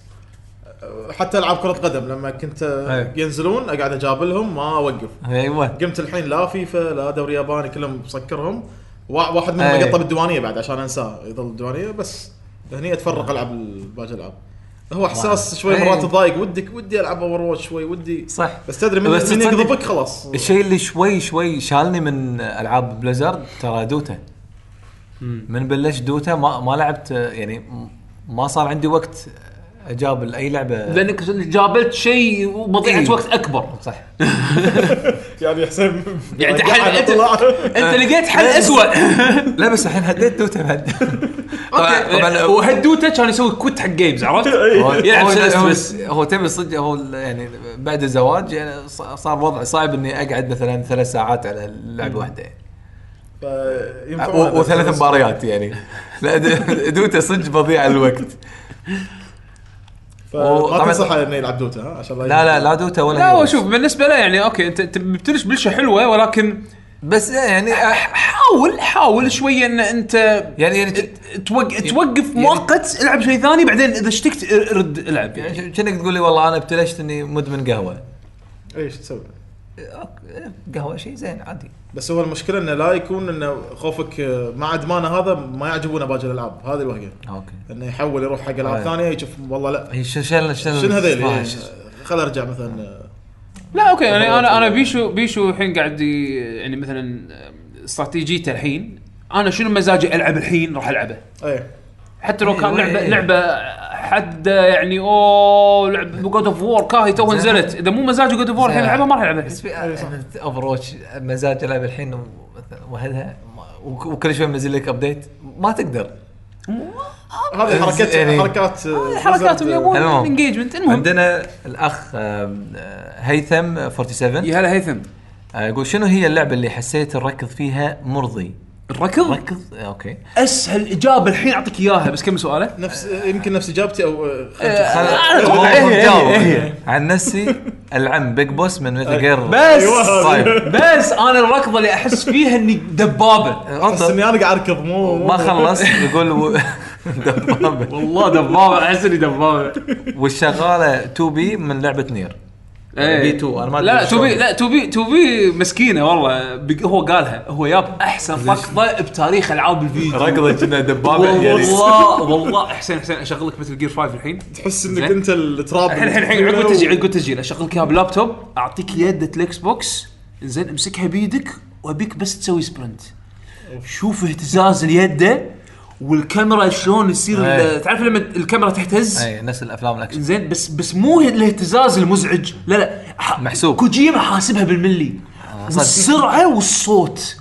أه، حتى العاب كره قدم لما كنت أه،
أي.
ينزلون اقعد اجابلهم ما اوقف
ايوه
قمت الحين لا فيفا لا دوري ياباني كلهم مسكرهم وا- واحد منهم
أي.
قطه بالديوانيه بعد عشان انساه يظل الديوانيه بس هني اتفرق العب ال- باقي الالعاب هو احساس شوي
أي.
مرات تضايق ودك ودي العب اوفر واتش شوي ودي
إيه. صح
بس تدري من,
بس
من
تصدق-
يقضبك خلاص
الشيء اللي شوي شوي شالني من العاب بليزرد ترى دوتا من بلشت دوتا ما ما لعبت آه، يعني م- ما صار عندي وقت اجابل اي لعبه
لانك جابلت شيء ومضيعه
إيه.
وقت اكبر
صح
يعني حسين
يعني أنت
رجع
حل-
على
أنت-
طلعة.
انت لقيت حل اسوء
لا بس الحين هديت دوتا بعد طبعا طبعا هو-
وهدوته كان يسوي كوت حق جيمز عرفت؟ يعني
هو-
يلعب سلس
هو-
بس.
هو تبي صدق هو ال- يعني بعد الزواج يعني ص- صار وضع صعب اني اقعد مثلا ثلاث ساعات على لعبه واحده يعني.
فينفع
و-
هذا.
وثلاث مباريات يعني لا د- دوتا صدق بضيع الوقت
فما
وطبعاً-
تنصحه انه يلعب دوتا ها عشان
لا لا لا دوتا ولا
لا
هيروز.
هو شوف بالنسبه له يعني اوكي انت أنت بتلش بلشه حلوه ولكن
بس يعني أح-
حاول حاول شويه ان انت
يعني يعني ك-
توقف توقف مؤقت العب شيء ثاني بعدين اذا اشتقت ر- رد العب يعني
يعني كأنك تقول لي والله انا ابتلشت اني مدمن قهوه
ايش تسوي؟
أوك- قهوه شيء زين عادي
بس هو المشكله انه لا يكون انه خوفك آه، مع ادمانه هذا ما يعجبونه باقي الالعاب هذه الوهقه
اوكي
انه يحول يروح حق العاب
آه.
أي.
ثانيه يشوف والله لا
هي شنو شنو
شنو هذيل إيه،
صح.
خل ارجع مثلا آه،
لا اوكي يعني انا انا بيشو بيشو الحين قاعد ي- يعني مثلا استراتيجيته الحين انا شنو مزاجي العب الحين راح العبه
ايه
حتى لو كان
أيوة،
لعبه
أيوة.
لعبه حد يعني اوه لعبه جود اوف وور كاهي تو نزلت اذا مو مزاجي جود اوف وور الحين العبها ما راح العبها
بس
إيه،
في اوفر واتش مزاج العب الحين مثلاً وهدها ما- وك- وكل شوي منزل لك ابديت ما تقدر
آه،
هذه حركات
يعني-
حركات آه،
حركاتهم
Blizzard، آه،
يبون
المهم.
انجيجمنت المهم
عندنا الاخ آم، آه، هيثم 47
يا هلا هيثم
آه، يقول شنو هي اللعبه اللي حسيت الركض فيها مرضي؟
الركض
ركض آه، اوكي
اسهل اجابه الحين اعطيك اياها بس كم سؤاله
نفس آه، يمكن نفس اجابتي او آه، خل-
أنا أتوقع
هو- هو
إيه، إيه،
مجاوب.
آه،
إيه.
عن نفسي العم بيج بوس من متل جير
بس
أيوة هذه.
طيب
بس انا الركضه اللي احس فيها اني دبابه
احس اني انا قاعد اركض مو مو-
ما خلص يقول و... دبابة.
والله دبابه احس اني دبابه
والشغاله 2 بي من لعبه نير
ايه.
بي 2 انا ما أدري
لا
شلون.
توبي لا توبي توبي مسكينه والله بق- هو قالها هو ياب احسن ركضه بتاريخ العاب الفيديو
ركضه كنا دبابه يعني
والله والله حسين حسين اشغلك مثل جير 5 الحين
تحس انك
زين.
انت التراب
الحين الحين الحين عقب التسجيل عقب التسجيل اشغلك اياها بلابتوب اعطيك يده الاكس بوكس زين امسكها بيدك وابيك بس تسوي سبرنت شوف اهتزاز اليده والكاميرا شلون يصير
أي.
ال- تعرف لما الكاميرا تهتز
اي نفس الافلام الاكشن
زين بس بس مو الاهتزاز المزعج لا لا ح-
محسوب.
كوجيما حاسبها بالملي
صدق.
والسرعه والصوت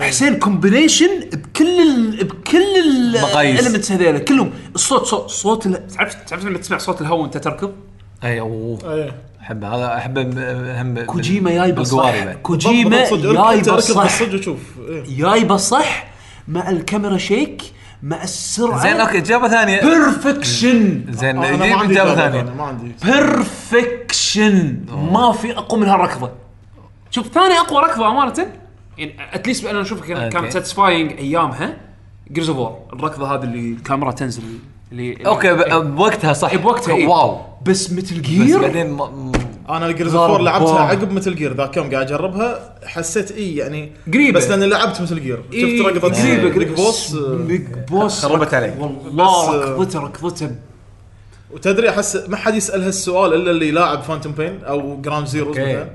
حسين كومبينيشن بكل ال بكل
مقاييس.
الالمنتس هذيلا كلهم الصوت صوت صوت ال- تعرف تعرف لما تسمع صوت الهواء وانت تركض
اي اوه
ايه
احب هذا احب هم
كوجيما جايبه صح
بالقوارب يعني.
كوجيما
بالضبط، صدق، اركض- انت
جايبه
اركض
صح
بالصدق وشوف إيه.
جايبه صح مع الكاميرا شيك مع السرعه
زين اوكي اجابه ثانيه
بيرفكشن
زين
انا ما
نجيب
عندي
اجابه
جواب، أنا
ثانيه
ما عندي
بيرفكشن ما في اقوى من هالركضه شوف ثاني اقوى ركضه امانه يعني اتليست انا اشوفها كان- كانت
أوكي.
ساتسفاينج ايامها جيرز اوف الركضه هذه اللي الكاميرا تنزل اللي
اوكي ب-
إيه.
بوقتها صح
بوقتها إيه.
واو
بس مثل
بس
جير
بعدين ما- م-
انا جيرز اوف
ضرب
لعبتها
بوم.
عقب مثل جير ذاك يوم قاعد اجربها حسيت اي يعني
قريبة.
بس لاني لعبت مثل جير
إيه،
شفت رقبه
قريبة،
بيج
قريبة.
بوس آه،
بيج بوس
خربت عليك.
والله
بس، آه،
ركضته ركضته
وتدري احس ما حد يسال هالسؤال الا اللي لاعب فانتوم بين او جرام زيرو
أوكي.
مثلا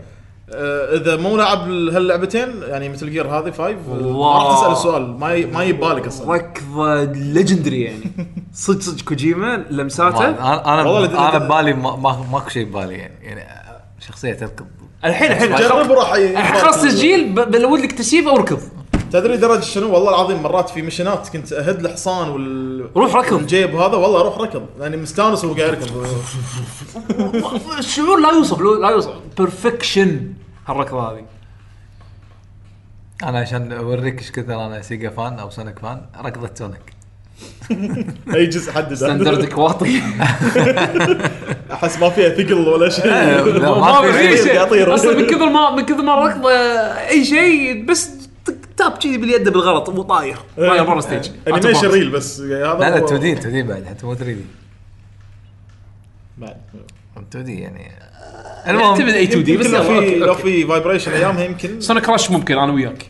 آه، اذا مو لاعب هاللعبتين يعني مثل جير هذه فايف ما
الله.
راح تسال السؤال ما ي... ما يبالك اصلا
ركضه ليجندري يعني صدق صدق كوجيما
ما-
لمساته
انا
والله
انا
لد-
انا ببالي ما- ما- ماكو شيء ببالي يعني يعني شخصيه تركض
الحين الحين
جرب وراح ي-
الحين خلاص تسجيل ب- بلود لك تسييف او ركض
تدري درجه شنو والله العظيم مرات في مشينات كنت اهد الحصان وال
روح ركض
الجيب هذا والله اروح ركض لاني مستانس وهو قاعد يركض
الشعور لا يوصف لا يوصف بيرفكشن هالركضه هذه
انا عشان اوريك ايش كثر انا سيجا فان او سونيك فان ركضه سونيك
اي جزء حدد
ستاندردك واطي
احس ما فيها ثقل ولا شيء
لا، ما في
بعيد
شيء.
يطير.
اصلا من كثر ما من كثر ما ركضه اي شيء بس تك- تاب كذي باليد بالغلط وطاير
إيه.
طاير برا ستيج
انيميشن ريل بس يعني هذا
لا لا
هو-
2 دي 2 دي بعد حتى مو 3 دي
بعد.
2 دي يعني
يعتمد اي 2 دي
يمكن
بس
لو في
إيه، أوكي،
لو
أوكي.
في فايبريشن ايامها يمكن
سونيك كراش ممكن انا وياك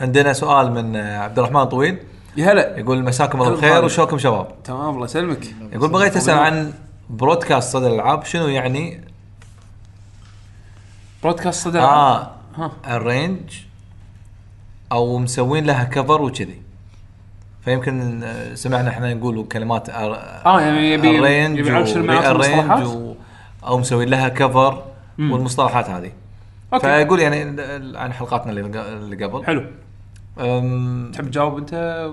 عندنا سؤال من آه، عبد الرحمن طويل
يا هلا
يقول مساكم الله
هلا
بالخير
بالخير.
وشوكم شباب
تمام الله يسلمك
يقول بغيت اسال عن بودكاست صدى الالعاب شنو يعني
برودكاست صدى
اه
ها.
الرينج او مسوين لها كفر وكذي فيمكن آه، سمعنا احنا نقول كلمات
اه يعني يبي
الرينج
يبي يعرف شنو معناته المصطلحات
او مسوي لها كفر
مم.
والمصطلحات هذه
اوكي
فيقول يعني ال- ال- عن حلقاتنا اللي اللي قبل
حلو
أم،
تحب تجاوب انت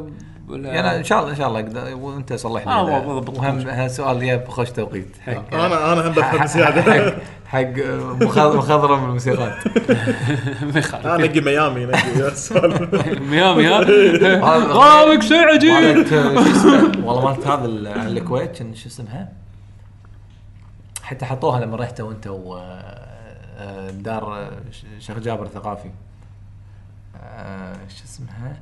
ولا
يعني ان شاء الله ان شاء الله أقدر- وانت صلح لي
آه،
إذا-
هو بضبط.
وهم هالسؤال جاي بخوش توقيت حق
انا انا يعني هم بفهم زياده
حق- حق مخ- مخضرم الموسيقات
ما يخالف
انا نقي ميامي نقي يا سلام.
ميامي ها غامق شيء عجيب
مالت آه، شو اسمه والله مالت هذا ال- الكويت كان شو اسمها حتى حطوها لما رحت وانت و آه، دار آه، ش- شيخ جابر الثقافي آه، شو اسمها؟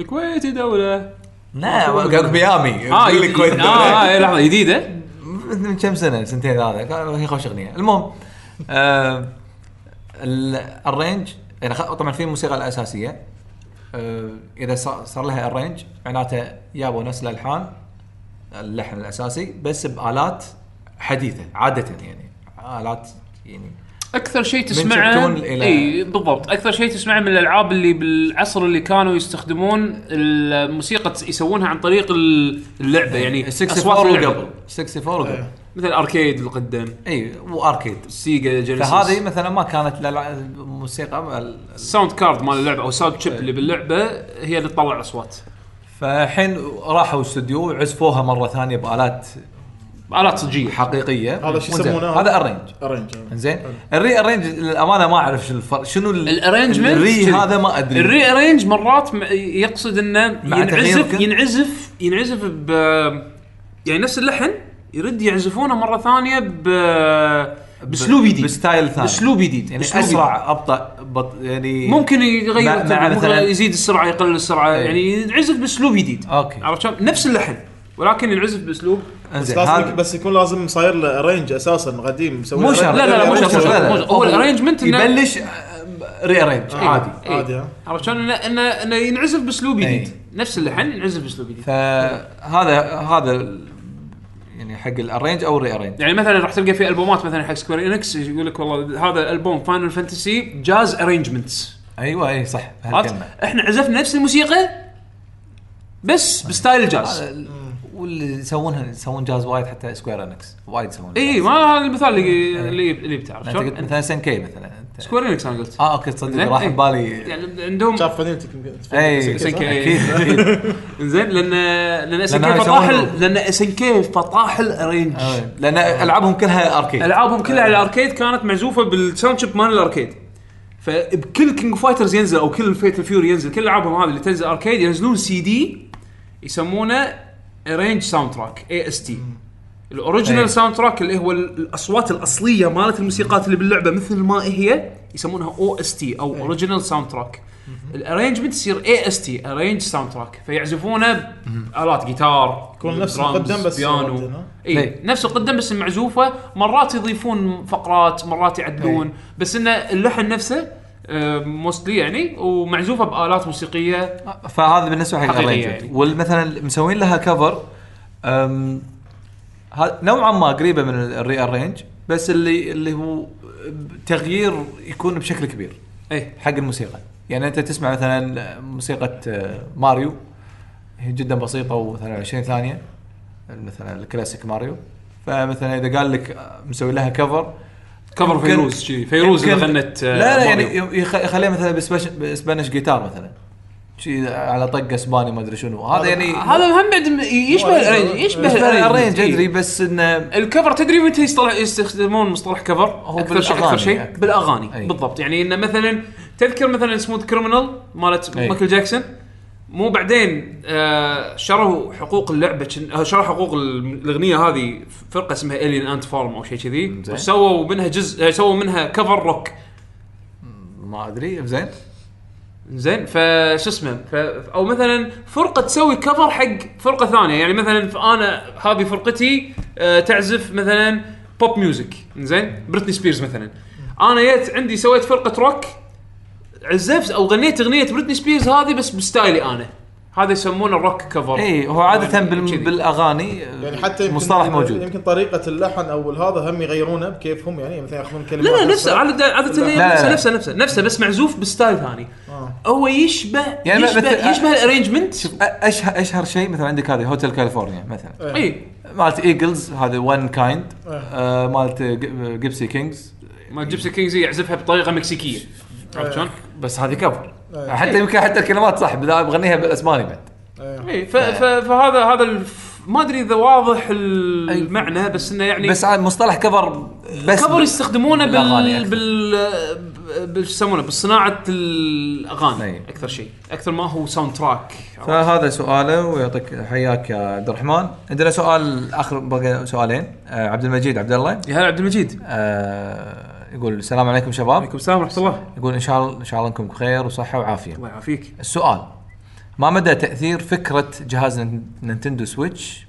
الكويت دوله
لا قال ميامي
اه
يقول
جديد.
الكويت
اه آه، لحظه جديده
من كم سنه سنتين ثلاثه قال هي خوش اغنيه المهم آه ال- الرينج يعني خ- طبعا في الموسيقى الاساسيه آه اذا صار صار لها الرينج معناته يابوا نفس الالحان اللحن الاساسي بس بالات حديثه عاده يعني الات يعني
اكثر شيء
شبتون
تسمعه
إلى-
اي بالضبط اكثر شيء تسمعه من الالعاب اللي بالعصر اللي كانوا يستخدمون الموسيقى تس- يسوونها عن طريق ال-
إيه،
اللعبه يعني
64
اللعبة.
وقبل 64 وقبل
مثل اركيد اللي قدام
اي واركيد
سيجا جينيسيس
فهذه مثلا ما كانت للع- الموسيقى ال-
الساوند كارد مال اللعبه او الساوند
إيه.
شيب اللي باللعبه هي اللي تطلع الاصوات
فالحين راحوا استوديو عزفوها مره ثانيه بالات
الات صجيه
حقيقيه
هذا شو
وإنزين،
يسمونه؟
هذا الرينج
ارنج
زين الري ارينج للامانه ما اعرف شو الفرق شنو ال-
الارينجمنت
الري هذا ما ادري
الري ارينج مرات م- يقصد انه
مع تغيير
ينعزف
كده؟
ينعزف ينعزف ب يعني نفس اللحن يرد يعزفونه مره ثانيه ب باسلوب جديد
بستايل ثاني
باسلوب جديد
يعني
بأسلوب
اسرع ابطا بط يعني
ممكن يغير
مع-
التون،
مع
ممكن
مثلاً-
يزيد السرعه يقلل السرعه
إيه. آه.
يعني ينعزف باسلوب جديد
أوكي.
عرفت شلون؟ نفس اللحن ولكن ينعزف باسلوب
انزين هذا-
لازم بس يكون لازم صاير له رينج اساسا قديم مسوي
مو
arrange. يعني
شرط
لا، لا، مو شرط، مو شرط.
لا، لا.
مو شرط. هو الارينجمنت إنه-
يبلش ري ارينج عادي
إيه.
عادي، ها.
عرفت شلون؟ انه انه إنه ينعزف باسلوب جديد
إيه.
نفس اللحن ينعزف باسلوب جديد
فهذا هذا ال- يعني حق الارينج او الري ارينج
يعني مثلا راح تلقى في البومات مثلا حق سكوير انكس يقول لك والله هذا البوم فاينل فانتسي جاز ارينجمنتس
ايوه اي صح
عرفت؟
هالكلمه
احنا عزفنا نفس الموسيقى بس بستايل الجاز
Mm.
هذا ال- واللي يسوونها يسوون جاز وايد حتى سكوير انكس وايد يسوون
اي إيه، ما هذا المثال اللي اللي اللي بتعرف
انت قلت
شلون؟
مثلا سن كي مثلا انت
سكوير انكس انا قلت
اه اوكي تصدق
زين؟
راح
إيه.
ببالي إيه،
يعني عندهم
شاف فانيلتك يمكن
اي
SNK.
اكيد اكيد
زين لان لان اس
لأنها
كي فطاح
يسوون-
ال- لان اس كي فطاح الارينج
آه، لان العابهم كلها اركيد
العابهم كلها
آه.
على الاركيد كانت معزوفه بالساوند شيب مال الاركيد فبكل كينج فايترز ينزل او كل فيت فيوري ينزل كل العابهم هذه اللي تنزل اركيد ينزلون سي دي يسمونه ارينج ساوند تراك اي اس تي
إيه.
الاوريجنال ساوند تراك اللي هو ال- الاصوات الاصليه مالت الموسيقات اللي باللعبه مثل ما هي يسمونها او اس تي
إيه.
او اوريجنال ساوند تراك الارينجمنت يصير اي اس تي ارينج ساوند تراك فيعزفونه الات جيتار
يكون نفس
درامز،
القدم بس
بيانو
مودرن، ها؟
اي
إيه.
نفس القدم بس معزوفه مرات يضيفون فقرات مرات يعدلون
إيه.
بس انه اللحن نفسه موستلي يعني ومعزوفه بالات موسيقيه
فهذا بالنسبه حق
حقيقية
الارينجمنت
يعني.
والمثلا مسوين لها كفر أم، ها- نوعا ما قريبه من الري ارينج بس اللي اللي هو تغيير يكون بشكل كبير
اي
حق الموسيقى يعني انت تسمع مثلا موسيقى آه، ماريو هي جدا بسيطه ومثلا 20 ثانيه مثلا الكلاسيك ماريو فمثلا اذا قال لك آه، مسوي لها كفر
كفر
يمكن-
فيروز شي. فيروز اللي
يمكن-
غنت آه،
لا يعني لا
ماريو.
يعني يخ- يخليها مثلا بسبش- بسبانش جيتار مثلا شي على طق اسباني ما ادري شنو هذا يعني آه،
هذا هم بعد م- يشبه الرينج يشبه إيه.
الرينج
إي.
ادري بس انه
الكفر تدري متى يصطلح يستخدمون مصطلح كفر؟ هو اكثر شيء
بالأغاني
اكثر شيء
أكثر.
بالاغاني
أي.
بالضبط يعني انه مثلا تذكر مثلا سموث كريمنال مالت
أي.
مايكل جاكسون مو بعدين آه شروا حقوق اللعبه شن- آه، شروا حقوق الم- الاغنيه هذه فرقه اسمها الين انت فارم او شيء كذي
زين.
وسووا منها جزء آه، سووا منها كفر روك
ما ادري زين
زين فشو اسمه ف... او مثلا فرقه تسوي كفر حق فرقه ثانيه يعني مثلا ف- انا هذه فرقتي آه، تعزف مثلا بوب ميوزك زين بريتني سبيرز مثلا انا جيت عندي سويت فرقه روك عزفت او غنيت اغنيه بريتني سبيرز هذه بس بستايلي انا هذا يسمونه الروك كفر
اي إيه، هو عاده
يعني
بال...
كذي.
بالاغاني
يعني حتى يمكن
مصطلح موجود
يمكن طريقه اللحن او هذا هم يغيرونه بكيفهم يعني مثلا ياخذون كلمه
لا لا
واحدة
نفسه
بس.
عادة عادة
لا،
هي نفسه
لا.
نفسه نفسه نفسه بس معزوف بستايل ثاني
آه.
هو يشبه
يعني
يعني يشبه
مثل-
يشبه الارينجمنت
أ- اشهر اشهر شيء مثلا عندك هذه هوتيل كاليفورنيا مثلا
اي
مالت ايجلز هذا وان كايند آه، مالت ج- جيبسي كينجز
ما جيبسي كينجز يعزفها بطريقه مكسيكيه عرفت
آه.
شلون؟
بس هذه كفر حتى يمكن حتى الكلمات صح بدا- بغنيها بالاسباني بعد
اي إيه، ف- ف- فهذا هذا الف... ما ادري اذا واضح المعنى بس انه يعني
بس على مصطلح كفر بس
كفر يستخدمونه
بالأغاني
بال
أكثر.
بال بال شو يسمونه بالصناعه الاغاني
أي.
اكثر شيء اكثر ما هو ساوند تراك
فهذا سؤاله ويعطيك حياك يا عبد الرحمن عندنا سؤال اخر بقى سؤالين آه، عبد المجيد عبد الله
يا هلا عبد المجيد
آه، يقول السلام عليكم شباب
عليكم السلام ورحمه الله
يقول ان شاء الله ان شاء الله انكم بخير وصحه وعافيه
الله يعافيك
السؤال ما مدى تاثير فكره جهاز نين- نينتندو سويتش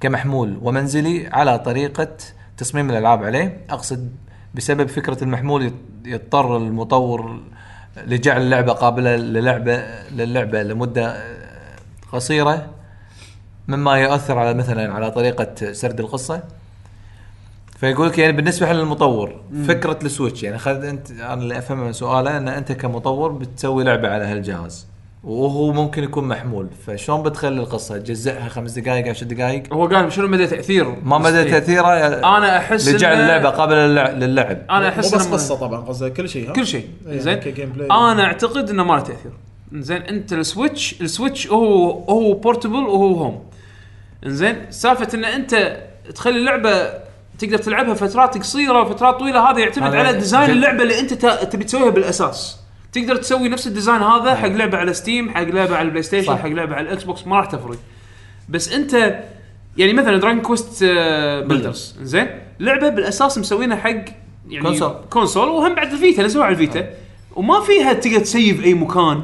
كمحمول ومنزلي على طريقه تصميم الالعاب عليه اقصد بسبب فكره المحمول يط- يضطر المطور لجعل اللعبه قابله للعبه للعبه لمده قصيره مما يؤثر على مثلا على طريقه سرد القصه فيقول لك يعني بالنسبه للمطور فكره السويتش يعني خذ انت انا اللي افهمه من سؤاله ان انت كمطور بتسوي لعبه على هالجهاز وهو ممكن يكون محمول فشلون بتخلي القصه تجزئها خمس دقائق عشر دقائق
هو قال شنو مدى تاثير
ما مدى
إيه.
تاثيره
انا احس
لجعل
إنه-
اللعبه قابله للع- للعب
انا
مو
احس
بس
إنه-
قصه طبعا قصدي كل شيء ها
كل شيء
إيه،
زين
كجيم بلاي.
انا اعتقد انه ما له تاثير زين انت السويتش السويتش هو هو بورتبل وهو هوم زين سالفه ان انت تخلي اللعبه تقدر تلعبها فترات قصيره وفترات طويله هذا يعتمد
هذا
على ديزاين
جد.
اللعبه اللي انت تا- تبي تسويها بالاساس تقدر تسوي نفس الديزاين هذا حق لعبه على ستيم حق لعبه على البلاي ستيشن
إيه. صح.
حق لعبه على الاكس بوكس ما راح تفرق بس انت يعني مثلا دراجون كويست بلدرز آه، زين لعبه بالاساس مسوينها حق يعني
كونسول. آه.
كونسول وهم بعد الفيتا نزلوها على الفيتا وما فيها تقدر تسيف اي مكان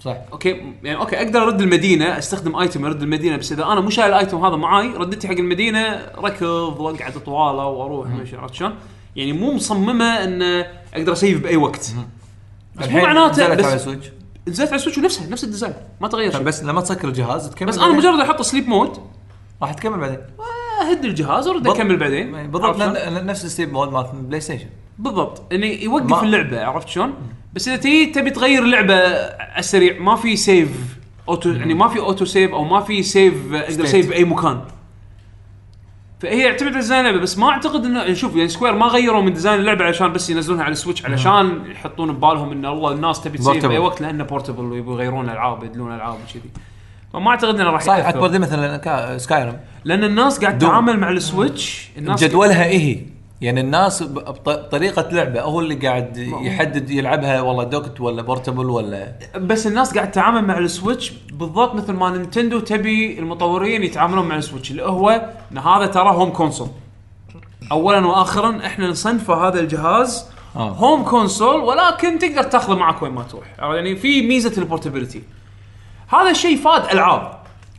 صح
اوكي يعني اوكي اقدر ارد المدينه استخدم ايتم ارد المدينه بس اذا انا مو شايل الايتم هذا معاي ردتي حق المدينه ركض واقعد طواله واروح ماشي، عرفت شلون؟ يعني مو مصممه ان اقدر اسيف باي وقت بس مو معناته
نزلت على
بس
سويتش طيب،
نزلت على السويتش ونفسها نفس الديزاين ما تغير شيء
بس لما تسكر الجهاز تكمل
بس انا
بعدين.
مجرد احط سليب مود
راح تكمل بعدين
اهد الجهاز وارد
بط-
اكمل بعدين
بالضبط
عرفت شلون؟
لأن- لأن نفس السيب مود مال بلاي ستيشن
بالضبط انه يوقف
ما-
اللعبه عرفت شلون؟ بس اذا تي تبي تغير لعبه على السريع ما في سيف اوتو يعني ما في اوتو سيف او ما في سيف اقدر
State.
سيف باي مكان. فهي يعتمد على ديزاين اللعبه بس ما اعتقد انه شوف يعني سكوير ما غيروا من ديزاين اللعبه علشان بس ينزلونها على السويتش علشان يحطون ببالهم ان والله الناس تبي تسيف
Portable.
باي وقت لانه بورتبل ويبغوا يغيرون العاب يدلون العاب وكذي. فما اعتقد انه راح
صحيح
يأثر.
اكبر ذي مثلا سكايرم
لان الناس قاعد
دوم.
تتعامل مع السويتش الناس
جدولها ايه هي؟ يعني الناس ب- بط- بطريقه لعبه هو اللي قاعد يحدد يلعبها والله دوكت ولا بورتبل ولا
بس الناس قاعد تتعامل مع السويتش بالضبط مثل ما نينتندو تبي المطورين يتعاملون مع السويتش اللي هو ان هذا ترى هوم كونسول اولا واخرا احنا نصنفه هذا الجهاز
آه.
هوم كونسول ولكن تقدر تاخذه معك وين ما تروح يعني في ميزه البورتبيلتي هذا الشيء فاد العاب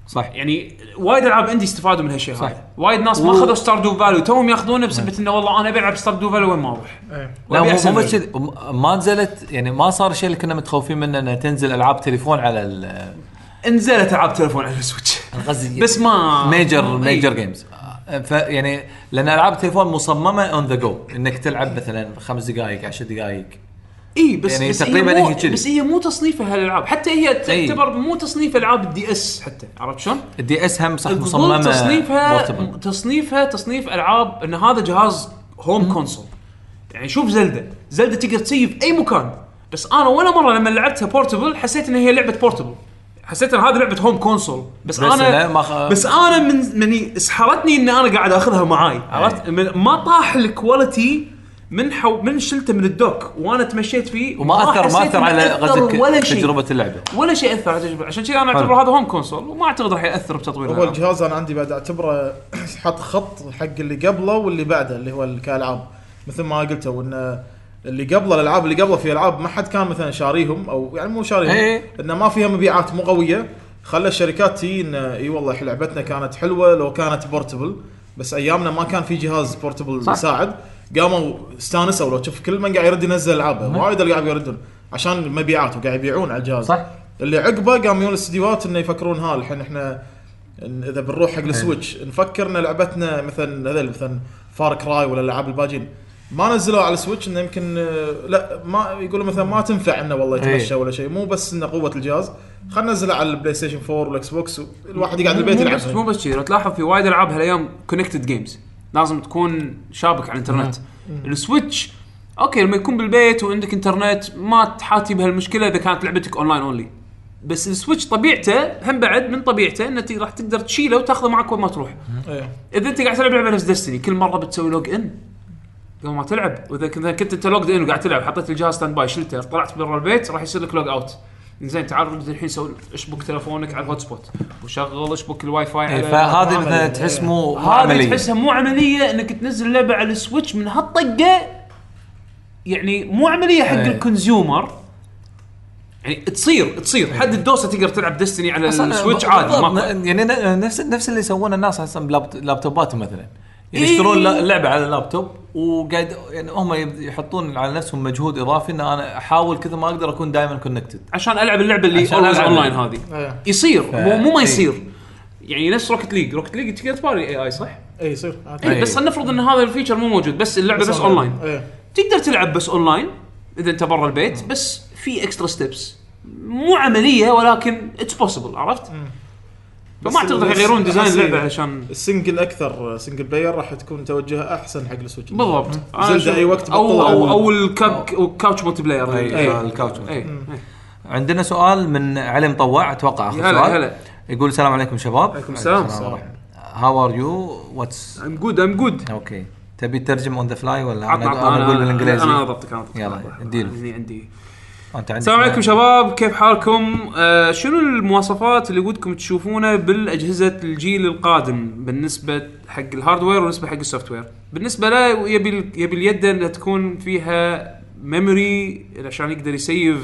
صح
يعني وايد العاب عندي استفادوا من هالشيء
صح.
هذا وايد ناس ما
و- نعم.
اخذوا ستار دو فاليو توهم ياخذونه بسبب انه والله انا بلعب ستار دو فاليو وين ما اروح
لا
وأبي
مو
أحسن
مو بس
منه.
كذي، م- ما نزلت يعني ما صار الشيء اللي كنا متخوفين منه انها تنزل العاب تليفون على ال-
نزلت العاب تلفون على السويتش
الغزي
بس ما إيه.
ميجر
إي.
ميجر جيمز فيعني لان العاب يعني التليفون مصممه اون ذا جو انك تلعب مثلا خمس دقائق عشر دقائق
اي بس
يعني
بس
تقريباً
هي مو
هي كذي.
بس هي مو تصنيفها هالالعاب حتى هي
إي.
تعتبر مو تصنيف العاب الدي اس حتى عرفت شلون؟
الدي اس هم صح
الظل
مصممه
تصنيفها
portable.
تصنيفها تصنيف العاب ان هذا جهاز هوم كونسول يعني شوف زلدة زلدة تقدر تسيب اي مكان بس انا ولا مره لما لعبتها بورتبل حسيت ان هي لعبه بورتبل حسيت ان هذه لعبه هوم كونسول بس,
بس لا،
انا
ما خ-
بس انا من مني اسحرتني ان انا قاعد اخذها
إيه.
معاي عرفت من- ما طاح الكواليتي من حو من شلته من الدوك وانا تمشيت فيه
وما اثر ما
حسيت
اثر
إنه
على
أثر
غزك
شيء.
تجربه اللعبه
ولا شيء اثر على تجربة. عشان كذا انا
حلو.
اعتبر هذا هوم كونسول وما اعتقد راح ياثر بتطوير
هو
الألعاب.
الجهاز انا عندي بعد اعتبره حط خط حق اللي قبله واللي بعده اللي هو ال- كالعاب مثل ما قلتوا ان اللي قبله الالعاب اللي قبله في العاب ما حد كان مثلا شاريهم او يعني مو شاريهم
إيه.
انه ما فيها مبيعات مو قويه خلى الشركات تي ان اي والله إحنا لعبتنا كانت حلوه لو كانت بورتبل بس ايامنا ما كان في جهاز بورتبل
صح.
يساعد قاموا استانسوا لو تشوف كل من قاعد يرد ينزل العابه وايد اللي قاعد يردون عشان المبيعات وقاعد يبيعون على الجهاز
صح.
اللي عقبه قام يجون الاستديوهات انه يفكرون ها الحين احنا إن اذا بنروح حق السويتش نفكر ان لعبتنا مثلا هذا اللي مثلا فار كراي ولا الالعاب الباجين ما نزلوها على السويتش انه يمكن آه، لا ما يقولوا مثلا ما تنفع انه والله يتمشى ولا شيء مو بس انه قوه الجهاز خلينا ننزلها على البلاي ستيشن 4 والاكس بوكس الواحد يقعد بالبيت
مو بس-
يلعبها
مو بس كذي لو تلاحظ في وايد العاب هالايام كونكتد جيمز لازم تكون شابك على الانترنت السويتش اوكي لما يكون بالبيت وعندك انترنت ما تحاتي بهالمشكله اذا كانت لعبتك اونلاين اونلي بس السويتش طبيعته هم بعد من طبيعته انه تي- راح تقدر تشيله وتاخذه معك وين ما تروح
إيه.
اذا انت قاعد تلعب لعبه نفس ديستني كل مره بتسوي لوج ان قبل ما تلعب واذا كنت كنت انت لوجد ان وقاعد تلعب حطيت الجهاز ستاند باي شلته طلعت برا البيت راح يصير لك لوج اوت زين تعال الحين سوي اشبك تلفونك على الهوت سبوت وشغل اشبك الواي فاي
إيه،
على
فهذه مثلا تحس مو مو
هذه
عمليه
تحسها مو عمليه انك تنزل لعبه على السويتش من هالطقه يعني مو عمليه حق
إيه.
الكونسيومر يعني تصير تصير حد الدوسه تقدر تلعب ديستني على
أصلاً
السويتش
بالضبط،
عادي ماكو
يعني ن- نفس نفس اللي يسوونه الناس اصلا بلابت- لابتوباتهم مثلا يعني
إيه.
يشترون لا- لعبه على اللابتوب وقاعد يعني هم يب- يحطون على نفسهم مجهود اضافي ان انا احاول كثر ما اقدر اكون دائما كونكتد
عشان العب اللعبه اللي
عشان
اولويز
ألعب.
اونلاين هذه
إيه.
يصير مو مو ما
إيه.
يصير يعني نفس روكت ليج روكت ليج تقدر تباري اي اي صح؟
اي إيه، يصير
اي بس نفرض ان هذا الفيتشر مو موجود بس اللعبه إيه. بس اونلاين
ايه
تقدر تلعب بس اونلاين اذا انت برا البيت بس في اكسترا ستيبس مو عمليه ولكن اتس بوسيبل عرفت؟
بس
فما اعتقد راح يغيرون
بس
ديزاين
أحس
اللعبه
إيه.
علشان
السنجل اكثر سنجل بلاير راح تكون توجهها احسن حق السويتش
بالضبط أنا
زلدة
أشوف-
أي وقت
او
بطلها
او
ألعبها.
او الكاب- الكاوتش ملتي بلاير إيه.
اي الكاوتش
اي
عندنا سؤال من علي مطوع اتوقع اخر
يا هلا،
سؤال
هلا.
يقول السلام عليكم شباب
عليكم السلام.
هاو ار يو واتس
ام جود ام جود
اوكي تبي ترجم اون ذا فلاي ولا
عطنا
انا
عطنا
أنا اقول
أنا-
بالانجليزي
انا ضبطك انا ضبطك.
يلا،
أنا-
اديله.
هني عندي
انت عندك
السلام عليكم شباب كيف حالكم؟ آه شنو المواصفات اللي ودكم تشوفونه بالاجهزه الجيل القادم بالنسبه حق الهاردوير وبالنسبه حق السوفت وير؟ بالنسبه له يبي ال- يبي اليد انها تكون فيها ميموري عشان يقدر يسيف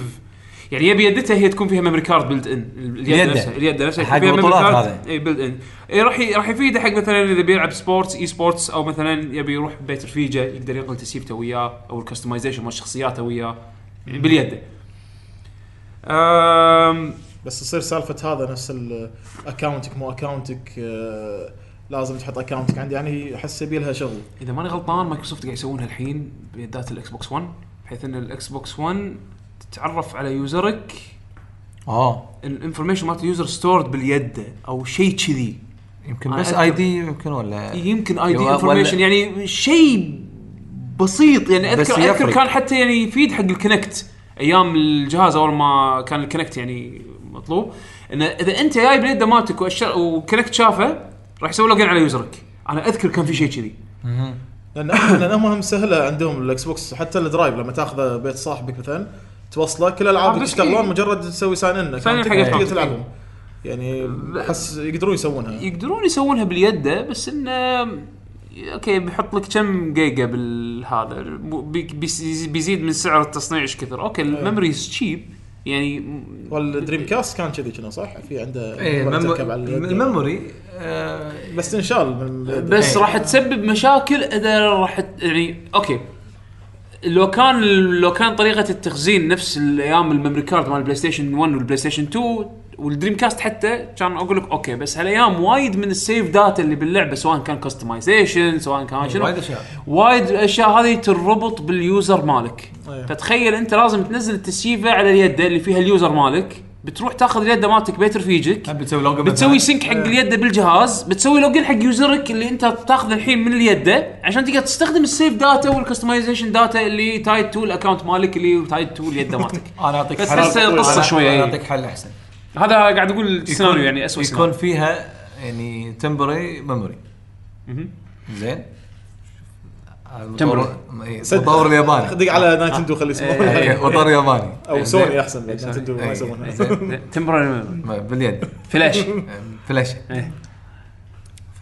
يعني يبي يدته هي تكون فيها ميموري كارد بلد ان اليد
اليد.
نفسها اليد نفسها يكون
حق
فيها memory
بطولات
card.
هذا.
اي بلد ان اي إيه، راح ي- راح يفيده حق مثلا اذا بيلعب سبورتس اي سبورتس او مثلا يبي يروح بيت رفيجه يقدر ينقل تسيبته وياه او الكستمايزيشن مال شخصياته وياه يعني باليد أم،
بس تصير سالفه هذا نفس ال- اكاونتك مو اكاونتك آه، لازم تحط اكاونتك عندي يعني احس يبي لها شغل
اذا ماني غلطان مايكروسوفت قاعد يسوونها الحين بيدات الاكس بوكس 1 بحيث ان الاكس بوكس 1 تتعرف على يوزرك
اه
الانفورميشن مالت اليوزر ستورد باليد او شيء كذي
يمكن
أنا
بس
أذكر.
اي دي يمكن ولا
إيه.
يمكن اي دي
ولا-
انفورميشن يعني شيء بسيط يعني
بس
اذكر اذكر
يفرق.
كان حتى يعني يفيد حق الكونكت ايام الجهاز اول ما كان الكونكت يعني مطلوب انه اذا انت جاي باليد مالتك والش- وكونكت شافه راح يسوي لوجن على يوزرك انا اذكر كان في شيء كذي
لان لان هم هم سهله عندهم الاكس بوكس حتى الدرايف لما تاخذه بيت صاحبك مثلا توصله كل الالعاب
آه،
اللي
بس
تشتغلون
إيه.
مجرد تسوي ساين ان
Sign in حق
تقدر
account.
تلعبهم يعني احس يقدرون يسوونها
يقدرون يسوونها باليد بس انه اوكي بيحط لك كم جيجا بالهذا بي- بي- بيزيد من سعر التصنيع ايش كثر اوكي الميموريز تشيب يعني م-
والدريم كاست كان كذي كنا صح؟ في عنده
إيه،
مرة
المم-
تركب على اليد.
الميموري آه،
بس انشال من اليد.
إيه.
بس راح تسبب مشاكل اذا راح ت- يعني اوكي لو كان لو كان طريقه التخزين نفس الايام الميموري كارد مال البلاي ستيشن 1 والبلاي ستيشن 2 والدريم كاست حتى كان اقول لك اوكي بس هالايام وايد من السيف داتا اللي باللعبه سواء كان كستمايزيشن سواء كان شنو
وايد أشياء.
وايد الاشياء هذه تربط باليوزر مالك
أيوه.
إيه.
فتخيل انت لازم تنزل التسييفه على اليد اللي فيها اليوزر مالك بتروح تاخذ اليد مالتك بيت رفيجك
بتسوي لوجن
بتسوي سينك حق اليد بالجهاز بتسوي لوجن حق يوزرك اللي انت تاخذ الحين من اليد عشان تقدر تستخدم السيف داتا والكستمايزيشن داتا اللي تايد تو الاكونت مالك اللي تايد تو اليد مالتك
انا اعطيك
بس تحس القصه
انا
شويه
اعطيك حل احسن
هذا قاعد اقول السيناريو يعني اسوء
يكون
سيناريو
فيها يعني تمبري ميموري
مهم.
زين
Temporary.
المطور- إيه، المطور الياباني
دق على نايتندو خلي
آه. إيه،
اسمه
مطور ياباني
او سوني احسن بعد نايتندو ما
إيه،
يسمونها
زين.
تمبرري
ما- باليد
فلاش
فلاش
إيه.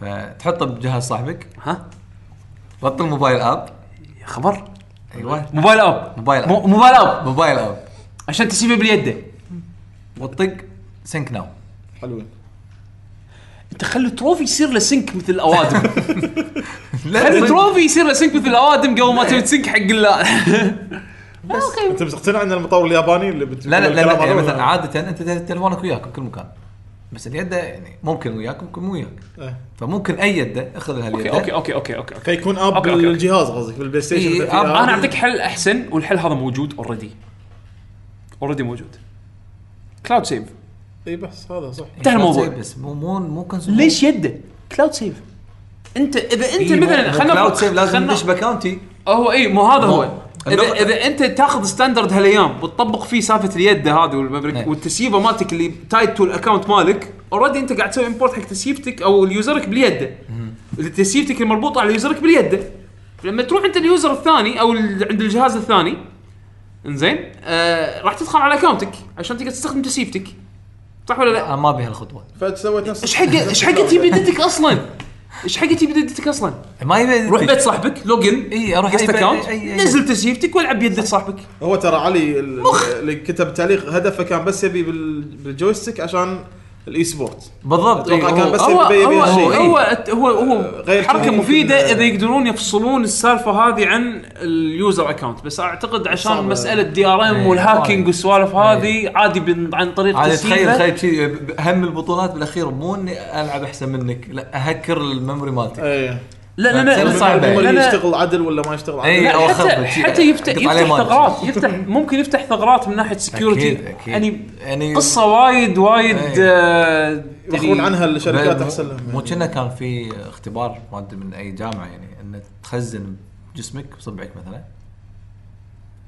فتحطه بجهاز صاحبك
ها
بطل موبايل اب
يا خبر
ايوه
موبايل اب
موبايل
مو-
اب
موبايل اب
موبايل اب
عشان تسيبه باليده
وتطق سينك ناو
حلوين
انت خلي التروفي يصير له سنك مثل الاوادم
لا
خلي
صدق.
التروفي يصير له سنك مثل الاوادم قبل ما تبي تسنك حق ال-
انت مقتنع ان المطور الياباني اللي بت...
لا لا لا, لا يعني
الكلام آه.
مثلا
هذا؟
عاده انت تلفونك وياك بكل مكان بس اليد يعني ممكن وياك ممكن مو وياك
إيه.
فممكن اي يده اخذ لها اليد
اوكي اوكي اوكي اوكي اوكي
فيكون اب
أوكي، أوكي، أوكي.
بالجهاز قصدك بالبلاي ستيشن
إيه،
إذا في
أب-
آب.
انا اعطيك حل احسن والحل هذا موجود اوريدي اوريدي موجود كلاود سيف
اي إيه، بس هذا صح
انتهى الموضوع.
بس مو مو مو كونسول
ليش يده؟ كلاود سيف انت اذا
إيه،
انت مثلا
خلينا
خلنا
كلاود سيف لازم
خلنا-
ندش باكاونتي
هو اي مو هذا هو اذا
النقطة-
اذا انت تاخذ ستاندرد هالايام وتطبق فيه سالفه اليد هذه والمبرك
نعم.
والتسييفه مالتك اللي تايد تو الاكونت مالك اوريدي انت قاعد تسوي امبورت حق تسييفتك او اليوزرك باليده تسييفتك المربوطه على يوزرك باليده لما تروح انت اليوزر الثاني او ال- عند الجهاز الثاني انزين آه راح تدخل على اكونتك عشان تقدر تستخدم تسييفتك صح ولا لا؟
آه، ما بها الخطوه
فسويت نفس
ايش حق ايش حق تجيب يدتك اصلا؟ ايش حق تجيب يدتك اصلا؟
ما يبي
روح بيت صاحبك لوجن
اي اروح
جست
أي-
اكونت
أي- أي-
نزل تسييفتك والعب بيد صاحبك
هو ترى علي ال- اللي كتب تعليق هدفه كان بس يبي بال- بالجويستيك عشان الاي سبورت
بالضبط إي،
أتوقع كان
هو-
بس
هو
يبي- يبي
هو
هالشيء.
هو هو, هو
غير
حركه
كذا
مفيده
ممكن-
اذا يقدرون يفصلون السالفه هذه عن اليوزر اكونت بس اعتقد عشان
صعبة.
مساله دي ار ام
إيه،
والهاكينج
صعبة.
والسوالف هذه عادي بن- عن طريق
عاد تخيل
تسييفه
تخيل شي، ب- هم البطولات بالاخير مو اني العب احسن منك لا اهكر الميموري مالتي
إيه.
ايه
لا لا
تخيل
لا
صعبة.
لا،
صعب
لا لا
يشتغل عدل ولا ما يشتغل عدل
إيه.
لا،
او
حتى
خربت شي،
حتى يفتح
قطع عليه
يفتح
مال.
ثغرات يفتح ممكن يفتح ثغرات من ناحيه سكيورتي
أكيد.
يعني
يعني
قصه وايد وايد
إيه.
آه،
يخرون عنها الشركات
مو-
احسن لهم يعني.
مو كنا كان في اختبار ما ادري من اي جامعه يعني ان تخزن جسمك بصبعك مثلا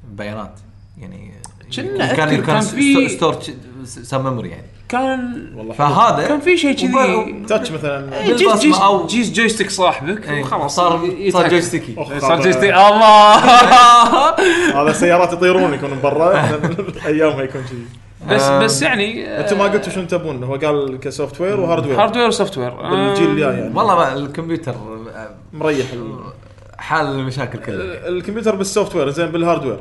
بيانات يعني
كنا
كان
أذكر كان
كان
في-
في ستور سام ميموري يعني
كان
فهذا
كان في شيء كذي
وب-
تاتش مثلا
إيه، جيس
بالبصمة
جيس
أو-
جيس جويستيك صاحبك
إيه،
وخلاص
صار-
يتحكم.
صار جويستيكي.
إيه، صار
أخرب.
جويستيك الله
هذا سيارات يطيرون يكونون برا ايامها يكون كذي
بس بس يعني آه،
انتم ما قلتوا شنو تبون هو قال كسوفت وير وهارد وير
هاردوير آه. وسوفت وير
بالجيل الجاي يعني
والله ما الكمبيوتر آه،
مريح ال-
حال المشاكل كلها
ال- الكمبيوتر بالسوفت وير زين بالهاردوير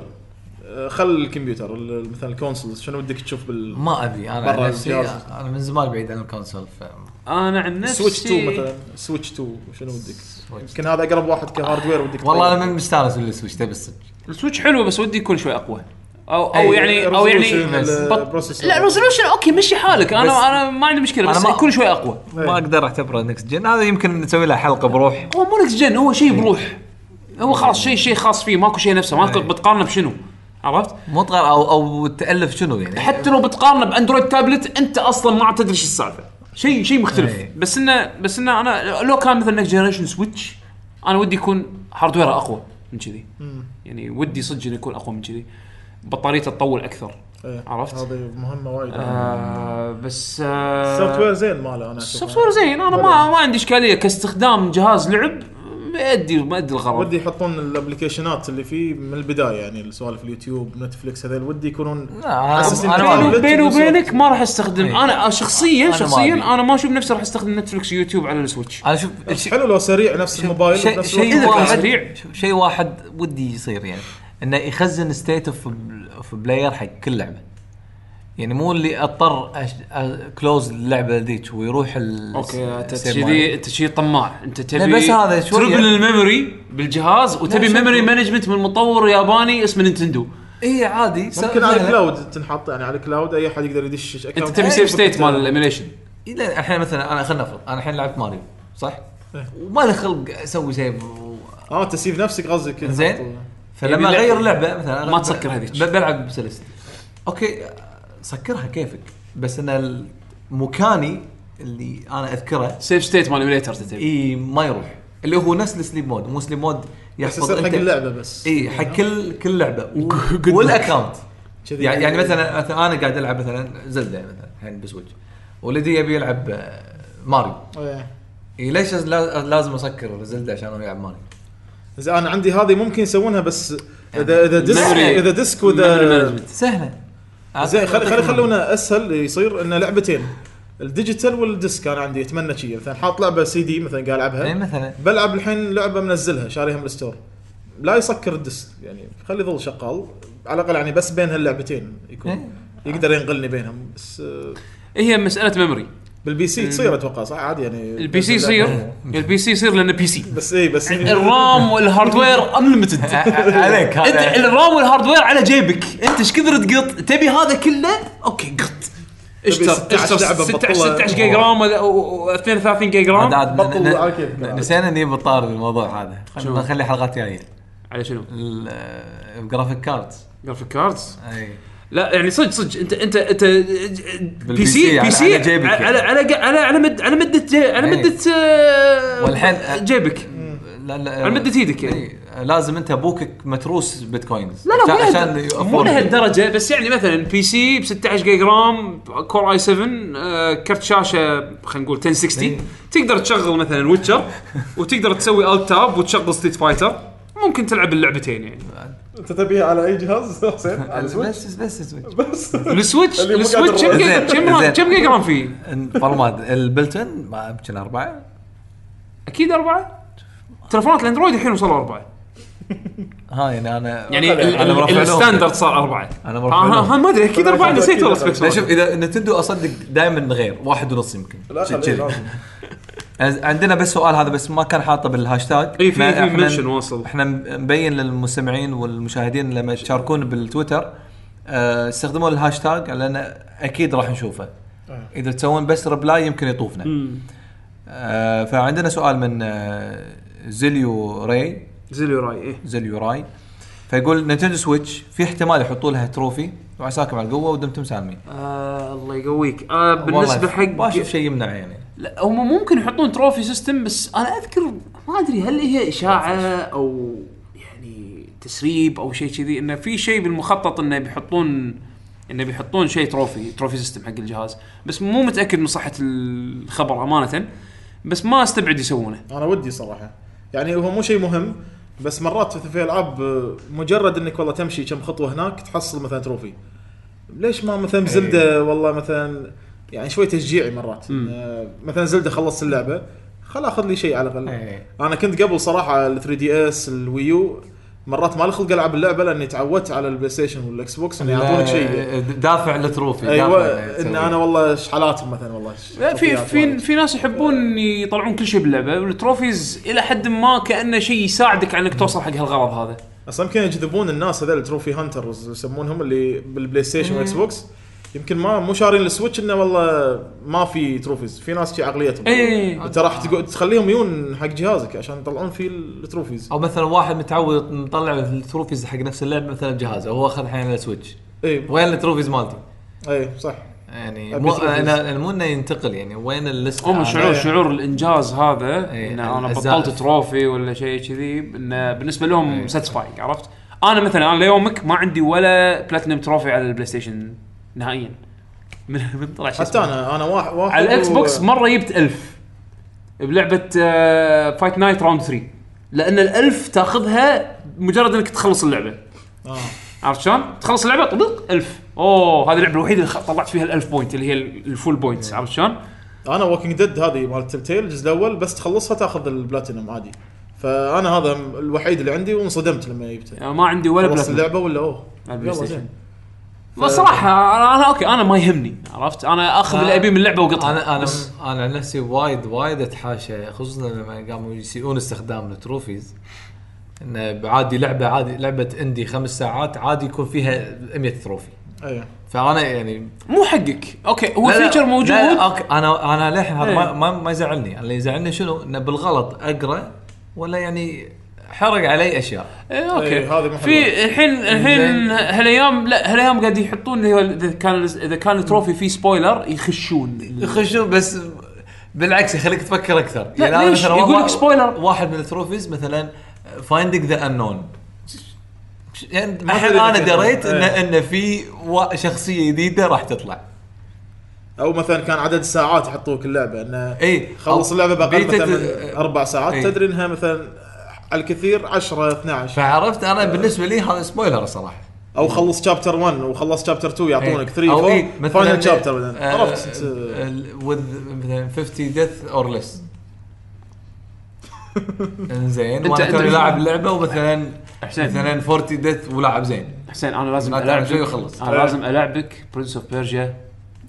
آه، خل الكمبيوتر ال- مثلا الكونسولز شنو ودك تشوف بال
ما ابي انا عن
برا
نفسي
الجهاز.
انا من زمان بعيد عن الكونسول ف
انا عن
سويتش 2
نفسي
مثلا سويتش 2 شنو ودك يمكن هذا اقرب واحد كهاردوير ودك
والله
تطير.
انا من مستانس بالسويتش تبي الصدق
إيه.
السويتش حلو بس ودي يكون شوي اقوى او او
إيه،
يعني او يعني
resolution، ال-
بط-
processor. إيه.
لا ريزولوشن اوكي مشي حالك
بس-
انا انا ما عندي مشكله
أنا
بس
ما-
يكون شوي اقوى
ما اقدر اعتبره نكست جن هذا يمكن نسوي له حلقه بروح
هو مو نكس جن هو شيء بروح هو خلاص شيء شيء خاص فيه ماكو شيء نفسه ما
إيه.
تقدر بتقارنه بشنو عرفت؟
مو تغير او او تالف شنو يعني
حتى لو بتقارنه باندرويد تابلت انت اصلا ما عاد تدري شو السالفه شيء شيء مختلف
إيه.
بس انه بس انه انا لو كان مثلا نكست جنريشن سويتش انا ودي يكون هاردويره اقوى من كذي يعني ودي صدق انه يكون اقوى من كذي بطاريته تطول اكثر
إيه،
عرفت؟
هذه مهمه وايد
آه بس
السوفت وير
آه
زين ماله انا أشوفه.
السوفت وير زين انا ما ما عندي اشكاليه كاستخدام جهاز لعب ما يدي ما يدي الغرض
ودي يحطون الابلكيشنات اللي فيه من البدايه يعني سوالف اليوتيوب نتفلكس هذيل ودي يكونون
لا،
أساس
آه، أنا-
إنه
أنا-
تابلت.
بيني بيني
بالسوفت وير.
وبينك ما راح استخدم
إيه.
انا شخصيا
أنا ما
شخصيا
أبي.
انا ما اشوف نفسي راح استخدم نتفلكس يوتيوب على السويتش
انا شوف
بس حلو لو سريع نفس الموبايل
شيء
وبنفس الوقت
شيء
إذا كان
واحد
سريع.
شوف، شيء واحد ودي يصير يعني انه يخزن ستيت اوف اوف بلاير حق كل لعبه يعني مو اللي اضطر كلوز اللعبه ذيك ويروح ال
اوكي انت
السيف ماله.
كذي انت شي طماع انت تبي
آه، لا، بس هذا شوية.
تربل الميموري بالجهاز وتبي
لا، شوف.
ميموري مانجمنت من مطور ياباني اسمه نينتندو
اي إيه، عادي س-
ممكن على
سهلة.
كلاود تنحط يعني على كلاود اي احد يقدر يدش
انت
account.
تبي سيف ستيت مال الايميليشن
إي، لا، الحين مثلا انا خلينا نفرض انا الحين لعبت ماريو صح؟
إيه.
وما لي خلق اسوي سيف و-
اه تسيف نفسك قصدك
زين
نحط-
فلما
يبي لعبة.
اغير لعبه مثلا أنا
ما
ب-
تسكر هذيك.
ب- بلعب بسلسل اوكي سكرها كيفك بس ان ال- مكاني اللي انا اذكره
سيف ستيت مانيبيليتر تبي
اي ما يروح اللي هو نفس السليب مود مو سليب مود يحفظ
يصير حق
أنت- إيه.
اللعبة بس.
اي حق كل كل لعبه و- والاكونت
كذي.
يعني يعني مثلا مثلا انا قاعد العب مثلا زلده مثلا الحين بسويتش ولدي يبي يلعب آه، ماريو
إيه.
إي ليش لا- لازم اسكر زلده عشان هو يلعب ماريو
زين انا عندي هذه ممكن يسوونها بس اذا اذا ديسك
يعني Memory-
اذا ديسك
آه،
واذا
سهله
زين خلي خلي خلونا اسهل يصير انه لعبتين الديجيتال والديسك انا عندي اتمنى شيء مثلا حاط لعبه سي دي مثلا قاعد
إيه،
اي
العبها
مثلا
بلعب الحين لعبه منزلها شاريها من الستور لا يسكر الديسك يعني خلي يظل شغال على الاقل يعني بس بين هاللعبتين
إيه.
يكون يقدر ينقلني بينهم بس آه،
هي مساله ميموري
بالبي سي تصير اتوقع صح عادي يعني
البي سي يصير البي سي يصير لانه بي سي
بس اي بس يعني
الرام والهاردوير انليمتد
عليك
انت
هذا
الرام والهاردوير على جيبك انت ايش كثر تقط تبي هذا كله اوكي قط اشتر
16
اشتر
لعبة
16
بطلة.
16 جيجا رام و- و- و 32 جيجا
عاد-
رام
عاد
بطل
ن- ن-
على كيفك.
نسينا نجيب الطار الموضوع هذا خلينا نخلي حلقات جايه
على شنو؟
الجرافيك كاردز
جرافيك كاردز
اي
لا يعني صدق صدق انت انت انت بي
سي
سي
على-
بي سي
على جيبك
على
يعني.
على على على مد على مده جي- على
أي.
مده آه،
والحين-
جيبك
لا لا
على مدة إيدك يعني.
إي، لازم انت بوكك متروس بيتكوينز
لا لا مو
عشان-
لهال-
عشان
مو
يوفرون.
لهالدرجه بس يعني مثلا بي سي ب 16 جيجا رام كور اي 7 آه، كرت شاشه خلينا نقول 1060
إيه.
تقدر تشغل مثلا ويتشر وتقدر تسوي الت تاب وتشغل ستيت فايتر ممكن تلعب اللعبتين يعني
انت تبيها على اي جهاز حسين على السويتش
بس بس سويتش
بس
السويتش
اللي مو قادر
السويتش كم جيجا-
زين،
كم رام-
زين.
كم جيجا رام فيه؟
فرماد البلتن ما يمكن اربعه
اكيد اربعه تلفونات الاندرويد الحين وصلوا اربعه
ها يعني انا
يعني ال-
أنا
ال-
مرفع لهم.
الستاندرد صار اربعه
انا
آه،
مرفع
آه،
لهم.
آه، ما ادري اكيد اربعه
أكيد
نسيت والله
أربعة.
سبيكس
لا شوف اذا نتندو اصدق دائما غير واحد ونص يمكن
لا خلي-
كذي.
لازم.
أز- عندنا بس سؤال هذا بس ما كان حاطه بالهاشتاج
اي إيه، في
ما
في
إحنا-
منشن واصل
احنا مبين للمستمعين والمشاهدين لما تشاركون بالتويتر آه، استخدموا الهاشتاج لان اكيد راح نشوفه
آه.
اذا تسوون بس ريبلاي يمكن يطوفنا آه، فعندنا سؤال من آه، زيليو راي
زيليو راي ايه
زيليو راي فيقول نينتندو سويتش في احتمال يحطوا لها تروفي وعساكم على القوه ودمتم سالمين
آه الله يقويك آه بالنسبه
والله ما
حق
اشوف شيء يمنع يعني
لا هم ممكن يحطون تروفي سيستم بس انا اذكر ما ادري هل هي اشاعه او يعني تسريب او شيء كذي انه في شيء بالمخطط انه بيحطون انه بيحطون شيء تروفي تروفي سيستم حق الجهاز بس مو متاكد من صحه الخبر امانه بس ما استبعد يسوونه
انا ودي صراحه يعني هو مو شيء مهم بس مرات مثل في العاب آه، مجرد انك والله تمشي كم خطوه هناك تحصل مثلا تروفي ليش ما
إيه.
مثلا زلده والله مثلا يعني شوي تشجيعي مرات آه، مثلا زلده خلصت اللعبه خل اخذ لي شيء على الاقل
إيه.
انا كنت قبل صراحه ال 3 دي اس الويو مرات ما لي خلق العب اللعبه لاني تعودت على البلاي ستيشن والاكس بوكس انه يعطونك شيء
إيه،
آه، دافع لتروفي
ايوه
دافع
ان
لتسوي.
انا والله شحالاتهم مثلا والله
لا في
شخصيات
في
وايد.
في ناس يحبون يطلعون كل شيء باللعبه والتروفيز الى حد ما كانه شيء يساعدك على انك توصل حق هالغرض هذا
اصلا يمكن يجذبون الناس هذول التروفي هانترز يسمونهم اللي بالبلاي ستيشن والاكس بوكس يمكن ما مو شارين السويتش انه والله ما في تروفيز في ناس شي عقليتهم
إيه.
انت راح تقو- تخليهم يون حق جهازك عشان يطلعون فيه التروفيز
او مثلا واحد متعود مطلع التروفيز حق نفس اللعب مثلا بجهازه هو اخذ الحين على سويتش
اي
وين التروفيز مالتي؟
اي إيه، صح
يعني
أبي
مو
تروفيز.
انا مو انه ينتقل يعني وين الليست
هم شعور شعور الانجاز هذا
إيه،
ان انا
الزائف.
بطلت تروفي ولا شيء كذي انه بالنسبه لهم ساتسفاينج عرفت؟ انا مثلا انا ليومك ما عندي ولا بلاتنم تروفي على البلاي ستيشن نهائيا من من طلع شو
حتى
اسمه.
انا انا واحد واحد
على الاكس
و-
بوكس مره جبت آه، 1000 بلعبه فايت نايت راوند 3 لان ال1000 تاخذها مجرد انك تخلص اللعبه
آه.
عرفت شلون؟ تخلص اللعبه طبق 1000 اوه هذه اللعبه الوحيده اللي خ- طلعت فيها ال1000 بوينت اللي هي ال- الفول بوينتس
إيه.
عرفت شلون؟
انا ووكينج ديد هذه مال تلتيل الجزء الاول بس تخلصها تاخذ البلاتينم عادي فانا هذا الوحيد اللي عندي وانصدمت لما جبته
يعني ما عندي ولا
خلصت
بلاتنم
اللعبه ولا اوه
على البلاي
يلا
ستيشن.
زين.
ما صراحة أنا, انا اوكي انا ما يهمني عرفت انا اخذ اللي ابيه من اللعبة واقطها
انا انا
بس
انا عن نفسي وايد وايد اتحاشى خصوصا لما قاموا يسيئون استخدام التروفيز انه عادي لعبه عادي لعبه اندي خمس ساعات عادي يكون فيها 100 تروفي
اي
فانا يعني
مو حقك اوكي هو
لا لا،
فيتشر موجود
لا آه. اوكي انا انا للحين هذا
إيه.
ما- ما ما يزعلني أنا اللي يزعلني شنو انه بالغلط اقرا ولا يعني حرق علي اشياء
إيه، اوكي
إيه، هذه ما
في
حلوة.
الحين الحين
زين.
هالايام لا هالايام قاعد يحطون اللي هو اذا كان اذا كان التروفي فيه سبويلر يخشون
يخشون بس بالعكس يخليك تفكر اكثر
لا،
أنا
ليش؟
مثلاً
يقول لك
وا-
spoiler.
واحد من التروفيز مثلا فايندينج ذا انون يعني
ما
الحين
تدري
انا
إذا كان-
دريت ان
إيه.
ان في وا- شخصيه جديده راح تطلع
او مثلا كان عدد ساعات يحطوك اللعبه انه
اي
خلص
أو
اللعبه باقل
بيتا-
مثلا من اربع ساعات
إيه.
تدري انها مثلا على الكثير 10 12
فعرفت
إيه.
انا بالنسبه لي هذا سبويلر الصراحه
او خلص شابتر 1 وخلص شابتر 2 يعطونك 3
او اي
4 فاينل شابتر بعدين
آه،
عرفت
وذ مثلا 50 ديث اور ليس انزين
أنت-
وانا
أنت-
توني لاعب اللعبه ومثلا
حسين.
مثلا 40 ديث ولاعب زين
حسين انا لازم
لا تعال
العبك
شوي وخلص. إيه.
انا لازم العبك برنس اوف بيرجيا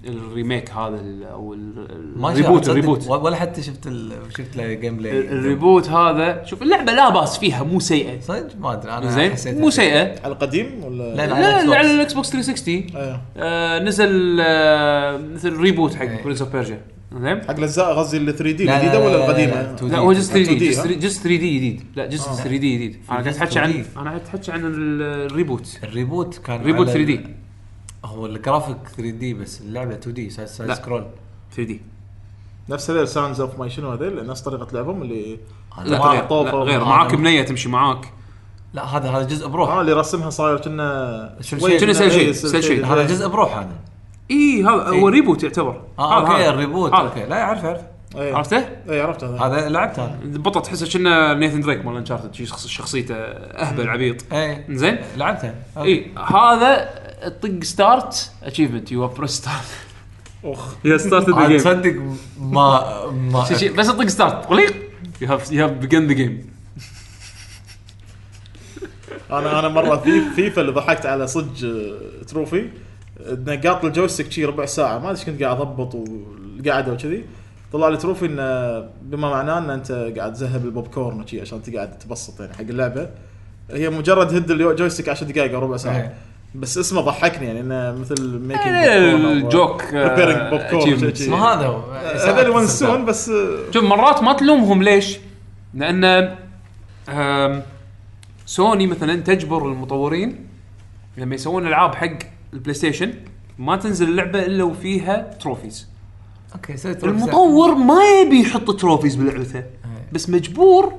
الريميك هذا ال- او ال-
ما شاء
الريبوت
تصدق،
الريبوت
و- ولا حتى شفت ال... شفت له جيم بلاي
ال- الريبوت هذا شوف اللعبه لا باس فيها مو سيئه
صدق ما ادري انا
زين
حسيت
مو سيئه
على القديم ولا
آه، لا لا,
لا
على
لا، على
Xbox.
الاكس بوكس 360
ايه.
آه، نزل آه، مثل ريبوت حق
إيه.
برنس اوف بيرجيا زين
حق الاجزاء غزي ال 3
لا،
دي
لا،
الجديده
لا،
ولا
لا، لا،
القديمه؟
لا، 2D.
لا هو جزء 3
2D،
دي
ها؟
جزء 3 دي جديد لا جزء
آه.
3 دي جديد انا قاعد احكي عن
3D.
انا قاعد احكي عن ال- الريبوت
الريبوت كان
ريبوت
على
3 دي
ال- هو الجرافيك 3 دي بس اللعبه 2 دي سايد
لا.
سايد سكرول
3 دي
نفس هذول ساوندز اوف ماي شنو هذول نفس طريقه لعبهم اللي
لا
طبعاً
غير
طوفة
لا، غير
وهذا.
معاك بنيه تمشي معاك
لا هذا هذا جزء بروحه
اه اللي رسمها صاير كنا
شو
شوي
شنو سيل
إيه،
شيد؟
سيل
سيل
شيد.
شيد.
هذا جزء بروحه هذا
اي هذا إيه،
إيه.
هو ريبوت يعتبر
اه
هذا-
اوكي
هذا.
الريبوت
هذا.
اوكي لا اعرف اعرف
إيه.
عرفته؟
اي عرفت هذا
هذا لعبت انا
بطل تحسه كنا نيثن دريك مال انشارتد شخصيته اهبل عبيط
اي
زين
لعبتها
اي هذا طق ستارت اتشيفمنت يو بريس ستارت
اخ
يو ستارت
عاد تصدق ما ما
شي شي بس اطق ستارت قليق يو هاف يو هاف بيجن ذا جيم
انا انا مره في فيفا اللي ضحكت على صج آه، تروفي نقاط الجويستيك شي ربع ساعه ما ادري إيش كنت قاعد اضبط والقعده وكذي طلع لي تروفي انه بما معناه ان انت قاعد تذهب البوب كورن وشي عشان تقعد تبسط يعني حق اللعبه هي مجرد هد الجويستيك 10 دقائق او ربع ساعه
إيه.
بس اسمه ضحكني يعني انه مثل
إيه، الجوك آه،
بريبيرنج بوب كورن
ما هذا هو
هذول ونسون بس آه،
شوف مرات ما تلومهم ليش؟ لان آم، سوني مثلا تجبر المطورين لما يسوون العاب حق البلاي ستيشن ما تنزل اللعبه الا وفيها تروفيز
اوكي سويت
المطور ما يبي يحط تروفيز بلعبته بس مجبور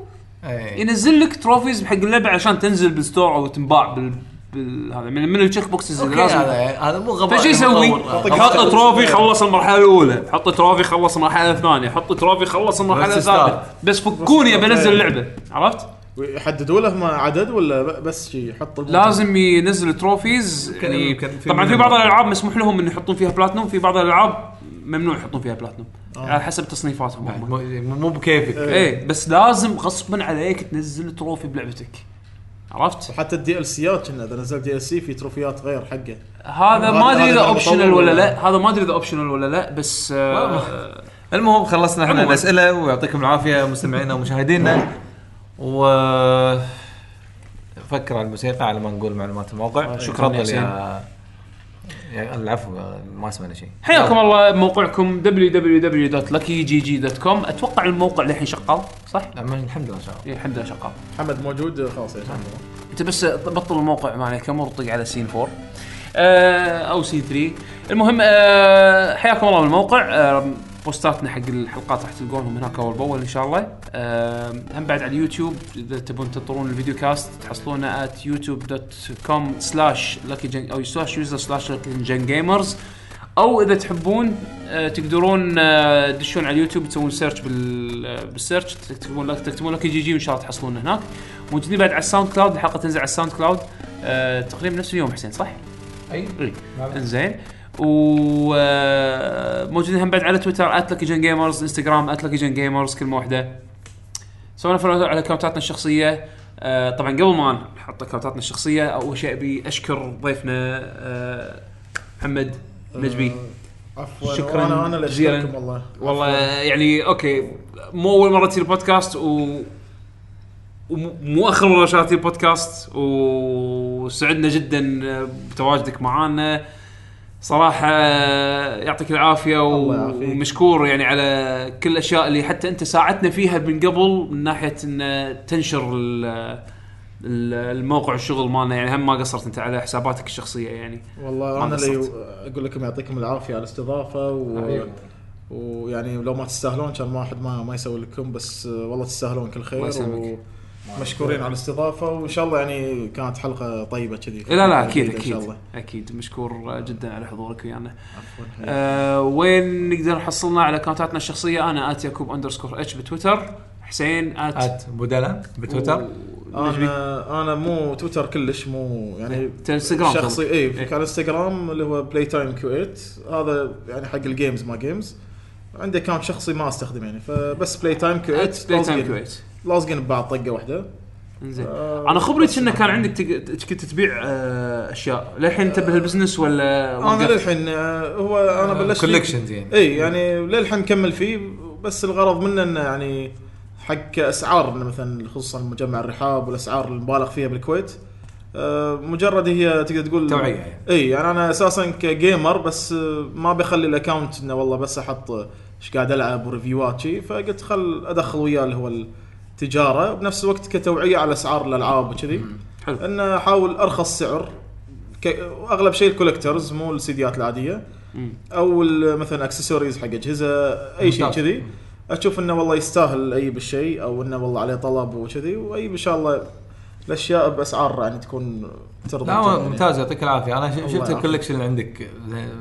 اي
ينزل لك تروفيز حق اللعبه عشان تنزل بالستور او تنباع بال, بال... هذا من, من التشيك بوكسز اللي
أوكي،
لازم
هذا هذا مو غباء
فشو يسوي؟
المطور.
حط تروفي خلص المرحله الاولى، حط تروفي خلص المرحله الثانيه، حط تروفي خلص المرحله
بس
الثالثه، بس فكوني بنزل اللعبه، عرفت؟
يحددوا له ما عدد ولا ب- بس شي يحط البوب
لازم ينزل تروفيز
كان-
يعني
كان في
طبعا في
منهم-
بعض الالعاب مسموح لهم ان يحطون فيها بلاتنوم، في بعض الالعاب ممنوع يحطون فيها بلاتنوم، على حسب تصنيفاتهم هم.
مو- مو بكيفك
ايه بس لازم غصبا عليك تنزل تروفي بلعبتك. عرفت؟
حتى الدي ال سيات كنا اذا نزلت دي ال سي في تروفيات غير حقه
هذا ما
هذا-
ادري
هذا
اذا اوبشنال ولا
المطور.
لا، هذا ما ادري اذا اوبشنال ولا لا بس آه،
المهم خلصنا احنا
عموماً.
الاسئله ويعطيكم العافيه مستمعينا ومشاهدينا و فكر على الموسيقى على ما نقول معلومات الموقع شكرا
يا حسين.
آه، يا يا- العفو ما سمعنا شيء
حياكم الله بموقعكم www.luckygg.com اتوقع الموقع للحين شغال صح؟
لا، ما- الحمد لله ان شاء الله
اي الحمد لله شغال
محمد موجود خلاص يا شباب
انت بس بطل الموقع ما عليك امر طق على سين 4 آه، او سين 3 المهم آه، حياكم الله بالموقع آه، بوستاتنا حق الحلقات راح تلقونهم هناك اول باول ان شاء الله آه، هم بعد على اليوتيوب اذا تبون تنطرون الفيديو كاست تحصلونه at youtube.com slash lucky او سلاش يوزر سلاش جيمرز او اذا تحبون آه، تقدرون آه، تدشون على اليوتيوب تسوون سيرش بال آه، بالسيرش تكتبون لك تكتبون لك جي جي وان شاء الله تحصلون هناك موجودين بعد على الساوند كلاود الحلقه تنزل على الساوند كلاود آه، تقريبا نفس اليوم حسين صح؟
اي
اي انزين وموجودين هم بعد على تويتر @luckygengamers جيمرز انستغرام @luckygengamers جيمرز كلمه واحده سوينا فولو على اكونتاتنا الشخصيه آه، طبعا قبل ما نحط اكونتاتنا الشخصيه اول شيء ابي اشكر ضيفنا آه، محمد نجبي
عفوا
شكراً
شكرا انا انا اللي
جزيلاً.
اشكركم والله
والله يعني اوكي مو اول مره تصير بودكاست و ومو- مو اخر مره شاركت في البودكاست وسعدنا جدا بتواجدك معانا صراحه يعطيك العافيه و...
الله يعافيك.
ومشكور يعني على كل الاشياء اللي حتى انت ساعدتنا فيها من قبل من ناحيه ان تنشر ال... ال- الموقع الشغل مالنا يعني هم ما قصرت انت على حساباتك الشخصيه يعني
والله
ما
انا اللي
قصرت.
اقول لكم يعطيكم العافيه على الاستضافه و...
حبيبي.
ويعني لو ما تستاهلون كان ما احد ما, ما يسوي لكم بس والله تستاهلون كل
الله
خير
يسلمك.
مشكورين على الاستضافه وان شاء الله يعني كانت حلقه طيبه كذي
لا لا اكيد
ان إيه، شاء
اكيد
الله
اكيد مشكور جدا على حضورك ويانا آه وين نقدر نحصلنا على اكونتاتنا الشخصيه انا ات يعقوب اندرسكور اتش بتويتر حسين ات
ات بودلا بتويتر
انا انا مو تويتر كلش مو
أيوه.
يعني
إنستغرام
شخصي
طبعاً.
اي
إيه.
كان انستغرام اللي هو بلاي تايم كيو 8 هذا يعني حق الجيمز ما جيمز عندي اكونت شخصي ما استخدمه يعني فبس بلاي تايم كيو 8
ات بلاي تايم
لازقين-
كويت
لازقين ببعض طقه واحده
انزين
آه،
انا خبرتي
بس
انه كان عندك تق- كنت تبيع آه، اشياء للحين انت بهالبزنس ولا
انا
وقفت؟
للحين آه، هو انا بلشت فيه-
collections يعني.
اي يعني للحين مكمل فيه بس الغرض منه انه يعني حق اسعار إنه مثلا خصوصا مجمع الرحاب والاسعار المبالغ فيها بالكويت آه، مجرد هي تقدر تقول
توعية يعني.
اي يعني انا اساسا كجيمر بس آه، ما بخلي الاكونت انه والله بس احط آه، ايش قاعد العب وريفيوات شي فقلت خل ادخل وياه اللي هو التجاره بنفس الوقت كتوعيه على اسعار الالعاب وكذي
حلو.
ان احاول ارخص سعر ك- اغلب شيء الكولكترز مو السيديات العاديه
مم.
او ال- مثلا اكسسوارز حق اجهزه اي شيء
ممتاز.
كذي اشوف انه والله يستاهل اجيب الشيء او انه والله عليه طلب وكذي واجيب ان شاء الله الاشياء باسعار يعني تكون ترضى
لا
الجميع
هو
يعني.
ممتاز يعطيك العافيه انا ش-
الله
شفت
يعافيك.
الكولكشن اللي عندك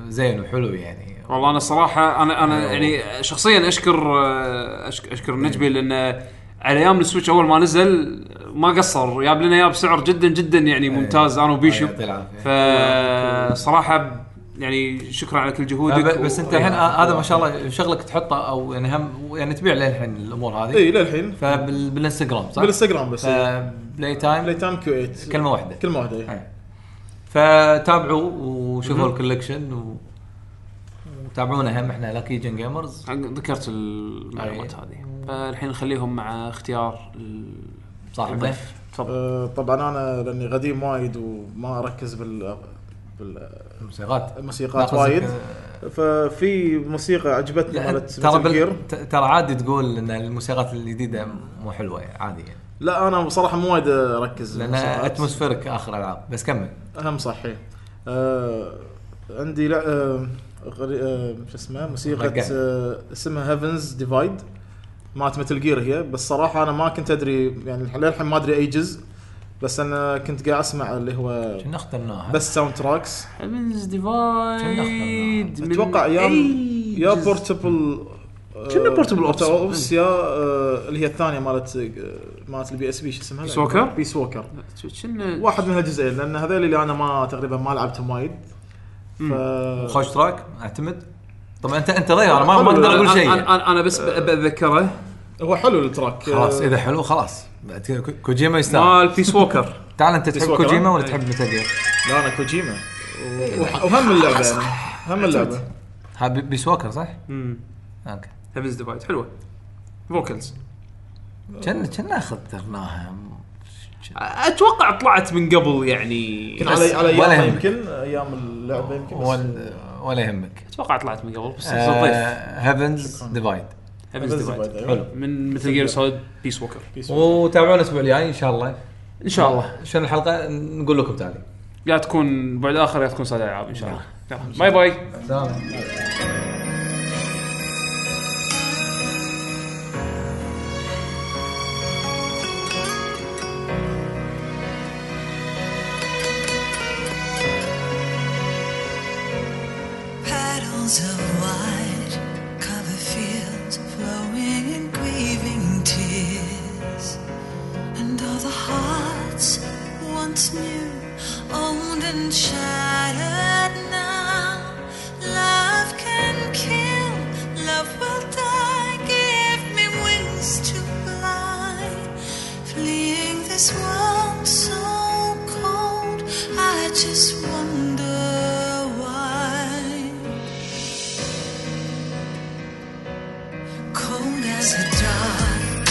زين وحلو يعني
والله انا الصراحه انا انا يعني شخصيا اشكر آه، أشك- اشكر نجبي لان على ايام السويتش اول ما نزل ما قصر جاب لنا اياه بسعر جدا جدا يعني ممتاز انا وبيشو
يعطيه العافية.
فصراحه يعني شكرا على كل جهودك
ب- بس انت
إيه.
و- أيوة.
الحين هذا ما شاء الله شغلك تحطه او يعني هم يعني تبيع للحين الامور هذه
اي للحين
فبالانستغرام صح؟ آه،
بالانستغرام بس
فبلاي
بلاي
تايم
تايم كيو 8
كلمه واحده
كلمه واحده إي.
إيه. فتابعوا وشوفوا الكولكشن و... وتابعونا هم احنا لاكي جن جيمرز
ذكرت المعلومات هذه فالحين نخليهم مع اختيار ال-
صاحبنا
الضيف تفضل
أه، طبعا انا لاني غديم وايد وما اركز بال بال-
الموسيقات
الموسيقات وايد ففي موسيقى عجبتني مالت
ترى
Metal Gear.
بال... ت- ترى عادي تقول ان الموسيقات الجديده مو حلوه عادي يعني
لا انا بصراحه مو وايد اركز
لان
بالموسيقات.
اتموسفيرك اخر العاب بس كمل
اهم صحيح آه عندي لا آه غري- آه، شو اسمه موسيقى
رجعني.
آه اسمها هيفنز ديفايد مالت متل جير هي بس صراحه انا ما كنت ادري يعني للحين ما ادري اي جزء بس انا كنت قاعد اسمع اللي هو
كنا اخترناها
بس ساوند تراكس
هيفنز
ديفايد
ديفايد
اتوقع ايام يا بورتبل
كنا Portable Ops.
اوبس يا آه اللي هي الثانيه مالت آه، مالت البي اس بي شو اسمها؟
Peace Walker؟
بيس ووكر
كنا
واحد من هالجزئين لان هذول اللي انا ما تقريبا ما لعبتهم وايد ف...
خوش تراك اعتمد طبعا انت انت ضيع انا ما ما اقدر اقول شيء يعني.
انا أنا- انا بس ب- بتذكره
هو حلو التراك
خلاص اذا حلو خلاص بعد كذا كو- كوجيما يستاهل
مال بيس ووكر
تعال انت تحب
تسوى كلام؟
كوجيما ولا تحب
إيه.
متل جير؟
لا انا كوجيما و- وهم اللعبه يعني هم اللعبه
ها بي- بيس ووكر صح؟ اوكي
هيفنز ديفايد حلوه فوكلز
كنا كنا اخترناها
اتوقع طلعت من قبل يعني
يمكن على على
ولا
ايامها
يهمك.
يمكن ايام اللعبه يمكن بس
ولا ولا يهمك آه،
اتوقع طلعت من قبل بس
طيب.
الضيف
هيفنز ديفايد
هيفنز ديفايد
حلو
من مثل جير سوليد بيس ووكر
وتابعونا الاسبوع الجاي ان شاء الله
ان شاء الله
شنو الحلقه نقول لكم تالي
يا تكون بعد اخر يا تكون صدى العاب ان شاء الله يلا، باي باي
سلام
Paddles of wide cover fields flowing and grieving tears. And all the hearts once new, owned and shattered now. Love can kill, love will die. Give me wings to fly. Fleeing this world so cold, I just wonder why. cold as a dart.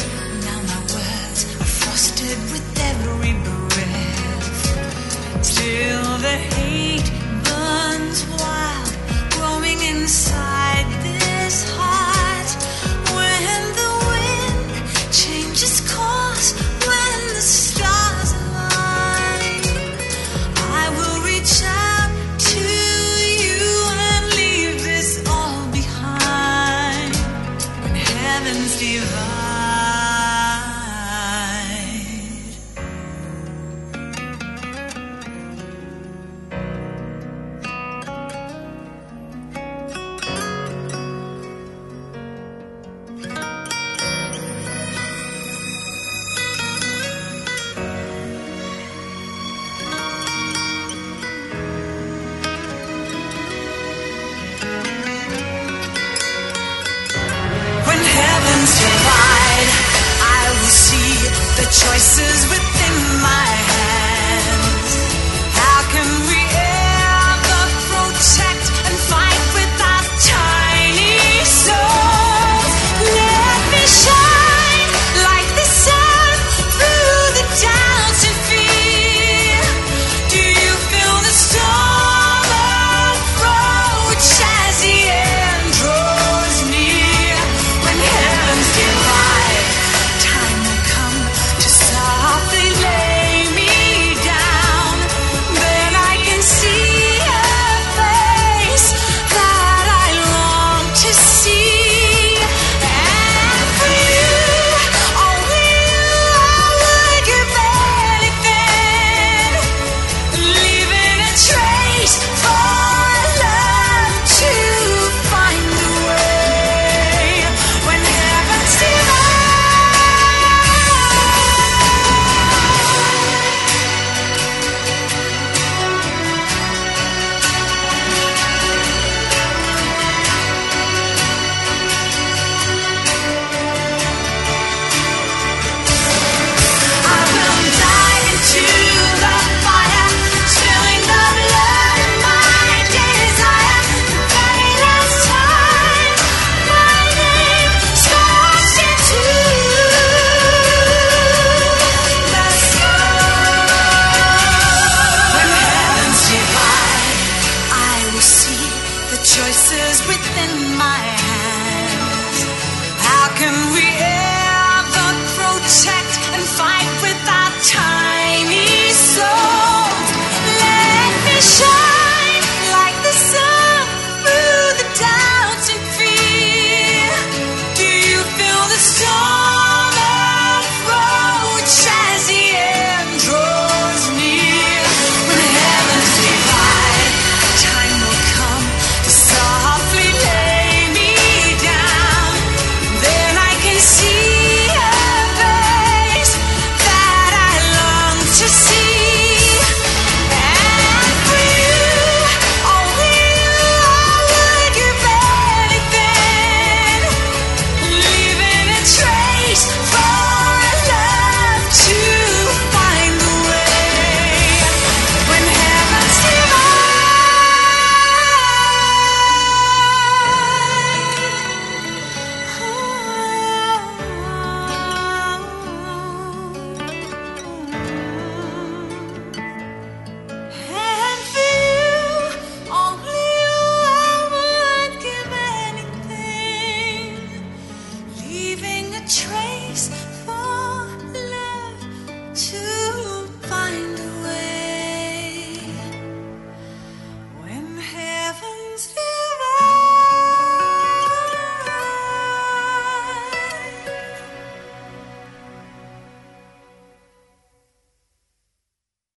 Now my words are frosted with every breath. Still the hate burns wild the choices within my